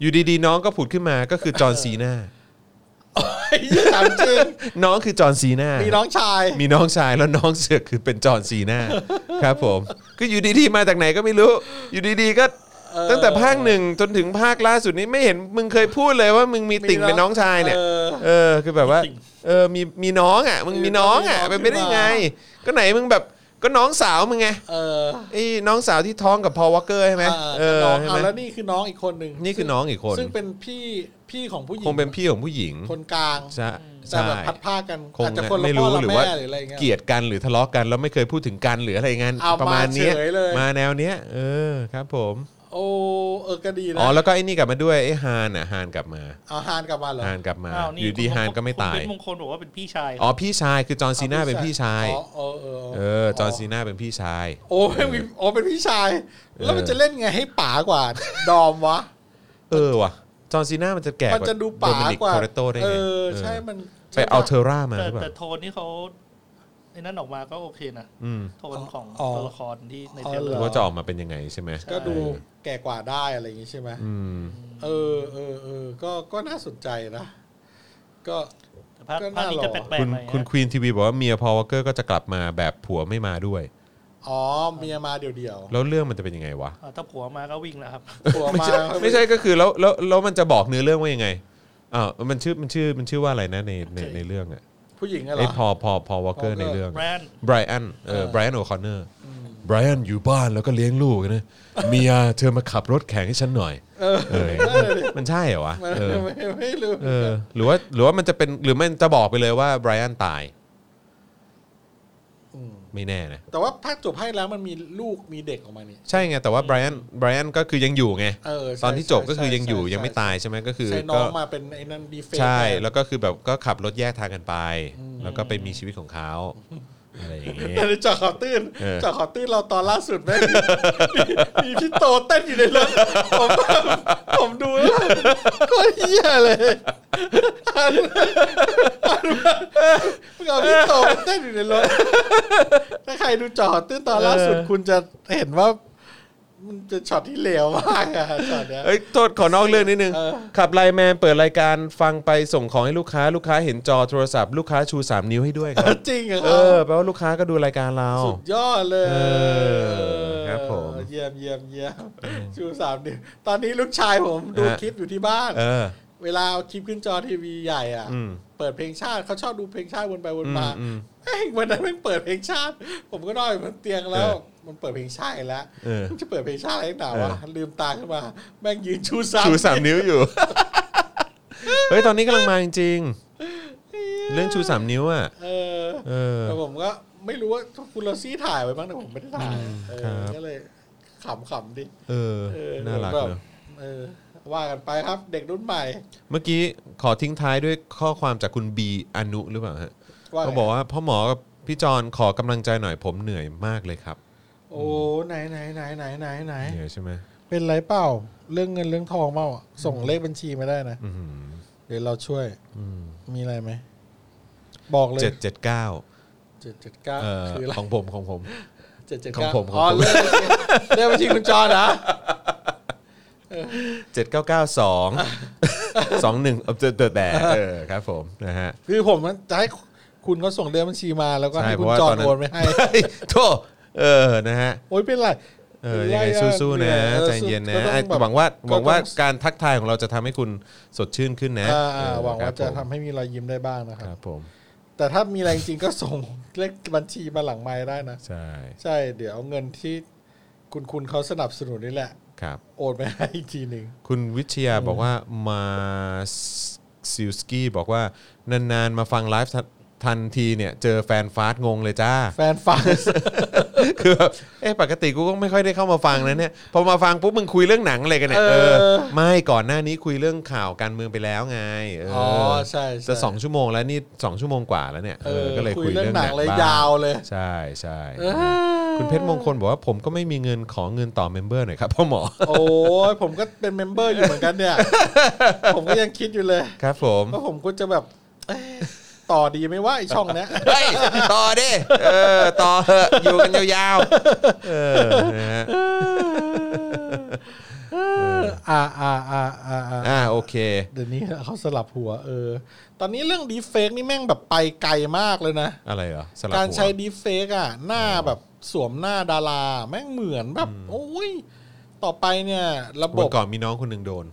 Speaker 2: อยู่ดีๆ น้องก็ผุดขึ้นมาก็คือจอห์นซีนา
Speaker 3: ไอ้ยี่ถามจริง
Speaker 2: น้องคือจอห์นซีนา
Speaker 3: มี
Speaker 2: มี
Speaker 3: น้องชาย
Speaker 2: มีน้องชายแล้วน้องเสือกคือเป็นจอห์นซีน่า ครับผมก็อยู่ดีๆมาจากไหนก็ไม่รู้ อยู่ดีๆก็ตั้งแต่ภาคหนึ่งจนถึงภาคล่าสุดนี้ไม่เห็นมึงเคยพูดเลยว่ามึงมีติ่งเป็
Speaker 3: มีน้อง
Speaker 2: นน้องชายเนี่ย
Speaker 3: เออ
Speaker 2: เออคือแบบว่าเออมีมีน้องอ่ะมึงมีน้องอ่ะ
Speaker 3: มีน้อง
Speaker 2: เป็นไปได้
Speaker 3: ขึ้นมา
Speaker 2: ไง ก็ไหนมึงแบบก็น้องสาวมึงไง
Speaker 3: เออ
Speaker 2: ไอ้น้องสาวที่ท้องกับพอลวอเกอร์ใช่ไหมเอ
Speaker 3: เออ
Speaker 2: อ
Speaker 3: น้อง
Speaker 2: ใช่
Speaker 3: เอา
Speaker 2: ไหม
Speaker 3: แล้วนี่คือน้องอีกคนหนึ่ง
Speaker 2: นี่คือน้องอีกคน
Speaker 3: ซึ่งเป็นพี่พี่ของผู้หญิง
Speaker 2: คงเป็นพี่ของผู้หญิง
Speaker 3: คนกลาง
Speaker 2: ใช่
Speaker 3: แต่
Speaker 2: ใช่
Speaker 3: แบบพัดผ้ากัน
Speaker 2: คง
Speaker 3: อาจจะคนละ
Speaker 2: ไม่
Speaker 3: พ่อ
Speaker 2: รู้
Speaker 3: ละ
Speaker 2: หรือ
Speaker 3: แม่
Speaker 2: ว่า
Speaker 3: หรืออะไรเงี้ย
Speaker 2: เกลียดกันหรือทะเลาะกันแล้วไม่เคยพูดถึงกันหรืออะไรเงี้ย
Speaker 3: เอา
Speaker 2: ประมาณเนี้ย
Speaker 3: มาเฉยเลย
Speaker 2: มาแนวเนี้ยเออครับผม
Speaker 3: โอ้เออก็ดีนะ
Speaker 2: อ๋อแล้วก็ไอ้นี่กลับมาด้วยไอ้ฮานน่ะฮานกลับมา
Speaker 3: เอาฮานกลับมาเหรอ
Speaker 2: ฮานกลับมา
Speaker 4: อ้าวนี่
Speaker 2: อยู่ดี
Speaker 4: คุณ
Speaker 2: ฮานก็ไม่ตาย
Speaker 4: คุณเพชรมงคลบอกว่าเป็นพี่ชาย
Speaker 2: อ๋อพี่ชายคือจอห์นซีน่าเป็นพี่ชาย
Speaker 3: อ๋อเออเออ
Speaker 2: เออจอห์นซีน่าเป็นพี่ชาย
Speaker 3: โอ้ไม่มีอ๋อเป็นพี่ชาย แล้วมันจะเล่นไงให้ป๋ากว่า ดอมวะ
Speaker 2: เออว่ะจอห์นซีน่ามันจะแก่ก
Speaker 3: มัน
Speaker 2: ว่า
Speaker 3: จะดูป๋า
Speaker 2: โมินิ
Speaker 3: กว่า
Speaker 2: โคเรโตได้
Speaker 3: เอ
Speaker 2: ไง
Speaker 3: อ
Speaker 2: เออ
Speaker 3: ใช่มัน
Speaker 2: ไปเอาเทอร่ามาห
Speaker 4: แต่
Speaker 2: รือเปล่า
Speaker 4: แต่โทนที่เขาไอ้นั่นออกมาก็โอเคนะ
Speaker 2: อืม
Speaker 4: โทนของตัวละครที่ในเทรลเลอ
Speaker 2: ดู
Speaker 4: ร์
Speaker 2: ว่าจะออกมาเป็นยังไงใช่ไหม
Speaker 3: ก็ดูแก่กว่าได้อะไรอย่างงี้ใช่ไหม
Speaker 2: อืม
Speaker 3: เออเออเออก็ก็น่าสนใจนะ ก็
Speaker 4: แต่ภาค
Speaker 3: ก็น่า
Speaker 4: ภาคนี้
Speaker 3: รอ
Speaker 4: จะแปลก
Speaker 2: คุณ
Speaker 4: ๆหน่อยนะ
Speaker 2: คุณควีนทีวีบอกว่าเมียพอวเกอร์ก็จะกลับมาแบบผัวไม่มาด้วย
Speaker 3: อ๋อเมียมาเดี่ยว
Speaker 2: แล้วเรื่องมันจะเป็นยังไงวะ
Speaker 4: อ่าถ้าผัวมาก็วิ่งแล้วครับ
Speaker 3: ๆผัว
Speaker 2: ไม่
Speaker 3: มา
Speaker 2: ใช่ไม่ใช่ก็คือแล้วแล้วแล้วมันจะบอกเนื้อเรื่องว่ายังไงอ่าวมันชื่อมันชื่อมันชื่อว่าอะไรนะในในในเรื่องอะ
Speaker 3: ผู้หญิงอะเหร
Speaker 2: ไอ้
Speaker 3: อ
Speaker 2: พอพอพอวอเกอร์
Speaker 3: Walker
Speaker 2: ในเรื่อง
Speaker 4: แบรนด์
Speaker 2: ไบรอันเออไบรอันโอคอนเนอร์ไบรอันอยู่บ้านแล้วก็เลี้ยงลูก นะเมียเธอมาขับรถแข่งให้ฉันหน่อย
Speaker 3: เออ
Speaker 2: เออ
Speaker 3: นั่นแหละดิ
Speaker 2: มันใช่เหรอวะ
Speaker 3: มัน
Speaker 2: เออ
Speaker 3: ไม่ไม่รู้
Speaker 2: เออหรือว่าหรือว่ามันจะเป็นหรือมันจะบอกไปเลยว่าไบรอันตาย
Speaker 3: ม
Speaker 2: ไม่แน่นะ
Speaker 3: แต่ว่าภาคจบให้แล้วมันมีลูกมีเด็กออกมานี่
Speaker 2: ใช่ไง แต่ว่าไบรอันไบรอันก็คือยังอยู่ไง
Speaker 3: เออใช่
Speaker 2: ตอนที่จบก็คือ
Speaker 3: ใช่
Speaker 2: ยังอยู่
Speaker 3: ใช่
Speaker 2: ยังไม่
Speaker 3: ใช่
Speaker 2: ตายใช่ไหมก็คือ
Speaker 3: ใช้น้อ
Speaker 2: ก็
Speaker 3: งมาเป็นไอ้นั่นดีเฟน
Speaker 2: ใช่
Speaker 3: แล้
Speaker 2: แล้วก็คือแบบก็ขับรถแยกทางกันไป แล้วก็ไปมีชีวิตของเขาอะไรอย่างเงี้ย
Speaker 3: วจากขอตื้น
Speaker 2: เออ
Speaker 3: จากขอตื้นเราตอนล่าสุดแม่ง มีมีพี่โตเต้นอยู่ในร ถผมแบบผมดูแล้วก็เฮียเลยอันอันมึงเอาพี่โตเต้นอยู่ในรถถ้าใครดูจอตื้นตอนล่าสุดคุณจะเห็นว่า มันจะช็อตที่เลวมากอะช็อตเนี้ย
Speaker 2: เอ้ยโทษขอนอกเรื่องนิดนึง
Speaker 3: เออ
Speaker 2: ขับไลน์แมนเปิดรายการฟังไปส่งของให้ลูกค้าลูกค้าเห็นจอโทรศัพท์ลูกค้าชู 3 นิ้วให้ด้วยครับ
Speaker 3: จริงเหรอค
Speaker 2: เอ
Speaker 3: รับ
Speaker 2: อแปลว่าลูกค้าก็ดูรายการเรา
Speaker 3: สุดยอดเลย
Speaker 2: เออครับผม
Speaker 3: เยี่ยมเยี่ยมเยี่ยมชูสามนิ้วตอนนี้ลูกชายผมดู
Speaker 2: ฮะ
Speaker 3: คลิปอยู่ที่บ้าน
Speaker 2: เออ
Speaker 3: เวลาเอาคลิปขึ้นจอทีวีใหญ่อ่ะ
Speaker 2: อืม
Speaker 3: เปิดเพลงชาติเขาชอบดูเพลงชาติวนไปวน
Speaker 2: อื
Speaker 3: มาม
Speaker 2: อืม
Speaker 3: เอ้ยวันนั้นมันเปิดเพลงชาติ ผมก็นอนอยู่บนเตียงแล้ว
Speaker 2: เออ
Speaker 3: มันเปิดเพลงชาติอีกแล้ว
Speaker 2: เออ
Speaker 3: มันจะเปิดเพลงชาติอะไรหนาวะ
Speaker 2: เออ
Speaker 3: ลืมตาขึ้นมาแม่งยืนชูสาม
Speaker 2: ชูสามนิ้วอยู่ เฮ้ยตอนนี้กำลังมาจริงๆเรื่องชูสามนิ้วอ่ะ
Speaker 3: เออ
Speaker 2: เออ
Speaker 3: แต่ผมก็ไม่รู้ว่าคุณโรซี่ถ่ายไว้บ้างแต่ผมไม่ได้ถ่ายเออ
Speaker 2: ครับ
Speaker 3: ก็เลยขำๆดิ
Speaker 2: เออ
Speaker 3: เออ
Speaker 2: น่ารัก
Speaker 3: แบบ
Speaker 2: เนอะ
Speaker 3: เออว่ากันไปครับเด็กรุ่นใหม่
Speaker 2: เมื่อกี้ขอทิ้งท้ายด้วยข้อความจากคุณบีอนุหรือเปล่าฮะ
Speaker 3: ว่าไง
Speaker 2: เขาบอกว่าพ่อหมอกับพี่จอนขอกำลังใจหน่อยผมเหนื่อยมากเลยครับ
Speaker 3: โอ้ไหนไหนไหนไหนไหนไหน
Speaker 2: เหนื่อยใช่ไหม
Speaker 3: เป็นไรเปล่า เรื่องเงินเรื่องทองเปล่าอะส่งเลขบัญชีมาได้นะ
Speaker 2: อื้อหือ
Speaker 3: เดี๋ยวเราช่วย มีอะไรไหม บอกเลย
Speaker 2: เจ็ดเจ็ดเก้า
Speaker 3: เจ็ดเจ็ดเก้า
Speaker 2: เอ่อ
Speaker 3: คืออะไร
Speaker 2: ของผมของผม
Speaker 3: เจ็ดเจ็ด
Speaker 2: ของ
Speaker 3: เก้า
Speaker 2: ผมของผม
Speaker 3: อ๋อเลขเลขบัญชีคุณจอนะ
Speaker 2: เจ็ดเก้าเก้าส องสองหนึ่งเจอเจอแต่เออครับผมนะฮะ
Speaker 3: คือผมมันจะให้คุณเขาส่งเลขบัญชีมาแล้วก็
Speaker 2: ใช่
Speaker 3: ให้
Speaker 2: เพ
Speaker 3: คุณ
Speaker 2: ราะว่า
Speaker 3: จอ
Speaker 2: ตอนนั้น
Speaker 3: โอนไปให้
Speaker 2: โทษเออนะฮะ
Speaker 3: โอ้ยเป็นไร
Speaker 2: เออยังไงสู้ๆนะ
Speaker 3: ออ
Speaker 2: ใจเย็นนะ
Speaker 3: ก็ต้องแบบ
Speaker 2: หวังว่าห
Speaker 3: ก็ต้อง
Speaker 2: วังว่าการทักทายของเราจะทำให้คุณสดชื่นขึ้นนะ
Speaker 3: อ่า
Speaker 2: เออ
Speaker 3: หวังว่าจะ
Speaker 2: ค
Speaker 3: ทำ
Speaker 2: รับผม
Speaker 3: ให้มีรอยยิ้มได้บ้างนะค
Speaker 2: ครับ รับผม
Speaker 3: แต่ถ้ามีอะไรจริงๆก็ส่ง เลขบัญชีมาหลังไม้ได้นะ
Speaker 2: ใช่
Speaker 3: ใช่เดี๋ยวเอาเงินที่คุณคุณเขาสนับสนุนนี่แหละ
Speaker 2: ครับ
Speaker 3: โอนไปให้อีกทีหนึ่ง
Speaker 2: คุณวิชยาบอกว่ามาซิลสกี้บอกว่า นาน ๆ มาฟังไลฟ์ทันทันทีเนี่ย เจอแฟนฟาสต์งงเลยจ้า
Speaker 3: แฟนฟัง
Speaker 2: คือแบบเอ๊ะปกติกูก็ไม่ค่อยได้เข้ามาฟังนะเนี่ยพอมาฟังปุ๊บมึงคุยเรื่องหนังอะไรกันเนี่ย
Speaker 3: เออ
Speaker 2: เออไม่ก่อนหน้านี้คุยเรื่องข่าวการเมืองไปแล้วไงเอออ
Speaker 3: อ๋อใช่ใช่
Speaker 2: จะสองชั่วโมงแล้วนี่สองชั่วโมงกว่าแล้วเนี่ย
Speaker 3: เอ
Speaker 2: เอ
Speaker 3: อ
Speaker 2: อก็เลย
Speaker 3: คุ
Speaker 2: คุ
Speaker 3: ย
Speaker 2: ย
Speaker 3: เรื่
Speaker 2: เรื่
Speaker 3: อ
Speaker 2: อง ง
Speaker 3: ห
Speaker 2: ห
Speaker 3: นั
Speaker 2: นั
Speaker 3: ง
Speaker 2: ก
Speaker 3: เลย
Speaker 2: บ้ง
Speaker 3: ยาวเลย
Speaker 2: ใช่ใช่
Speaker 3: เออ
Speaker 2: คุณเพชรมงคลบอกว่าผมก็ไม่มีเงินขอเงินต่อเมมเบอร์หน่อยครับ พ่อหมอ
Speaker 3: โอ้ยผมก็เป็นเมมเบอร์อยู่เหมือนกันเนี่ย ผมก็ยังคิดอยู่เลย
Speaker 2: ครับผม
Speaker 3: ว่าผมควรจะแบบเอ๊ะต่อดีไหมว่าไอช่องเนี้ย
Speaker 2: เฮ้ยต่อดิเออต่อเหอะอยู่กันยาวๆเออนะฮะ
Speaker 3: อ่าอ่าอ่าอ่าอ่า
Speaker 2: อ่าโอเค
Speaker 3: เดี๋ยวนี้เขาสลับหัวเออ ตอนนี้เรื่องดีเฟกนี่แม่งแบบไปไกลมากเลยนะ
Speaker 2: อะไรเหรอสลับ
Speaker 3: การ
Speaker 2: หัว
Speaker 3: ใช้ดีเฟกอะหน้าแบบสวมหน้าดารา แม่งเหมือนแบบ โอ้ย ต่อไปเนี่ย ระบ
Speaker 2: วัน
Speaker 3: บ
Speaker 2: ก่อนมีน้องคนหนึ่งโดน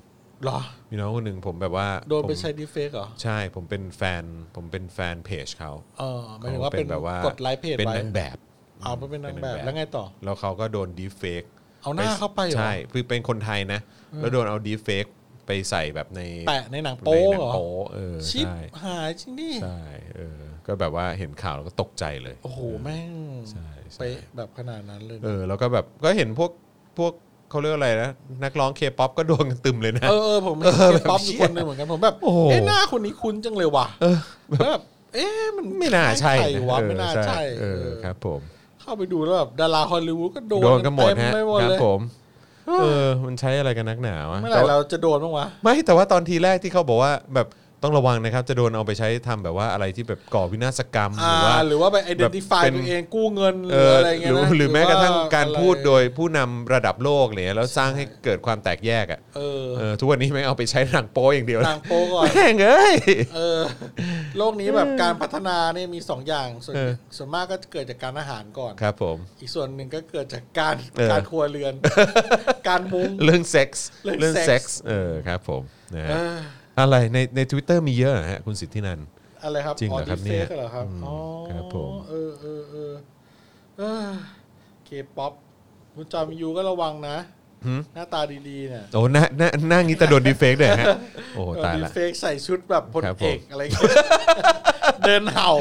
Speaker 3: เหรอ
Speaker 2: มีน้องคนหนึ่งผมแบบว่า
Speaker 3: โดนไป
Speaker 2: ผม
Speaker 3: ใช้ดีเฟกเหรอ
Speaker 2: ใช่ ผมเป็นแฟนผมเป็นแฟนเพจเขา
Speaker 3: เออหมายถึงว่าเป็น
Speaker 2: แบบว่าก
Speaker 3: ดไลค์เพจ
Speaker 2: เป็น
Speaker 3: ไว้
Speaker 2: นางแบบ
Speaker 3: เอาไปเป็นนางแบบ
Speaker 2: เป็นนางแบบ
Speaker 3: แล้วไงต่อ
Speaker 2: แล้วเขาก็โดนดีเฟก
Speaker 3: เอาหน้าเข้าไปเหรอ
Speaker 2: ใช่คือเป็นคนไทยนะ แล้วโดนเอาดีเฟกไปใส่แบบใน
Speaker 3: แปะในหนัง
Speaker 2: ใน
Speaker 3: โป๊
Speaker 2: ห
Speaker 3: เห
Speaker 2: นั
Speaker 3: รอ
Speaker 2: งโป๊เออ
Speaker 3: ชิป
Speaker 2: ใช่
Speaker 3: หายจริงดิ
Speaker 2: ใช่เออก็แบบว่าเห็นข่าวแล้วก็ตกใจเลย
Speaker 3: โอ้โห แม่ง
Speaker 2: ใช่ใช่
Speaker 3: เป๊ะแบบขนาดนั้นเลยนะ
Speaker 2: เออแล้วก็แบบก็เห็นพวกพวก เขาเรียกอะไรนะนักร้องเคป๊อปก็โดนกันตึมเลยนะ
Speaker 3: เออเออผมเห็น
Speaker 2: เออ
Speaker 3: เคป๊อป
Speaker 2: แบบ
Speaker 3: อยู่
Speaker 2: เชี่
Speaker 3: ค
Speaker 2: ย
Speaker 3: นหนึงเหมือนกันผมแบบ
Speaker 2: โอ้โห
Speaker 3: เอ๊ะหน้าคนนี้คุ้นจังเลยว่ะแล้วแบบเอ๊ะมัน
Speaker 2: ไม่น่าใช่
Speaker 3: คล้ย
Speaker 2: นะ
Speaker 3: ๆวะ
Speaker 2: เออ
Speaker 3: ไม่น่าใช่
Speaker 2: เออ
Speaker 3: เออ
Speaker 2: ครับผม
Speaker 3: เข้าไปดูแล้วแบบดาราฮอลลีวูดก็โดน
Speaker 2: โดนกันหมด
Speaker 3: เต็
Speaker 2: ฮะ
Speaker 3: ไปหมด
Speaker 2: ครับ
Speaker 3: เลย
Speaker 2: ผมเออมันใช้อะไรกันนักหนาวะ
Speaker 3: เมื่อไห
Speaker 2: แต่ว่า
Speaker 3: ร่เราจะโดนบ้างวะ
Speaker 2: ไม่แต่ว่าตอนทีแรกที่เขาบอกว่าแบบต้องระวังนะครับ จะโดนเอาไปใช้ทำแบบว่าอะไรที่แบบก่อวินาศกรรมหรือ
Speaker 3: อ่า
Speaker 2: ว่า
Speaker 3: หรือว่าไป
Speaker 2: แบบ
Speaker 3: identify
Speaker 2: เป็น
Speaker 3: ตัวเองกู้เงินห
Speaker 2: เอ
Speaker 3: รื
Speaker 2: อ
Speaker 3: ออะไร
Speaker 2: ห
Speaker 3: เงี้ย
Speaker 2: รือ
Speaker 3: นะ
Speaker 2: หรือแม้กระทั่งการพูดโด
Speaker 3: อย
Speaker 2: ผู้นำระดับโลกอะไรเนี่ยแล้วสร้างให้เกิดความแตกแยกอ่ะ
Speaker 3: เออ
Speaker 2: เออทุกวันนี้ไม่งเอาไปใช้หนังโป้อย่างเดียว
Speaker 3: ต่างโปะก่อน
Speaker 2: แม่งเอ้ย
Speaker 3: เออโลกนี้แบบการพัฒนาเนี่ยมีสองอย่างส่วน
Speaker 2: เออ
Speaker 3: ส่วนมากก็เกิดจากการอาหารก่อน
Speaker 2: ครับผม
Speaker 3: อีกส่วนหนึ่งก็เกิดจากการ
Speaker 2: เออ
Speaker 3: การครัวเรือน การมุง
Speaker 2: เรื่องเซ็กส์
Speaker 3: เรื่
Speaker 2: เรื่อ
Speaker 3: อง ง
Speaker 2: เซ็ก
Speaker 3: sex
Speaker 2: ส์เออครับผมนะ
Speaker 3: เอ
Speaker 2: ฮะ
Speaker 3: อ
Speaker 2: อะไรในในทวิตเตอร์มีเยอะเหรอฮะคุณสิทธินันท์
Speaker 3: อะไรครับ
Speaker 2: จริงเหรอครับ
Speaker 3: ดี
Speaker 2: เนี่ย
Speaker 3: เฟกเหรอครับ
Speaker 2: อืม
Speaker 3: อ๋อ
Speaker 2: ครับผม
Speaker 3: เออเออเออเออเคป๊อปคุณจอมยูก็ระวังนะ
Speaker 2: หืม
Speaker 3: หน้าตาดีๆเนี่ย
Speaker 2: โอ้หน้าหน้าหน้างี้จะโดนดีเฟกเลยฮะโอ้โหตาย
Speaker 3: ดี
Speaker 2: ละ
Speaker 3: เฟกใส่ชุดแบบพล
Speaker 2: ครับผม
Speaker 3: เอกอะไรเงี้ย เดินเห่า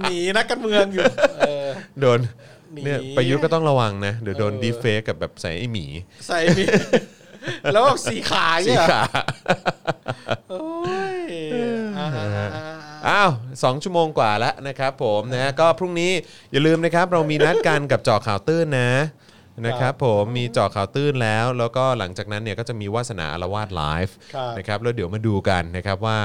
Speaker 3: หนีนักการเมืองอยู่ เออ
Speaker 2: โดน
Speaker 3: หนี
Speaker 2: เนี่ยประยุทธ์ก็ต้องระวังนะเดี๋ยวโดนดีเฟกกับแบบใส่ไอหมี
Speaker 3: ใส่มี แล้วแบบสีขา
Speaker 2: สี
Speaker 3: เนี่ย
Speaker 2: ขา
Speaker 3: โอ้ยอ่าๆ
Speaker 2: อ้าวสองชั่วโมงกว่าแล้วนะครับผมนะก็พรุ่งนี้อย่าลืมนะครับ เรามีนัดกันกับเจอข่าวตื้นนะนะครับผมมีเจอข่าวตื้นแล้ว แล้วก็หลังจากนั้นเนี่ยก็จะมีวาสนาอารวาสไลฟ์
Speaker 3: ครับ
Speaker 2: นะครับแล้วเดี๋ยวมาดูกันนะครับว่า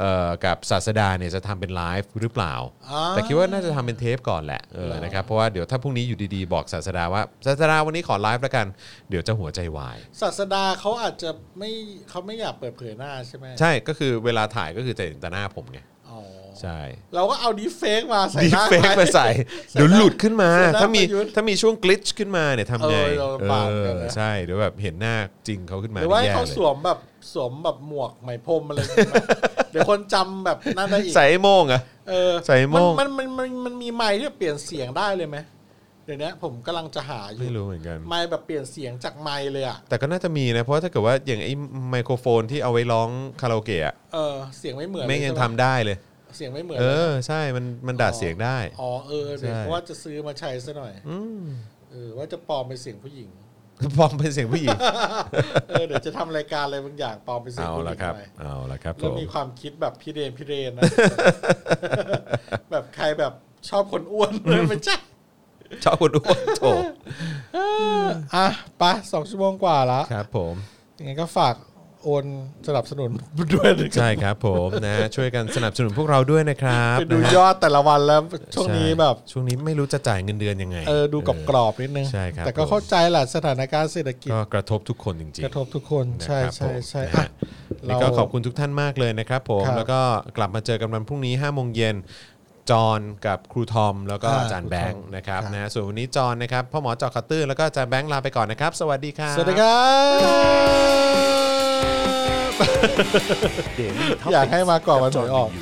Speaker 2: เอ่อกับศาสดาเนี่ยจะทำเป็นไลฟ์หรือเปล่า
Speaker 3: อ่า
Speaker 2: แต่คิดว่าน่าจะทำเป็นเทปก่อนแหละเออนะครับเพราะว่าเดี๋ยวถ้าพรุ่งนี้อยู่ดีๆบอกศาสดาว่าศาสดาวันนี้ขอไลฟ์แล้วกันเดี๋ยวจะหัวใจวาย
Speaker 3: ศาสดาเขาอาจจะไม่เขาไม่อยากเปิดเผยหน้าใช่ไหม
Speaker 2: ใช่ก็คือเวลาถ่ายก็คือจะเห็นแต่หน้าผมไง
Speaker 3: อ๋อ
Speaker 2: ใช่
Speaker 3: เราก็เอาดีเฟกมาใส่
Speaker 2: ดี
Speaker 3: หน้า
Speaker 2: เฟกมาใส่เดี๋ยวหลุดขึ้นมา
Speaker 3: ใส่หน้า
Speaker 2: ถ้ามี
Speaker 3: ประยุทธ์
Speaker 2: ถ้ามีช่วงกลิชขึ้นมาเนี่ยทำไง
Speaker 3: เออเราลำบาก
Speaker 2: เอ
Speaker 3: เหมือน
Speaker 2: อ
Speaker 3: กั
Speaker 2: น
Speaker 3: นะ
Speaker 2: ใช่เดี๋ยวแบบเห็นหน้าจริงเขาขึ้นมา
Speaker 3: หรือว่าให้เขา
Speaker 2: แย่ลย
Speaker 3: สวมแบบสวมแบบหมวกไหมพรมอะไรอย่างเงี้ยนะเดี๋ยวคนจำแบบนั่นได้อีก
Speaker 2: ใส่ไอ้โมงอะ
Speaker 3: เออ
Speaker 2: ใส่โม่ง
Speaker 3: มันมันมันมันมีไม้ที่เปลี่ยนเสียงได้เลยไหมเดี๋ยวนี้ผมกำลังจะหาอยู่
Speaker 2: ไม่รู้เหมือนกัน
Speaker 3: ไม้แบบเปลี่ยนเสียงจากไม้เลยอ่ะ
Speaker 2: แต่ก็น่าจะมีนะ เพราะว่าถ้าเกิดว่าอย่างไอ้ไมโครโฟนที่เอาไว้ร้องคาราโอเกะอะ
Speaker 3: เออเสียงไม่เหมือน
Speaker 2: ไม่งยัง
Speaker 3: ใช่
Speaker 2: ทำ
Speaker 3: ปะ
Speaker 2: ได้เลย
Speaker 3: เสียงไม่เหมือน
Speaker 2: เออ ใช่มันมันด่าเสียงได้
Speaker 3: อ๋อเออเดี๋ยว
Speaker 2: ใช่
Speaker 3: เพราะว่าจะซื้อมาใช้ซะหน่อย
Speaker 2: อืม
Speaker 3: เออว่าจะปลอมเป็นเสียงผู้หญิง
Speaker 2: ปลอม เป็นเสียงผู้หญิง
Speaker 3: เออเดี๋ยวจะทำรายการอะไรบางอย่างปลอมเป็นเสียง
Speaker 2: เอา
Speaker 3: ผู้หญิ
Speaker 2: ละ
Speaker 3: ง
Speaker 2: ครับ
Speaker 3: หน่อย
Speaker 2: เอาละครับผ
Speaker 3: แล้ว
Speaker 2: ม
Speaker 3: มีความคิดแบบพี่เดนพี่เดนนะ แบบใครแบบชอบคนอ้วนเลยไม่ใช่
Speaker 2: ชอบคนอ้วนโถ
Speaker 3: อ่ะไปะสองชั่วโมงกว่าละ
Speaker 2: ครับผม
Speaker 3: ยังไงก็ฝากโอนสนับสนุน ด้วยนะครับ
Speaker 2: ใช่ครับผมนะช่วยกันสนับสนุนพวกเราด้วยนะครับ
Speaker 3: ไปดู
Speaker 2: นะฮะ
Speaker 3: ยอดแต่ละวันแล้วช่วงนี้
Speaker 2: ใ
Speaker 3: แบบ
Speaker 2: ช่วงนี้ไม่รู้จะจ่ายเงินเดือนยังไง
Speaker 3: เออดูกรอบๆนิดนึง
Speaker 2: ใช่ครับ
Speaker 3: แต่ก็เข้าใจแหละสถานการณ์เศรษฐกิจ
Speaker 2: ก็กระทบทุกคนจริงๆ
Speaker 3: กระทบทุกคนใช่
Speaker 2: นะครับผม
Speaker 3: ใช่ใช่
Speaker 2: นะ
Speaker 3: อ่ะ
Speaker 2: ฮะนี่
Speaker 3: เรา
Speaker 2: ก็ขอบคุณทุกท่านมากเลยนะครับผม
Speaker 3: ครับ
Speaker 2: แล้วก็กลับมาเจอกันวันพรุ่งนี้5้าโมงเย็นจอห์นกับครูทอม แล้วก็
Speaker 3: อ่า
Speaker 2: อาจารย์แบงค์
Speaker 3: ครูทอม
Speaker 2: นะครับ
Speaker 3: ครับ
Speaker 2: นะส่วนวันนี้จอห์นนะครับพ่อหมอจอคัตเตอร์แล้วก็อาจารย์แบงค์ลาไปก่อนนะครับ สวัสดีครับ
Speaker 3: สวัสดีครับ
Speaker 1: Daily
Speaker 3: อยากให้มาก่อนวันหวยออก
Speaker 1: กับจอห์นวินยู